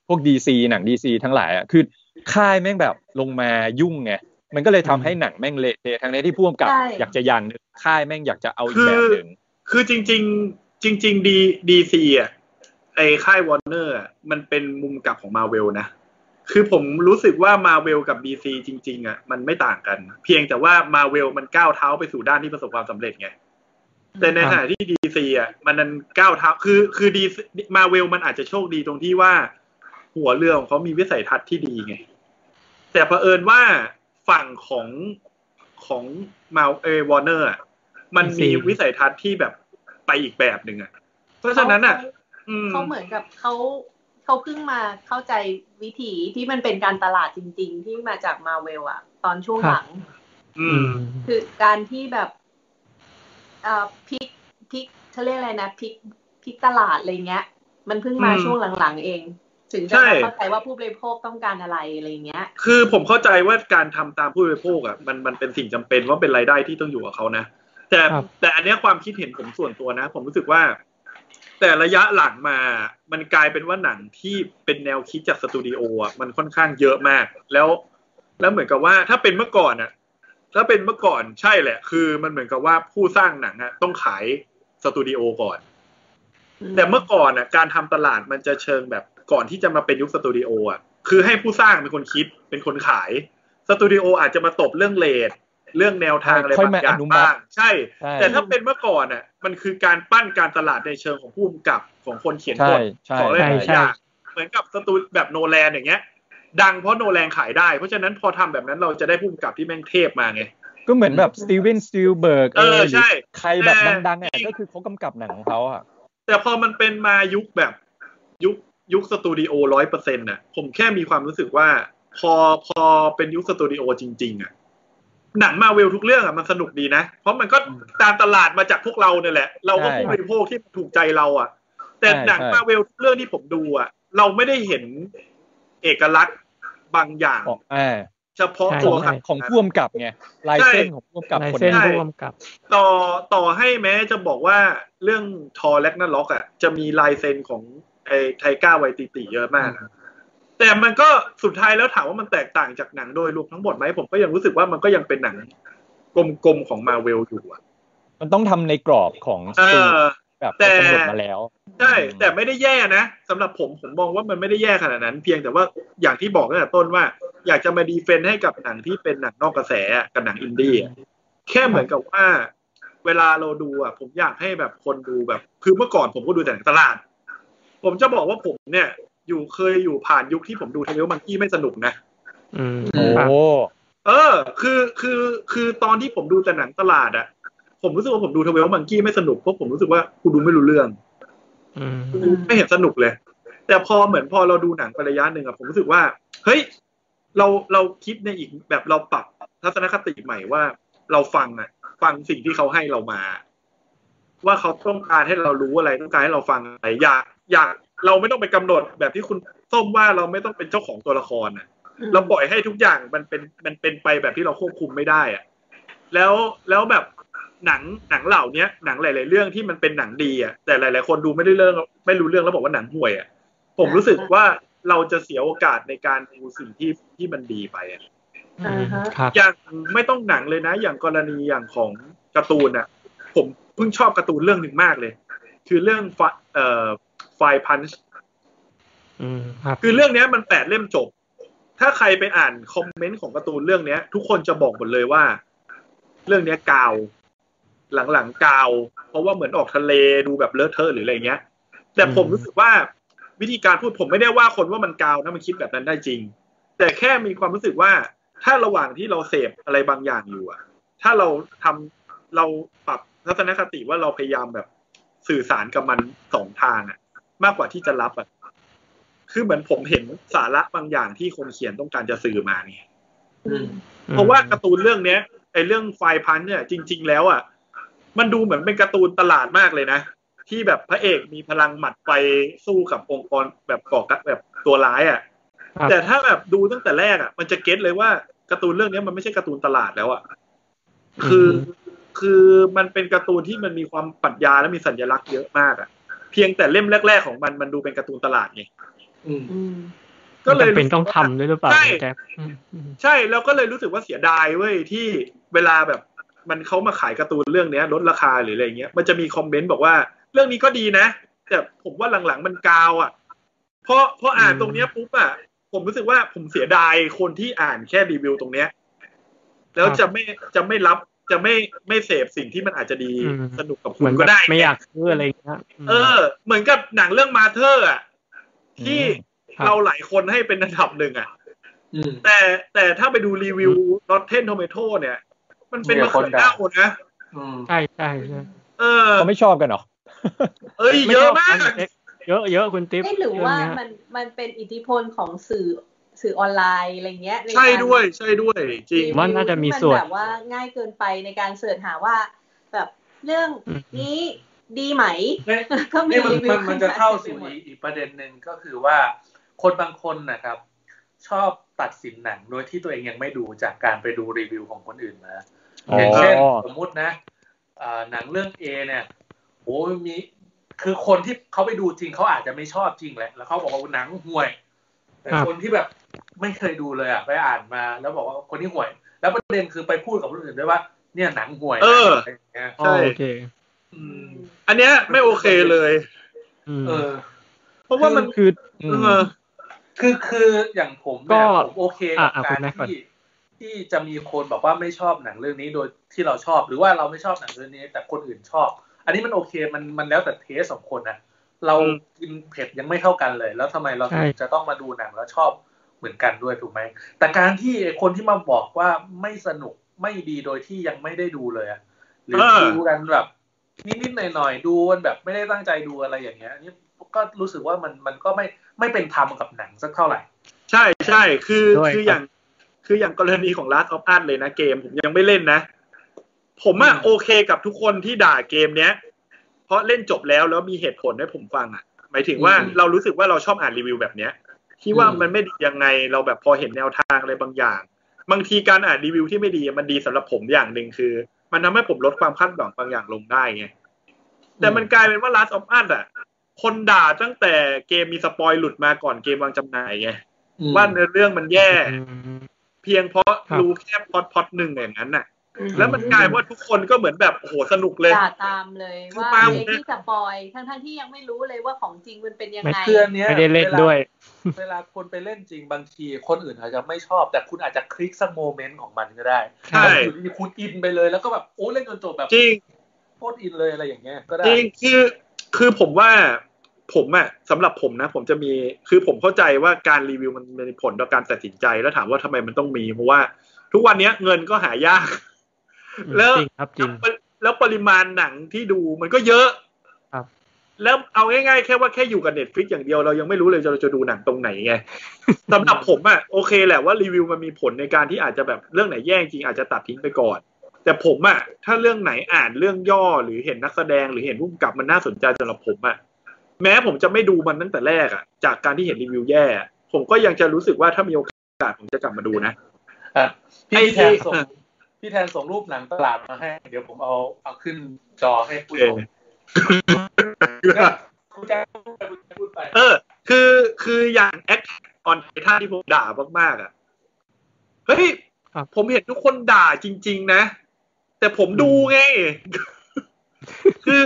Speaker 6: พวก DC หนัง DC ทั้งหลายอ่ะคือค่ายแม่งแบบลงมายุ่งไงมันก็เลยทำให้หนังแม่งเละเทะทั้งในที่พ่วงกับ
Speaker 3: ใช่
Speaker 6: อยากจะอย่างหนึ่งค่ายแม่งอยากจะเอาอี
Speaker 1: คื
Speaker 6: ก
Speaker 1: อ
Speaker 6: แบบหนึ่ง
Speaker 1: คือจริง ๆ จริง ๆ ดีดีซีอ่ะไอค่ายวอร์เนอร์มันเป็นมุมกลับของมาเวลนะ คือผมรู้สึกว่ามาเวลกับดีซีจริง ๆ อ่ะ มันไม่ต่างกัน เพียงแต่ว่ามาเวลมันก้าวเท้าไปสู่ด้านที่ประสบความสำเร็จไง แต่ในขณะที่ดีซีอ่ะมันนั้นก้าวเท้าคือคือดีมาเวลมันอาจจะโชคดีตรงที่ว่า หัวเรือของเขามีวิสัยทัศน์ที่ดีไง แต่เผอิญว่าฝั่งของของมาเอวอร์เนอร์มันมี
Speaker 4: DC
Speaker 1: วิสัยทัศน์ที่แบบไปอีกแบบหนึ่งอ่ะ เพราะฉะนั้นอ่ะ อืม
Speaker 3: เขาเหมือนกับเขาเขาเพิ่งมาเข้าใจวิธีที่มันเป็นการตลาดจริง ๆ ที่มาจากมาเวลอะตอนช่วงหลัง
Speaker 1: อื
Speaker 4: อื
Speaker 1: ม
Speaker 4: ม
Speaker 3: คือการที่แบบเอ่อพลิกพลิกเขาเรียกอะไรนะพลิกพลิกตลาดอะไรเงี้ย มันเพิ่งมา
Speaker 1: อืม
Speaker 3: ช่วงหลังๆเอง ถึงจะ
Speaker 1: ใช่
Speaker 3: มาเข้าใจว่าผู้บริโภคต้องการอะไรอะไรเงี้ย
Speaker 1: คือผมเข้าใจว่าการทำตามผู้บริโภคอ่ะมันมันเป็นสิ่งจำเป็นว่าเป็นรายได้ที่ต้องอยู่กับเขานะ แต่
Speaker 4: ครับ
Speaker 1: แต่อันเนี้ยความคิดเห็นผมส่วนตัวนะ ผมรู้สึกว่า แต่ระยะหลังมามันกลายเป็นว่าหนังที่เป็นแนวคิดจากสตูดิโออ่ะมันค่อนข้างเยอะมาก แล้ว แล้วเหมือนกับว่าถ้าเป็นเมื่อก่อนอ่ะ ถ้าเป็นเมื่อก่อนใช่แหละ คือมันเหมือนกับว่าผู้สร้างหนังอ่ะต้องขายสตูดิโอก่อน แต่เมื่อก่อนอ่ะการทำตลาดมันจะเชิงแบบก่อนที่จะมาเป็นยุคสตูดิโออ่ะคือให้ผู้สร้างเป็นคนคิดเป็นคนขาย สตูดิโออาจจะมาตบเรื่องเลทเรื่องแนวทางอะไร
Speaker 6: ค่อ
Speaker 1: บา
Speaker 6: ย
Speaker 1: ง
Speaker 6: มา
Speaker 1: อย่าง
Speaker 6: อนุมัติ
Speaker 1: บ้างใช่
Speaker 6: ใช่
Speaker 1: แต่ถ้าเป็นเมื่อก่อนอ่ะมันคือการปั้นการตลาดในเชิงของผู้กำกับของคนเขียนบท
Speaker 6: ใช่
Speaker 1: ของอะไรห
Speaker 6: ใช่
Speaker 1: ลายๆอย่างเหมือนกับสตูแบบโนแลนอย่างเงี้ย ดังเพราะโนแลนขายได้ เพราะฉะนั้นพอทำแบบนั้นเราจะได้ผู้กำกับที่แม่งเทพมาไง
Speaker 6: ก็เหมือนแบบสตีเวนสตีลเบิร์ก
Speaker 1: เออใช่
Speaker 6: ใครแบบ
Speaker 1: แต่
Speaker 6: ดังๆอ่ะก็คือเขากำกับหนังของเขาอ่ะ
Speaker 1: แต่พอมันเป็นมายุคแบบยุคยุคสตูดิโอร้อยเปอร์เซ็นต์น่ะ ผมแค่มีความรู้สึกว่า พอพอเป็นยุคสตูดิโอจริง ๆ อ่ะ หนังมาเวลทุกเรื่องอ่ะมันสนุกดีนะ เพราะมันก็ตามตลาดมาจากพวกเราเนี่ยแหละ เราก็
Speaker 6: ใช่
Speaker 1: ผู้บริโภคที่ถูกใจเราอ่ะ แต่
Speaker 6: ใช่
Speaker 1: หนัง
Speaker 6: ใช่
Speaker 1: มาเวลทุกเรื่องที่ผมดูอ่ะ เราไม่ได้เห็นเอกลักษณ์บางอย่าง
Speaker 6: ของอ่า
Speaker 1: เฉพาะ
Speaker 4: ใช่
Speaker 1: ตัว
Speaker 6: ของหนังของ
Speaker 1: นั้น
Speaker 6: พ่วมกับไงลายเส้นของพ่วมกับ
Speaker 4: ลาย
Speaker 6: คน
Speaker 4: เส้น
Speaker 1: ใช่
Speaker 6: นั้น
Speaker 4: ร่วมกับ
Speaker 1: ต่อต่อให้แม้จะบอกว่าเรื่องทอแล็กนัลล็อกอ่ะจะมีลายเซ็นของไอ้ไทก้าไวติติเยอะมากอะแต่มันก็สุดท้ายแล้วถามว่ามันแตกต่างจากหนังโดยรวมทั้งหมดไหมผมก็ยังรู้สึกว่ามันก็ยังเป็นหนังกลมๆของมาเวลอยู่อ่ะ
Speaker 6: มันต้องทำในกรอบของส
Speaker 1: เอ
Speaker 6: ตู
Speaker 1: อ
Speaker 6: แบบ
Speaker 1: แต่
Speaker 6: เขากำหนดมาแล้ว
Speaker 1: ใช่แต่ไม่ได้แย่นะสำหรับผมผมมองว่ามันไม่ได้แย่ขนาดนั้น เพียงแต่ว่าอย่างที่บอกตั้งแต่ต้นว่า อยากจะมาดีเฟนต์ให้กับหนังที่เป็นหนังนอกกระแสอะกับหนังอินดี้อะแค่เหมือนกับว่า เวลาเราดูอ่ะ ผมอยากให้แบบคนดูแบบ คือเมื่อก่อนผมก็ดูแต่หนังตลาด ผมจะบอกว่าผมเนี่ย อยู่เคยอยู่ผ่านยุคที่ผมดูเทเลมังกี้ไม่สนุกนะ
Speaker 4: อืม
Speaker 6: โอ้
Speaker 4: ครับ
Speaker 1: เออ คือ คือ คือตอนที่ผมดูแต่หนังตลาดอะผมรู้สึกว่าผมดูเทเลมังกี้ไม่สนุกเพราะผมรู้สึกว่ากูดูไม่รู้เรื่อง
Speaker 4: อืม
Speaker 1: ไม่เห็นสนุกเลย แต่พอเหมือนพอเราดูหนังไประยะหนึ่งอะผมรู้สึกว่า เฮ้ย เราเราคิดในอีกแบบเราปรับทัศนคติใหม่ว่าเราฟังอะฟังสิ่งที่เขาให้เรามา ว่าเขาต้องการให้เรารู้อะไรต้องการให้เราฟังอะไรอยากอยากเราไม่ต้องไปกำหนดแบบที่คุณส้มว่าเราไม่ต้องเป็นเจ้าของตัวละครอะ เราปล่อยให้ทุกอย่างมันเป็นมันเป็นไปแบบที่เราควบคุมไม่ได้อะแล้วแล้วแบบหนังหนังเหล่าเนี้ยหนังหลาย ๆ เรื่องที่มันเป็นหนังดีอ่ะแต่หลาย ๆ คนดูไม่ได้เรื่องไม่รู้เรื่องแล้วบอกว่าหนังห่วยอ่ะผมรู้สึกว่าเราจะเสียโอกาสในการดูสิ่งที่ที่มันดีไปอ่ะ
Speaker 3: อ่าฮะ
Speaker 4: ครับ
Speaker 1: อย่างไม่ต้องหนังเลยนะ อย่างกรณีอย่างของการ์ตูนอ่ะ ผมเพิ่งชอบการ์ตูนเรื่องหนึ่งมากเลย คือเรื่องไฟเอ่อไฟพันช
Speaker 4: อืมครับ
Speaker 1: คือเรื่องเนี้ยมันแปดเล่มจบ ถ้าใครไปอ่านคอมเมนต์ของการ์ตูนเรื่องเนี้ย ทุกคนจะบอกหมดเลยว่า เรื่องเนี้ยกาว หลังๆกาว เพราะว่าเหมือนออกทะเลดูแบบเลอะเทอะหรืออะไรเงี้ย แต่ผม
Speaker 4: อืม
Speaker 1: รู้สึกว่าวิธีการพูดผมไม่ได้ว่าคนว่ามันกาวนะมันคิดแบบนั้นได้จริง แต่แค่มีความรู้สึกว่า ถ้าระหว่างที่เราเสพอะไรบางอย่างอยู่อะถ้าเราทำเราปรับทัศนคติว่าเราพยายามแบบสื่อสารกับมันสองทางอะมากกว่าที่จะรับอะ คือเหมือนผมเห็นสาระบางอย่างที่คนเขียนต้องการจะสื่อมาเนี่ย
Speaker 2: อืม
Speaker 4: อืม
Speaker 1: เพราะว่าการ์ตูนเรื่องเนี้ยไอเรื่องไฟพันเนี่ยจริง ๆ แล้วอ่ะมันดูเหมือนเป็นการ์ตูนตลาดมากเลยนะ ที่แบบพระเอกมีพลังหมัดไฟสู้กับองค์กรแบบก่อกัแบบตัวร้ายอ่ะ
Speaker 4: ครับ
Speaker 1: แต่ถ้าแบบดูตั้งแต่แรกอ่ะ มันจะเก็ตเลยว่าการ์ตูนเรื่องเนี้ยมันไม่ใช่การ์ตูนตลาดแล้วอ่ะคืออคือมันเป็นการ์ตูนที่มันมีความปรัชญาและมีสัญลักษณ์เยอะมากอ่ะ เพียงแต่เล่มแรก ๆ ของมันมันดูเป็นการ์ตูนตลาดไง
Speaker 2: อืม
Speaker 3: อืม
Speaker 1: ก็เลย
Speaker 4: จำเป็น
Speaker 1: รู้สึก
Speaker 4: ต้อง
Speaker 1: ว่า
Speaker 4: ทำด้วยหรือเปล่า
Speaker 1: ใช่
Speaker 4: แจ็คอืมอืม
Speaker 1: ใช่แล้วก็เลยรู้สึกว่าเสียดายเว้ยที่เวลาแบบ มันเขามาขายการ์ตูนเรื่องเนี้ยลดราคาหรืออะไรเงี้ยมันจะมีคอมเมนต์บอกว่า เรื่องนี้ก็ดีนะ แต่ผมว่าหลังๆมันกาวอ่ะเพราะเพราะอ่านตรงเนี้ยปุ๊บอ่ะผมรู้สึกว่าผมเสียดายคนที่อ่านแค่รีวิวตรงเนี้ย แล้วจะไม่จะไม่รับจะไม่ไม่เสพสิ่งที่มันอาจจะดี
Speaker 4: อืม
Speaker 1: สนุกกับ
Speaker 4: เห
Speaker 1: คุ
Speaker 4: มือ
Speaker 1: ณ
Speaker 4: น
Speaker 1: ก็
Speaker 4: แบบ
Speaker 1: ได้
Speaker 4: ไม่อยากซื้ออะไรอย่างเงี้ยม
Speaker 1: เออ เหมือนกับหนังเรื่องมาเธอร์อ่ะที่
Speaker 4: ครับ
Speaker 1: เราหลายคนให้เป็นอันดับหนึ่งอ่ะ
Speaker 2: อืม
Speaker 1: แต่แต่ถ้าไปดูรีวิว Rotten Tomato เนี่ย มันเป็น
Speaker 2: มีแต่
Speaker 1: มะเขื
Speaker 2: ค
Speaker 1: อน
Speaker 2: ด่า
Speaker 1: เน่านะ
Speaker 2: อืม
Speaker 4: ใช่ใช่ใช่
Speaker 1: เออ
Speaker 6: เขาไม่ชอบกันเหรอ
Speaker 1: เอ้ยเยอะมาก
Speaker 4: เยอะเยอะคุณติ๊บ
Speaker 3: ไม่หรือว่า
Speaker 4: เงเนี้ย
Speaker 3: มันมันเป็นอิทธิพลของสื่อสื่อออนไลน์อะไรเงี้ยนการ
Speaker 1: ใช่ด้วยใช่ด้วยจริง
Speaker 3: รีวิ
Speaker 4: ว่าน่าจะมีส่วน
Speaker 3: ที่แบบว่าง่ายเกินไปในการเสิร์ชหาว่า แบบเรื่อง
Speaker 4: อืม
Speaker 3: นี้ดีไหม
Speaker 2: เนี่ย
Speaker 3: ก็มี
Speaker 2: นี่มัน
Speaker 3: รีวิ
Speaker 2: มั
Speaker 3: วน
Speaker 2: มันจะเข้าสู่
Speaker 3: ขึ้นม
Speaker 2: อีกอีกประเด็นหนึ่งก็คือว่าคนบางคนนะครับ ชอบตัดสินหนังโดยที่ตัวเองยังไม่ดูจากการไปดูรีวิวของคนอื่นมา
Speaker 6: อ๋อ
Speaker 2: อ
Speaker 6: อ
Speaker 2: ย่างเช่นสมมุตินะอ่าหนังเรื่อง A เนี่ยโอ้ยมีคือคนที่เขาไปดูจริงเขาอาจจะไม่ชอบจริงแหละแล้วเขาบอกว่าหนังห่วย แต่
Speaker 4: ครับ
Speaker 2: คนที่แบบไม่เคยดูเลยอ่ะไปอ่านมา แล้วบอกว่าคนนี้ห่วย แล้วประเด็นคือไปพูดกับคนอื่นด้วยว่า เนี่ยหนังห่วยนะ
Speaker 1: เอออ
Speaker 2: ะไรย่างเงี้ย
Speaker 4: อ๋อโอเค
Speaker 2: อืม
Speaker 1: อันเนี้ยไม่โอเคเลย
Speaker 4: อืม
Speaker 2: เออ
Speaker 1: เพราะว่ามัน
Speaker 6: คือ
Speaker 1: เอ
Speaker 6: ม
Speaker 1: อ
Speaker 2: คือคืออย่างผมเนี่ย
Speaker 4: ก็
Speaker 2: ผมโอเคกับ
Speaker 4: อ่ะอ่ะ
Speaker 2: กา
Speaker 4: คุ
Speaker 2: ร
Speaker 4: ณแม็กก่อน
Speaker 2: ที่ที่จะมีคนบอกว่าไม่ชอบหนังเรื่องนี้โดยที่เราชอบหรือว่าเราไม่ชอบหนังเรื่องนี้ แต่คนอื่นชอบ อันนี้มันโอเคมันมันแล้วแต่เทสของคนนะเรา
Speaker 1: อืม
Speaker 2: กินเผ็ดยังไม่เท่ากันเลย แล้วทำไมเรา
Speaker 4: ใช่
Speaker 2: ถึงจะต้องมาดูหนังแล้วชอบเหมือนกันด้วยถูกไหมแต่การที่คนที่มาบอกว่าไม่สนุกไม่ดีโดยที่ยังไม่ได้ดูเลยอะหรือดูกันแบบนิดๆหน่อยๆดูกันแบบไม่ได้ตั้งใจดูอะไรอย่างเงี้ยอันนี่ก็รู้สึกว่ามันมันก็ไม่ไม่เป็นธรรมกับหนังสักเท่าไหร่
Speaker 1: ใช่ใช่คือ
Speaker 4: ด้วย
Speaker 1: คือ
Speaker 4: ครับ
Speaker 1: อย่างคืออย่างกรณีของ Last of Us เลยนะเกม ผมยังไม่เล่นนะ ผมอะ
Speaker 2: อืม
Speaker 1: โอเคกับทุกคนที่ด่าเกมเนี้ย เพราะเล่นจบแล้วแล้วมีเหตุผลให้ผมฟังอะหมายถึงว่า
Speaker 2: อืม
Speaker 1: เรารู้สึกว่าเราชอบอ่านรีวิวแบบเนี้ยที่ว่า
Speaker 2: อืม
Speaker 1: มันไม่ดียังไงเราแบบพอเห็นแนวทางอะไรบางอย่าง บางทีการอ่านรีวิวที่ไม่ดีมันดีสำหรับผมอย่างหนึ่งคือ มันทำให้ผมลดความคาดหวังบางอย่างลงได้ไง แต่มันกลายเป็นว่า Last of Us อะคนด่าตั้งแต่เกมมีสปอยหลุดมาก่อนเกมวางจำหน่ายไง
Speaker 2: อืม
Speaker 1: ว่าเนื้อเรื่องมันแย่
Speaker 4: อืม
Speaker 1: เพียงเพราะ
Speaker 4: ครับ
Speaker 1: รู้แค่พล็อดพล็อดหนึ่งอย่างนั้นน่ะ
Speaker 3: อืม
Speaker 1: แล้วมันกลายว่าทุกคนก็เหมือนแบบโอ้โหสนุกเลย
Speaker 3: ด่าตามเลย
Speaker 1: คื
Speaker 3: ว่า
Speaker 1: อปาล์ม
Speaker 3: ไอ้ที่สปอยทั้งทั้งๆที่ยังไม่รู้เลยว่าของจริงมันเป็นยังไง
Speaker 2: คืออันเนี้ย
Speaker 4: ไม่ได้เล่นด้วย
Speaker 2: เวลาเวลาคนไปเล่นจริงบางที คนอื่นอาจจะไม่ชอบ แต่คุณอาจจะคลิกสักโมเมนต์ของมันก็ได้
Speaker 1: ใช่
Speaker 2: อยู่ดีๆคุณอินไปเลยแล้วก็แบบโอ้เล่นจนจบแบบ
Speaker 1: จริง
Speaker 2: โคตรอินเลยอะไรอย่างเงี้ยก็ได้
Speaker 1: จริงคือคือผมว่าผมอะสำหรับผมนะ ผมจะมีคือผมเข้าใจว่าการรีวิวมันมีผลต่อการตัดสินใจแล้วถามว่าทำไมมันต้องมีเพราะว่า ทุกวันเนี้ยเงินก็หายาก แล้ว
Speaker 4: จริงครับจริง
Speaker 1: แล้วแล้วปริมาณหนังที่ดูมันก็เยอะ
Speaker 4: ครับ
Speaker 1: แล้วเอาง่ายๆแค่ว่าแค่อยู่กับเน็ตฟิกอย่างเดียวเรายังไม่รู้เลยจะเราจะดูหนังตรงไหนไง สำหรับผมอะโอเคแหละว่ารีวิวมันมีผลในการที่อาจจะแบบเรื่องไหนแย่จริงอาจจะตัดทิ้งไปก่อน แต่ผมอะถ้าเรื่องไหนอ่านเรื่องย่อหรือเห็นนักแสดงหรือเห็นผู้กำกับมันน่าสนใจสำหรับผมอะแม้ผมจะไม่ดูมันตั้งแต่แรกอะจากการที่เห็นรีวิวแย่อะผมก็ยังจะรู้สึกว่าถ้ามีโอกาสผมจะกลับมาดูนะ
Speaker 2: อ่ะพี่
Speaker 1: ไอ้
Speaker 2: พี่แทนส่ง
Speaker 1: เออ
Speaker 2: พี่แทนส่งรูปหนังตลาดมาให้ เดี๋ยวผมเอาเอาขึ้นจอให้ผู้
Speaker 1: เอ
Speaker 2: ช
Speaker 1: อ
Speaker 2: มคุณแจ๊คพูดไป
Speaker 1: เออ คือคืออย่างแอคออนไททันที่ผมด่ามากๆอ่ะ เฮ้ย
Speaker 4: ครับ
Speaker 1: ผมเห็นทุกคนด่าจริง ๆ นะ แต่ผมดูไง คือ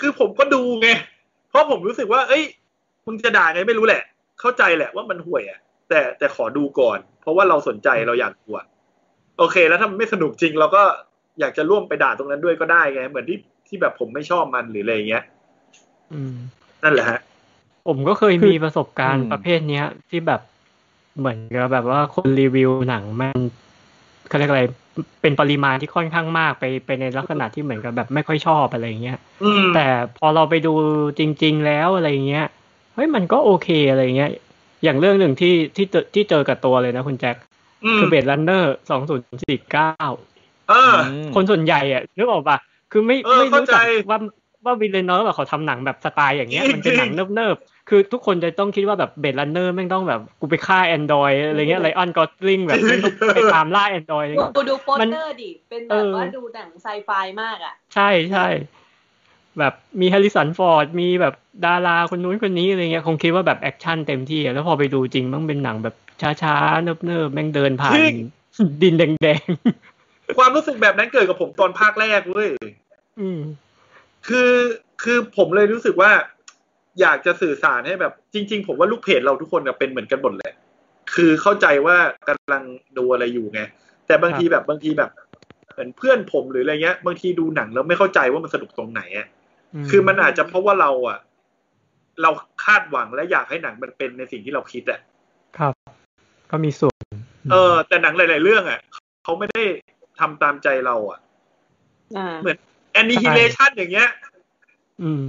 Speaker 1: คือผมก็ดูไง เพราะผมรู้สึกว่า เอ้ย มึงจะด่าไงไม่รู้แหละ เข้าใจแหละว่ามันห่วยอ่ะ แต่แต่ขอดูก่อน เพราะว่าเราสนใจเราอยากดูอะโอเค แล้วถ้ามันไม่สนุกจริง เราก็อยากจะร่วมไปด่าตรงนั้นด้วยก็ได้ไง เหมือนที่ที่แบบผมไม่ชอบมันหรืออะไรอย่างเงี้ย
Speaker 4: อืม
Speaker 1: นั่นแหละฮะ
Speaker 4: ผมก็เคยมีประสบการ
Speaker 6: อื
Speaker 4: ณ์
Speaker 6: ม
Speaker 4: ประเภทเนี้ย ที่แบบเหมือนกับแบบว่าคนรีวิวหนังมันเขาเรียกอะไรเป็นปริมาณที่ค่อนข้างมากไปไปในลักษณะที่เหมือนกับแบบไม่ค่อยชอบอะไรเงี้ย
Speaker 1: อืม
Speaker 4: แต่พอเราไปดูจริง ๆ แล้วอะไรเงี้ยเฮ้ยมันก็โอเคอะไรเงี้ย อย่างเรื่องหนึ่งที่ที่เจอที่เจอกับตัวเลยนะคุณแจ็ค
Speaker 1: อืม
Speaker 4: คือเบดลันเนอร์สองศูนย์สี่เก้า
Speaker 1: เออ
Speaker 6: ม
Speaker 4: คนส่วนใหญ่อ่ะนึกออกปะคือไม่
Speaker 1: เออ
Speaker 4: ไม่
Speaker 1: เข้า
Speaker 4: รู้
Speaker 1: ใจ
Speaker 4: จักว่าว่าวิลเลนเนอร์แบบเขาทำหนังแบบสไตล์อย่างเงี้ย
Speaker 1: จริง
Speaker 4: มันเป็นหนั
Speaker 1: จ
Speaker 4: ง
Speaker 1: ริง
Speaker 4: เนิบๆ คือทุกคนจะต้องคิดว่าแบบเบดลันเนอร์แม่งต้องแบบกูไปฆ่าแอนดรอยอะไรเงี้ยไลออนกอตลิงแบบแม่งต้องไปตามล่าแอนดรอยอะไรเงี้ย
Speaker 3: ดูดูโปส
Speaker 4: มัน
Speaker 3: เตอร์ดิ เป็นแบ
Speaker 4: เอบ อ
Speaker 3: ว่าดูหนังไซไฟมากอ่ะ
Speaker 4: ใช่ใช่แบบมีแฮร์ริสันฟอร์ดมีแบบดาราคนนู้นคนนี้อะไรเงี้ยคงคิดว่าแบบแอคชั่นเต็มที่อะแล้วพอไปดู จริงมันเป็นหนังแบบช้าๆเนิบๆแม่งเดินผ่าน
Speaker 1: จริง
Speaker 4: ดินแดง
Speaker 1: ความรู้สึกแบบนั้นเกิดกับผมตอนภาคแรกเว้ย
Speaker 4: อืม
Speaker 1: คือคือผมเลยรู้สึกว่า อยากจะสื่อสารให้แบบ จริง ๆ ผมว่าลูกเพจเราทุกคนน่ะเป็นเหมือนกันหมดแหละ คือเข้าใจว่ากำลังดูอะไรอยู่ไง แต่บางทีแบบบางทีแบบเหมือนเพื่อนผมหรืออะไรเงี้ย บางทีดูหนังแล้วไม่เข้าใจว่ามันสนุกตรงไหนอะ คือมันอาจจะเพราะว่าเราอะเราคาดหวังและอยากให้หนังมันเป็นในสิ่งที่เราคิดอะ
Speaker 4: ครับ ก็มีส่วน
Speaker 1: เออ แต่หนังหลาย ๆ เรื่องอะเขาไม่ได้ทำตามใจเราอะ
Speaker 3: อ่า
Speaker 1: แอนนิฮิเลชันอย่างเงี้ย
Speaker 4: อืม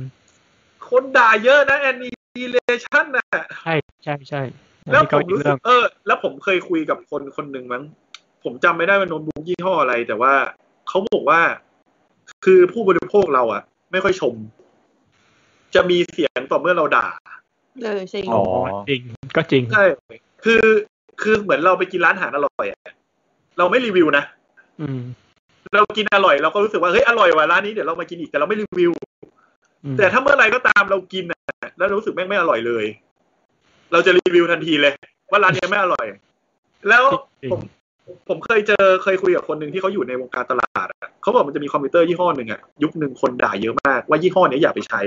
Speaker 1: คนด่าเยอะนะแอนนิฮิเลชันน่ะ
Speaker 4: ใช่ใช่ใช่อัน
Speaker 1: แล้ว
Speaker 4: นี้
Speaker 1: ผ
Speaker 4: ก็
Speaker 1: ม
Speaker 4: อีก
Speaker 1: รู้สึ
Speaker 4: เรื่อก ง
Speaker 1: เออ แล้วผมเคยคุยกับคนคนหนึ่งมั้ง ผมจำไม่ได้ว่าโนมบุกยี่ห้ออะไร แต่ว่าเขาบอกว่า คือผู้บริโภคเราอะไม่ค่อยชม จะมีเสียงต่อเมื่อเราด่า
Speaker 3: เออจริง
Speaker 6: อ๋อ
Speaker 4: จริง ก็จริง
Speaker 1: ใช่ คือ คือเหมือนเราไปกินร้านอาหารอร่อยอะเราไม่รีวิวนะ
Speaker 4: อืม
Speaker 1: เรากินอร่อยเราก็รู้สึกว่าเฮ้ยอร่อยว่ะร้านนี้เดี๋ยวเรามากินอีกแต่เราไม่รีวิว
Speaker 4: อืม
Speaker 1: แต่ถ้าเมื่อไหรก็ตามเรากินน่ะแล้วรู้สึกแม่งไม่อร่อยเลย เราจะรีวิวทันทีเลย ว่าร้านเนี้ยไม่อร่อย แล้ว
Speaker 4: จริง
Speaker 1: ผมผมเคยเจอเคยคุยกับคนหนึ่งที่เขาอยู่ในวงการตลาดอะเขาบอกมันจะมีคอมพิวเตอร์ยี่ห้อหนึ่งอะยุคหนึ่งคนด่าเยอะมากว่ายี่ห้อเนี้ยอย่าไปใช้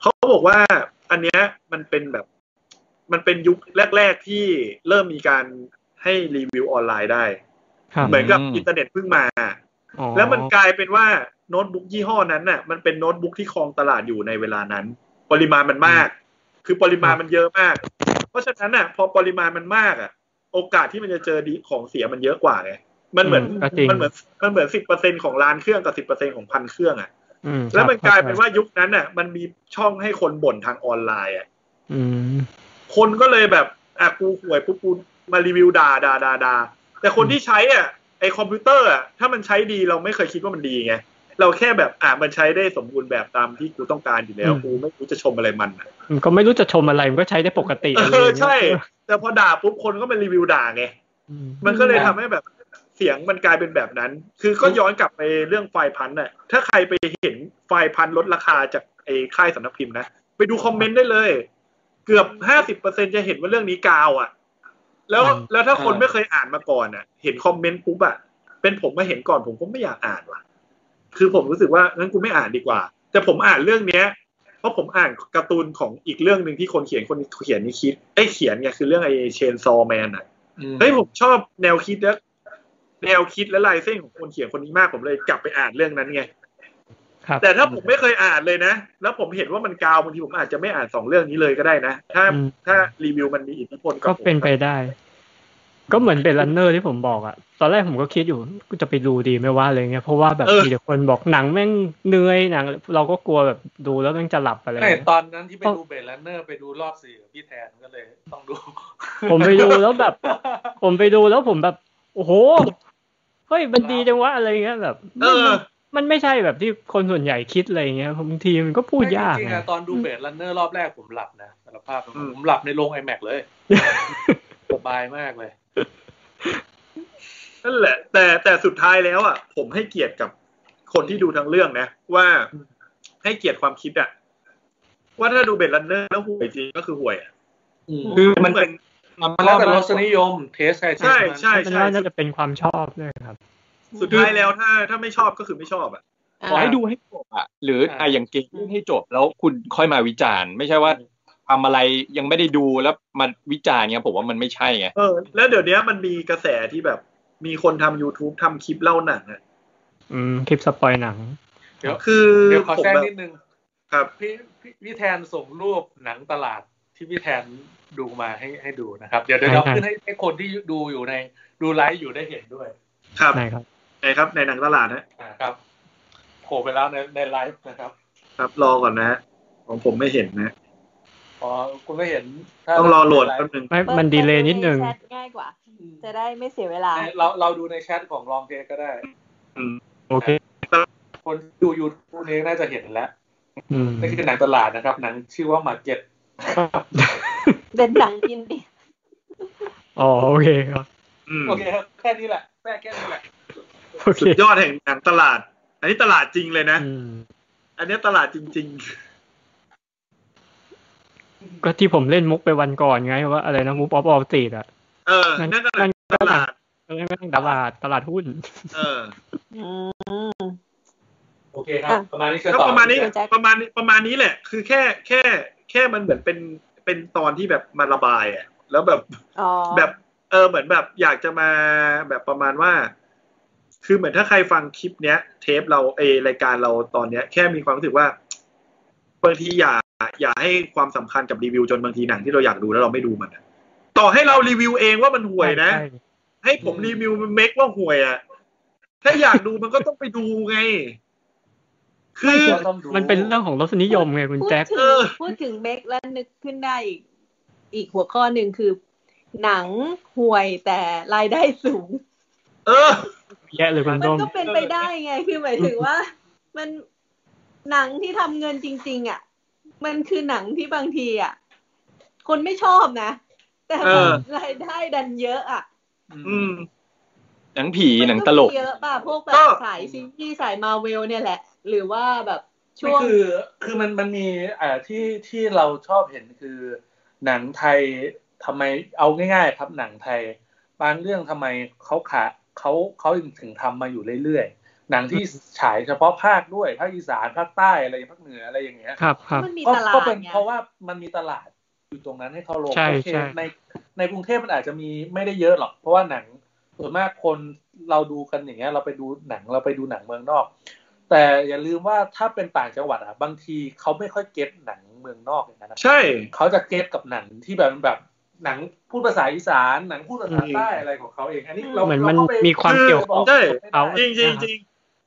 Speaker 1: เขาบอกว่าอันเนี้ยมันเป็นแบบ มันเป็นยุคแรก ๆที่เริ่มมีการให้รีวิวออนไลน์ได้
Speaker 4: ครับ
Speaker 1: เหมือนกับ
Speaker 6: อืม
Speaker 1: อินเทอร์เน็ตเพิ่งมา
Speaker 4: อ๋อ
Speaker 1: แล้วมันกลายเป็นว่าโน้ตบุ๊กยี่ห้อนั้นน่ะมันเป็นโน้ตบุ๊กที่ครองตลาดอยู่ในเวลานั้น ปริมาณมันมาก คือปริมาณมันเยอะมาก เพราะฉะนั้นน่ะ พอปริมาณมันมากอ่ะ โอกาสที่มันจะเจอดีของเสียมันเยอะกว่าไงมันเหมือน
Speaker 4: ก็จริง
Speaker 1: มันเหมือนมันเหมือนสิบเปอร์เซ็นของล้านเครื่องกับสิบเปอร์เซ็นของพันเครื่องอ่ะ
Speaker 4: อืม
Speaker 1: แล้วมัน
Speaker 4: ครับ
Speaker 1: กลายเป็นว่ายุคนั้นน่ะ มันมีช่องให้คนบ่นทางออนไลน์อ่ะ
Speaker 4: อืม
Speaker 1: คนก็เลยแบบอ่ะกูห่วยปุ๊บกูมารีวิวด่าด่าด่าด่าแต่คนที่ใช้อ่ะไอคอมพิวเตอร์อ่ะถ้ามันใช้ดีเราไม่เคยคิดว่ามันดีไงเราแค่แบบอ่ะมันใช้ได้สมบูรณ์แบบตามที่กูต้องการอยู่แล้ว
Speaker 4: อืม
Speaker 1: กูไม่รู้จะชมอะไรมันอ่ะ
Speaker 4: มันก็ไม่รู้จะชมอะไรมันก็ใช้ได้ปกติอะไร
Speaker 1: เอ
Speaker 4: อ
Speaker 1: อย่าง
Speaker 4: เงี้ย
Speaker 1: ใช่ แต่พอด่าปุ๊บคนก็มารีวิวด่าไง
Speaker 4: อืม
Speaker 1: มันก็เลยทำให้แบบเสียงมันกลายเป็นแบบนั้น คือก็ย้อนกลับไปเรื่องไฟล์พันธุ์น่ะถ้าใครไปเห็นไฟล์พันธุ์ลดราคาจากไอ้ค่ายสำนักพิมพ์นะไปดูคอมเมนต์ได้เลย เกือบห้าสิบเปอร์เซ็นจะเห็นว่าเรื่องนี้กาวอ่ะ แล้วแล้วถ้าคนไม่เคยอ่านมาก่อนอ่ะ เห็นคอมเมนต์ปุ๊บอ่ะเป็นผมมาเห็นก่อนผมก็ไม่อยากอ่านว่ะ คือผมรู้สึกว่างั้นกูไม่อ่านดีกว่า แต่ผมอ่านเรื่องเนี้ย เพราะผมอ่านการ์ตูนของอีกเรื่องหนึ่งที่คนเขียนคนเขียนนี่คิดไอ้ยเขียนไงคือเรื่องไอ้เชนซอแมนอ่ะ
Speaker 2: อืม
Speaker 1: เฮ้ยผมชอบแนวคิดและแนวคิดและลายเส้นของคนเขียนคนนี้มากผมเลยกลับไปอ่านเรื่องนั้นไง
Speaker 4: ครับ
Speaker 1: แต่ถ้าผมไม่เคยอ่านเลยนะ แล้วผมเห็นว่ามันกาวบางทีผมอาจจะไม่อ่านสองเรื่องนี้เลยก็ได้นะ ถ้า
Speaker 4: อืม
Speaker 1: ถ้ารีวิวมันมีอิทธิพลบ
Speaker 4: ก็
Speaker 1: ผม
Speaker 4: เป็นไปได้ ก็เหมือนเบลันเนอร์ที่ผมบอกอะตอนแรกผมก็คิดอยู่กูจะไปดูดีไหม่ว่าอะไรเงี้ยเพราะว่าแบบมีแต่คนบอกหนังแม่งเหนื่อยหนัง เราก็กลัวแบบดูแล้วแม่งจะหลับอะไร
Speaker 2: ไม่
Speaker 4: เงี้ย
Speaker 2: ตอนนั้นที่ไปดูเบลนเนอร์ไปดูรอบสี่กับพี่แทนก็เลยต้องดู
Speaker 4: ผมไปดูแล้วแบบ ผมไปดูแล้วผมแบบ โอ้โหเฮ้ยมันดีจังวะอะไรเงี้ยแบบ
Speaker 1: เออ
Speaker 4: มันไม่ใช่แบบที่คนส่วนใหญ่คิดอะไรเงี้ยบางทีมันก็พูดยาก
Speaker 2: จริงๆ
Speaker 4: ไง
Speaker 2: อะตอนดูเบรดลันเนอร์รอบแรกผมหลับนะสารภาพนะผมหลับในโรง iMac เลย สบายมากเลย
Speaker 1: นั่นแหละ แต่แต่สุดท้ายแล้วอ่ะผมให้เกียรติกับคนที่ดูทั้งเรื่องนะ ว่าให้เกียรติความคิดอ่ะว่าถ้าดูเบดลันเนอร์แล้วห่วยจริงก็คือห่วยอะ
Speaker 5: คือมันเป็น
Speaker 2: มันแล้วแต่รสนิยมเทสใครเทส
Speaker 1: ใช่
Speaker 2: มัน
Speaker 1: ใช่
Speaker 4: มัน
Speaker 1: ใช่
Speaker 4: ว่าน่าจะเป็นความชอบด้วยครับ
Speaker 1: สุดท้ายแล้วถ้า ถ้าไม่ชอบก็คือไม่ชอบอ่ะ
Speaker 5: ขอให้ดูให้จบอ่ะหรืออ่ะอย่างเกมยื่นให้จบแล้วคุณค่อยมาวิจารณ์ ไม่ใช่ว่าทำอะไรยังไม่ได้ดูแล้วมาวิจารณ์เนี่ยผมว่ามันไม่ใช่ไง
Speaker 1: เออ แล้วเดี๋ยวนี้มันมีกระแสที่แบบ มีคนทำ youtube ทำคลิปเล่าหนังอ่ะ
Speaker 4: อืมคลิปสปอยหนัง
Speaker 1: คือ
Speaker 2: เดี๋ยวขอ
Speaker 1: ผม
Speaker 2: แทร
Speaker 1: แบ
Speaker 2: ก
Speaker 1: บ
Speaker 2: นิดนึง
Speaker 1: ครับ
Speaker 2: พี่พี่พี่แทนส่งรูปหนังตลาดที่พี่แทนดูมาให้ให้ดูนะครับ เดี๋ยวเดี๋ยวเรา
Speaker 4: ใช่
Speaker 2: ขึ้นให้ให้คนที่ดูอยู่ในดูไลฟ์อยู่ได้เห็นด้วย
Speaker 1: ครับ
Speaker 4: ไหนครับ
Speaker 1: ไหนครับ ในหนังตลาดนะ
Speaker 2: นะครับโผล่ไปแล้วในในไลฟ์นะครับ
Speaker 1: ครับ รอก่อนนะฮะของผมไม่เห็นนะ
Speaker 2: อ๋อคุณไม่เห็น
Speaker 1: ต้องรอโหลดแป๊บนึง
Speaker 4: ไม่มันดีเลยนิดนึง
Speaker 3: เปิดูใแชทง่ายกว่า จะได้ไม่เสียเวลา
Speaker 2: เราเราดูในแชทของลองเทสก็ได้
Speaker 4: โอเค
Speaker 2: คนดูยูทูบนี้น่าจะเห็นแล้ว
Speaker 4: อืม
Speaker 2: นี่คือหนังตลาดนะครับ หนังชื่อว่ามาเก็ต
Speaker 3: เป็นหนังอินเดีย
Speaker 4: อ๋อโอเคครับ
Speaker 1: อืม
Speaker 2: โอเคครับแค่นี้แหละแค่แค่นี้แหละ
Speaker 4: โอเค
Speaker 1: สุดยอดแห่งหนังตลาด อันนี้ตลาดจริงเลยนะ
Speaker 4: อืม
Speaker 1: อันนี้ตลาดจริง
Speaker 4: ก็ที่ผมเล่นมุกไปวันก่อนไงว่าอะไรนะมุกออฟออฟตีดอ่ะ
Speaker 1: ๆ เออ
Speaker 4: นั่น
Speaker 1: นั่นก็หนังตลาด
Speaker 4: ไม่ไม่ตลาดตลาดหุ้น
Speaker 1: เออ
Speaker 7: อืม
Speaker 2: โอเคครับ
Speaker 7: อ่ะ
Speaker 2: ประมาณนี้เชิญ
Speaker 1: ก็
Speaker 2: ต่
Speaker 1: ป
Speaker 2: อ
Speaker 1: ระมาณนี้
Speaker 7: เชิญแจ็ค
Speaker 1: ประมาณนี้ประมาณนี้แหละ คือแค่แค่แค่มันเหมือนเป็นเป็นตอนที่แบบมาระบายอ่ะแล้วแบบ
Speaker 7: อ๋อ
Speaker 1: แบบเออเหมือนแบบอยากจะมาแบบประมาณว่า คือเหมือนถ้าใครฟังคลิปเนี้ย เทปเราเออรายการเราตอนเนี้ย แค่มีความรู้สึกว่าบางทีอย่า อย่าให้ความสำคัญกับรีวิวจนบางทีหนังที่เราอยากดูแล้วเราไม่ดูมันอะต่อให้เรารีวิวเองว่ามันห่วยนะ
Speaker 4: ใช่
Speaker 1: ให้ผมรีวิวเมกว่าห่วยอ่ะถ้าอยากดูมันก็ต้องไปดู ไง คือ
Speaker 2: ต้องดู
Speaker 4: มันเป็นเรื่องของรสนิยมไงคุณ
Speaker 7: พูด
Speaker 4: แจ็ค
Speaker 7: ถึ
Speaker 1: เอง อ
Speaker 7: พูดถึงเมกแล้วนึกขึ้นได้อีกอีกหัวข้อหนึ่งคือ หนังห่วยแต่รายได้สูง
Speaker 1: เออ
Speaker 4: แย่เลยคุณ
Speaker 7: มัน
Speaker 4: ต้ม
Speaker 7: ก็เป็นไปได้ไง คือหมายถึงว่า มันหนังที่ทำเงินจริง ๆ อ่ะ มันคือหนังที่บางทีอ่ะ คนไม่ชอบนะ แต่
Speaker 1: เออ
Speaker 7: รายได้ดันเยอะอ่ะ
Speaker 1: อืม
Speaker 5: หนังผีหนังตลก
Speaker 7: มันมีเยอะป่ะ พวกแบ
Speaker 1: ก็
Speaker 7: บสายซีรีส์สายมาเวลเนี่ยแหละ หรือว่าแบบ
Speaker 2: ไม่
Speaker 7: ช่วง
Speaker 2: คือ คือมันมันมีอ่าที่ที่เราชอบเห็นคือ หนังไทยทำไมเอาง่ายๆ ครับหนังไทย บางเรื่องทำไมเขาขาเขาเขาถึงทำมาอยู่เรื่อยๆ หนังที่ฉายเฉพาะภาคด้วยภาคอีสานภาคใต้อะไรภาคเหนืออะไรอย่างเงี้ย
Speaker 4: ครับครับ
Speaker 7: มันมี
Speaker 2: ก็
Speaker 7: ตลาด
Speaker 2: ก็เป็น
Speaker 7: ไง
Speaker 2: เพราะว่ามันมีตลาดอยู่ตรงนั้นให้เขาลง
Speaker 4: ใช่
Speaker 2: โอเค
Speaker 4: ใช่
Speaker 2: ในในกรุงเทพมันอาจจะมีไม่ได้เยอะหรอก เพราะว่าหนังส่วนมากคนเราดูกันอย่างเงี้ยเราไปดูหนังเราไปดูหนังเมืองนอก แต่อย่าลืมว่าถ้าเป็นต่างจังหวัดอ่ะบางทีเขาไม่ค่อยเก็ตหนังเมืองนอกอย่างนั้นนะ
Speaker 1: ใช่
Speaker 2: เขาจะเก็ตกับหนังที่แบบแบบหนังพูดภาษาอีสานหนังพูดภาษาใต้อะไรของเขาเองอันนี้เรา
Speaker 4: เหมือนมัน
Speaker 2: ราก็ไป
Speaker 4: มีความเกี่ยวข้อง
Speaker 1: ใช่
Speaker 2: ไม่ได้
Speaker 4: เขา
Speaker 1: จริงจริงจริง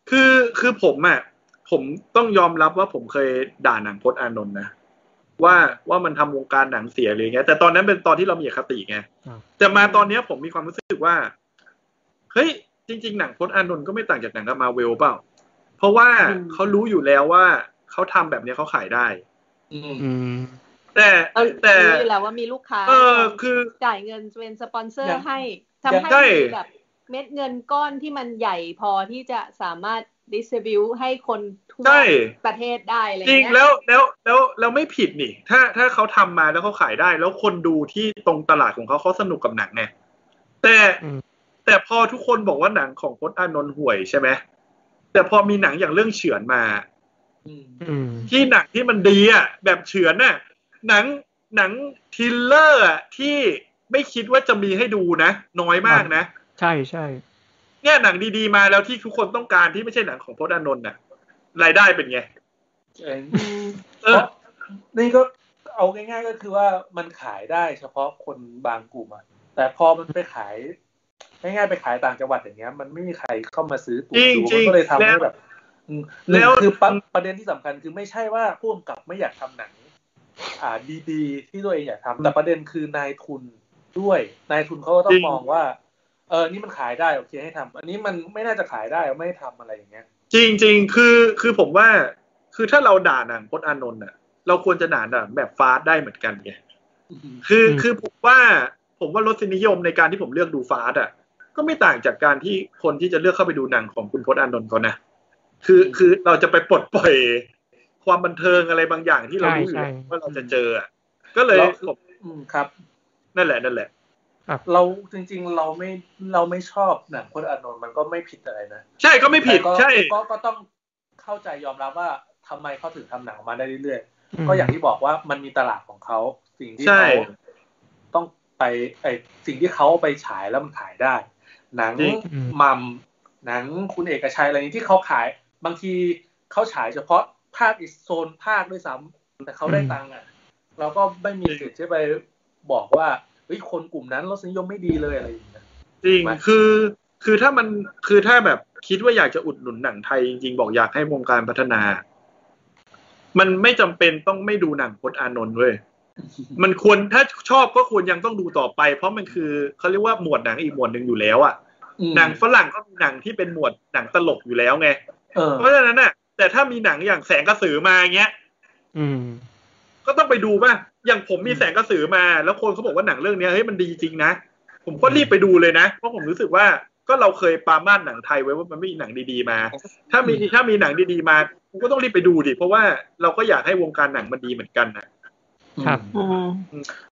Speaker 1: คือคือผมอ่ะผมต้องยอมรับว่าผมเคยด่าหนังพจน์อานนท์นะว่าว่ามันทำวงการหนังเสียเลยไงแต่ตอนนั้นเป็นตอนที่เรามีอคติไง
Speaker 4: อ่า
Speaker 1: แต่มาตอนเนี้ยผมมีความรู้สึกว่าเฮ้ยจริง ๆ หนังพจน์อานนท์ก็ไม่ต่างจากหนังกับมาเวลเปล่า เพราะว่าเขารู้อยู่แล้วว่าเขาทำแบบเนี้ยเขาขายได้
Speaker 2: อืม
Speaker 4: อืม
Speaker 1: แต่
Speaker 7: เออ
Speaker 1: แต่
Speaker 7: รู้อยู่แล้วว่ามีลูกค้า
Speaker 1: เออคือ
Speaker 7: จ่ายเงินเป็นสปอนเซอ
Speaker 2: อ
Speaker 7: ร์
Speaker 2: ย่าง
Speaker 7: ให้
Speaker 2: อย่า
Speaker 7: ทำ
Speaker 2: ง
Speaker 7: ให้
Speaker 1: ได้
Speaker 7: มีแบบเม็ดเงินก้อนที่มันใหญ่พอที่จะสามารถดิส r i บิวให้คนทั่ว
Speaker 1: ใช่
Speaker 7: ประเทศได้อะไร
Speaker 1: จริง
Speaker 7: เงี้ย
Speaker 1: แล้วแล้วแล้วแล้วไม่ผิดนี่ ถ้าถ้าเขาทำมาแล้วเขาขายได้ แล้วคนดูที่ตรงตลาดของเขาเขาสนุกกับหนังไงแต่
Speaker 4: อืม
Speaker 1: แต่พอทุกคนบอกว่าหนังของพจน์อานนท์ห่วยใช่ไหมแต่พอมีหนังอย่างเรื่องเฉือนมา
Speaker 2: อืม
Speaker 4: อืม
Speaker 1: ที่หนังที่มันดีอ่ะแบบเฉือนน่ะหนังหนังทริลเลอร์อะที่ไม่คิดว่าจะมีให้ดูนะ น้อยมากนะ
Speaker 4: ใช่ใช่
Speaker 1: เนี่ยหนังดีๆมาแล้วที่ทุกคนต้องการที่ไม่ใช่หนังของพจน์อานนท์น่ะรายได้เป็นไง
Speaker 7: อืม
Speaker 1: เออ
Speaker 2: นี่ก็เอาง่ายๆก็คือว่ามันขายได้เฉพาะคนบางกลุ่มอะแต่พอมันไปขายง่ายๆไปขายต่างจังหวัดอย่างเงี้ย มันไม่มีใครเข้ามาซื้อตั๋ว
Speaker 1: จริ
Speaker 2: ดู
Speaker 1: งๆ
Speaker 2: มันก็เลยทำให้แบบอืมหนึ่
Speaker 1: แล้
Speaker 2: ง
Speaker 1: ว
Speaker 2: คือปะประเด็นที่สำคัญคือไม่ใช่ว่าผู้กำกับไม่อยากทำหนัง อ่าดีๆ ที่ตัวเองอยากทำแต่ประเด็นคือนายทุนด้วย นายทุนเขาก็ต้องมองว่า เออนี่มันขายได้โอเคให้ทำอันนี้มันไม่น่าจะขายได้ไม่ให้ทำอะไรอย่างเงี้ย
Speaker 1: จริงจริงๆคือคือผมว่า คือถ้าเราด่าหนังพจน์อานนท์น่ะ เราควรจะด่าหนังแบบฟาสต์ได้เหมือนกันไงคือคือผมว่าผมว่ารสนิยมในการที่ผมเลือกดูฟาสต์อ่ะ ก็ไม่ต่างจากการที่คนที่จะเลือกเข้าไปดูหนังของคุณพจน์อานนท์เขานะคือ
Speaker 2: อืม
Speaker 1: คือเราจะไปปลดปล่อยความบันเทิงอะไรบางอย่างที่เรารู้อยู่แล้วว่าเราจะเจออะก็เลยผม
Speaker 2: อืมครับ
Speaker 1: นั่นแหละนั่นแหละ
Speaker 2: เราจริงๆเราไม่เราไม่ชอบหนังพจน์อานนท์มันก็ไม่ผิดอะไรนะ
Speaker 1: ใช่ก็ไม่ผิด
Speaker 2: แต่ก็
Speaker 1: ใช่
Speaker 2: ก็ก็ต้องเข้าใจยอมรับว่าทำไมเขาถึงทำหนังมาได้เรื่อย
Speaker 4: ม
Speaker 2: ๆ ก็อย่างที่บอกว่ามันมีตลาดของเขาสิ่งที่
Speaker 1: ใช่
Speaker 2: เขาต้องไปไอสิ่งที่เขาเอาไปฉายแล้วมันขายได้ หนังมัมหนังคุณเอกชัยอะไรนี้ที่เขาขาย บางทีเขาฉายเฉพาะภาคอีสโซนภาคด้วยซ้ำแต่เขาได้ตังค์อ่ะ เราก็ไม่มีสิทธิ์ที่ไปบอกว่าเฮ้ยคนกลุ่มนั้นรสนิยมไม่ดีเลยอะไรอย่างเงี้ย
Speaker 1: จริง
Speaker 2: ไหม
Speaker 1: คือคือถ้ามันคือถ้าแบบคิดว่าอยากจะอุดหนุนหนังไทยจริงๆบอกอยากให้วงการพัฒนา มันไม่จำเป็นต้องไม่ดูหนังพจน์อานนท์เว้ยมันควรถ้าชอบก็ควรยังต้องดูต่อไป เพราะมันคือเขาเรียกว่าหมวดหนังอีกหมวดหนึ่งอยู่แล้วอะ
Speaker 2: อืม
Speaker 1: หนังฝรั่งก็มีหนังที่เป็นหมวดหนังตลกอยู่แล้วไง
Speaker 2: เออ
Speaker 1: เพราะฉะนั้นน่ะ แต่ถ้ามีหนังอย่างแสงกระสือมาอย่างเงี้ย
Speaker 4: อืม
Speaker 1: ก็ต้องไปดูป่ะ อย่างผมมีแสงกระสือมา แล้วคนเขาบอกว่าหนังเรื่องเนี้ยเฮ้ยมันดีจริงนะ ผมก็รีบไปดูเลยนะ เพราะผมรู้สึกว่าก็เราเคยปรามาสหนังไทยไว้ว่ามันไม่มีหนังดีๆมา ถ้ามีถ้ามีหนังดีๆมากูก็ต้องรีบไปดูดิ เพราะว่าเราก็อยากให้วงการหนังมันดีเหมือนกันนะ
Speaker 4: ครับ
Speaker 7: อืม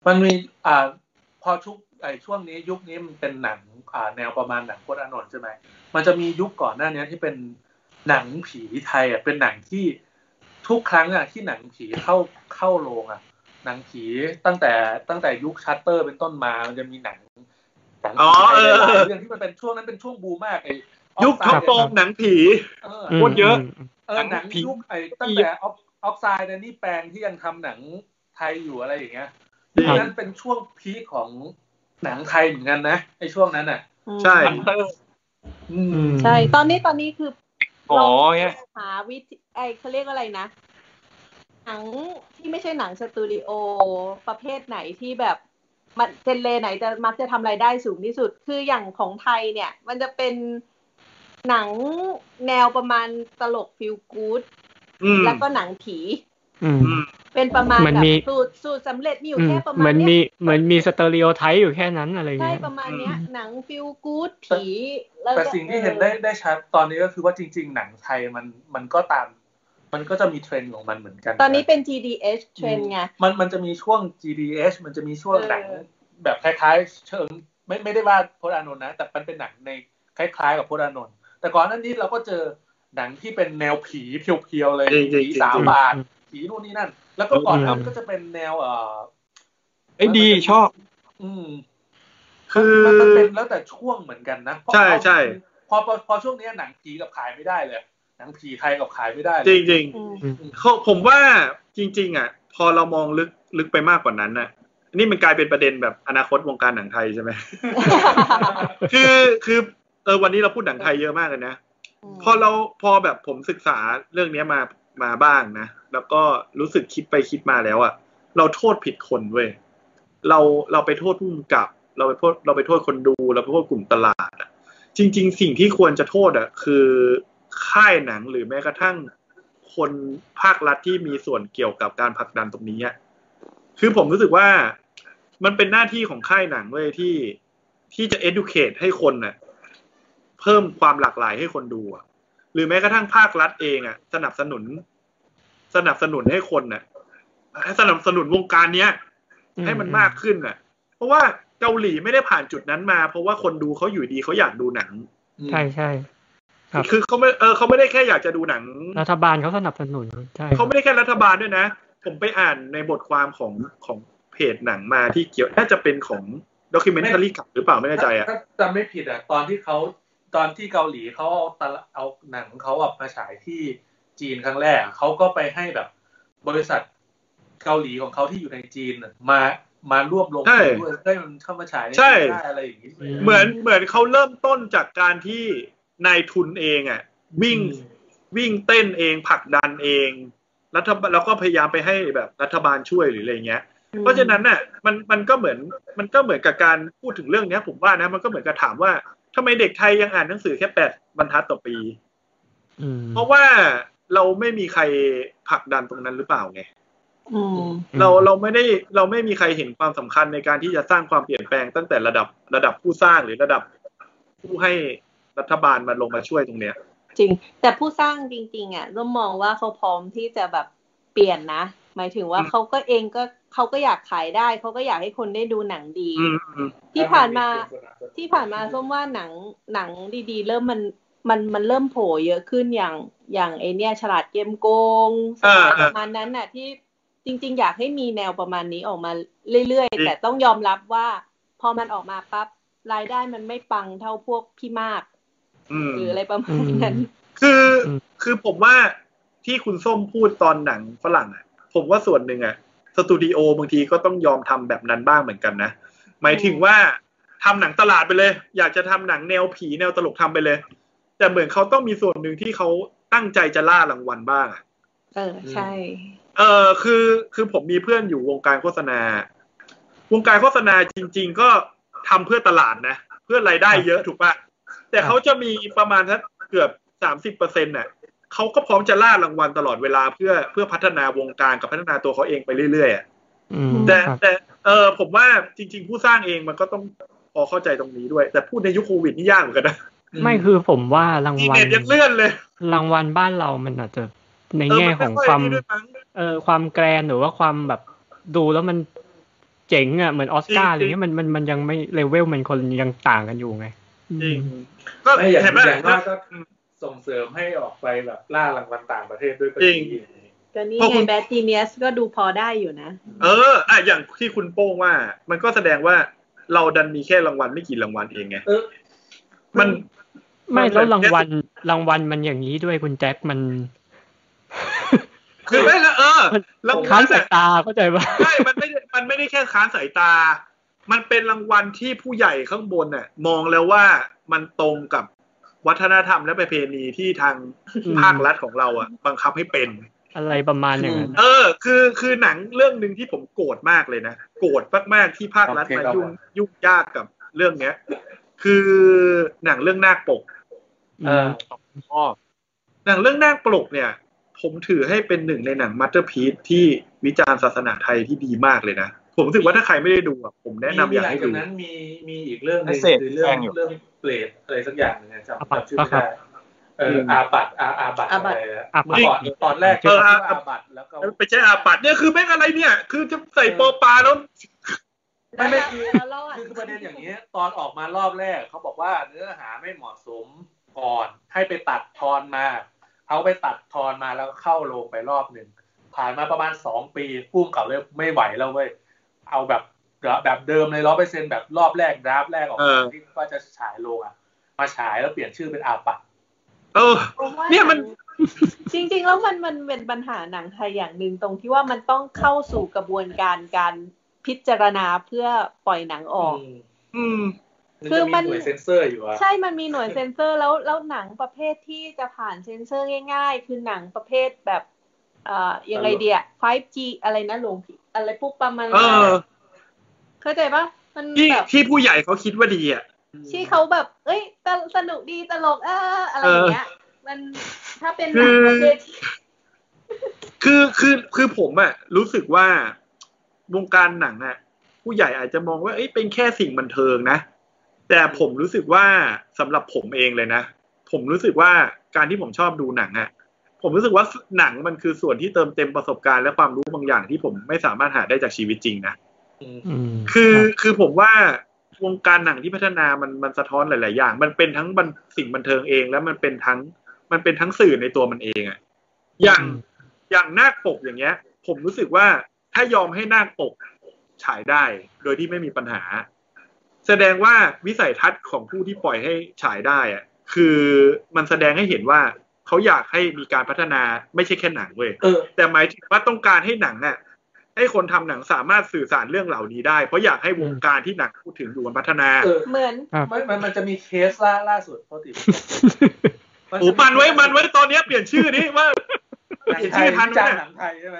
Speaker 2: มันมีอ่าพอทุก ไอช่วงนี้ยุคนี้มันเป็นหนังอ่าแนวประมาณหนังโคตรอานนท์ใช่ไหมมันจะมียุคก่อนหน้านี้ที่เป็นหนังผีไทยอ่ะเป็นหนังที่ทุกครั้งอ่ะที่หนังผีเข้าเข้าโรงอ่ะ หนังผีตั้งแต่ตั้งแต่ยุคชัตเตอร์เป็นต้นมามันจะมีหนังหนัง
Speaker 1: อ๋
Speaker 2: ผี
Speaker 1: อ
Speaker 2: ไทยห
Speaker 1: เอ
Speaker 2: ลา
Speaker 1: อ
Speaker 2: ยๆเรื่องที่มันเป็นช่วงนั้นเป็นช่วงบูมมากไอ
Speaker 1: ยุคท็อปโปงหนังผี
Speaker 2: เออ
Speaker 1: พูดเยอะ
Speaker 4: ม
Speaker 2: เออหนังยุคไอ้ตั้งแต่ออฟออฟไซด์นี่แปลงที่ยังทำหนังไทยอยู่อะไรอย่างเงี้ย
Speaker 1: จริง
Speaker 2: นั้นเป็นช่วงพีคของหนังไทยเหมือนกันนะไอ้ช่วงนั้นอ่ะ
Speaker 1: ใช่
Speaker 5: ฮันเตอร์
Speaker 2: อื
Speaker 4: อื
Speaker 2: ม
Speaker 4: ม
Speaker 3: ใช่ ตอนนี้ตอนนี้คือ
Speaker 5: อ๋อเนี่ย
Speaker 3: หาวิธีไอเขาเรียกอะไรนะ หนังที่ไม่ใช่หนังสตูดิโอประเภทไหนที่แบบมันเจนเลไหนจะมักจะทำรายได้สูงที่สุด คืออย่างของไทยเนี่ย มันจะเป็นหนังแนวประมาณตลกฟิลกู๊ด
Speaker 1: อืม
Speaker 3: แล้วก็หนังผี
Speaker 4: อืม
Speaker 1: อืม
Speaker 3: เป็นประมาณ
Speaker 4: เหมือน
Speaker 3: แบบ
Speaker 4: มี
Speaker 3: สูตรสูตรสำเร็จมีอยู่
Speaker 4: อืม
Speaker 3: แค่ประมาณ
Speaker 4: เหมือน
Speaker 3: เนี้
Speaker 4: มี
Speaker 3: ย
Speaker 4: เหมือนมีสเตอริโอไทป์อยู่แค่นั้นอะไร
Speaker 3: ใช่
Speaker 4: เงี้ย
Speaker 3: ประมาณเนี้ย
Speaker 4: อืม
Speaker 3: หนังฟิลกู๊ดผีแล้วก็
Speaker 2: แต่สิ่งที่เห็นได้ได้ชัดตอนนี้ก็คือว่าจริง ๆ หนังไทยมันมันก็ตาม มันก็จะมีเทรนด์ของมันเหมือนกันะ
Speaker 3: ตอนนี้เป็น GDH เทรนไง
Speaker 2: มันมันจะมีช่วง GDH มันจะมีช่วง
Speaker 3: เออ
Speaker 2: หนังแบบคล้ายๆ เชิงไม่ไม่ได้ว่าพลอานนท์นะ แต่มันเป็นหนังในคล้าย ๆ กับพลอานนท์แต่ก่อนหนั้นนี้เราก็เจอหนังที่เป็นแนวผีเพียวๆเลย
Speaker 1: จริงๆ
Speaker 2: ผี
Speaker 1: จริงๆ
Speaker 2: สามบาท ผีนู่นนี่นั่น แล้วก็ก่อนหนั้านก็จะเป็นแนวเอ่อ
Speaker 5: ไอ้ยดีชอบ
Speaker 2: อืม
Speaker 1: คือ
Speaker 2: มันมันเป็นแล้วแต่ช่วงเหมือนกันนะเพราะ
Speaker 1: ใช่ใช่
Speaker 2: พอพอพอช่วงเนี้ยหนังผีกับขายไม่ได้เลย หนังผีไทยกับขายไม่ได้เลย
Speaker 1: จริงจริง
Speaker 3: อืม
Speaker 1: ๆเขาผมว่าจริง ๆ อ่ะ พอเรามองลึกลึกไปมากกว่านั้นน่ะ นี่มันกลายเป็นประเด็นแบบอนาคตวงการหนังไทยใช่ไหม คือคือเออวันนี้เราพูดหนังไทยเยอะมากเลยนะ พอเราพอแบบผมศึกษาเรื่องเนี้ยมามาบ้างนะ แล้วก็รู้สึกคิดไปคิดมาแล้วอะเราโทษผิดคนเว้ยเราเราไปโทษผู้กำกับ เราไปโทษเราไปโทษคนดูเราไปโทษกลุ่มตลาดอะจริง ๆ สิ่งที่ควรจะโทษอะคือค่ายหนังหรือแม้กระทั่งคนภาครัฐที่มีส่วนเกี่ยวกับการผลักดันตรงนี้อะคือผมรู้สึกว่ามันเป็นหน้าที่ของค่ายหนังเว้ยที่ที่จะ educate ให้คนน่ะเพิ่มความหลากหลายให้คนดูอะ หรือแม้กระทั่งภาครัฐเองอ่ะสนับสนุน สนับสนุนให้คนน่ะสนับสนุนวงการเนี้ย
Speaker 4: อื
Speaker 1: ให้มันมากขึ้นน่ะ เพราะว่าเกาหลีไม่ได้ผ่านจุดนั้นมา เพราะว่าคนดูเขาอยู่ดีเขาอยากดูหนัง
Speaker 2: อืม
Speaker 4: ใช่ใช่ ครับ
Speaker 1: คือเขาไม่เออเขาไม่ได้แค่อยากจะดูหนัง
Speaker 4: รัฐบาลเขาสนับสนุนใช่
Speaker 1: เขาไม่ได้แค่รัฐบาลด้วยนะ ผมไปอ่านในบทความของของเพจหนังมาที่เกี่ยวน่าจะเป็นของด็อกิเมนต์รี่กับหรือเปล่าไม่แน่ใจอ่ะ
Speaker 2: ถ้าจำไม่ผิดอ่ะตอนที่เขาตอนที่เกาหลีเขาเอาตลาเอาหนังเขาอะมาฉายที่จีนครั้งแรกเขาก็ไปให้แบบ บริษัทเกาหลีของเขาที่อยู่ในจีนน่ะมามาร่วมลง
Speaker 1: ใช่
Speaker 2: ทุนด้วยได้มันเข้ามาฉายใน
Speaker 1: ใช่
Speaker 2: จีนได้อะไรอย่างนี้ด้วย
Speaker 1: เหมือนเหมือนเขาเริ่มต้นจากการที่นายทุนเองอ่ะ วิ่ง วิ่งเต้นเองผลักดันเองรัฐบาลแล้วก็พยายามไปให้แบบรัฐบาลช่วยหรืออะไรเงี้ย เพราะฉะนั้นน่ะมันมันก็เหมือนมันก็เหมือนกับการพูดถึงเรื่องเนี้ย ผมว่านะมันก็เหมือนกับถามว่าทำไมเด็กไทยยังอ่านหนังสือแค่แปดบรรทัดต่อปี
Speaker 4: อืม
Speaker 1: เพราะว่าเราไม่มีใครผลักดันตรงนั้นหรือเปล่าไง
Speaker 3: อืม
Speaker 1: เราเราไม่ได้เราไม่มีใครเห็นความสำคัญในการที่จะสร้างความเปลี่ยนแปลงตั้งแต่ระดับระดับผู้สร้างหรือระดับผู้ให้รัฐบาลมาลงมาช่วยตรงเนี้ย
Speaker 3: จริง แต่ผู้สร้างจริง ๆ อ่ะร่วมมองว่าเขาพร้อมที่จะแบบเปลี่ยนนะ หมายถึงว่า
Speaker 1: อืม
Speaker 3: เขาก็เองก็เขาก็อยากขายได้เขาก็อยากให้คนได้ดูหนังดี
Speaker 1: อืมอืม
Speaker 3: ที่ผ่านมา ที่ผ่านมาส้มว่าหนังหนังดีๆ เริ่มมันมันมันเริ่มโผล่เยอะขึ้นอย่างอย่างไอเนี้ยฉลาดเกมโกงส
Speaker 1: อ่า
Speaker 3: ไตล์
Speaker 1: อ่า
Speaker 3: ประมาณนั้นน่ะที่จริง ๆ อยากให้มีแนวประมาณนี้ออกมาเรื่อย
Speaker 1: จริ
Speaker 3: ๆ
Speaker 1: ง
Speaker 3: แต่ต้องยอมรับว่า พอมันออกมาปั๊บรายได้มันไม่ปังเท่าพวกพี่มาก
Speaker 1: อืม
Speaker 3: หรืออะไรประมาณนั้น
Speaker 1: คืออ
Speaker 4: ม
Speaker 1: คือผมว่าที่คุณส้มพูดตอนหนังฝรั่งอ่ะ ผมว่าส่วนหนึ่งอ่ะสตูดิโอบางทีก็ต้องยอมทำแบบนั้นบ้างเหมือนกันนะหมายถึงว่าทำหนังตลาดไปเลย อยากจะทำหนังแนวผีแนวตลกทำไปเลย แต่เหมือนเขาต้องมีส่วนหนึ่งที่เขาตั้งใจจะล่ารางวัลบ้างอะ
Speaker 3: เออใช่
Speaker 1: เออคือคือผมมีเพื่อนอยู่วงการโฆษณา วงการโฆษณาจริง ๆ ก็ทำเพื่อตลาดนะ เพื่อรายได้เยอะถูกปะแต่เขาจะมีประมาณสักเกือบสามสิบเปอร์เซ็นต์น่ะเขาก็พร้อมจะล่ารางวัลตลอดเวลาเพื่อเพื่อพัฒนาวงการกับพัฒนาตัวเขาเองไปเรื่อยๆอะ
Speaker 4: อืม
Speaker 1: แต่
Speaker 4: ครับ
Speaker 1: แต่เออผมว่าจริง ๆ ผู้สร้างเองมันก็ต้องพอเข้าใจตรงนี้ด้วย แต่พูดในยุคโควิดนี่ยากเหมือนกันนะ
Speaker 4: ไม่คือผมว่าราง
Speaker 1: อี
Speaker 4: วัล
Speaker 1: เน็ตยังเลื่อนเลย
Speaker 4: รางวัลบ้านเรามันอาจจะใน
Speaker 1: เออ
Speaker 4: แง่
Speaker 1: มันไม่
Speaker 4: ของ
Speaker 1: ค่อย
Speaker 4: ความ
Speaker 1: นี่ด้วยมั้ง
Speaker 4: เออความแกรนหรือว่าความแบบดูแล้วมัน เจ๋งอ่ะเหมือนออสการ์อะไร
Speaker 1: จริงๆ
Speaker 4: เงี้ยมันมันมันยังไม่เลเวลมันคนยังต่างกันอยู่ไง
Speaker 1: จริง ก็
Speaker 2: ไม่อย่าง
Speaker 1: เห็นไหม
Speaker 2: อย่างมากก็ส่งเสริมให้ออกไปแบบล่ารางวัลต่างประเทศด้วยก็ดี
Speaker 1: จริง
Speaker 3: ก็นี่
Speaker 1: พวก
Speaker 3: ไง
Speaker 1: คุณ
Speaker 3: แบทจีเนียสก็ดูพอได้อยู่นะ
Speaker 1: เอออ่ะอย่างที่คุณโป้งว่า มันก็แสดงว่าเราดันมีแค่รางวัลไม่กี่รางวัลเองไง
Speaker 2: เออ
Speaker 1: มัน
Speaker 4: ไม่
Speaker 1: มัน
Speaker 4: แล้วรางวัล
Speaker 1: แค่
Speaker 4: รางวัลมันอย่างนี้ด้วยคุณแจ็คมัน
Speaker 1: คือไม่ละเออ
Speaker 4: มัน
Speaker 1: รางวั
Speaker 4: ค้าน
Speaker 1: ล
Speaker 4: สา
Speaker 1: แต่
Speaker 4: ยตาเข้าใจปะ
Speaker 1: ใช่มันไม่ได้มันไม่ได้แค่ค้านสายตา มันเป็นรางวัลที่ผู้ใหญ่ข้างบนน่ะ มองแล้วว่ามันตรงกับวัฒนธรรมและประเพณีที่ทาง
Speaker 4: อืม
Speaker 1: ภาครัฐของเราอ่ะ บังคับให้เป็น
Speaker 4: อะไรประมาณอย่างนั้น
Speaker 1: เออ คือคือหนังเรื่องหนึ่งที่ผมโกรธมากเลยนะ โกรธมากๆที่ภาครัฐ
Speaker 2: โอเค
Speaker 1: มา
Speaker 2: ครับ
Speaker 1: ยุ่งยุ่งยากกับเรื่องเนี้ย คือหนังเรื่องนาคปก
Speaker 2: เออ
Speaker 6: อ๋อ
Speaker 1: หนังเรื่องนาคปกเนี่ย ผมถือให้เป็นหนึ่งในหนังมัตเตอร์พีซที่วิจารณ์ศาสนาไทยที่ดีมากเลยนะ ผมรู้สึกว่าถ้าใครไม่ได้ดูอะผมแนะนำอยากให้
Speaker 2: มี
Speaker 1: ดู
Speaker 2: หลังจนั้นมีมีอีกเรื่องหนึง
Speaker 6: ไอ้เศษ
Speaker 2: คือเรื่อง
Speaker 6: แป้งอยู่
Speaker 2: เรื่องเปรตอะไรสักอย่างหนึงนะจำจำชื่อไม่ได้เอออาบัตอาอาบัต
Speaker 3: อาบัติ
Speaker 2: อะไรนะเมื่อก่อนตอนแรกเจออาบัตแล้วก็
Speaker 1: ไปใช้อาปัดเนี่ยคือแม่งอะไรเนี่ย คือจะใส่ปอปลาแล้ว
Speaker 2: ไม่ไม่คือ
Speaker 3: แล้วเราะ
Speaker 2: คือประเด็นอย่างนี้ยตอนออกมารอบแรกเขาบอกว่าเนื้อหาไม่เหมาะสมก่อนให้ไปตัดทอนมาเขาไปตัดทอนมาแล้วเข้าโรงไปรอบหนึ่งผ่านมาประมาณสองปีพุ่มเก่าเลยไม่ไหวแล้วเว้ยเอาแบบแบบเดิมเลยร้อยเปอร์เซ็นแบบรอบแรกดราฟแรกออก
Speaker 1: เอ
Speaker 2: มา
Speaker 1: อ
Speaker 2: ที่ว่าจะฉายโรงอ่ะ มาฉายแล้วเปลี่ยนชื่อเป็นอาปัด
Speaker 1: เออ
Speaker 3: พราะว่า
Speaker 1: เนี่ยมัน
Speaker 3: จริง ๆ แล้วมันมันเป็นปัญหาหนังไทยอย่างหนึ่งตรงที่ว่ามันต้องเข้าสู่กระบวนการการพิจารณาเพื่อปล่อยหนังออก
Speaker 1: อืม
Speaker 3: คือมัน
Speaker 2: จะหน่วยเซนเซอร์อยู่อะ
Speaker 3: ใช่มันมีหน่วยเซ็นเซอร์แล้วแล้วหนังประเภทที่จะผ่านเซ็นเซอร์ง่าย ๆ คือหนังประเภทแบบเอ่อยังไงเดีย 5G อะไรนะหลวงพี่อะไรปุ๊บประมาณ
Speaker 1: เอ
Speaker 3: นั้น
Speaker 1: อ
Speaker 3: เข้าใจปะมัน
Speaker 1: ที่
Speaker 3: แบบ
Speaker 1: ที่ผู้ใหญ่เขาคิดว่าดีอ่ะ
Speaker 3: ที่เขาแบบ เอ้ยตลสนุกดีตลกเอออะไรอย่างเงี้ย มันถ้าเป็นหนังประเภทที่
Speaker 1: คือคือคือผมอะรู้สึกว่าวงการหนังอะผู้ใหญ่อาจจะมองว่าเอ้ยเป็นแค่สิ่งบันเทิงนะ แต่ผมรู้สึกว่าสำหรับผมเองเลยนะ ผมรู้สึกว่าการที่ผมชอบดูหนังอะผมรู้สึกว่าหนังมันคือส่วนที่เติมเต็มประสบการณ์และความรู้บางอย่างที่ผมไม่สามารถหาได้จากชีวิตจริงนะ
Speaker 4: อืม
Speaker 1: คือคือผมว่าวงการหนังที่พัฒนามันมันสะท้อนหลาย ๆ อย่าง มันเป็นทั้งบันสิ่งบันเทิงเอง แล้วมันเป็นทั้งมันเป็นทั้งสื่อในตัวมันเองอะอย่างอย่างนาคปกอย่างเงี้ย ผมรู้สึกว่าถ้ายอมให้นาคปกฉายได้ โดยที่ไม่มีปัญหา แสดงว่าวิสัยทัศน์ของผู้ที่ปล่อยให้ฉายได้อะคือมันแสดงให้เห็นว่าเขาอยากให้มีการพัฒนาไม่ใช่แค่หนังเว้ย
Speaker 2: เออ
Speaker 1: แต่หมายถึงว่าต้องการให้หนังน่ะให้คนทำหนังสามารถสื่อสารเรื่องเหล่านี้ได้ เพราะอยากให้วงการที่หนังพูดถึงอยู่มันพัฒนา
Speaker 2: เออ
Speaker 3: เหมือน
Speaker 2: มันมันมันจะมีเคสล่าล่าสุดปกติ
Speaker 1: โอ้มันไว้มันไว้ตอนเนี้ยเปลี่ยนชื่อนี้ว่า
Speaker 2: หนังไทยวิจารณ์หนังไทยใช่ไหม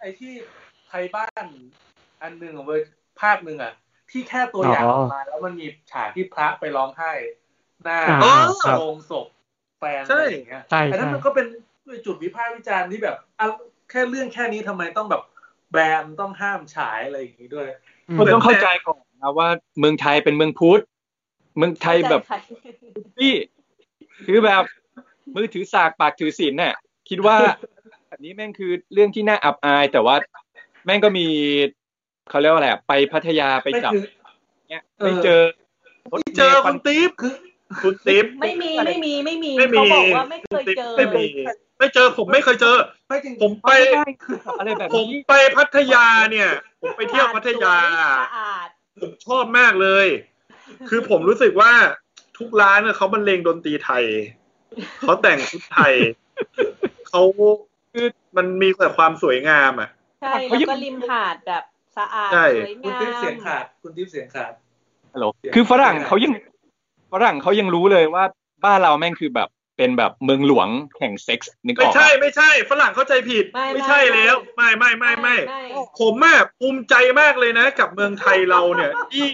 Speaker 2: ไอ้ที่ไทยบ้านอันหนึ่งของเวอร์ภาคหนึ่งอ่ะ ที่แค่ตัวอย่างออกมาแล้วมันมีฉากที่พระไปร้องไห้ หน้า
Speaker 4: อ่า
Speaker 1: เออ
Speaker 4: ครับ
Speaker 2: โรงศพแฟน
Speaker 1: ใช่
Speaker 2: อะไรอย่างเงี้ย
Speaker 4: ใช่
Speaker 2: อันนั้น
Speaker 4: ใช่
Speaker 2: มันก็เป็นจุดวิพากษ์วิจารณ์ที่แบบเอาแค่เรื่องแค่นี้ทำไมต้องแบบแบนต้องห้ามฉายอะไรอย่างงี้ด้วย
Speaker 4: อืม
Speaker 6: คนต้องเข้าใจก่อนนะว่าเมืองไทยเป็นเมืองพุทธเมืองไทยแบบ พี่คือแบบมือถือสากปากถือศีลเนี่ยคิดว่า อันนี้แม่งคือเรื่องที่น่าอับอาย แต่ว่าแม่งก็มีเขาเรียกว่าอะไรอะไปพัทยาไปจับเนี่ย
Speaker 2: เออ
Speaker 6: ไม่เจอ
Speaker 1: ไม่เจอคุณติ๊บ
Speaker 2: คือ
Speaker 1: คุณติ๊บ
Speaker 3: ไม่มีไม่มีไม่มี
Speaker 1: ไม่มี
Speaker 3: เขาบอกว่าไม่เคยเจอ
Speaker 1: ไม่มีไม่เจอผมไม่เคยเจอ
Speaker 2: ไม่จริง
Speaker 1: ผมไป
Speaker 6: อะไรแบบ
Speaker 1: ผม
Speaker 6: นี้
Speaker 1: ไปพัทยาเนี่ย ผมไปเที่ยวพัทยา
Speaker 3: สะอาด
Speaker 1: ผมชอบมากเลย คือผมรู้สึกว่าทุกร้านเนี่ยเขาบรรเลงดนตรีไทย เขาแต่งชุดไทย เขาคือมันมีแต่ความสวยงามอ่ะ
Speaker 3: ใช่แล้วก็ริมหาดแบบสะอาด
Speaker 1: ใช่
Speaker 3: สวย
Speaker 2: คุณ
Speaker 3: งา
Speaker 2: ติ๊บเสียงขาด
Speaker 3: ม
Speaker 2: คุณติ๊บเสียงขาด
Speaker 6: ฮัลโหลคือฝรั่งเขายังฝรั่งเขายังรู้เลยว่าบ้านเราแม่งคือแบบเป็นแบบเมืองหลวงแห่งเซ็กซ์นึกอ
Speaker 1: ไม่
Speaker 6: อกปะ
Speaker 1: ใช่ไม่ใช่ ฝรั่งเข้าใจผิด ไม่ใช่แล้ว ไม่ไม่ไม่ไม่ผมอ่ะภูมิใจมากเลยนะ กับเมืองไทยเราเนี่ย ที่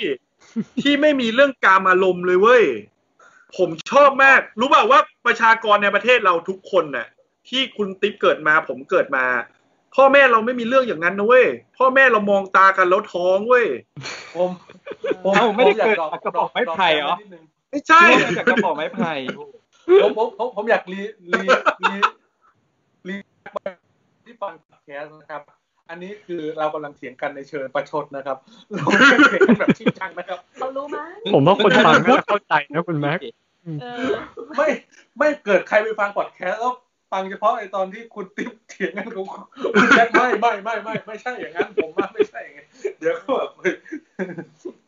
Speaker 1: ที่ไม่มีเรื่องการอารมณ์เลยเว้ย ผมชอบมาก รู้เปล่าว่าประชากรในประเทศเราทุกคนน่ะ ที่คุณติ๊บเกิดมา ผมเกิดมา พ่อแม่เราไม่มีเรื่องอย่างนั้นนะเว้ยพ่อแม่เรามองตากันแล้วท้องเว้ย
Speaker 2: ผม
Speaker 6: เอ้าไม่ได้
Speaker 2: ผยา
Speaker 6: เกิด
Speaker 2: ด
Speaker 6: จากกระบอกไม้ไผ่เหรอ
Speaker 2: ดกนิดนึง
Speaker 1: ไม่ใช่
Speaker 6: ไม่ได้เกิดจากกระบอกไม้ไผ่
Speaker 2: ผมผมผมผมอยากรีรีรีรีที่ฟังพอดแคสต์นะครับ อันนี้คือเรากำลังเถียงกันในเชิงประชดนะครับเราไม่ได้เถียงกันแบบจริงจังนะครับ
Speaker 3: เขารู้มั้ย
Speaker 4: ผมว่าคนฟังก็เข้าใจนะคุณแม็ก
Speaker 3: เออ
Speaker 2: ไม่ไม่เกิดใครไปฟังพอดแคสต์แล้วฟังเฉพาะไอตอนที่คุณติ๊บเถียงกันกับคุณแจ็คไม่ไม่ไม่ไม่ไม่ใช่อย่างนั้นผมว่าไม่ใช่อย่างนั้นเดี๋ยวก็แบบ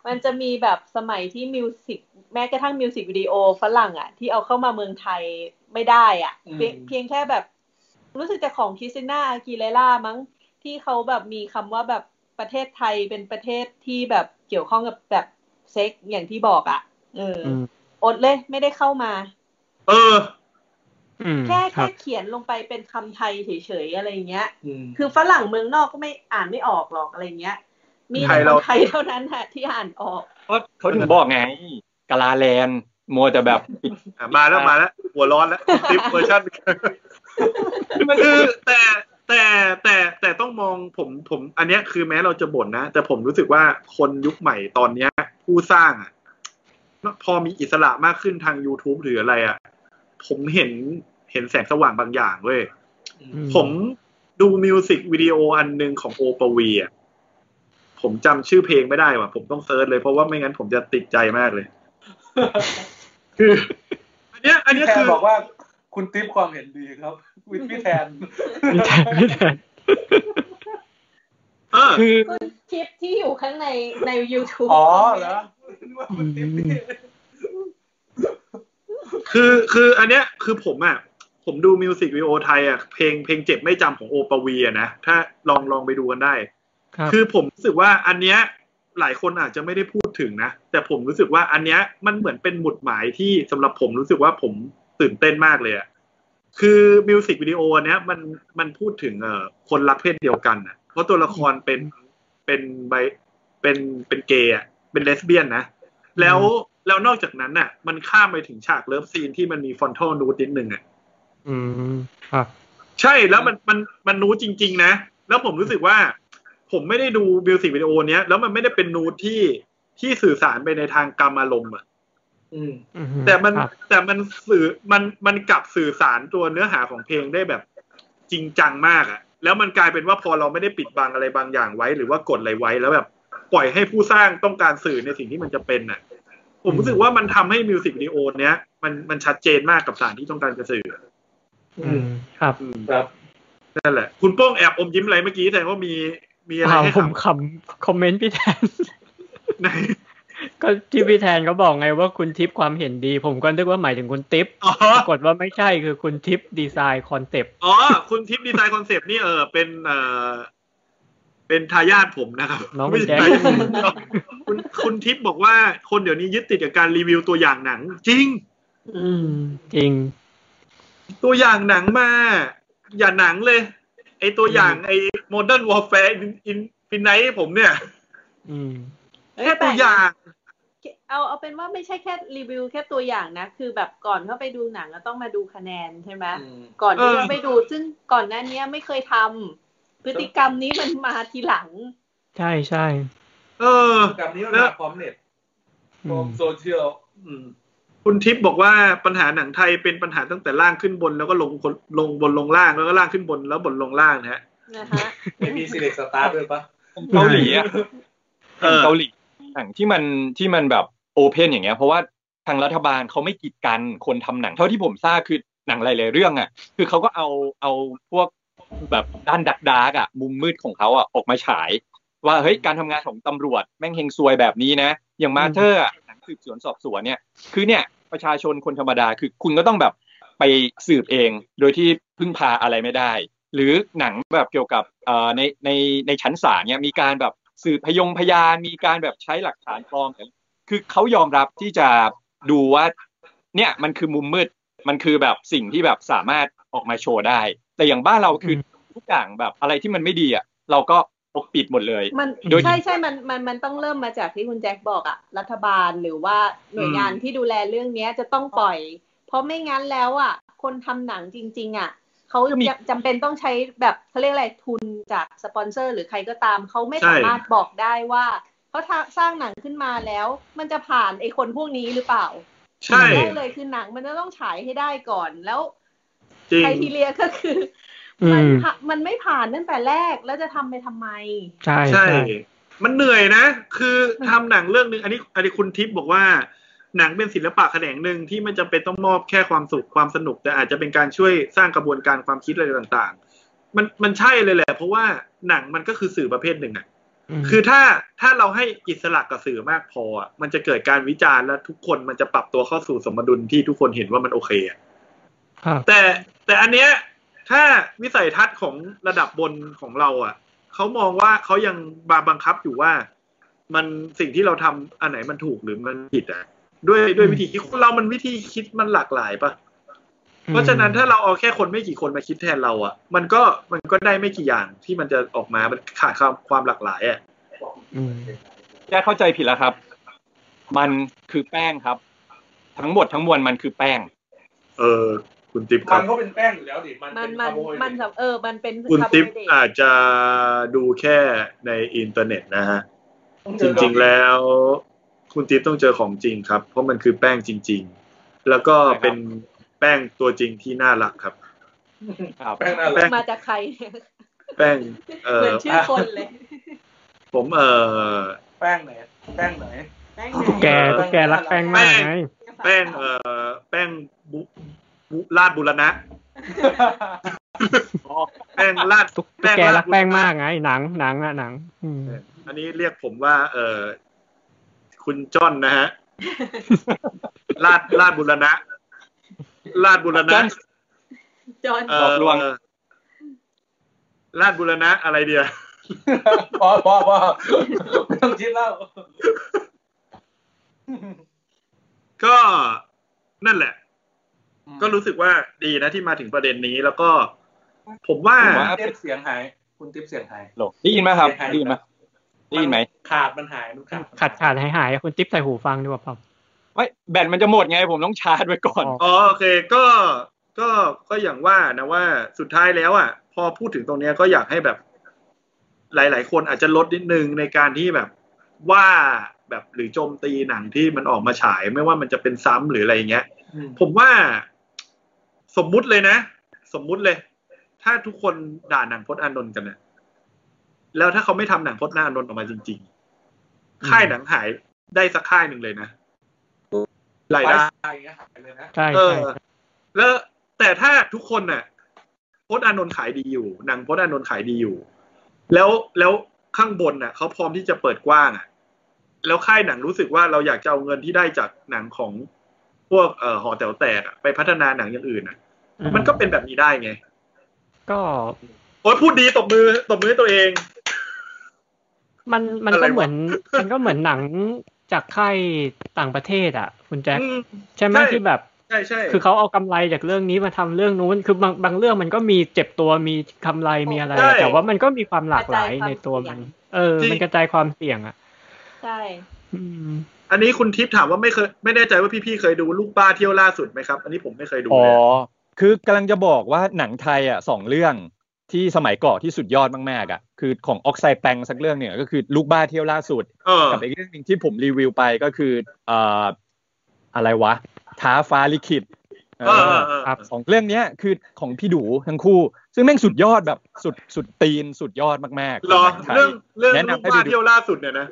Speaker 3: มันจะมีแบบสมัยที่มิวสิกแม้กระทั่งมิวสิกวิดีโอฝรั่งอ่ะ ที่เอาเข้ามาเมืองไทยไม่ได้อ่ะเพียงเพียงแค่แบบ รู้สึกจะของคริสติน่าอากิเลล่ามั้งที่เขาแบบมีคำว่าแบบประเทศไทยเป็นประเทศที่แบบเกี่ยวข้องกับแบบเซ็กซ์อย่างที่บอกอ่ะเอออ
Speaker 4: ม
Speaker 3: อดเลยไม่ได้เข้ามา
Speaker 1: เออ
Speaker 4: อืม
Speaker 3: แค่
Speaker 4: ครั
Speaker 3: แค่
Speaker 4: บ
Speaker 3: เขียนลงไปเป็นคำไทยเฉยๆอะไรอย่างเงี้ย
Speaker 2: อืม
Speaker 3: คือฝรั่งเมืองนอกก็ไม่อ่านไม่ออกหรอกอะไรเงี้ย มี
Speaker 1: ไทย
Speaker 3: แต่ค
Speaker 1: เรา
Speaker 3: นไทยเท่านั้นน่ะที่อ่านออก
Speaker 6: เพราะเขาถึงบอกไงกาลาแลนด์มัวแต่แบบ
Speaker 1: อ่ะมาแล้วมาแล้วหัวร้อนแล้วคลิปเวอร์ชันคือแต่แต่แต่แต่ต้องมองผมผม อันเนี้ยคือแม้เราจะบ่นนะ แต่ผมรู้สึกว่าคนยุคใหม่ตอนเนี้ย ผู้สร้างอะพอมีอิสระมากขึ้นทาง YouTube หรืออะไรอะผมเห็นเห็นแสงสว่างบางอย่างเว้ย
Speaker 4: อืม
Speaker 1: ผมดูมิวสิกวิดีโออันหนึ่งของโอปวีอ่ะผมจำชื่อเพลงไม่ได้ว่ะ ผมต้องเซิร์ชเลยเพราะว่าไม่งั้นผมจะติดใจมากเลย คือ อันเนี้ย อัน
Speaker 2: พี่
Speaker 1: เนี้ย
Speaker 2: แท
Speaker 1: คื
Speaker 2: น
Speaker 1: อ
Speaker 2: บอกว่าคุณติ๊บความเห็นดีครับวิทพี่แทน
Speaker 4: ไม่แทนไม่แทน
Speaker 1: เออ
Speaker 4: คือ
Speaker 3: คุณคลิปที่อยู่ข้างในใน YouTube
Speaker 2: อ๋อเหรอนึกว่าคุณติ๊บนี่
Speaker 1: คือคืออันเนี้ยคือผมอ่ะผมดูมิวสิกวิดีโอไทยอ่ะเพลงเพลงเจ็บไม่จำของโอปวีอ่ะนะ ถ้าลองลองไปดูกันได้
Speaker 4: ครับ
Speaker 1: คือผมรู้สึกว่าอันเนี้ยหลายคนอาจจะไม่ได้พูดถึงนะ แต่ผมรู้สึกว่าอันเนี้ยมันเหมือนเป็นหมุดหมายที่สำหรับผมรู้สึกว่าผมตื่นเต้นมากเลยอ่ะคือมิวสิกวิดีโออันเนี้ยมันมันพูดถึงเอ่อคนรักเพศเดียวกันอ่ะเพราะตัวละครเป็นเป็นไบเป็นเป็นเกย์อ่ะเป็นเลสเบี้ยนนะ แล้วแล้วนอกจากนั้นน่ะ มันข้ามไปถึงฉากเลิฟซีนที่มันมีฟอนทัลนูดนิดนึงอ่ะ
Speaker 4: อืมครับ
Speaker 1: ใช่แล้วมันมันมันนูดจริง ๆ นะ แล้วผมรู้สึกว่า ผมไม่ได้ดูมิวสิกวิดีโอเนี้ยแล้วมันไม่ได้เป็นนูดที่ที่สื่อสารไปในทางกรรมอารมณ์อ่ะ
Speaker 2: อืม
Speaker 4: อื
Speaker 1: แต่มัน
Speaker 4: ครับ
Speaker 1: แต่มันสื่อมันมันกลับสื่อสารตัวเนื้อหาของเพลงได้แบบจริงจังมากอ่ะ แล้วมันกลายเป็นว่าพอเราไม่ได้ปิดบังอะไรบางอย่างไว้ หรือว่ากดอะไรไว้แล้วแบบ ปล่อยให้ผู้สร้างต้องการสื่อในสิ่งที่มันจะเป็นน่ะ ผมรู้สึกว่ามันทำให้มิวสิกวิดีโอเนี้ยมันมันชัดเจนมากกับสารที่ต้องการจะสื่อ
Speaker 4: อืมครับ
Speaker 1: อืม
Speaker 2: ครับ
Speaker 1: นั่นแหละ คุณโป้งแอบอมยิ้มอะไรเมื่อกี้แต่ว่ามีมีอะไร
Speaker 4: อ่า
Speaker 1: ให้
Speaker 4: ผม
Speaker 1: ขำ
Speaker 4: คำคอมเมนต์พี่แทน
Speaker 1: ใน
Speaker 4: ก็ที่พี่แทนก็บอกไงว่าคุณทิปความเห็นดี ผมก็นึกว่าหมายถึงคุณทิป
Speaker 1: อ๋อ
Speaker 4: ปรากฏว่าไม่ใช่คือคุณทิปดีไซน์คอนเซปต์
Speaker 1: อ๋อ คุณทิพย์ดีไซน์คอนเซปต์นี่เออเป็นเออเป็นทายาทผมนะครับ
Speaker 4: น้อง
Speaker 1: ไม่
Speaker 4: แจ็
Speaker 1: ใช่
Speaker 4: ค
Speaker 1: คุณคุณทิพย์บอกว่าคนเดี๋ยวนี้ยึดติดกับการรีวิวตัวอย่างหนัง จริง
Speaker 4: อืมจริง
Speaker 1: ตัวอย่างหนังมา อย่าหนังเลย ไอตัวอย่างไอ Modern Warfare in f i n i t e ผมเนี่ย
Speaker 4: อืม
Speaker 3: เออแต่
Speaker 1: ตัวอย่าง
Speaker 3: เอาเอาเป็นว่าไม่ใช่แค่รีวิวแค่ตัวอย่างนะ คือแบบก่อนเข้าไปดูหนังก็ต้องมาดูคะแนนใช่ไหมก่อนที่
Speaker 1: เออ
Speaker 3: จะไปดูซึ่งก่อนหน้าเนี้ยไม่เคยทำพฤติกรรมนี้มันมาทีหลัง
Speaker 4: ใช่ใช่
Speaker 1: เออ
Speaker 2: กรรมนี้มันมาพร้อมเน็ตพ
Speaker 4: อื
Speaker 2: ร้อม
Speaker 4: ม
Speaker 2: โซเชียลอืม
Speaker 1: คุณทิพย์บอกว่าปัญหาหนังไทยเป็นปัญหาตั้งแต่ล่างขึ้นบน แล้วก็ลงคนลงบนลงล่างแล้วก็ล่างขึ้นบนแล้วบนลงล่างนะฮะ
Speaker 3: นะคะ
Speaker 2: ไม่มีซีเล็กสตาร์ด้วยปะ
Speaker 6: เกาหลีอะ
Speaker 1: เออ
Speaker 6: เกาหลีหนังที่มันที่มันแบบโอเพนอย่างเงี้ย เพราะว่าทางรัฐบาลเขาไม่กีดกันคนทำหนัง เท่าที่ผมทราบคือหนังหลายๆเรื่องอ่ะ คือเขาก็เอาเอาพวกแบบด้านดักดาร์กๆอ่ะ มุมมืดของเขาอ่ะออกมาฉาย ว่าเฮ้ยการทำงานของตำรวจแม่งเฮงซวยแบบนี้นะ อย่างมาเธอร์หนังสืบสวนสอบสวนเนี่ย คือเนี่ยประชาชนคนธรรมดาคือคุณก็ต้องแบบไปสืบเอง โดยที่พึ่งพาอะไรไม่ได้ หรือหนังแบบเกี่ยวกับเอ่อในในในชั้นศาลเนี่ยมีการแบบสืบพยงพยานมีการแบบใช้หลักฐานปลอม คือเขายอมรับที่จะดูว่า เนี่ยมันคือมุมมืดมันคือแบบสิ่งที่แบบสามารถออกมาโชว์ได้ แต่อย่างบ้านเราคือทุกอย่างแบบอะไรที่มันไม่ดีอ่ะเราก็ปกปิดหมดเลย
Speaker 3: มัน
Speaker 6: โดย
Speaker 3: ใช่ใช่มันมันมันต้องเริ่มมาจากที่คุณแจ็คบอกอะรัฐบาลหรือว่าหน่วยงานที่ดูแลเรื่องเนี้ยจะต้องปล่อย เพราะไม่งั้นแล้วอะคนทำหนังจริง ๆอะเขาจะจำเป็นต้องใช้แบบเขาเรียกอะไรทุนจากสปอนเซอร์ หรือใครก็ตามเขาไม่
Speaker 1: ใช่
Speaker 3: สามารถบอกได้ว่าเขาทำสร้างหนังขึ้นมาแล้ว มันจะผ่านไอ้คนพวกนี้หรือเปล่า
Speaker 1: ใช่
Speaker 3: ได้เลยคือหนังมันจะต้องฉายให้ได้ก่อนแล้ว
Speaker 1: จริง
Speaker 3: ไครทีเรียก็คือ
Speaker 4: อื
Speaker 3: มัน
Speaker 4: ม
Speaker 3: ผ่ามันไม่ผ่านตั้งแต่แรกแล้วจะทำไปทำไม
Speaker 4: ใช่
Speaker 1: ใช่
Speaker 4: ใช่
Speaker 1: มันเหนื่อยนะ คือทำหนังเรื่องหนึ่งอันนี้อันนี้คุณทิพย์บอกว่า หนังเป็นศิลปะแขนงหนึ่งที่ไม่จำเป็นต้องมอบแค่ความสุขความสนุก แต่อาจจะเป็นการช่วยสร้างกระบวนการความคิดอะไรต่างๆ มันมันใช่เลยแหละ เพราะว่าหนังมันก็คือสื่อประเภทหนึ่งอะ คือถ้าถ้าเราให้อิสระกับสื่อมากพออะมันจะเกิดการวิจารณ์และทุกคนมันจะปรับตัวเข้าสู่สมดุลที่ทุกคนเห็นว่ามันโอเคอะ
Speaker 4: ครับ
Speaker 1: แต่แต่อันเนี้ยถ้าวิสัยทัศน์ของระดับบนของเราอ่ะเขามองว่าเขายังบาบังคับอยู่ว่า มันสิ่งที่เราทำอันไหนมันถูกหรือมันผิดอ่ะด้วยด้วยวิธีคิดคนเรามันวิธีคิดมันหลากหลายปะ เพราะฉะนั้นถ้าเราเอาแค่คนไม่กี่คนมาคิดแทนเราอ่ะ มันก็มันก็ได้ไม่กี่อย่างที่มันจะออกมามันขาดความความหลากหลายอ่ะ
Speaker 4: อืม
Speaker 5: แจ้เข้าใจผิดแล้วครับ มันคือแป้งครับ ทั้งหมดทั้งมวลมันคือแป้ง
Speaker 1: เออ คุณติ๊บค
Speaker 2: มั
Speaker 1: รั
Speaker 2: น
Speaker 1: บ
Speaker 2: ก็เป็นแป้งอยู่แล้วดิมัน
Speaker 7: มั
Speaker 2: เป็น น
Speaker 7: มั
Speaker 2: คาน ร์โบไฮเดรต
Speaker 7: มันสำเออมันเป็น
Speaker 1: คุณ
Speaker 7: คาร์โบ
Speaker 1: ติ๊บ
Speaker 7: ไฮเดรต
Speaker 1: อาจจะดูแค่ในอินเทอร์เน็ตนะฮะ จ
Speaker 2: ต้อ
Speaker 1: ริง ๆ แล้ว คุณติ๊บต้องเจอของจริงครับ เพราะมันคือแป้งจริง ๆ แล้วก็เป็นแป้งตัวจริงที่น่ารักครับ
Speaker 5: ครับ
Speaker 2: แป้งน่ารัก
Speaker 7: มาจากใครเนี่ย
Speaker 1: แป้ง เอ
Speaker 7: เห
Speaker 1: อ
Speaker 7: มือนชื่อคนเลย
Speaker 1: ผมเออ
Speaker 2: แป้งไหนแป้งไหน
Speaker 7: แป้ง
Speaker 4: ตุ๊กแกตุ๊กแกรักแป้งมาก
Speaker 1: แป้ง
Speaker 4: ไง
Speaker 1: แป้งเออแป้งบุบุราดบุรณะ แป้งราด
Speaker 4: ตุ๊กตุ๊กแกรักแป้งมากไง หนังหนังอะหนัง อืม
Speaker 1: อันนี้เรียกผมว่า เออคุณจ้อน นะฮะ ลาดลาดบุรณะ ลาดบุรณะ
Speaker 5: จ้อน
Speaker 7: จอน
Speaker 1: เห
Speaker 5: ลอกลวง
Speaker 1: เลาดบุรณะอะไรเดียว
Speaker 2: พอพอพอไม่ต้องคิดแล้ว
Speaker 1: ก็นั่นแหละ ก็รู้สึกว่าดีนะที่มาถึงประเด็นนี้แล้วก็ ผมว่า
Speaker 5: ผมว่า
Speaker 2: ติ๊บเสียงหาย คุณติ๊บเสียงหาย
Speaker 5: หลงได้ยินไหมครับได้ยินไหมได้ยินไหม
Speaker 2: ขาดมันหายมันขาด
Speaker 4: ขาดขาดหายหายคุณติ๊บใส่หูฟังดีกว่าครับ
Speaker 5: ไม่แบตมันจะหมดไง ผมต้องชาร์จไว้ก่อน
Speaker 4: อ๋อ
Speaker 1: อ๋อโอเคก็ก็ก็อย่างว่านะว่าสุดท้ายแล้วอ่ะ พอพูดถึงตรงเนี้ยก็อยากให้แบบ หลาย ๆ คนอาจจะลดนิดนึงในการที่แบบว่าแบบหรือโจมตีหนังที่มันออกมาฉาย ไม่ว่ามันจะเป็นซ้ำหรืออะไรอย่างเงี้ย
Speaker 2: อืม
Speaker 1: ผมว่าสมมุติเลยนะ สมมุติเลย ถ้าทุกคนด่าหนังพจน์อานนท์กันนะแล้วถ้าเขาไม่ทำหนังพจน์อานนท์ออกมาจริง
Speaker 4: อืม
Speaker 1: ๆ ค่ายหนังหายได้สักค่ายหนึ่งเลยนะราย
Speaker 2: ไป
Speaker 1: ได้
Speaker 2: หายอย่างเงี้ยหายเลยนะ
Speaker 4: ใช่
Speaker 1: เอ
Speaker 4: ใช่
Speaker 1: อ แล้วแต่ถ้าทุกคนน่ะพจน์อานนท์ขายดีอยู่หนังพจน์อานนท์ขายดีอยู่ แล้วแล้วข้างบนน่ะเขาพร้อมที่จะเปิดกว้างอ่ะ แล้วค่ายหนังรู้สึกว่าเราอยากจะเอาเงินที่ได้จากหนังของพวกเอ่อหอแต๋วแตกอะไปพัฒนาหนังอย่างอื่นน่ะ มันก็เป็นแบบนี้ได้ไง
Speaker 4: ก็
Speaker 1: โอ้ยพูดดีตบมือตบมือให้ตัวเอง
Speaker 4: มันมัน
Speaker 1: อะไร
Speaker 4: ก็
Speaker 1: วะ
Speaker 4: เหมือนมันก็เหมือนหนังจากค่ายต่างประเทศอ่ะ คุณแจ็ค
Speaker 1: อืม
Speaker 4: ใช่ไหม
Speaker 1: ใช่
Speaker 4: ที่แบบ
Speaker 1: ใช่ใช่
Speaker 4: คือเขาเอากำไรจากเรื่องนี้มาทำเรื่องนู้น คือบางบางเรื่องมันก็มีเจ็บตัวมีกำไรมีอะไร แต่ว่ามันก็มีความหลากหลายในตัวมัน เออ มันกระจายความเสี่ยงอ่ะ
Speaker 7: ใช่
Speaker 4: อืม
Speaker 1: อันนี้คุณทิพย์ถามว่าไม่เคยไม่แน่ใจว่าพี่ๆเคยดูลูกบ้าเที่ยวล่าสุดไหมครับ อันนี้ผมไม่เคยดู
Speaker 6: อ๋อ
Speaker 1: เลย
Speaker 6: คือกำลังจะบอกว่าหนังไทยอ่ะสองเรื่องที่สมัยก่อนที่สุดยอดมากๆอ่ะคือของออกไซแปงสักเรื่องเนี่ยก็คือลูกบ้าเที่ยวล่าสุด
Speaker 1: เออ
Speaker 6: กับอีกเรื่องหนึ่งที่ผมรีวิวไปก็คือเอ่ออะไรวะ ท้าฟ้าลิขิตเอ
Speaker 1: เออ
Speaker 6: อ
Speaker 1: เออ
Speaker 4: ครับ
Speaker 6: สองเรื่องเนี้ยคือของพี่ดูทั้งคู่ ซึ่งแม่งสุดยอดแบบสุดสุดตีนสุดยอดมากๆ
Speaker 1: เหรอ
Speaker 6: ขหนัไทย
Speaker 1: เรื่องเรื่อง
Speaker 6: แนะ
Speaker 1: ลูก
Speaker 6: นำให้ดู
Speaker 1: บ้าเที่ยวล่าสุดเนี่ยนะ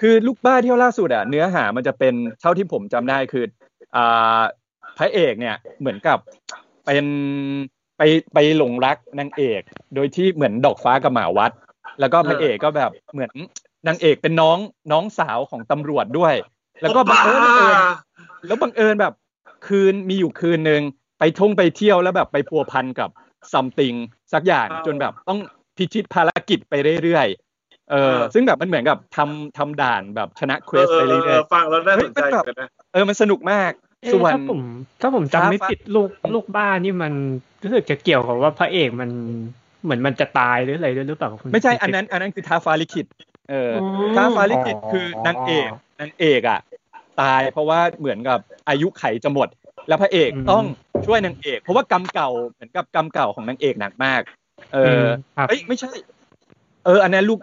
Speaker 6: คือลูกบ้าเที่ยวล่าสุดอะเนื้อหามันจะเป็นเท่าที่ผมจำได้คืออ่าพระเอกเนี่ยเหมือนกับเป็นไปไปหลงรักนางเอก โดยที่เหมือนดอกฟ้ากับหมาวัด แล้วก็พระเอกก็แบบเหมือนนางเอกเป็นน้องน้องสาวของตำรวจด้วย แล้วก็บังเอิญบังเอิญ แล้วบังเอิญแบบคืนมีอยู่คืนหนึ่งไปท่องไปเที่ยวแล้วแบบไปพัวพันกับซัมติงสักอย่าง
Speaker 1: อ่า
Speaker 6: จนแบบต้องพิชิตภารกิจไปเรื่อยๆเออ
Speaker 1: เออ
Speaker 6: ซึ่งแบบมันเหมือนกับทำทำด่านแบบชนะเควสไปเรื่
Speaker 1: เออเออเอ
Speaker 6: อย
Speaker 1: อฟังแล้วน่าสนใจเหมือนกันนะ
Speaker 6: ๆเออมันสนุกมาก
Speaker 4: เอ๊ะ
Speaker 6: ส่วน
Speaker 4: ถ้าผมถ้าผมจำไม่
Speaker 6: ฟ้าฟ้า
Speaker 4: ผิดลูกลูกบ้านนี่มันรู้สึกจะเกี่ยวกับว่าพระเอกมันเหมือนมันจะตายหรืออะไรด้วยหรือเปล่าคุณ
Speaker 6: ไม่ใช่อัน
Speaker 4: ติ๊บ
Speaker 6: นั้นอันนั้นคือท้าฟาลิขิตเอออ
Speaker 4: ม
Speaker 6: ท้าฟาลิขิต
Speaker 4: อ๋อ
Speaker 6: คือนางเอกนางเอกอ่ะตายเพราะว่าเหมือนกับอายุไขจะหมด แล้วพระเอกต้องช่วยนางเอก เพราะว่ากรรมเก่าเหมือนกับกรรมเก่าของนางเอกหนักมาก เอออ
Speaker 4: มครับ
Speaker 6: เอ้ยไม่ใช่ เออ อันนั้นลูก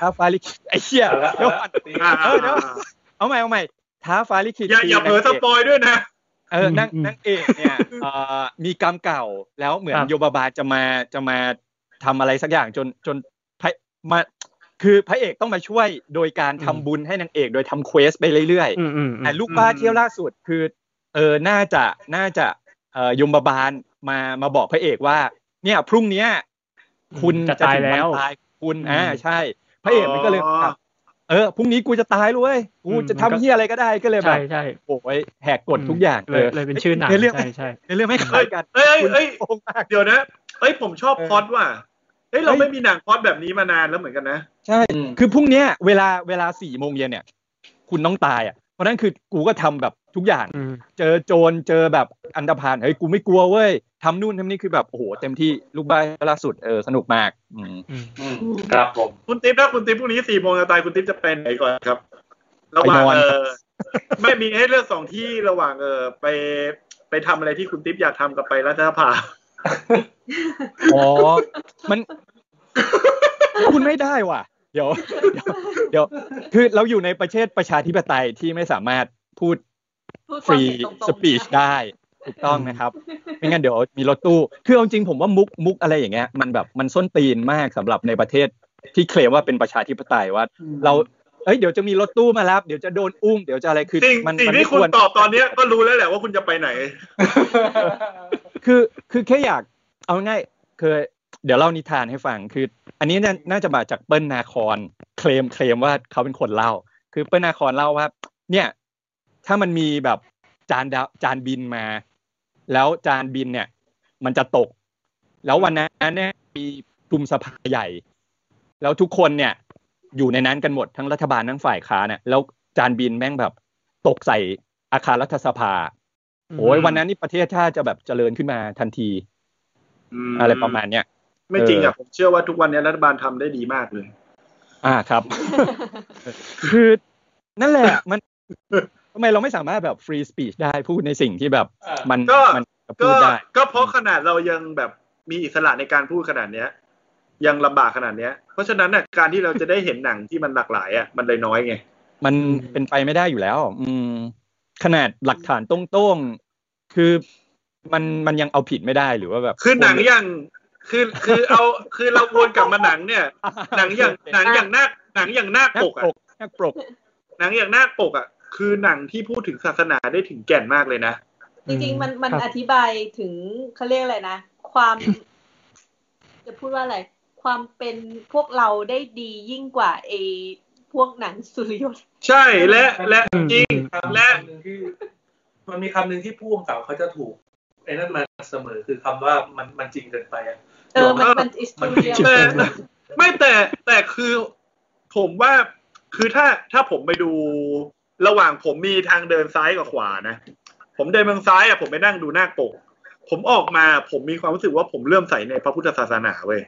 Speaker 6: ท้าฟ้าลิขิตไอ้เหี้ย
Speaker 2: เอาละ
Speaker 6: เดี๋ยว
Speaker 2: เอาละ
Speaker 6: ก่อนเออเดี๋ยวเอาใหม่เอาใหม่ท้าฟ้าลิขิต
Speaker 1: อย่าอย่าเผลอส
Speaker 6: คืนงก
Speaker 1: ปอยด้วยนะ
Speaker 6: เออนั่ง
Speaker 4: อืม
Speaker 6: นั่งเอก เนี่ยเอ่อมีกรรมเก่าแล้วเหมือน
Speaker 4: ครับ
Speaker 6: โยบาบาจะมาจะมาทำอะไรสักอย่างจนจนพระมาคือพระเอกต้องมาช่วยโดยการทำบุญให้นางเอกโดยทำเควสไปเรื่อย
Speaker 4: อืมอืม
Speaker 6: ๆแต่ลูกบ้าเที่ยวล่าสุดคือเออน่าจะน่าจะเอ่อยมบาลมามาบอกพระเอกว่า เนี่ยพรุ่งเนี้ย คุณ
Speaker 4: จะตายแล้ว
Speaker 6: จะถึงนตายคุณ
Speaker 4: อืม
Speaker 6: อ่าใช่ พระเอกมันก็เลย
Speaker 1: อ๋อ
Speaker 6: แบบเออพรุ่งนี้กูจะตายเลยเว้ยกู
Speaker 4: อืม
Speaker 6: จะ
Speaker 4: มันก็
Speaker 6: ทำเฮียอะไรก็ได้ก็เลยแบ
Speaker 4: ใช่
Speaker 6: บ
Speaker 4: ใช่
Speaker 6: โอ้ยแหกกฎทุกอย่าง
Speaker 4: เลยเลยเป็นชื่อหนัง
Speaker 6: ในเรื่อง
Speaker 4: ใช่ใช่
Speaker 6: ในเรื่องไม่คล้ายกัน
Speaker 1: เอ้ยเอ้ย
Speaker 6: คุณโกงมาก
Speaker 1: เดี๋ยวนะเอ้ยผมชอบ
Speaker 6: เออ
Speaker 1: พล็อดว่ะเอ้ยเรา
Speaker 6: เฮ้ย
Speaker 1: ไม่มีหนังพล็อดแบบนี้มานานแล้วเหมือนกันนะ
Speaker 6: ใช่ คือพรุ่งเนี้ยเวลาเวลาสี่โมงเย็นเนี่ย คุณต้องตายอ่ะ เพราะนั้นคือกูก็ทำแบบทุกอย่าง
Speaker 4: อืม
Speaker 6: เจอโจรเจอแบบอันดาพานเฮ้ยกูไม่กลัวเว้ยทำนู่นทำนี่คือแบบโอ้โหเต็มที่ลูกบ้านล่าสุดเออสนุกมากอืม
Speaker 4: อืม
Speaker 2: อืมครับผม
Speaker 1: คุณติ๊บถ้าคุณติ๊บพรุ่งนี้สี่โมงจะตายคุณติ๊บจะไปไหนก่อนครับ ระหว่าง
Speaker 6: ไปนอน
Speaker 1: เออไม่มีให้เลือกสองที่ระหว่างเออไปไปทำอะไรที่คุณติ๊บอยากทำกับไปรัฐสภา
Speaker 6: อ๋อ มัน คุณไม่ได้ว่ะ เดี๋ยว เดี๋ยว เดี๋ยว คือเราอยู่ในประเทศประชาธิปไตยที่ไม่สามารถพูด
Speaker 7: พูดค
Speaker 6: ฟ
Speaker 7: วาม
Speaker 6: รี
Speaker 7: เห็นตรงๆ
Speaker 6: สปีชได้ถูกต้องนะครับ ไม่งั้นเดี๋ยวมีรถตู้ คือเอาจริงผมว่ามุกมุกอะไรอย่างเงี้ยมันแบบมันส้นตีนมากสำหรับในประเทศที่เคลมว่าเป็นประชาธิปไตยว่า เราเอ้ยเดี๋ยวจะมีรถตู้มารับ เดี๋ยวจะโดนอุ้มเดี๋ยวจะอะไรคือ
Speaker 1: สิ่ง
Speaker 6: มัน
Speaker 1: สิ่ง
Speaker 6: มัน
Speaker 1: ที่
Speaker 6: ไม่
Speaker 1: คุณ
Speaker 6: วร
Speaker 1: ตอบตอนเนี้ยก็รู้แล้วแหละว่าคุณจะไปไหน
Speaker 6: คือคือแค่อยากเอาง่ายๆคือเดี๋ยวเล่านิทานให้ฟังคือ อันนี้น่าน่าจะมาจากเปิ้ลนาคอนเคลมเคลมว่าเขาเป็นคนเล่า คือเปิ้ลนาคอนเล่าว่า เนี่ย ถ้ามันมีแบบจานดาวจานบินมา แล้วจานบินเนี่ย มันจะตก แล้ววันนั้นเนี่ยมีชุมสภาใหญ่ แล้วทุกคนเนี่ย อยู่ในนั้นกันหมดทั้งรัฐบาลทั้งฝ่ายค้านเนี่ยแล้วจานบินแม่งแบบ ตกใส่อาคารรัฐสภา โอ้ยวันนั้นนี่ประเทศชาติจะแบบเจริญขึ้นมาทันที อะไรประมาณเนี้ย
Speaker 1: ไม่จริงอ่ะ
Speaker 6: เออ
Speaker 1: ผมเชื่อว่าทุกวันเนี้ยรัฐบาลทำได้ดีมากเลย
Speaker 6: อ่าครับ คือนั่นแหละ มันทำไมเราไม่สามารถแบบฟรีสปีชได้พูดในสิ่งที่แบบ
Speaker 2: อ่ามั
Speaker 6: มัน
Speaker 1: ก็
Speaker 6: มันจะพู
Speaker 1: ก็
Speaker 6: ดได้
Speaker 1: ก็เพราะขนาดเรายังแบบมีอิสระในการพูดขนาดเนี้ย ยังลำบากขนาดเนี้ย เพราะฉะนั้นน่ะการที่เราจะได้เห็นหนังที่มันหลากหลายอ่ะมันเลยน้อยไง
Speaker 6: มันเป็นไปไม่ได้อยู่แล้ว อืม ขนาดหลักฐานโต้งๆ คือมันมันยังเอาผิดไม่ได้หรือว่าแบบ
Speaker 1: คือหนัง อย่างคือคือเอาคือเราวนกลับมาหนังเนี่ย หนังอย่างหนังอย่างหน้าหนังอย่างหน้า
Speaker 6: นั
Speaker 1: ปก
Speaker 6: กป
Speaker 1: อ่ะ
Speaker 6: กนักปก
Speaker 1: หนังอย่างหน้าปกอ่ะคือหนังที่พูดถึงศาสนาได้ถึงแก่นมากเลยนะ
Speaker 7: จริงๆ มันมัน
Speaker 4: ครับ
Speaker 7: อธิบายถึงเขาเรียกอะไรนะ ความ จะพูดว่าอะไร ความเป็นพวกเราได้ดียิ่งกว่าไอพวกหนังสุริยนต์
Speaker 1: ใช่และและจริง และ
Speaker 2: และที่มันมีคำหนึ่งที่ผู้กำกับเขาจะถูกไอ้นั่นมาเสมอคือคำว่ามันมันจริงเกินไปอะ
Speaker 7: เออ มันมันอิส
Speaker 2: มัน
Speaker 7: ตู
Speaker 2: ไม่
Speaker 7: เรียล
Speaker 2: ใช่
Speaker 1: แต่ไม่แต่แต่คือผมว่าคือถ้าถ้าผมไปดูระหว่างผมมีทางเดินซ้ายกับขวานะ ผมเดินทางซ้ายอ่ะผมไปนั่งดูหน้าปก ผมออกมาผมมีความรู้สึกว่าผมเริ่อมใส่ในพระพุทธศาสนาเว้ย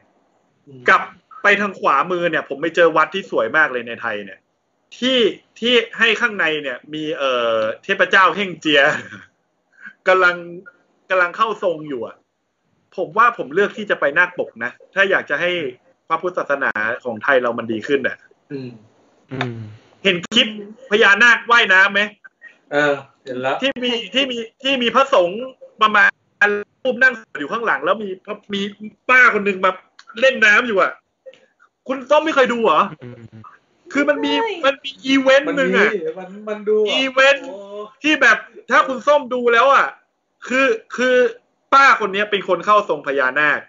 Speaker 1: กลับไปทางขวามือเนี่ย ผมไปเจอวัดที่สวยมากเลยในไทยเนี่ย ที่ที่ให้ข้างในเนี่ย มีเอ่อเทพเจ้าเฮ่งเจีย กำลังกำลังเข้าทรงอยู่อ่ะผมว่าผมเลือกที่จะไปนาคปกนะ ถ้าอยากจะให้พระพุทธศาสนาของไทยเรามันดีขึ้นอ่ะ
Speaker 2: อืม
Speaker 4: อืม
Speaker 1: เห็นคลิปพญานาคว่ายน้ำไหม
Speaker 2: เออ เห็นแล้ว
Speaker 1: ที่มีที่มีที่มีพระสงฆ์ประมาณรูปนั่งอยู่ข้างหลัง แล้วมีพระมีป้าคนหนึ่งมาเล่นน้ำอยู่อ่ะ คุณต้อมไม่เคยดูเหรอ คือมันมีมันมีอีเวนต์
Speaker 2: มัน
Speaker 1: หนึ่ง
Speaker 2: มี
Speaker 1: อะ
Speaker 2: มันมันดูะ
Speaker 1: อีเวนต์
Speaker 2: โอ้
Speaker 1: ที่แบบถ้าคุณส้มดูแล้วอะคือคือป้าคนเนี้ยเป็นคนเข้าทรงพญานาค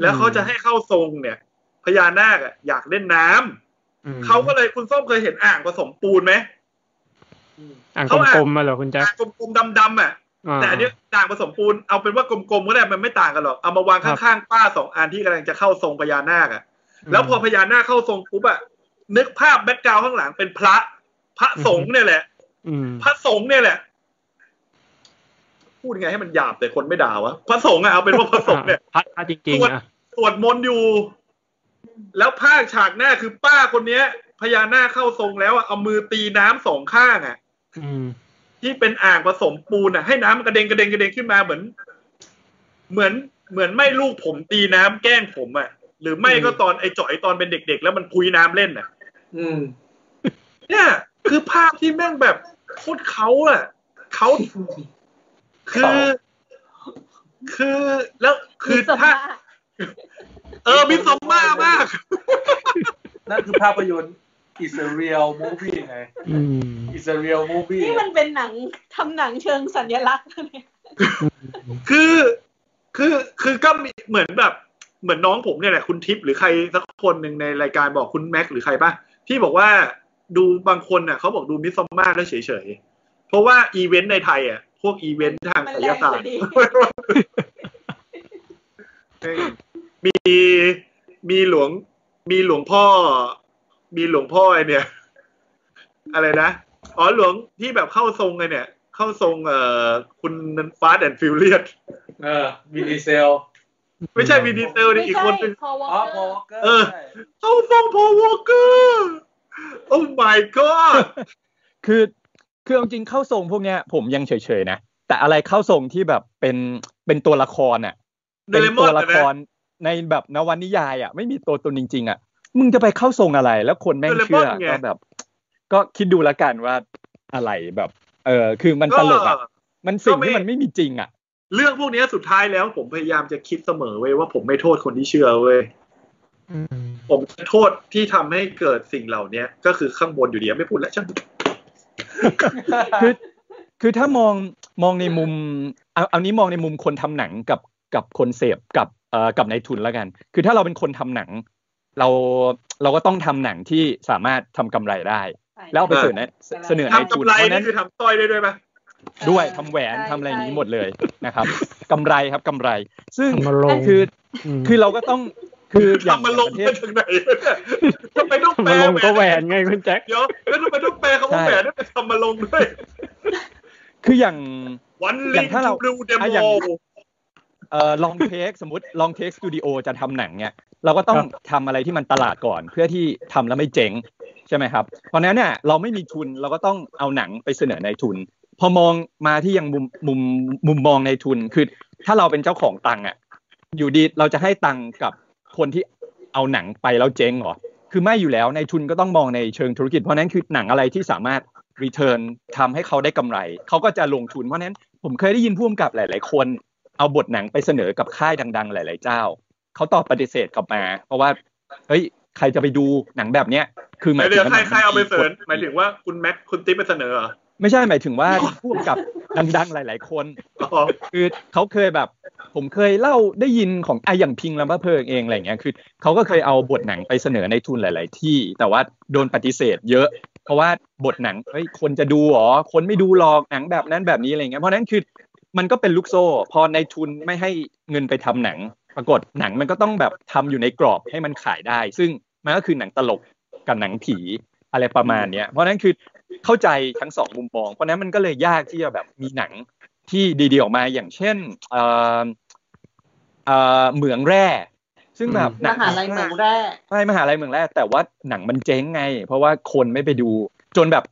Speaker 1: แล้วเขาจะให้เข้าทรงเนี่ย พญานาคอะอยากเล่นน้ำเขาก็เลยคุณส้มเคยเห็นอ่างผสมปูนไหม
Speaker 2: อืม
Speaker 4: อ่าง
Speaker 1: เขาอ่ะ
Speaker 4: กลมๆมาเหรอคุณแจ๊ค
Speaker 1: อ่างกลมๆดำๆอะ
Speaker 4: า
Speaker 1: แต่อันเนี้ยอ่างผสมปูนเอาเป็นว่ากลมๆก็ได้มันไม่ต่างกันหรอกเอามาวางข้างๆป้าสองอันที่กำลังจะเข้าทรงพญานาคอะ แล้วพอพญานาคเข้าทรงปุ๊บอะนึกภาพแบ็กกราวด์ข้างหลังเป็นพระ พระสง ฆ์เนี่ยแหละ
Speaker 4: อืม
Speaker 1: พระสงฆ์เนี่ยแหละ พูดไงให้มันหยาบแต่คนไม่ด่าวะพระสงฆ์อะเอาเป็นว่าพระสง ฆ์เนี่ย
Speaker 4: อ่ะพระจริงๆอ่ะ
Speaker 1: สวดมนต์อยู่ แล้วภาคฉากหน้าคือป้าคนเนี้ย พญานาคเข้าทรงแล้วอะเอามือตีน้ำสองข้างอะ
Speaker 4: อืม
Speaker 1: ที่เป็นอ่างผสมปูนอะให้น้ำมันกระเด็นกระเด็นกระเด็นขึ้นมาเหมือน เหมือนเหมือนไม่ลูกผมตีน้ำแกล้งผมอะหรือไม่ก็ตอนไอ้จ่อยตอนเป็นเด็ก ๆ แล้วมันพุยน้ำเล่นอะ
Speaker 2: อืม
Speaker 1: เนี่ยคือภาพที่แม่งแบบโคตรเขาอะเขา คือ คือแล้วคือ
Speaker 7: มิส
Speaker 1: ถ้า
Speaker 7: ม่า
Speaker 1: เออมิสซอมบ้ามาก
Speaker 2: นั่นคือภาพยนตร์ is a real movie ไง
Speaker 4: อืม
Speaker 2: is a real movie
Speaker 7: นี่มันเป็นหนังทำหนังเชิงสัญลักษณ์เนี่ย
Speaker 1: คือคือคือก็มีเหมือนแบบเหมือนน้องผมเนี่ยแหละคุณทิพย์หรือใครสักคนหนึ่งในรายการบอกคุณแม็กซ์หรือใครป่ะที่บอกว่าดูบางคนน่ะเขาบอกดูมิสซอมมาแล้วเฉยๆ เพราะว่าอีเวนต์ในไทยอ่ะ พวกอีเวนต์ทาง
Speaker 7: มัน
Speaker 1: ศิ
Speaker 7: แร
Speaker 1: ล
Speaker 7: ง
Speaker 1: ศาก สต
Speaker 7: ว่า
Speaker 1: ร์
Speaker 7: ดี
Speaker 1: มีมีหลวงมีหลวงพ่อ มีหลวงพ่อไอเนี่ย อะไรนะอ๋อหลวงที่แบบเข้าทรงไอเนี่ย เข้าทรงเอ่อคุณฟาสแอนฟิวเลีย
Speaker 2: เออวินดีเซล
Speaker 1: ไม่ใช่วินดีเซล
Speaker 7: ไม่
Speaker 1: นี่อีก
Speaker 7: ใช่
Speaker 1: คนหนึง
Speaker 7: พอวอ
Speaker 2: อ๋อ
Speaker 7: ล
Speaker 2: พ
Speaker 7: เกอ
Speaker 2: อว
Speaker 7: ร์
Speaker 2: อเกอร์
Speaker 1: เออ เข้าทรงพอวอลเกอร์โอ้ my god
Speaker 6: คือคือเอาจริงเข้าทรงพวกเนี้ย ผมยังเฉยๆนะ แต่อะไรเข้าทรงที่แบบเป็นเป็นตัวละครอ่ะ
Speaker 1: โด
Speaker 6: เป็น
Speaker 1: เรมอ
Speaker 6: ตัวน ละครในแบบนวนิยายอ่ะ ไม่มีตัวตนจริง ๆ อ่ะ มึงจะไปเข้าทรงอะไร แล้วคนแม่งเชื่อก็แบบ ก็คิดดูละกันว่าอะไรแบบ เออคือมัน
Speaker 1: ก็
Speaker 6: ตลกอ่ะ มันสิ่งที่
Speaker 1: ก็ไม่
Speaker 6: มันไม่มีจริงอ่ะ
Speaker 1: เรื่องพวกเนี้ยสุดท้ายแล้วผมพยายามจะคิดเสมอเว้ยว่าผมไม่โทษคนที่เชื่อเว้ย
Speaker 4: อืม
Speaker 1: ผมจะโทษที่ทำให้เกิดสิ่งเหล่าเนี้ยก็คือข้างบนอยู่ดีไม่พูดแล้วช่าง
Speaker 6: คือ คือถ้ามองมองในมุมเอาเอานี้มองในมุมคนทำหนังกับกับคนเสพกับเอ่อกับนายทุนแล้วกัน คือถ้าเราเป็นคนทำหนัง เราเราก็ต้องทำหนังที่สามารถทำกำไรได้ แล้วเอาไปเสนอเสนอนาย
Speaker 1: ทำ
Speaker 6: ทุน
Speaker 1: กำไร
Speaker 6: เพราะฉะนั้
Speaker 1: นี่
Speaker 6: น
Speaker 1: คือทำสร้อยได้ด้วยไหม
Speaker 6: ด้วยทำแหวนทำอะไรอย่างนี้หมดเลยนะครับกำไรครับกำไร ซึ่ง
Speaker 4: ทำมาลง
Speaker 6: คือ
Speaker 4: ม
Speaker 6: คือเราก็ต้องคืออย่าง
Speaker 1: ทำมาลง
Speaker 6: ประเท
Speaker 1: มา
Speaker 6: ศ
Speaker 1: จากไหนเนี่ยทำไมต้อง
Speaker 4: ทำ
Speaker 1: แปล
Speaker 4: มาลงก็แหว
Speaker 1: ห
Speaker 4: นไงคุณแจ็ค
Speaker 1: เดี๋ยวแล้วทำไมต้องแปลคำว่า
Speaker 6: ใช่
Speaker 1: แหวนด้วยเป็นทำมาลงด้วย
Speaker 6: คืออย่าง
Speaker 1: วัน
Speaker 6: อ
Speaker 1: ลิ
Speaker 6: ย่าง งถ้าเรา
Speaker 1: ดูเด
Speaker 6: อ่ะอ
Speaker 1: โม
Speaker 6: ย่าง เอ่อลองเทคสมมติลองเทคสตูดิโอจะทำหนังเนี่ยเราก็ต้องทำอะไรที่มันตลาดก่อน เพื่อที่ทำแล้วไม่เจ๊งใช่ไหมครับ เพราะฉะนั้นเนี่ยเราไม่มีทุนเราก็ต้องเอาหนังไปเสนอในทุน พอมองมาที่ยังมุมมุมมุมมองในทุนคือถ้าเราเป็นเจ้าของตังค์อ่ะอยู่ดีเราจะให้ตังค์กับคนที่เอาหนังไปแล้วเจ๊งเหรอคือไม่อยู่แล้วในทุนก็ต้องมองในเชิงธุรกิจเพราะฉะนั้นคือหนังอะไรที่สามารถรีเทิร์นทำให้เขาได้กำไรเขาก็จะลงทุนเพราะฉะนั้นผมเคยได้ยินผู้กำกับหลาย ๆ คน เอาบทหนังไปเสนอกับค่ายดัง ๆ หลาย ๆ เจ้า เขาตอบปฏิเสธกลับมา เพราะว่า เฮ้ย ใครจะไปดูหนังแบบเนี้ย คือหมาม
Speaker 1: หาย ย
Speaker 6: ถึ
Speaker 1: ถึ
Speaker 6: ง
Speaker 1: ง
Speaker 6: ว่า
Speaker 1: ใครใครเอาไป
Speaker 6: ห
Speaker 1: เสริ
Speaker 6: นั
Speaker 1: ญ
Speaker 6: ง
Speaker 1: หมายถึงว่าคุณแม็กคุณติ๊บไปเสนอเหรอ
Speaker 6: ไม่ใช่หมายถึงว่าพูดกับ ดัง ๆ หลาย ๆ คน
Speaker 1: อ๋อ
Speaker 6: คือเขาเคยแบบ ผมเคยเล่าได้ยินของไอะอย่างพิงลำพะเพลิงเองอะไรเงี้ยคือเขาก็เคยเอาบทหนังไปเสนอในทุนหลาย ๆ ที่ แต่ว่าโดนปฏิเสธ เยอะ เพราะว่าบทหนังเฮ้ยคนจะดูเหรอคนไม่ดูหรอกหนังแบบนั้นแบบนี้อะไรเงี้ยเพราะฉะนั้นคือมันก็เป็นลูกโซ่ พอในทุนไม่ให้เงินไปทำหนัง ปรากฏหนังมันก็ต้องแบบทำอยู่ในกรอบให้มันขายได้ ซึ่งมันก็คือหนังตลกกับหนังผีอะไรประมาณเนี้ยเพราะฉะนั้นคือเข้าใจทั้งสองมุมมอง เพราะฉะนั้นมันก็เลยยากที่จะแบบมีหนัง ที่ดีๆออกมาอย่างเช่นเอ่อเอ่อเหมืองแร่ ซึ่งแบบ
Speaker 4: อืม
Speaker 6: ห
Speaker 7: ม
Speaker 6: นัง
Speaker 7: หาลัยเหมืองแร่
Speaker 6: ใช่มหาลัยเหมืองแร่แต่ว่าหนังมันเจ๊งไง เพราะว่าคนไม่ไปดู จนแบบ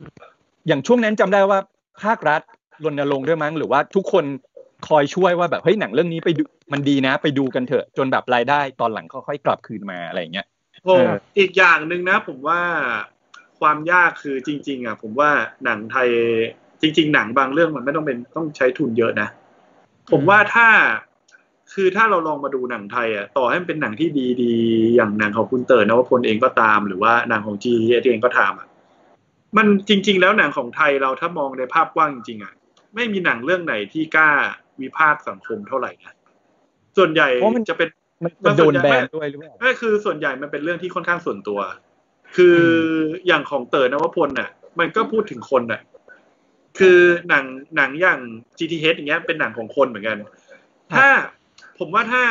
Speaker 6: อย่างช่วงนั้นจำได้ว่าภาครัฐรณรงค์ด้วยมั้งหรือว่าทุกคนคอยช่วยว่าแบบเฮ้ยหนังเรื่องนี้ไปดูมันดีนะ ไปดูกันเถอะ จนแบบรายได้ตอนหลังค่อยๆกลับคืนมาอะไรอย่างเงี้ย
Speaker 1: โหอีกอย่างหนึ่งนะ ผมว่าความยากคือจริง ๆ อ่ะ ผมว่าหนังไทยจริง ๆ หนังบางเรื่องมันไม่ต้องเป็นต้องใช้ทุนเยอะนะ ผมว่าถ้าคือถ้าเราลองมาดูหนังไทยอ่ะต่อให้มันเป็นหนังที่ดีๆ อย่างหนังของคุณเต๋อนวพลเองก็ตาม หรือว่าหนังของจีเองก็ตามอ่ะมันจริง ๆ แล้วหนังของไทยเราถ้ามองในภาพกว้างจริงๆอ่ะไม่มีหนังเรื่องไหนที่กล้าวิพากษ์สังคมเท่าไหร่นะส่วนใหญ่
Speaker 6: เพราะมัน
Speaker 1: จะเป็น
Speaker 6: มันจะโดนแบนด้วยหรือเปล่า
Speaker 1: ก็คือส่วนใหญ่มันเป็นเรื่องที่ค่อนข้างส่วนตัว คืออย่างของเต๋อนวพลน่ะ มันก็พูดถึงคนน่ะ คือหนังหนังอย่าง GTH อย่างเงี้ยเป็นหนังของคนเหมือนกัน ถ้าผมว่าถ้า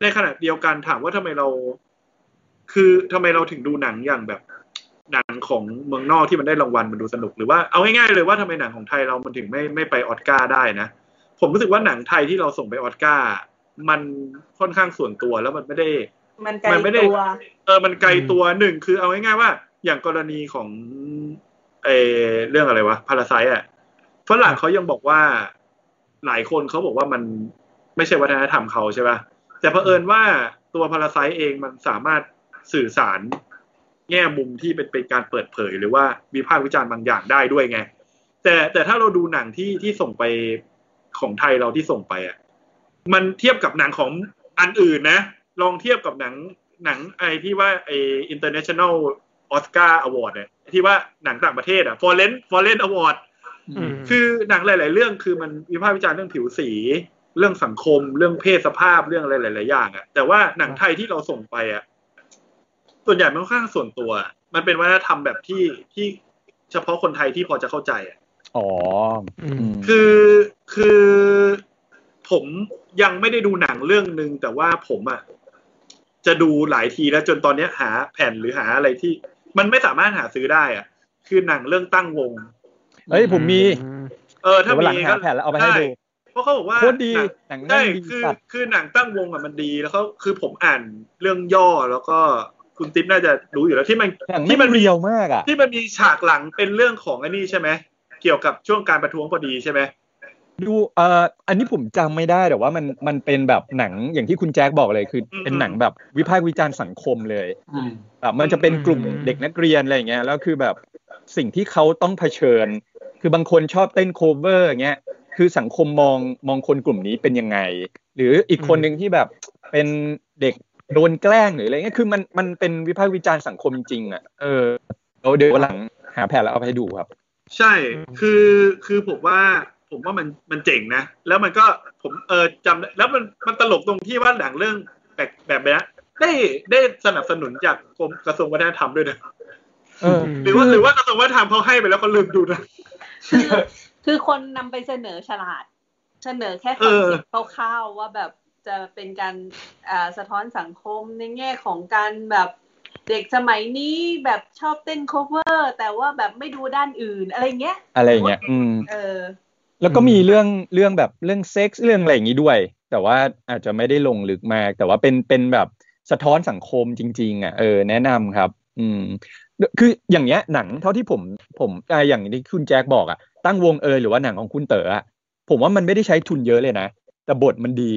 Speaker 1: ในขณะเดียวกันถามว่าทำไมเรา คือทำไมเราถึงดูหนังอย่างแบบ หนังของเมืองนอกที่มันได้รางวัลมันดูสนุกหรือว่าเอาง่ายๆเลยว่าทำไมหนังของไทยเรามันถึงไม่ไม่ไปออสการ์ได้นะ ผมรู้สึกว่าหนังไทยที่เราส่งไปออสการ์มันค่อนข้างส่วนตัวแล้วมันไม่ได้
Speaker 7: มันไกล
Speaker 1: มันไม่ได้
Speaker 7: ตัว
Speaker 1: เออ มันไกลตัวหนึ่งคือเอาง่ายๆว่า อย่างกรณีของเออเรื่องอะไรวะพาราไซอะฝรั่งเขายังบอกว่าหลายคนเขาบอกว่ามันไม่ใช่วัฒนธรรมเขาใช่ป่ะแต่เผอิญว่าตัวพาราไซเองมันสามารถสื่อสารแง่มุมที่เป็นเป็นการเปิดเผย หรือว่าวิพากษ์วิจารณ์บางอย่างได้ด้วยไง แต่แต่ถ้าเราดูหนังที่ที่ส่งไป ของไทยเราที่ส่งไปอ่ะมันเทียบกับหนังของอันอื่นนะ ลองเทียบกับหนังหนังไอที่ว่าไอ international Oscar Award เนี่ยที่ว่าหนังต่างประเทศอ่ะ foreign foreign award
Speaker 4: อืม
Speaker 1: คือหนังหลาย ๆ เรื่องคือมันวิพากษ์วิจารณ์เรื่องผิวสี เรื่องสังคม เรื่องเพศสภาพเรื่องอะไรหลาย ๆ อย่างอะแต่ว่าหนังไทยที่เราส่งไปอะส่วนใหญ่มันค่อนข้างส่วนตัว มันเป็นวัฒนธรรมแบบที่ที่เฉพาะคนไทยที่พอจะเข้าใจอะ
Speaker 6: อ๋อ
Speaker 4: อื
Speaker 6: อื
Speaker 4: ม
Speaker 6: ม
Speaker 1: คือคือผมยังไม่ได้ดูหนังเรื่องหนึ่งแต่ว่าผมอะจะดูหลายทีแล้วจนตอนเนี้ยหาแผ่นหรือหาอะไรที่ มันไม่สามารถหาซื้อได้อะคือหนังเรื่องตั้งวง
Speaker 6: เฮ้ยผมมี
Speaker 1: เออ ถ้า
Speaker 6: เดี๋ยววันหลัง
Speaker 1: มี
Speaker 6: หา
Speaker 1: ก็
Speaker 6: แผ่นแล้วเอาไปให้ดู
Speaker 1: เพราะเขาบอกว่า
Speaker 6: โคตรดี
Speaker 1: หนัง
Speaker 6: หนังนั่
Speaker 1: ใช่
Speaker 6: งดี
Speaker 1: คือ
Speaker 6: สัตว์
Speaker 1: คือหนังตั้งวงอ่ะมันดีแล้วก็คือผมอ่านเรื่องย่อแล้วก็คุณติ๊บน่าจะรู้อยู่แล้วที่มัน
Speaker 6: หนัง
Speaker 1: ที่
Speaker 6: ที่
Speaker 1: มั
Speaker 6: มัน น
Speaker 1: มี
Speaker 6: เรียวมากอ่ะ
Speaker 1: ที่มันมีฉากหลังเป็นเรื่องของไอันนี้ใช่ไหมเกี่ยวกับช่วงการประท้วงพอดีใช่ไหม
Speaker 6: ดูเอ่ออันนี้ผมจำไม่ได้แต่ว่ามันมันเป็นแบบหนังอย่างที่คุณแจ็คบอกเลยคือเป็นหนังแบบวิพากษ์วิจารณ์สังคมเลย
Speaker 2: อืม
Speaker 6: แบบมันจะเป็นกลุ่มเด็กนักเรียนอะไรอย่างเงี้ยแล้วคือแบบสิ่งที่เขาต้องเผชิญ คือบางคนชอบเต้นโคเวอร์อย่างเงี้ยคือสังคมมองมองคนกลุ่มนี้เป็นยังไง หรืออีกคนหนึ่งที่แบบเป็นเด็กโดนแกล้งหรืออะไรเงี้ยคือมันมันเป็นวิพากษ์วิจารณ์สังคมจริงๆอ่ะเออเราเดี๋ยววันหลังหาแผนแล้วเอาไปให้ดูครับ
Speaker 1: ใช่คือคือผมว่าผมว่ามันมันเจ๋งนะ แล้วมันก็ผมเออจำได้แล้วมันมันตลกตรงที่ว่าหนังเรื่องแบบแบบเนี้ยได้ได้สนับสนุนจากกรมกระทรวงวัฒนธรรมด้วยนะ
Speaker 6: เออ
Speaker 1: หรือว่าหรือว่ากระทรวงวัฒนธรรมเขาให้ไปแล้วเขาลืมดูนะ
Speaker 3: คือคือคนนำไปเสนอฉลาด เสนอแค่คอนเซ็ปต์คร่าวๆว่าแบบจะเป็นการอ่าสะท้อนสังคมในแง่ของการแบบเด็กสมัยนี้แบบชอบเต้น cover แต่ว่าแบบไม่ดูด้านอื่นอะไรเงี้ย
Speaker 6: อะไรอย่างเงี้ยอืม
Speaker 3: เออ
Speaker 6: แล้วก็มีเรื่องเรื่องแบบเรื่องเซ็กซ์เรื่องอะไรอย่างนี้ด้วย แต่ว่าอาจจะไม่ได้ลงลึกมาก แต่ว่าเป็นเป็นแบบสะท้อนสังคมจริง ๆ อ่ะเออแนะนำครับ อืม คืออย่างเงี้ยหนังเท่าที่ผมผมอ่าอย่างที่คุณแจ็คบอกอ่ะตั้งวงเอยหรือว่าหนังของคุณเต๋ออ่ะผมว่ามันไม่ได้ใช้ทุนเยอะเลยนะ แต่บทมันดี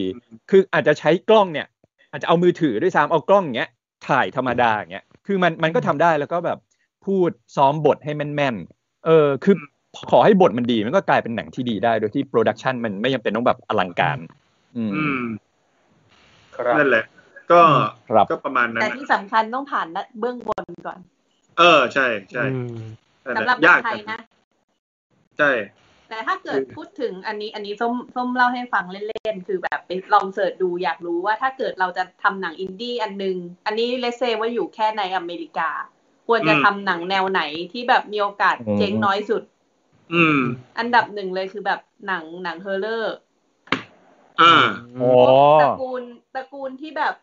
Speaker 6: คืออาจจะใช้กล้องเนี่ย อาจจะเอามือถือด้วยซ้ำเอากล้องอย่างเงี้ยถ่ายธรรมดาอย่างเงี้ยคือมันมันก็ทำได้แล้วก็แบบพูดซ้อมบทให้แม่นๆ เออคือขอให้บทมันดีมันก็กลายเป็นหนังที่ดีได้ โดยที่โปรดักชันมันไม่จำเป็นต้องแบบอลังการ อืม
Speaker 1: อืม
Speaker 2: ครับ
Speaker 1: นั่นแหละ ก็
Speaker 6: ครับ
Speaker 1: ก็ประมาณนั้น
Speaker 3: แต่
Speaker 1: น่ะ
Speaker 3: ที่สำคัญต้องผ่านนะเบื้องบนก่อน
Speaker 1: เออ ใช่ใช่
Speaker 4: อืม
Speaker 1: นั่นแะ
Speaker 3: สำหรับค
Speaker 1: ยาก
Speaker 3: นไทย
Speaker 1: จัง
Speaker 3: นะ
Speaker 1: ใช่
Speaker 3: แต่ถ้าเกิดพูดถึงอันนี้อันนี้ส้มส้มเล่าให้ฟังเล่นๆ คือแบบไปลองเสิร์ชดูอยากรู้ว่าถ้าเกิดเราจะทำหนังอินดี้อันหนึง อันนี้เลเซว่าอยู่แค่ในอเมริกา ควรจะ
Speaker 1: อืม
Speaker 3: ทำหนังแนวไหนที่แบบมีโอกาสเจ๊งน้อยสุด
Speaker 1: อืม
Speaker 3: อันดับหนึ่งเลยคือแบบหนังหนังเฮอร์เลอร์
Speaker 1: อ่า
Speaker 6: อ๋อ
Speaker 3: ตระกูลตระกูลที่แบบ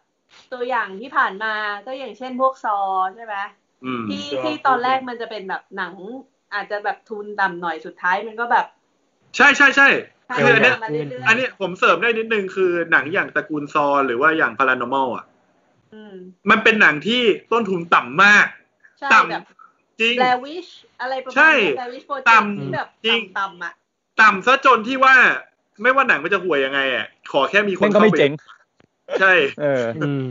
Speaker 3: ตัวอย่างที่ผ่านมาก็อย่างเช่นพวกซอใช่ไหม
Speaker 1: อืม
Speaker 3: ที่
Speaker 2: ครับ
Speaker 3: ที่ตอนแรกมันจะเป็นแบบหนัง อาจจะแบบทุนต่ำหน่อยสุดท้ายมันก็แบบ
Speaker 1: ใช่ใช่ใช่
Speaker 3: พัฒ
Speaker 1: คืออัน
Speaker 3: นา
Speaker 1: เนี้ย
Speaker 3: มาเรื่อยๆ
Speaker 1: อันเนี้ยผมเสริมได้นิดนึงคือหนังอย่างตระกูลซอ หรือว่าอย่างพารานอมอลอ่ะ
Speaker 3: อืม
Speaker 1: มันเป็นหนังที่ต้นทุนต่ำมาก
Speaker 3: ใช่
Speaker 1: ต่ำ
Speaker 3: แบบ
Speaker 1: จริง
Speaker 3: แบลวิชอะไรประมาณ
Speaker 1: ใช่
Speaker 3: นี้แบลวิชโปรเจกต์
Speaker 1: ต่ำ
Speaker 3: ที่แบบ
Speaker 1: จริง
Speaker 3: ต่ำๆอ่ะ
Speaker 1: ต่ำซะจนที่ว่าไม่ว่าหนังมันจะห่วยยังไงอ่ะขอแค่มีคน
Speaker 6: แม่งก็ไม่
Speaker 1: ป
Speaker 6: เจ๋ง
Speaker 1: ใช่
Speaker 6: เออ
Speaker 4: อืม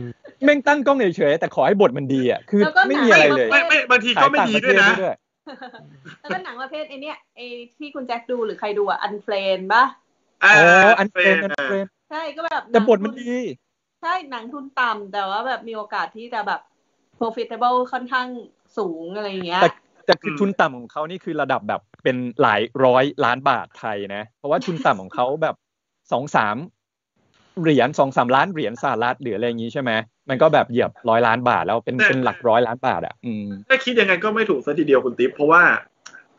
Speaker 6: แม่งตั้งกล้องเฉยๆแต่ขอให้บทมันดีอ่ะคือ
Speaker 3: แล้วก็
Speaker 6: ไม่
Speaker 3: หนั
Speaker 6: มี
Speaker 3: ง
Speaker 6: อะไรเลย
Speaker 1: ไม่ไม่บางทีก็ไม่ดีด้วยนะ
Speaker 6: ขายต่างปรเทศด้วย
Speaker 3: แล้วก็หนังประเภทไอเนี้ยไอที่คุณแจ็คดูหรือใครดูอ่ะอันเฟรนปะ
Speaker 1: อ่า
Speaker 6: อ๋ออันเฟรนอันเฟรน
Speaker 3: ใช่ก็แบบหนัง
Speaker 6: แต่บทมันดี
Speaker 3: ใช่หนังทุนต่ำแต่ว่าแบบมีโอกาสที่จะแบบ profitable ค่อนข้างสูงอะไรอย่างเงี้ย
Speaker 6: แต่คือทุนต่ำของเขานี่คือระดับแบบเป็นหลายร้อยล้านบาทไทยนะ เพราะว่าทุนต่ำของเขาแบบ สองสามเหรียญสองสามล้านเหรียญสหรัฐหรืออะไรอย่างนี้ใช่ไหมมันก็แบบเหยียบร้อยล้านบาทแล้วเป็นเป็นหลักร้อยล้านบาทอ่ะอืม
Speaker 1: ถ้าคิดยังไงก็ไม่ถูกซะทีเดียวคุณติ๊บเพราะว่า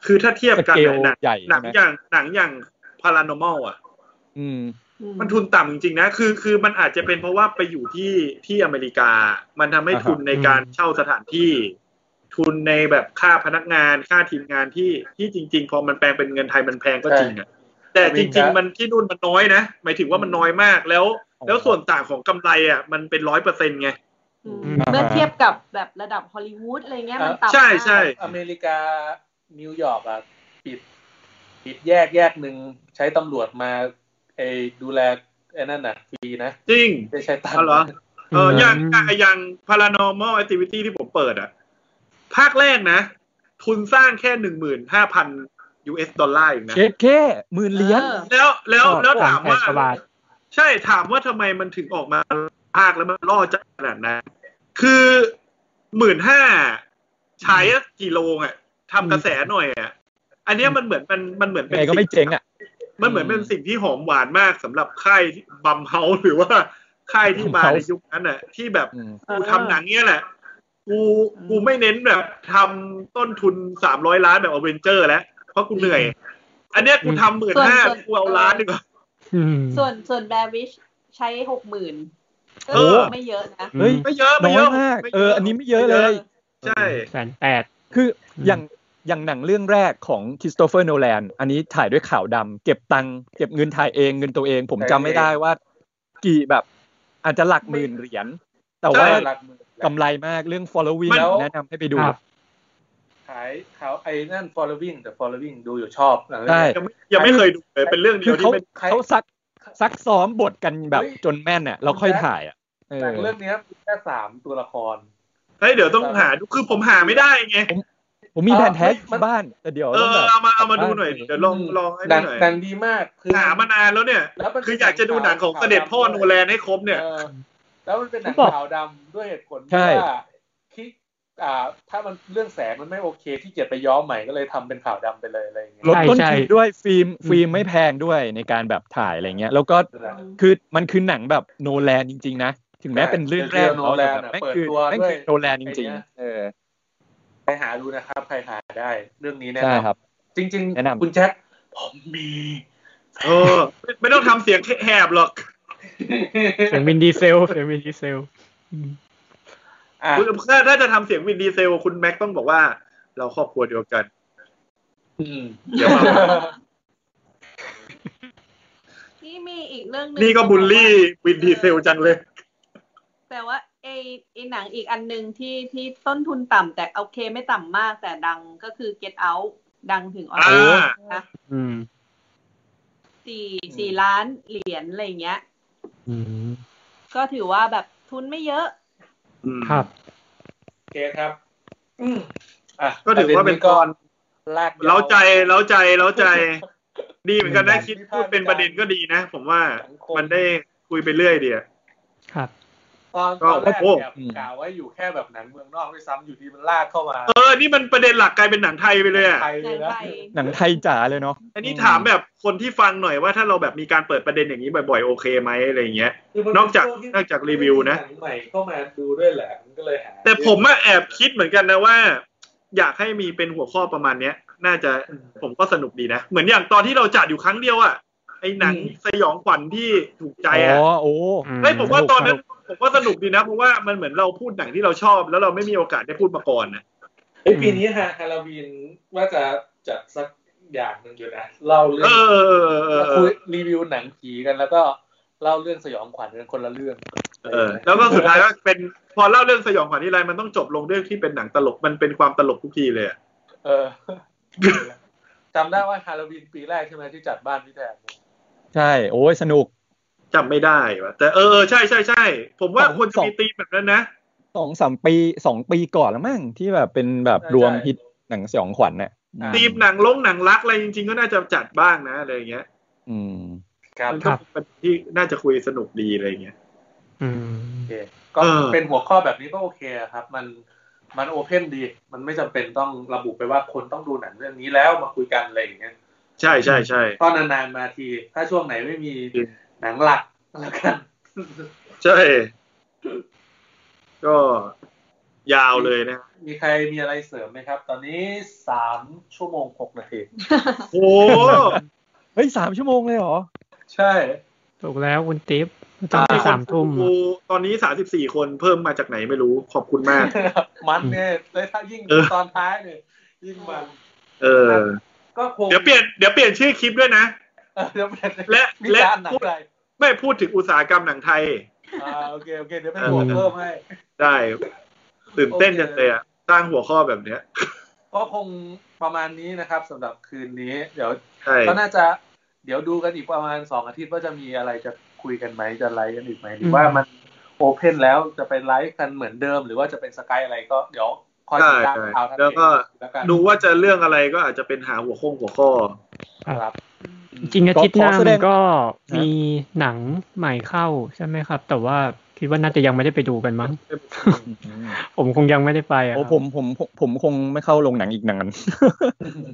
Speaker 1: คือถ้าเทียบกัน
Speaker 6: สเกล
Speaker 1: หนัง
Speaker 6: ใหญ่
Speaker 1: หนัง
Speaker 6: ใช่ไหม
Speaker 1: อย่างหนังอย่างพารานอมอลอ่ะ
Speaker 6: อืม
Speaker 1: มันทุนต่ำจริงๆนะ คือ คือมันอาจจะเป็นเพราะว่าไปอยู่ที่ที่อเมริกา มันทำให้
Speaker 6: อ่าฮะ
Speaker 1: ทุนในการเช่าสถานที่ ทุนในแบบค่าพนักงาน ค่าทีมงานที่ ที่จริง ๆ พอมันแปลงเป็นเงินไทยมันแพงก็จริงอะแต่จริง ๆ มันที่นู่นมันน้อยนะ หมายถึงว่ามันน้อยมาก แล้ว แล้วส่วนต่างของกำไรอ่ะ มันเป็นร้อยเปอร์เซ็นต์ไง
Speaker 3: อืม
Speaker 4: อืม
Speaker 3: เมื่อเทียบกับแบบระดับฮอลลีวูดอะไรเงี้ยมันต่ำมาก
Speaker 1: ใช่ใช่
Speaker 2: อเมริกา นิวยอร์กอ่ะ ปิด ปิดแยกแยกหนึ่ง ใช้ตำรวจมาไอ้ดูแลไอ้นั่นน่ะฟรีนะ
Speaker 1: จริง
Speaker 2: ไม่ใช่ตัง
Speaker 1: อ๋อเหรอ
Speaker 2: ค์
Speaker 1: เอออย่างอย่างอย่าง paranormal activity ที่ผมเปิดอ่ะ ภาคแรกนะ ทุนสร้างแค่หนึ่งหมื่นห้าพัน US ดอลลาร์อีกนะ
Speaker 6: เช็ดแค่หมื่นเหรียญ
Speaker 7: เออ
Speaker 1: แล้วแล้วแล้ว
Speaker 4: ส
Speaker 1: ถาม
Speaker 4: แสน
Speaker 1: ว่า
Speaker 4: กบาท
Speaker 1: ใช่ถามว่าทำไมมันถึงออกมาภาคแล้วมันล่อใจขนาดนั้น คือหมื่นห้าฉายกี่โลงอ่ะทำกระแสหน่อยอ่ะ อันเนี้ยมันเหมือนมันมันเหมือน
Speaker 6: ยังไงก็ไม่เจ๊งอ่ะ
Speaker 1: มันเหมือนเป็นสิ่งที่หอมหวานมากสำหรับค่ายบัมเฮาหรือว่าค่ายที่มาใน
Speaker 6: Blumhouse
Speaker 1: ยุคนั้นอ่ะ ที่แบบ
Speaker 6: อืม
Speaker 1: กูทำหนังเนี้ยแหละ กูกูไม่เน้นแบบทำต้นทุนสามร้อยล้านแบบอเวนเจอร์ แล้ว เพราะกูเหนื่อย อันเนี้ยกูทำหมื่นห้า
Speaker 7: ส่วน
Speaker 1: กูเอาล้านดีกว่า
Speaker 4: อืม
Speaker 7: ส่วนส่วนแบร์วิชใช้หกหมื่นก็
Speaker 1: เออ
Speaker 7: ไม่เยอะนะ
Speaker 6: เฮ้ย
Speaker 1: ไม่เยอะไม่เย
Speaker 6: น้อย
Speaker 1: อะ
Speaker 6: มาก
Speaker 1: ไม่ยะ
Speaker 6: เออ อันนี้ไม่เยอะเลย
Speaker 1: ใช่
Speaker 4: แสนแปด
Speaker 6: คือ
Speaker 4: อืม
Speaker 6: อย่างอย่างหนังเรื่องแรกของค h ิสโตเฟอร์โนแลนอันนี้ถ่ายด้วยขาวดำเก็บตังค์เก็บเงินถ่ายเองเงินตัวเอง ผม
Speaker 2: ใช่
Speaker 6: จำไม่ได้ว่า กี่แบบอาจจะหลักหมื่นเหรียญแต่ว่า
Speaker 1: ใช่
Speaker 2: หลักหมื่น
Speaker 6: กำไรมากเรื่อง following
Speaker 2: มัน
Speaker 6: แนะนำให้ไปดู
Speaker 4: ครับ
Speaker 2: ขายขาวไอ้นั่น following แต่ following ดูอยู่ชอบหนังเรื่อง
Speaker 6: ได้
Speaker 2: นี้
Speaker 1: ยังไม่ยังไม่เคยดูเลยเป็นเรื่องเดี
Speaker 6: คื
Speaker 1: ยว
Speaker 6: อ
Speaker 1: ที่
Speaker 6: เขา
Speaker 1: เป็น
Speaker 2: ใคร
Speaker 6: เขาซักซักซ้อมบทกันแบบ
Speaker 2: เฮ้ย
Speaker 6: จนแม่นอ่ะแล้วค่อยถ่ายอ่ะเออ
Speaker 2: หนังเรื่องเนี้ยมีแค่สามตัวละคร
Speaker 1: เฮ้ยเดี๋ยวต้องหาดูคือผมหาไม่ได้ไง
Speaker 6: ผมมีแผ่นแท้อยู่
Speaker 2: เออมัน
Speaker 6: ที่บ้านแต่เดี๋ยว
Speaker 1: เอ
Speaker 6: ต้อง
Speaker 1: อ
Speaker 6: แบบ
Speaker 1: เอามาเอามาดูหน่อยเดี๋ยวลอง
Speaker 2: อืม
Speaker 1: ลองให้
Speaker 2: หนั
Speaker 1: ดู
Speaker 2: ง
Speaker 1: หน่อย
Speaker 2: หนังดีมากคือ
Speaker 1: หามานานแล้วเนี่ย
Speaker 2: แล้วมัน
Speaker 1: คืออยากจะดูหนังของเสด็จพ่อโนแลนให้ครบเนี่ย
Speaker 2: ออแล้วมันเป็นหนัง
Speaker 4: ผมบอก
Speaker 2: ขาวดำด้วยเหตุผลที่ว่าที่อ่า ถ้ามันเรื่องแสงมันไม่โอเคที่เกียจไปย้อมใหม่ก็เลยทำเป็นขาวดำไปเลยอะไรอย่างเงี้ย
Speaker 6: ลดต้น
Speaker 4: ใช่
Speaker 6: ทุน
Speaker 4: ใช่
Speaker 6: ด้วยฟิล์มฟิล์มไม่แพงด้วยในการแบบถ่ายอะไรเงี้ย แล้วก็คือมันคือหนังแบบโนแลนจริง ๆ นะ ถึงแม้เป็นเรื่องแรก
Speaker 2: โน
Speaker 6: เนาะ
Speaker 2: แล
Speaker 6: แต่
Speaker 2: น
Speaker 6: แบบ
Speaker 2: อะ
Speaker 6: แม่ง
Speaker 2: เปิด
Speaker 6: คือ
Speaker 2: ตัว
Speaker 6: แม่ง
Speaker 2: ด้วย
Speaker 6: คือโนแลนจริง ๆ เออ
Speaker 2: ไปหาดูนะครับใครหาได้ เรื่องนี้แนะ
Speaker 6: ใช่
Speaker 2: น
Speaker 6: ครับ
Speaker 2: ำจริง
Speaker 6: แนะนำ
Speaker 2: ๆคุณแจ็คผมมี
Speaker 1: เออ ไม่ไม่ต้องทำเสียงแหบหรอก
Speaker 4: เสียงวินดีเซล เสียงวินดีเซลอืม
Speaker 2: อ่ะ
Speaker 1: คุณถ้าถ้าจะทำเสียงวินดีเซล คุณแม็กต้องบอกว่า เราครอบครัวเดียวกัน
Speaker 2: อืม
Speaker 1: เดี๋ยวมา
Speaker 7: นี่มีอีกเรื่องหนึง
Speaker 1: นี่ก็บูลลี่วินดีเซลจังเลย
Speaker 7: แต่ว่าไอไอหนังอีกอันหนึ่งที่ที่ต้นทุนต่ำแต่โอเคไม่ต่ำมากแต่ดังก็คือ Get Out ดังถึงออส
Speaker 1: อ่า
Speaker 7: การ์นะ
Speaker 4: อืม
Speaker 7: สี่สี่ล้านเหรียญอะไรอย่างเงี้ย
Speaker 4: อืม
Speaker 7: ก็ถือว่าแบบทุนไม่เยอะ
Speaker 1: อืม
Speaker 4: ครับ
Speaker 2: โอเคครับ อืมอ่ะ
Speaker 1: ก็ถือว่าเป็น
Speaker 2: ระด็
Speaker 1: ตอน
Speaker 2: ลากยว
Speaker 1: เล้าใจเล้าใจเล้าใจ ดีเหมือนกันนะ
Speaker 2: อืม
Speaker 1: คิดพูดเป็นประเด็นก็ดีนะ ผมว่ามันได้คุยไปเรื่อยเดีย
Speaker 4: ครับ
Speaker 2: ตอน
Speaker 1: ก็
Speaker 2: ตอนแรก
Speaker 1: โอ้โห
Speaker 2: แบบกล่าวไว้อยู่แค่แบบหนังเมืองนอกด้วยซ้ำอยู่ดีมันลากเข้ามา
Speaker 1: เออ นี่มันประเด็นหลักกลายเป็นหนังไทยไปเลยอะ
Speaker 2: ไทยเลยนะ
Speaker 7: ไทย
Speaker 6: หนังไทยจ๋าเลยเนาะ
Speaker 1: อันนี้ถามแบบคนที่ฟังหน่อยว่าถ้าเราแบบมีการเปิดประเด็นอย่างนี้บ่อยๆ โอเคไหมอะไรอย่างเงี้ย
Speaker 2: คืมัเป็น
Speaker 1: อกจาก
Speaker 2: ช่วงที่
Speaker 1: นอกจากรีวิวนะ
Speaker 2: หงใหม่เข้ามาดูด้วยแหละมันก็เลยหา
Speaker 1: แต่ผมอะแอบคิดเหมือนกันนะว่า อยากให้มีเป็นหัวข้อประมาณเนี้ย น่าจะผมก็สนุกดีนะ เหมือนอย่างตอนที่เราจัดอยู่ครั้งเดียวอะไอหนังสยองขวัญที่ถูกใจ
Speaker 6: อ๋
Speaker 1: อะ
Speaker 6: อโอ้
Speaker 1: ไอยผมว่าต
Speaker 6: สนุก
Speaker 1: อนนั้น
Speaker 6: ส
Speaker 1: ผ
Speaker 6: นุก
Speaker 1: มว่าสนุกดีนะเพราะว่ามันเหมือนเราพูดหนังที่เราชอบ แล้วเราไม่มีโอกาสได้พูดมาก่อนนะ
Speaker 2: เอ้ยปีนี้ฮะฮาโลวีนว่าจะจัดสักอย่างหนึ่งอยู่นะเล่าเรื่
Speaker 1: เอ
Speaker 2: อง
Speaker 1: อเออเออเอ
Speaker 2: คุย
Speaker 1: อ
Speaker 2: รีวิวหนังผีกันแล้วก็เล่าเรื่องสยองขวัญกันคนละเรื่อง
Speaker 1: เออ แล้วก็สุดท้ายก็เป็นพอเล่าเรื่องสยองขวัญทีไรมันต้องจบลงด้วยที่เป็นหนังตลกมันเป็นความตลกทุกทีเลยอะ
Speaker 2: เออจำได้ว่าฮาโลวีนปีแรกใช่ไหมที่จัดบ้านพี่แทน
Speaker 6: ใช่ โอ้ยสนุก
Speaker 1: จำไม่ได้ว่ะแต่เออเออใช่ใช่ใช่ผมว่า
Speaker 6: สอง
Speaker 1: ควรจะ
Speaker 6: สอง
Speaker 1: มีธีมแบบนั้นนะ
Speaker 6: สองสามปีสองปีก่อนละมั้งที่แบบเป็นแบบ
Speaker 2: ใช่
Speaker 6: รวม
Speaker 2: ใช่
Speaker 6: ฮิตหนังสยองขวัญน่ะ
Speaker 2: อ่า
Speaker 1: ธีมหนังลงหนังรักอะไรจริง ๆ ก็น่าจะจัดบ้างนะอะไรอย่างเงี้ย
Speaker 6: อืม
Speaker 2: ครับ
Speaker 1: มัน
Speaker 4: ค
Speaker 1: ก็
Speaker 4: รับ
Speaker 1: เป็นที่น่าจะคุยสนุกดีอะไรอย่างเงี้ย
Speaker 4: อืม
Speaker 2: โอเคก็
Speaker 1: เออ
Speaker 2: เป็นหัวข้อแบบนี้ก็โอเคครับ มันมันโอเพนดี มันไม่จำเป็นต้องระบุไปว่าคนต้องดูหนังเรื่องนี้แล้วมาคุยกันอะไรอย่างเงี้ย
Speaker 1: ใช่ใช่ใช่
Speaker 2: ก็นานๆมาที ถ้าช่วงไหนไม่มี
Speaker 1: อืม
Speaker 2: หนังหลักแล้วกัน
Speaker 1: ใช่ ก็ยาวเลยนะ
Speaker 2: มีใครมีอะไรเสริมไหมครับ ตอนนี้สามชั่วโมงหกนาที
Speaker 1: โอ้
Speaker 6: เฮ้ยสามชั่วโมงเลยเหรอ
Speaker 2: ใช่
Speaker 4: ถูกแล้วคุณติ๊บตั้งแต่สามทุ่ม
Speaker 1: ดูตอนนี้สามสิบสี่คนเพิ่มมาจากไหนไม่รู้ขอบคุณมาก
Speaker 2: มันเนี่ยเลยถ้ายิ่ง
Speaker 1: เออ
Speaker 2: ตอนท้ายเนี่ยยิ่งมัน
Speaker 1: เออ
Speaker 2: ก็คง
Speaker 1: เดี๋ยวเปลี่ยนเดี๋ยวเปลี่ยนชื่อคลิปด้วยนะ
Speaker 2: เออเดี๋ยวเปลี่ยน
Speaker 1: และ
Speaker 2: มี
Speaker 1: และ
Speaker 2: การหนัง
Speaker 1: พูด
Speaker 2: อะไร
Speaker 1: ไม่พูดถึงอุตสาหกรรมหนังไทย
Speaker 2: อ่าโอเคโอเคเดี๋ยวไปบวกเพิ่มให้
Speaker 1: ได้ตื่นเต้นจังเลยอะสร้างหัวข้อแบบเนี้ย
Speaker 2: ก็คงประมาณนี้นะครับสำหรับคืนนี้ เดี๋ยว
Speaker 1: ใช่
Speaker 2: ก็น่าจะเดี๋ยวดูกันอีกประมาณสองอาทิตย์ว่าจะมีอะไรจะคุยกันไหมจะไลฟ์กันอีกไหมหรือว่า
Speaker 4: อืม
Speaker 2: มันโอเพนแล้วจะไปไลฟ์กันเหมือนเดิม หรือว่าจะเป็นสกายอะไรก็เดี๋ยว คอยติดตามข่าวทาง
Speaker 1: แล้วก็
Speaker 2: เพจแล้วกัน
Speaker 1: ดูว่าจะเรื่องอะไรก็อาจจะเป็นหาหัวข้อหัวข้อ
Speaker 2: ครับ
Speaker 4: จริงๆอาทิตย์หน้า
Speaker 6: ขอแสด
Speaker 4: มั
Speaker 6: ง
Speaker 4: นก็มีหนังใหม่เข้าใช่ไหมครับ แต่ว่าคิดว่าน่าจะยังไม่ได้ไปดูกันมั้ง ผมคงยังไม่ได้ไปอะค
Speaker 6: โอ้
Speaker 4: รับ
Speaker 6: ผมผมผมผมคงไม่เข้าโรงหนังอีกนาน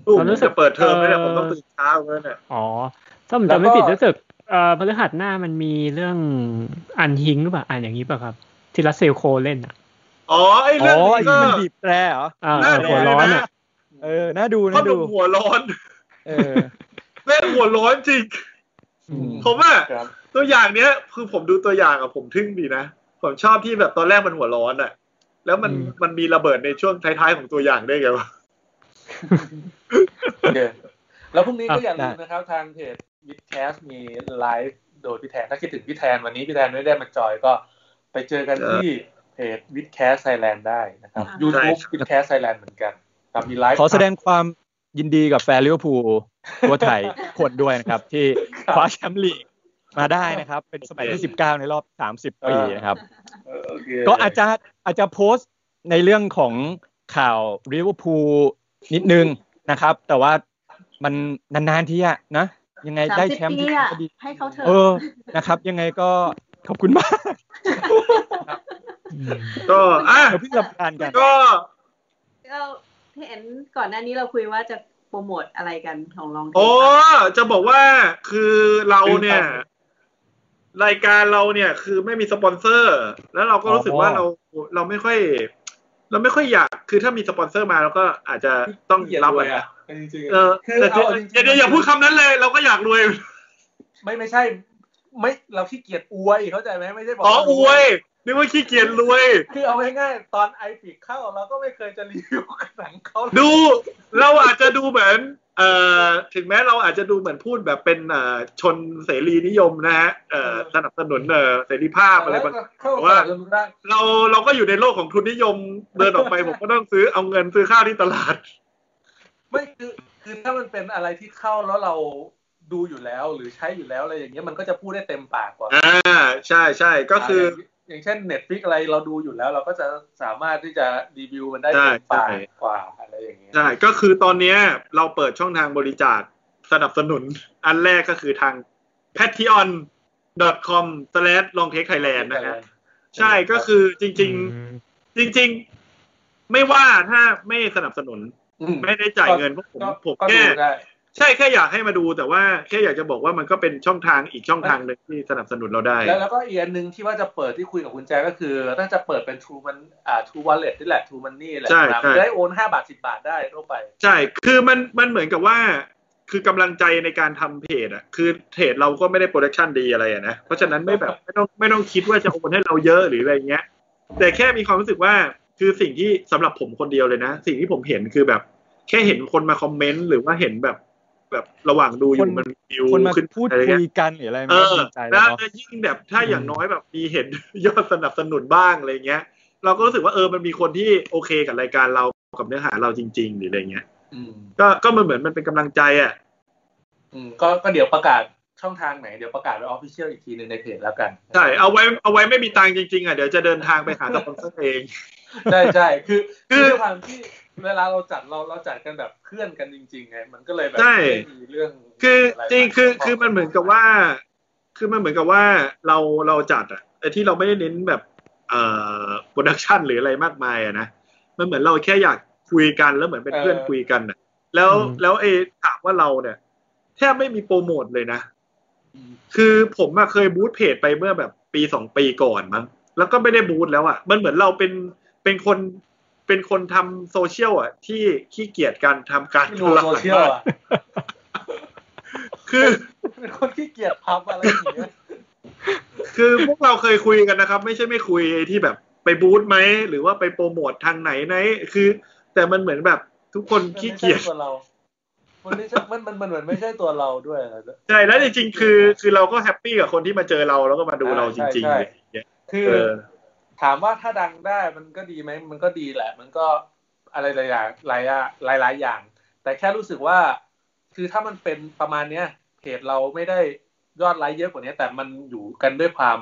Speaker 1: ลูก
Speaker 4: ผมรู้สึก
Speaker 1: จะเปิดเทอมไม่ได้
Speaker 4: เอ่อ
Speaker 1: ผมต้องตื่นเช้าเงี้ยเนี่ย
Speaker 4: อ๋อถ้าผม
Speaker 6: แล้ว
Speaker 4: จำ
Speaker 6: ก็
Speaker 4: ไม่ผิดรู้สึกเอ่อพฤหัสหน้ามันมีเรื่องอันฮิงหรือเปล่าอ่านอย่างนี้ป่ะครับที่รัสเซลโคเล่นอ่ะ
Speaker 1: อ๋อไอ้
Speaker 6: อ๋
Speaker 1: เรื่อง
Speaker 6: อ
Speaker 1: นี้ก็
Speaker 6: มันบีบแตรเหรอ
Speaker 4: อ่า
Speaker 1: น่าดู
Speaker 4: หัวร้อนอ่ะ
Speaker 6: เออน่าดู
Speaker 1: พ่อ
Speaker 6: น่า
Speaker 1: ห
Speaker 6: ดู
Speaker 1: นุ่มหัวร้อน
Speaker 6: เออ
Speaker 1: แม่งหัวร้อนจริง
Speaker 6: อืม
Speaker 1: ผมว่า
Speaker 2: ครับ
Speaker 1: ตัวอย่างเนี้ย คือผมดูตัวอย่างอะผมทึ่งดีนะ ผมชอบที่แบบตอนแรกมันหัวร้อนอะแล้วมันมันมีระเบิดในช่วงท้ายๆของตัวอย่างได้วยไงวะ
Speaker 2: โอเคแล้วพรุ่งนี้ก็อย่าลืมนะครับ ทางเพจวิดแคสมีไลฟ์โดยพี่แทน ถ้าคิดถึงพี่แทนวันนี้พี่แทนไม่ได้มาจอยก็ไปเจอกันที่เพจวิดแคสไทยแลนด์ได้นะครับ
Speaker 3: อ่า
Speaker 2: YouTube
Speaker 1: ใช่
Speaker 2: วิดแคสไทยแลนด์เหมือนกันครับมีไลฟ์
Speaker 6: ขอแสดงความยินดีกับแฟนลิเวอร์พูลตัวไท ยทุกคนด้วยนะครับ ที่คว้าแชมป์ลีกมาได้นะครับ เป็นสมัยที่ 19 ในรอบ 30 ปีนะครับ
Speaker 2: เออโเค
Speaker 6: ก็อาจจะอาจจะโพสต์ในเรื่องของข่าวลิเวอร์พูลนิดนึงนะครับ แต่ว่ามันนานๆที่อะนะ ยังไง
Speaker 3: สาม
Speaker 6: ได้
Speaker 3: สิบ
Speaker 6: แชมป์
Speaker 3: ปี
Speaker 6: ที่
Speaker 3: อะ
Speaker 6: ก็ดี
Speaker 3: ให้เขาเถอะ
Speaker 6: เออนะครับ ยังไงก็ขอบคุณมาก
Speaker 1: ก็อ่ะ
Speaker 6: เดี๋ยวเพิ่งทำการกัน
Speaker 1: ก็
Speaker 3: เราเห็นก่อนหน้านี้เราคุยว่าจะโปรโมทอะไรกันของลองเท
Speaker 1: โอ้
Speaker 3: ปอะ
Speaker 1: จะบอกว่าคือเราเนี่ย รายการเราเนี่ยคือไม่มีสปอนเซอร์ แล้วเราก็รู้สึกว่าเราเราไม่ค่อย เราไม่ค่อยอยาก คือถ้ามีสปอนเซอร์มาเราก็อาจจะต้อง
Speaker 2: เกลียด
Speaker 1: รับ
Speaker 2: เล
Speaker 1: มั
Speaker 2: ย
Speaker 1: น
Speaker 2: อ่ะจริงๆ
Speaker 1: เออ
Speaker 2: คือ
Speaker 1: แต่
Speaker 2: เอาจริงๆ
Speaker 1: เดี๋ยวเดี๋ยวอย่าพูดคำนั้นเลย เราก็อยากรวย
Speaker 2: ไม่ไม่ใช่ ไม่เราขี้เกียจอวยเข้าใจไหมไม่ใช่บอก
Speaker 1: อ๋อ
Speaker 2: ว่า
Speaker 1: อวยนึกว่าขี้เกียจรวย
Speaker 2: คือเอาง่ายๆตอนไอปิกเข้าเราก็ไม่เคยจะรีวิวหนังเขาเลย
Speaker 1: ดูเราอาจจะดูเหมือนเอ่อถึงแม้เราอาจจะดูเหมือนพูดแบบเป็นเอ่อชนเสรีนิยมนะฮะเอ่อสนับสนุนเอ่อเสรีภาพอะไรบาง
Speaker 2: เข้า
Speaker 1: ว่า
Speaker 2: สารมได้
Speaker 1: เราเราก็อยู่ในโลกของทุนนิยมเดินออกไป ผมก็ต้องซื้อเอาเงินซื้อข้าวที่ตลาด
Speaker 2: ไม่คือคือถ้ามันเป็นอะไรที่เข้าแล้วเราดูอยู่แล้วหรือใช้อยู่แล้วอะไรอย่างเงี้ยมันก็จะพูดได้เต็มปากกว่า
Speaker 1: อ่า ใช่ใช่ก็คือ
Speaker 2: ย่างอย่างเช่นเน็ตฟิกอะไรเราดูอยู่แล้ว เราก็จะสามารถที่จะรีวิวมันได้
Speaker 1: ใช่
Speaker 2: เต็มปาก
Speaker 1: ใช่
Speaker 2: กว่าอะไรอย่างเงี้ย
Speaker 1: ใช่ก็คือตอนเนี้ยเราเปิดช่องทางบริจาคสนับสนุน อันแรกก็คือทาง patreon com l o n g t a k e thailand นะฮะใช่ก็คือจริง
Speaker 4: อืม
Speaker 1: ๆ จริง ๆ ไม่ว่าถ้าไม่สนับสนุน
Speaker 2: ม
Speaker 1: ไม่ได้จ่ายเงินพวกผม
Speaker 2: ก็
Speaker 1: ผม
Speaker 2: ก็
Speaker 1: แค่
Speaker 2: ดูได้
Speaker 1: ใช่แค่อยากให้มาดูแต่ว่าแค่อยากจะบอกว่ามันก็เป็นช่องทางอีกช่องทางหนึ่งที่สนับสนุนเราได้
Speaker 2: แล้วแล้วก็อีกอันหนึ่งที่ว่าจะเปิดที่คุยกับคุณแจก็คือน่าจะเปิดเป็น True มันอ่า True Wallet นี่แหละ True Money แหละ
Speaker 1: ใช่
Speaker 2: ครับ
Speaker 1: ใช่
Speaker 2: จะได้โอนห้าบาทสิบบาทได้ทั่วไป
Speaker 1: ใช่ คือมันมันเหมือนกับว่า คือกำลังใจในการทำเพจอ่ะ คือเพจเราก็ไม่ได้โปรดักชันดีอะไรอะนะ เพราะฉะนั้นไม่แบบไม่ต้องไม่ต้องคิดว่าจะโอนให้เราเยอะหรืออะไรเงี้ย แต่แค่มีความรู้สึกว่า คือสิ่งที่สำหรับผมคนเดียวเลยนะ สิ่งที่ผมเห็นคือแบบ แค่เห็นคนมาคอมเมนต์หรือว่าเห็นแบบ แบบระหว่างดูอยู่มันวิว
Speaker 6: คนมา
Speaker 1: ขึ้น
Speaker 6: พูด
Speaker 1: อะไร
Speaker 6: คุ
Speaker 1: เงี้ย
Speaker 6: ยกันหรืออะไรมั
Speaker 1: เอน
Speaker 6: ก็
Speaker 1: อ
Speaker 6: ดีใจแล้
Speaker 1: แล้ว ว
Speaker 6: เนาะ
Speaker 1: ยิ่งแบบถ้าอย่างน้อยแบบมีเห็น ยอดสนับสนุนบ้างอะไรเงี้ย เราก็รู้สึกว่าเออมันมีคนที่โอเคกับรายการเรากับเนื้อหาเราจริง ๆ หรืออะไรเงี้ย
Speaker 2: อืม
Speaker 1: ก็ก็มันเหมือนมันเป็นกำลังใจอ่ะ
Speaker 2: อืมก็ก็เดี๋ยวประกาศช่องทางไหน เดี๋ยวประกาศไว้ออฟฟิเชียลอีกทีหนึ่งในเพจแล้วกัน
Speaker 1: ใช่ เอาไว้เอาไว้ไม่มีตังค์จริงๆอ่ะ เดี๋ยวจะเดินทางไปหาสปอนเซอร์เอง
Speaker 2: ใช่ใช่คือ
Speaker 1: คื
Speaker 2: คือ
Speaker 1: อ
Speaker 2: ด้วยความที่เวลาเราจัดเราเราจัดกันแบบเพื่อนกันจริงๆไงมันก็เลยแบบ
Speaker 1: ใช่
Speaker 2: ไม่มีเรื่อง
Speaker 1: คือจริงๆคือ
Speaker 2: ข้
Speaker 1: คือมันเหมือนกับว่า คือมันเหมือนกับว่าเราเราจัดอ่ะไอ้ที่เราไม่ได้เน้นแบบเอ่อโปรดักชันหรืออะไรมากมายอ่ะนะ มันเหมือนเราแค่อยากคุยกันแล้วเหมือนเป็นเพื่อนคุยกันอ่ะ แล้ว
Speaker 4: อืม
Speaker 1: แล้วไอ้ถามว่าเราเนี่ยแทบไม่มีโปรโมทเลยนะ
Speaker 2: อืม
Speaker 1: คือผมอะเคยบูธเพจไปเมื่อแบบปีสองปีก่อนมั้งแล้วก็ไม่ได้บูธแล้วอะมันเหมือนเราเป็นเป็นคนเป็นคนทำโซเชียลอะที่ขี้เกียจการทำการ
Speaker 2: ไม่รู้โซเชียลอ่ะ
Speaker 1: คือ
Speaker 2: เป็นคนขี้เกียจพับอะไรอย่างเงี้ย
Speaker 1: คือพวกเราเคยคุยกันนะครับ ไม่ใช่ไม่คุยไอ้ที่แบบไปบูธไหมหรือว่าไปโปรโมททางไหนไหนคือ แต่มันเหมือนแบบทุกคนขี้เกียจ
Speaker 2: มันไม่ใช่ตัวเรามันไม่ใช่มันมันมันเหมือนไม่ใช่ตัวเราด้วยนะ
Speaker 1: ใช่แล้วจริงๆคือ คือเราก็แฮปปี้กับคนที่มาเจอเราแล้วก็มาดูเราจริง
Speaker 2: ใช่
Speaker 1: ๆ
Speaker 2: ใช่
Speaker 1: เลยเนี่ย
Speaker 2: คือ
Speaker 1: เออ
Speaker 2: ถามว่าถ้าดังได้มันก็ดีไหมมันก็ดีแหละ มันก็อะไรหลายอย่างหลายอะหลายหลายอย่าง แต่แค่รู้สึกว่า คือถ้ามันเป็นประมาณเนี้ยเพจเราไม่ได้ยอดไลค์เยอะกว่านี้ แต่มันอยู่กันด้วยความ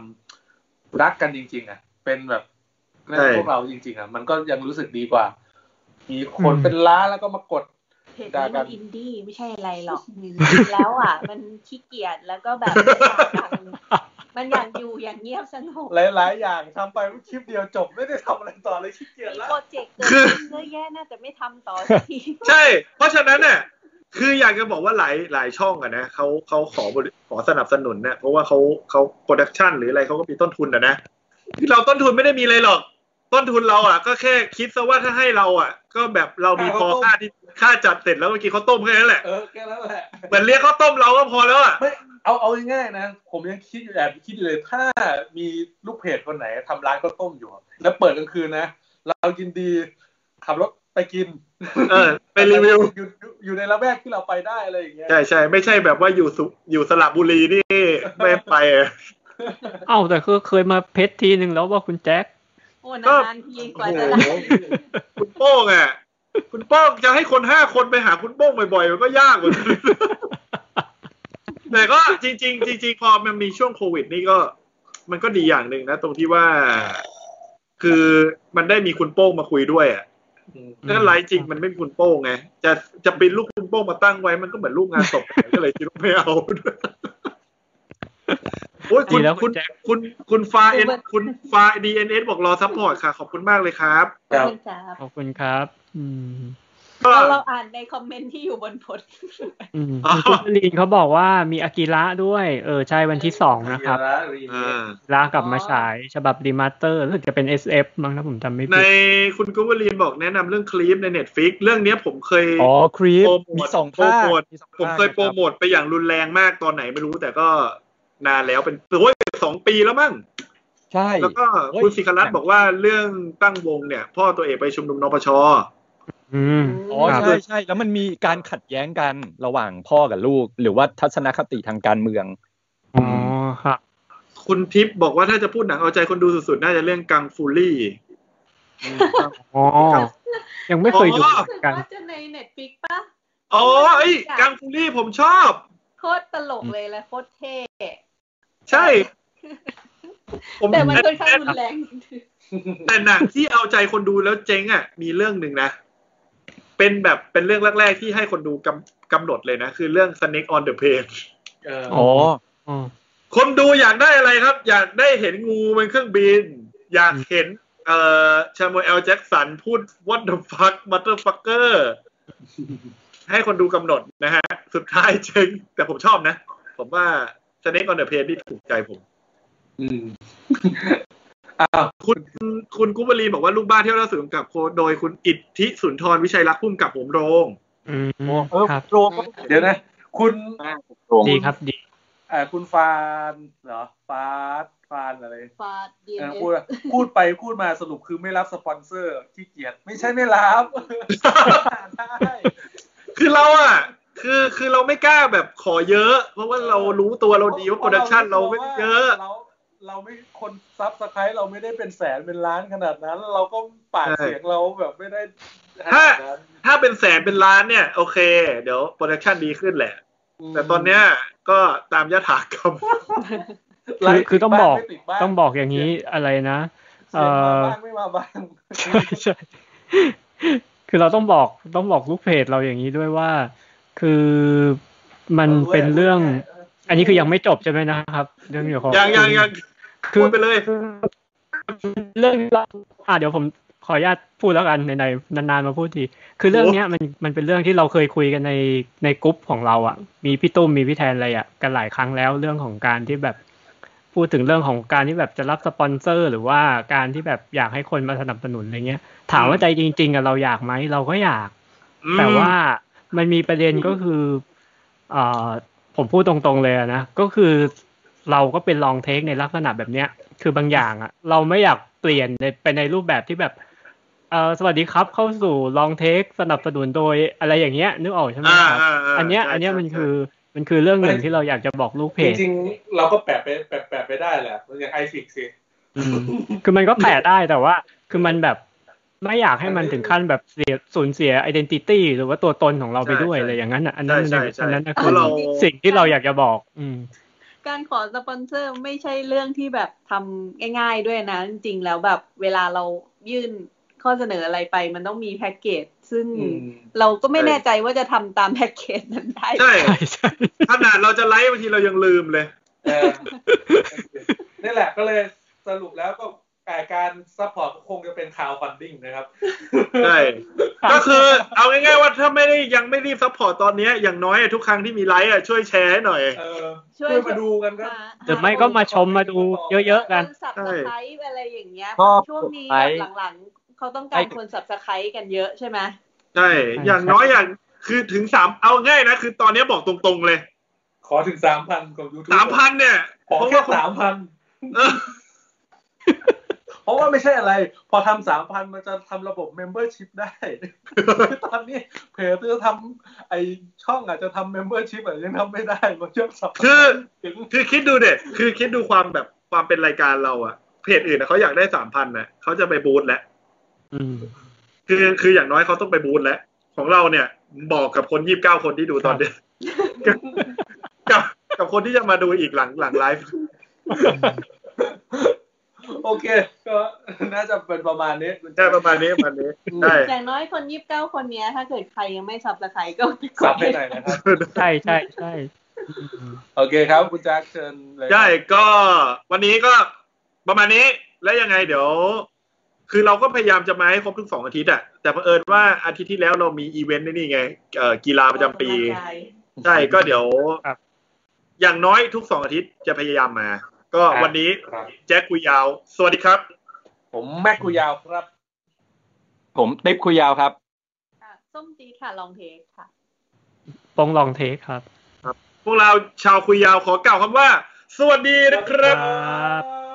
Speaker 2: รักกันจริง ๆ อ่ะ เป็นแบบ
Speaker 1: ใช่
Speaker 2: พวกเราจริง ๆ อ่ะ มันก็ยังรู้สึกดีกว่า มีคนเป็นล้านแล้วก็มากด
Speaker 3: เพจ
Speaker 2: ด่า
Speaker 3: นี้
Speaker 2: กั
Speaker 3: มัน นอินดี้ไม่ใช่อะไรหรอกจริงๆแล้วอ่ะ มันขี้เกียจแล้วก็แบบไม่อยากดังมันอยากอยู่อย่างเงียบสงบ
Speaker 2: หลาย ๆ อย่างทำไปคลิปเดียวจบไม่ได้ทำอะไรต่อเลยขี้เกียจ
Speaker 3: มี
Speaker 2: ละ
Speaker 3: โปรเจกต์เกิดขึ้นเยอะแยะนะแต่ไม่ทำต่อสักที
Speaker 1: ใช่ เพราะฉะนั้นเนี่ยคืออยากจะบอกว่าหลายหลายช่องอะนะเขาเขาขอบริขอสนับสนุนนะเพราะว่าเขาเขาโปรดักชันหรืออะไรเขาก็มีต้นทุนอะนะที่เราต้นทุนไม่ได้มีอะไรหรอก ต้นทุนเราอ่ะ ก็แค่คิดซะว่าถ้าให้เราอ่ะ ก็แบบเรามีพอค่าที่ค่าจัดเสร็จแล้วเมื่อกี้เขาวต้มแค่นั้นแหละ
Speaker 2: เออแค่นั้นแหละ
Speaker 1: เหมือนเรียกเขาวต้มเราก็พอแล้วอ่ะ
Speaker 2: ไม่เอาเอาง่ายๆนะ ผมยังคิดอยู่แอบคิดอยู่เลยถ้ามีลูกเพจคนไหนทำร้านข้าวต้มอยู่ แล้วเปิดกลางคืนนะ เรากินดี ขับรถไปกิน
Speaker 1: เออไปรีวิว
Speaker 2: อยู่อยู่อยู่ในละแวกที่เราไปได้อะไรอย่างเงี้ย
Speaker 1: ใช่ใช่ไม่ใช่แบบว่าอยู่สุอยู่สระบุรีนี่ ไม่ไปอะ
Speaker 4: เอ้าแต่คือเคยมาเพชรทีหนึ่งแล้วว่าคุณแจ็ค
Speaker 3: โอ้
Speaker 1: ก็
Speaker 3: นานๆทีกว่าจะได้
Speaker 1: คุณโป้งอ่ะคุณโป้งจะให้คนห้าคนไปหาคุณโป้งบ่อยๆมันก็ยากเหมือน กัน แต่ก็จริงๆจริงๆพอมันมีช่วงโควิดนี่ก็ มันก็ดีอย่างหนึ่งนะ ตรงที่ว่า คือมันได้มีคุณโป้งมาคุยด้วยอ่ะ
Speaker 2: อืม
Speaker 1: ถ้าไลฟ์จริงมันไม่มีคุณโป้งไงจะจะปรินรูปคุณโป้งมาตั้งไว้มันก็เหมือนรูปงานศพ ก็เลยคิดว่าไม่เอา โอ้ยคุณ
Speaker 4: ดีแล้วคุ
Speaker 1: คุณ
Speaker 4: ณแจ็ค
Speaker 1: คุณคุณฟาเอ็นคุณฟาดีเอ็นเอสบอกรอซัพพอร์ตค่ะ ขอบคุณมากเลยครับ
Speaker 2: ครับ
Speaker 3: คุณจ๋า
Speaker 4: ขอบคุณครับ อืม
Speaker 1: ก็
Speaker 3: เราเราอ่านในคอมเมนต์ที่อยู่บนโพสต์
Speaker 4: อืม
Speaker 1: อ๋อ
Speaker 4: คุณลินเขาบอกว่ามีอากิระด้วย เออใช่วันที่สองนะครับ
Speaker 1: อ่า
Speaker 4: ลากลับมาฉายฉบับรีมาสเตอร์รู้สึกจะเป็น SF มั้งถ้าผมจำไม่
Speaker 1: ใน
Speaker 4: ผิด
Speaker 1: คุณกุ๊กวลีนบอกแนะนำเรื่องคลิปในเน็ตฟิกเรื่องเนี้ยผมเคย
Speaker 6: อ๋อครีป
Speaker 1: โปรโมท
Speaker 6: มีสอง
Speaker 1: โปร
Speaker 6: ภาค
Speaker 1: โมท
Speaker 6: สองภา
Speaker 1: ผม
Speaker 6: นะ
Speaker 1: เคยโปรโมทไปอย่างรุนแรงมากตอนไหนไม่รู้ แต่ก็นานแล้วเป็นโอ้ยสองปีแล้วมั้ง
Speaker 6: ใช่
Speaker 1: แล้วก็
Speaker 6: เฮ้ย
Speaker 1: คุณศิครัตน์บอกว่าเรื่องตั้งวงเนี่ย พ่อตัวเอกไปชุมนุมนปช
Speaker 4: อืม
Speaker 6: อ๋อ
Speaker 4: ครับ
Speaker 6: ใช่ใช่แล้วมันมีการขัดแย้งกันระหว่างพ่อกับลูก หรือว่าทัศนคติทางการเมือง
Speaker 4: อ๋อครับ
Speaker 1: คุณทิพย์บอกว่าถ้าจะพูดหนังเอาใจคนดูสุดๆ น่าจะเรื่องกังฟูรี่
Speaker 4: อ๋อ ยังไม่เคยดู
Speaker 1: อ๋อ
Speaker 4: เหมือนกัน
Speaker 3: ว่าจะในเน็ตฟิกป่ะ
Speaker 1: อ๋อไอ้ยกังฟูรี่ผมชอบ
Speaker 3: โคตรตลกเลยและโคตรเท่
Speaker 1: ใช่ ผม
Speaker 3: แต่มันค่อนข้างรุนแรง
Speaker 1: แต่หนังที่เอาใจคนดูแล้วเจ๊งอ่ะ มีเรื่องหนึ่งนะ เป็นแบบเป็นเรื่องแรกๆที่ให้คนดูกำกำหนดเลยนะ คือเรื่อง Snake on the Plane
Speaker 2: เออ
Speaker 6: อ๋อ
Speaker 4: อ๋อ
Speaker 1: คนดูอยากได้อะไรครับ อยากได้เห็นงูบนเครื่องบิน อยากเห็น เอ่อชาม u เอลแจ็กสันพูด what the fuck motherfucker ให้คนดูกำหนดนะฮะ สุดท้ายเจ๊งแต่ผมชอบนะ ผมว่า Snake on the Plane ที่ถูกใจผม
Speaker 2: อืมอ้าว
Speaker 1: คุณคุณกุบลีบอกว่าลูกบ้านเที่ยวล่าสุดกำกับโคโดยคุณอิทธิสุนทรวิชัยรักษ์พุ่มกับผมโรง
Speaker 4: อืม
Speaker 6: เออ
Speaker 4: ครับ
Speaker 6: โรงก็
Speaker 2: เดี๋ยวนะ คุณ
Speaker 5: โรง
Speaker 4: ดีครับดี
Speaker 2: เอ่อคุณฟานเหรอฟาดฟานอะไร
Speaker 3: ฟาดดี
Speaker 2: เออ
Speaker 3: เอส
Speaker 2: พูดพูดไปพูดมาสรุปคือไม่รับสปอนเซอร์ขี้เกียจไม่ใช่ไม่รับได้
Speaker 1: คือเราอ่ะ คือคือเราไม่กล้าแบบขอเยอะ เพราะว่าเรารู้ตัวเราดีว่าโปรดักชันเราไม่ได้เยอะ
Speaker 2: เราเราไม่คนซับสไครต์เราไม่ได้เป็นแสนเป็นล้านขนาดนั้น เราก็ปากเสียงเราแบบไม่ได้ขนาดนั้น
Speaker 1: ถ้าเป็นแสนเป็นล้านเนี่ย โอเค เดี๋ยวโปรดักชันดีขึ้นแหละ
Speaker 2: ม
Speaker 1: แต่ตอนเนี้ยก็ตามยถาก รรม
Speaker 4: คือคือต้องบอก
Speaker 2: ไล่ติดบ้าน
Speaker 4: ต้องบอกอย่างนี้อะไรนะ
Speaker 2: เสียงมาบ้างไม่มาบ้าง
Speaker 4: ใช่ใช่ คือเราต้องบอกต้องบอกลูกเพจเราอย่างนี้ด้วยว่า คือมันเป็นเรื่อง อันนี้คือยังไม่จบใช่ไหมนะครับ เรื่องเกี่ยวกับ
Speaker 1: ยังยังยัง
Speaker 4: คื
Speaker 1: พู
Speaker 4: อ
Speaker 1: ดไปเลย
Speaker 4: เรื่องเราอ่ะเดี๋ยวผมขออนุญาตพูดแล้วกันไหนๆนานๆมาพูดที คือเรื่องเนี้ยมันมันเป็นเรื่องที่เราเคยคุยกันในในกลุ่มของเราอ่ะ มีพี่ตุ้มมีพี่แทนอะไรอ่ะกันหลายครั้งแล้วเรื่องของการที่แบบ พูดถึงเรื่องของการที่แบบจะรับสปอนเซอร์ หรือว่าการที่แบบอยากให้คนมาสนับสนุนอะไรเงี้ย ถามว่าใจจริงๆอะเราอยากไหมเราก็อยาก
Speaker 1: อืม
Speaker 4: แต่ว่ามันมีประเด็นก็คือเอ่อผมพูดตรงๆเลยอะนะ ก็คือเราก็เป็นลองเทคในลักษณะแบบเนี้ย คือบางอย่างอะเราไม่อยากเปลี่ยนในไปในรูปแบบที่แบบเออสวัสดีครับเข้าสู่ลองเทคสนับสนุนโดยอะไรอย่างเงี้ยนึกออกใช่ไหม
Speaker 1: อ่า
Speaker 4: ครับ
Speaker 1: อ่าา
Speaker 4: อันเนี้ย
Speaker 1: ใช่
Speaker 4: อันเนี้ย
Speaker 1: ใช่
Speaker 4: มันคือมันคือเรื่องหนึ่ง
Speaker 2: ไม่
Speaker 4: ที่เราอยากจะบอกลูกเพ
Speaker 2: จ
Speaker 4: จ
Speaker 2: ริงๆเราก็แปะไปแปะแปะไปได้แหละอย่างไอฟิกสิ
Speaker 4: อืมคือมันก็แปลได้แต่ว่า คือมันแบบไม่อยากให้มันถึงขั้นแบบเสียสูญเสียไอดีนิตี้หรือว่าตัวตนของเราไปด้วยอะไรอย่างนั้นอ่ะอันนั้น
Speaker 1: ใช่
Speaker 4: อั
Speaker 1: ใช่
Speaker 4: นนั้น
Speaker 1: ใช่
Speaker 4: น่ะ
Speaker 1: เพ
Speaker 4: คือ
Speaker 1: ราะเรา
Speaker 4: สิ่งที่เราอยากจะบอก อืม
Speaker 3: การขอสปอนเซอร์ไม่ใช่เรื่องที่แบบทำง่าย ๆด้วยนะ จริงๆแล้วแบบเวลาเรายื่น
Speaker 7: ข้อเสนออะไรไป มันต้องมีแพ็กเกจซึ่ง
Speaker 2: อืม
Speaker 7: เราก็ไม่แน่ใจว่าจะทำตามแพ็กเกจนั้นได้
Speaker 1: ใช่
Speaker 4: ใช่ใช่
Speaker 1: ขนาดเราจะไลฟ์บางทีเรายังลืมเลย
Speaker 2: เออนี่แหละก็เลยสรุปแล้วก็แต่การซัพพอร์ตคงจะเป็นข่าวฟันดิ้งนะครับ
Speaker 1: ใช่ ก็คือเอาง่ายๆว่าถ้าไม่ได้ยังไม่รีบซัพพอร์ตตอนเนี้ยอย่างน้อยอะทุกครั้งที่มีไลฟ์อะช่วยแชร์ให้หน่อย
Speaker 2: เออช่วยมาดูกันครับ
Speaker 7: หา
Speaker 4: หรือไม่ก็มาชมมาดูเยอะๆกัน
Speaker 7: คนสับสไครต์อะไรอย่างเงี้ย
Speaker 6: ชอบ
Speaker 7: ช่วงนี้
Speaker 6: ไลค์
Speaker 7: แบบหลังๆ เขาต้องการคนสับสไครต์กันเยอะใช่ไหม
Speaker 1: ใช่ อย่างน้อยอย่างคือถึงสามเอาง่ายนะ คือตอนเนี้ยบอกตรงๆเลย
Speaker 2: ขอถึงสามพันของยูทูบ
Speaker 1: สามพันเนี่ย
Speaker 2: ขอแค่สามพัน
Speaker 1: เออ
Speaker 2: เพราะว่าไม่ใช่อะไร พอทำสามพันมันจะทำระบบเมมเบอร์ชิพได้ คือตอนนี้เพจจะทำไอช่องอาจจะทำเมมเบอร์ชิพอาจจะยังทำไม่ได้มันเชื่อมสับ
Speaker 1: คือ
Speaker 2: ถึง
Speaker 1: คือคิดดูเด็ดคือคิดดูความแบบความเป็นรายการเราอะเพจอื่นอะเขาอยากได้สามพันนะเขาจะไปบูทแล้ว
Speaker 4: อืม
Speaker 1: คือคืออย่างน้อยเขาต้องไปบูทแล้ว ของเราเนี่ยบอกกับคนยี่บเก้าคนที่ดูตอนเนี้ยกับกับกับคนที่จะมาดูอีกหลังหลังไลฟ์
Speaker 2: โอเค ก็น่าจะเป็นประมาณนี้
Speaker 1: ได้ประมาณนี้ประมาณนี้ได้
Speaker 7: อย่างน้อยคนยีิบเก้าคนเนี้ย ถ้าเกิดใครยังไม่สับสไครต์ก็ไปก
Speaker 2: สั
Speaker 7: ด
Speaker 2: บให้หน่อยนะครับ
Speaker 4: ใช่ใช่ใช่
Speaker 2: โอเคครับ คุณแจ็คเชิญเลยครับ
Speaker 1: ใช่ก็วันนี้ก็ประมาณนี้แล้วยังไงเดี๋ยว คือเราก็พยายามจะมาให้ครบทุกสองอาทิตย์อะแต่เผอิญว่าอาทิตย์ที่แล้วเรามีอีเวนต์นี่ไงเอ่อกีฬาประจำปี ใช่ก็เดี๋ยว
Speaker 4: ครับ
Speaker 1: อย่างน้อยทุกสองอาทิตย์จะพยายามมา ก็
Speaker 4: ครับ
Speaker 1: วันนี้
Speaker 2: ครับ
Speaker 1: แจ็คคุยยาว สวัสดีครับ
Speaker 2: ผมแม็กกูยาวครับ
Speaker 6: ผมติ๊บคุยยาวครับ
Speaker 7: ค่ะส้มจีดค่ะ ลองเทคค่ะ
Speaker 4: ปองลองเทคครับ
Speaker 1: พวกเราชาวคุยยาวขอกล่าวคำว่า สวัสดีนะครับ
Speaker 4: ครับ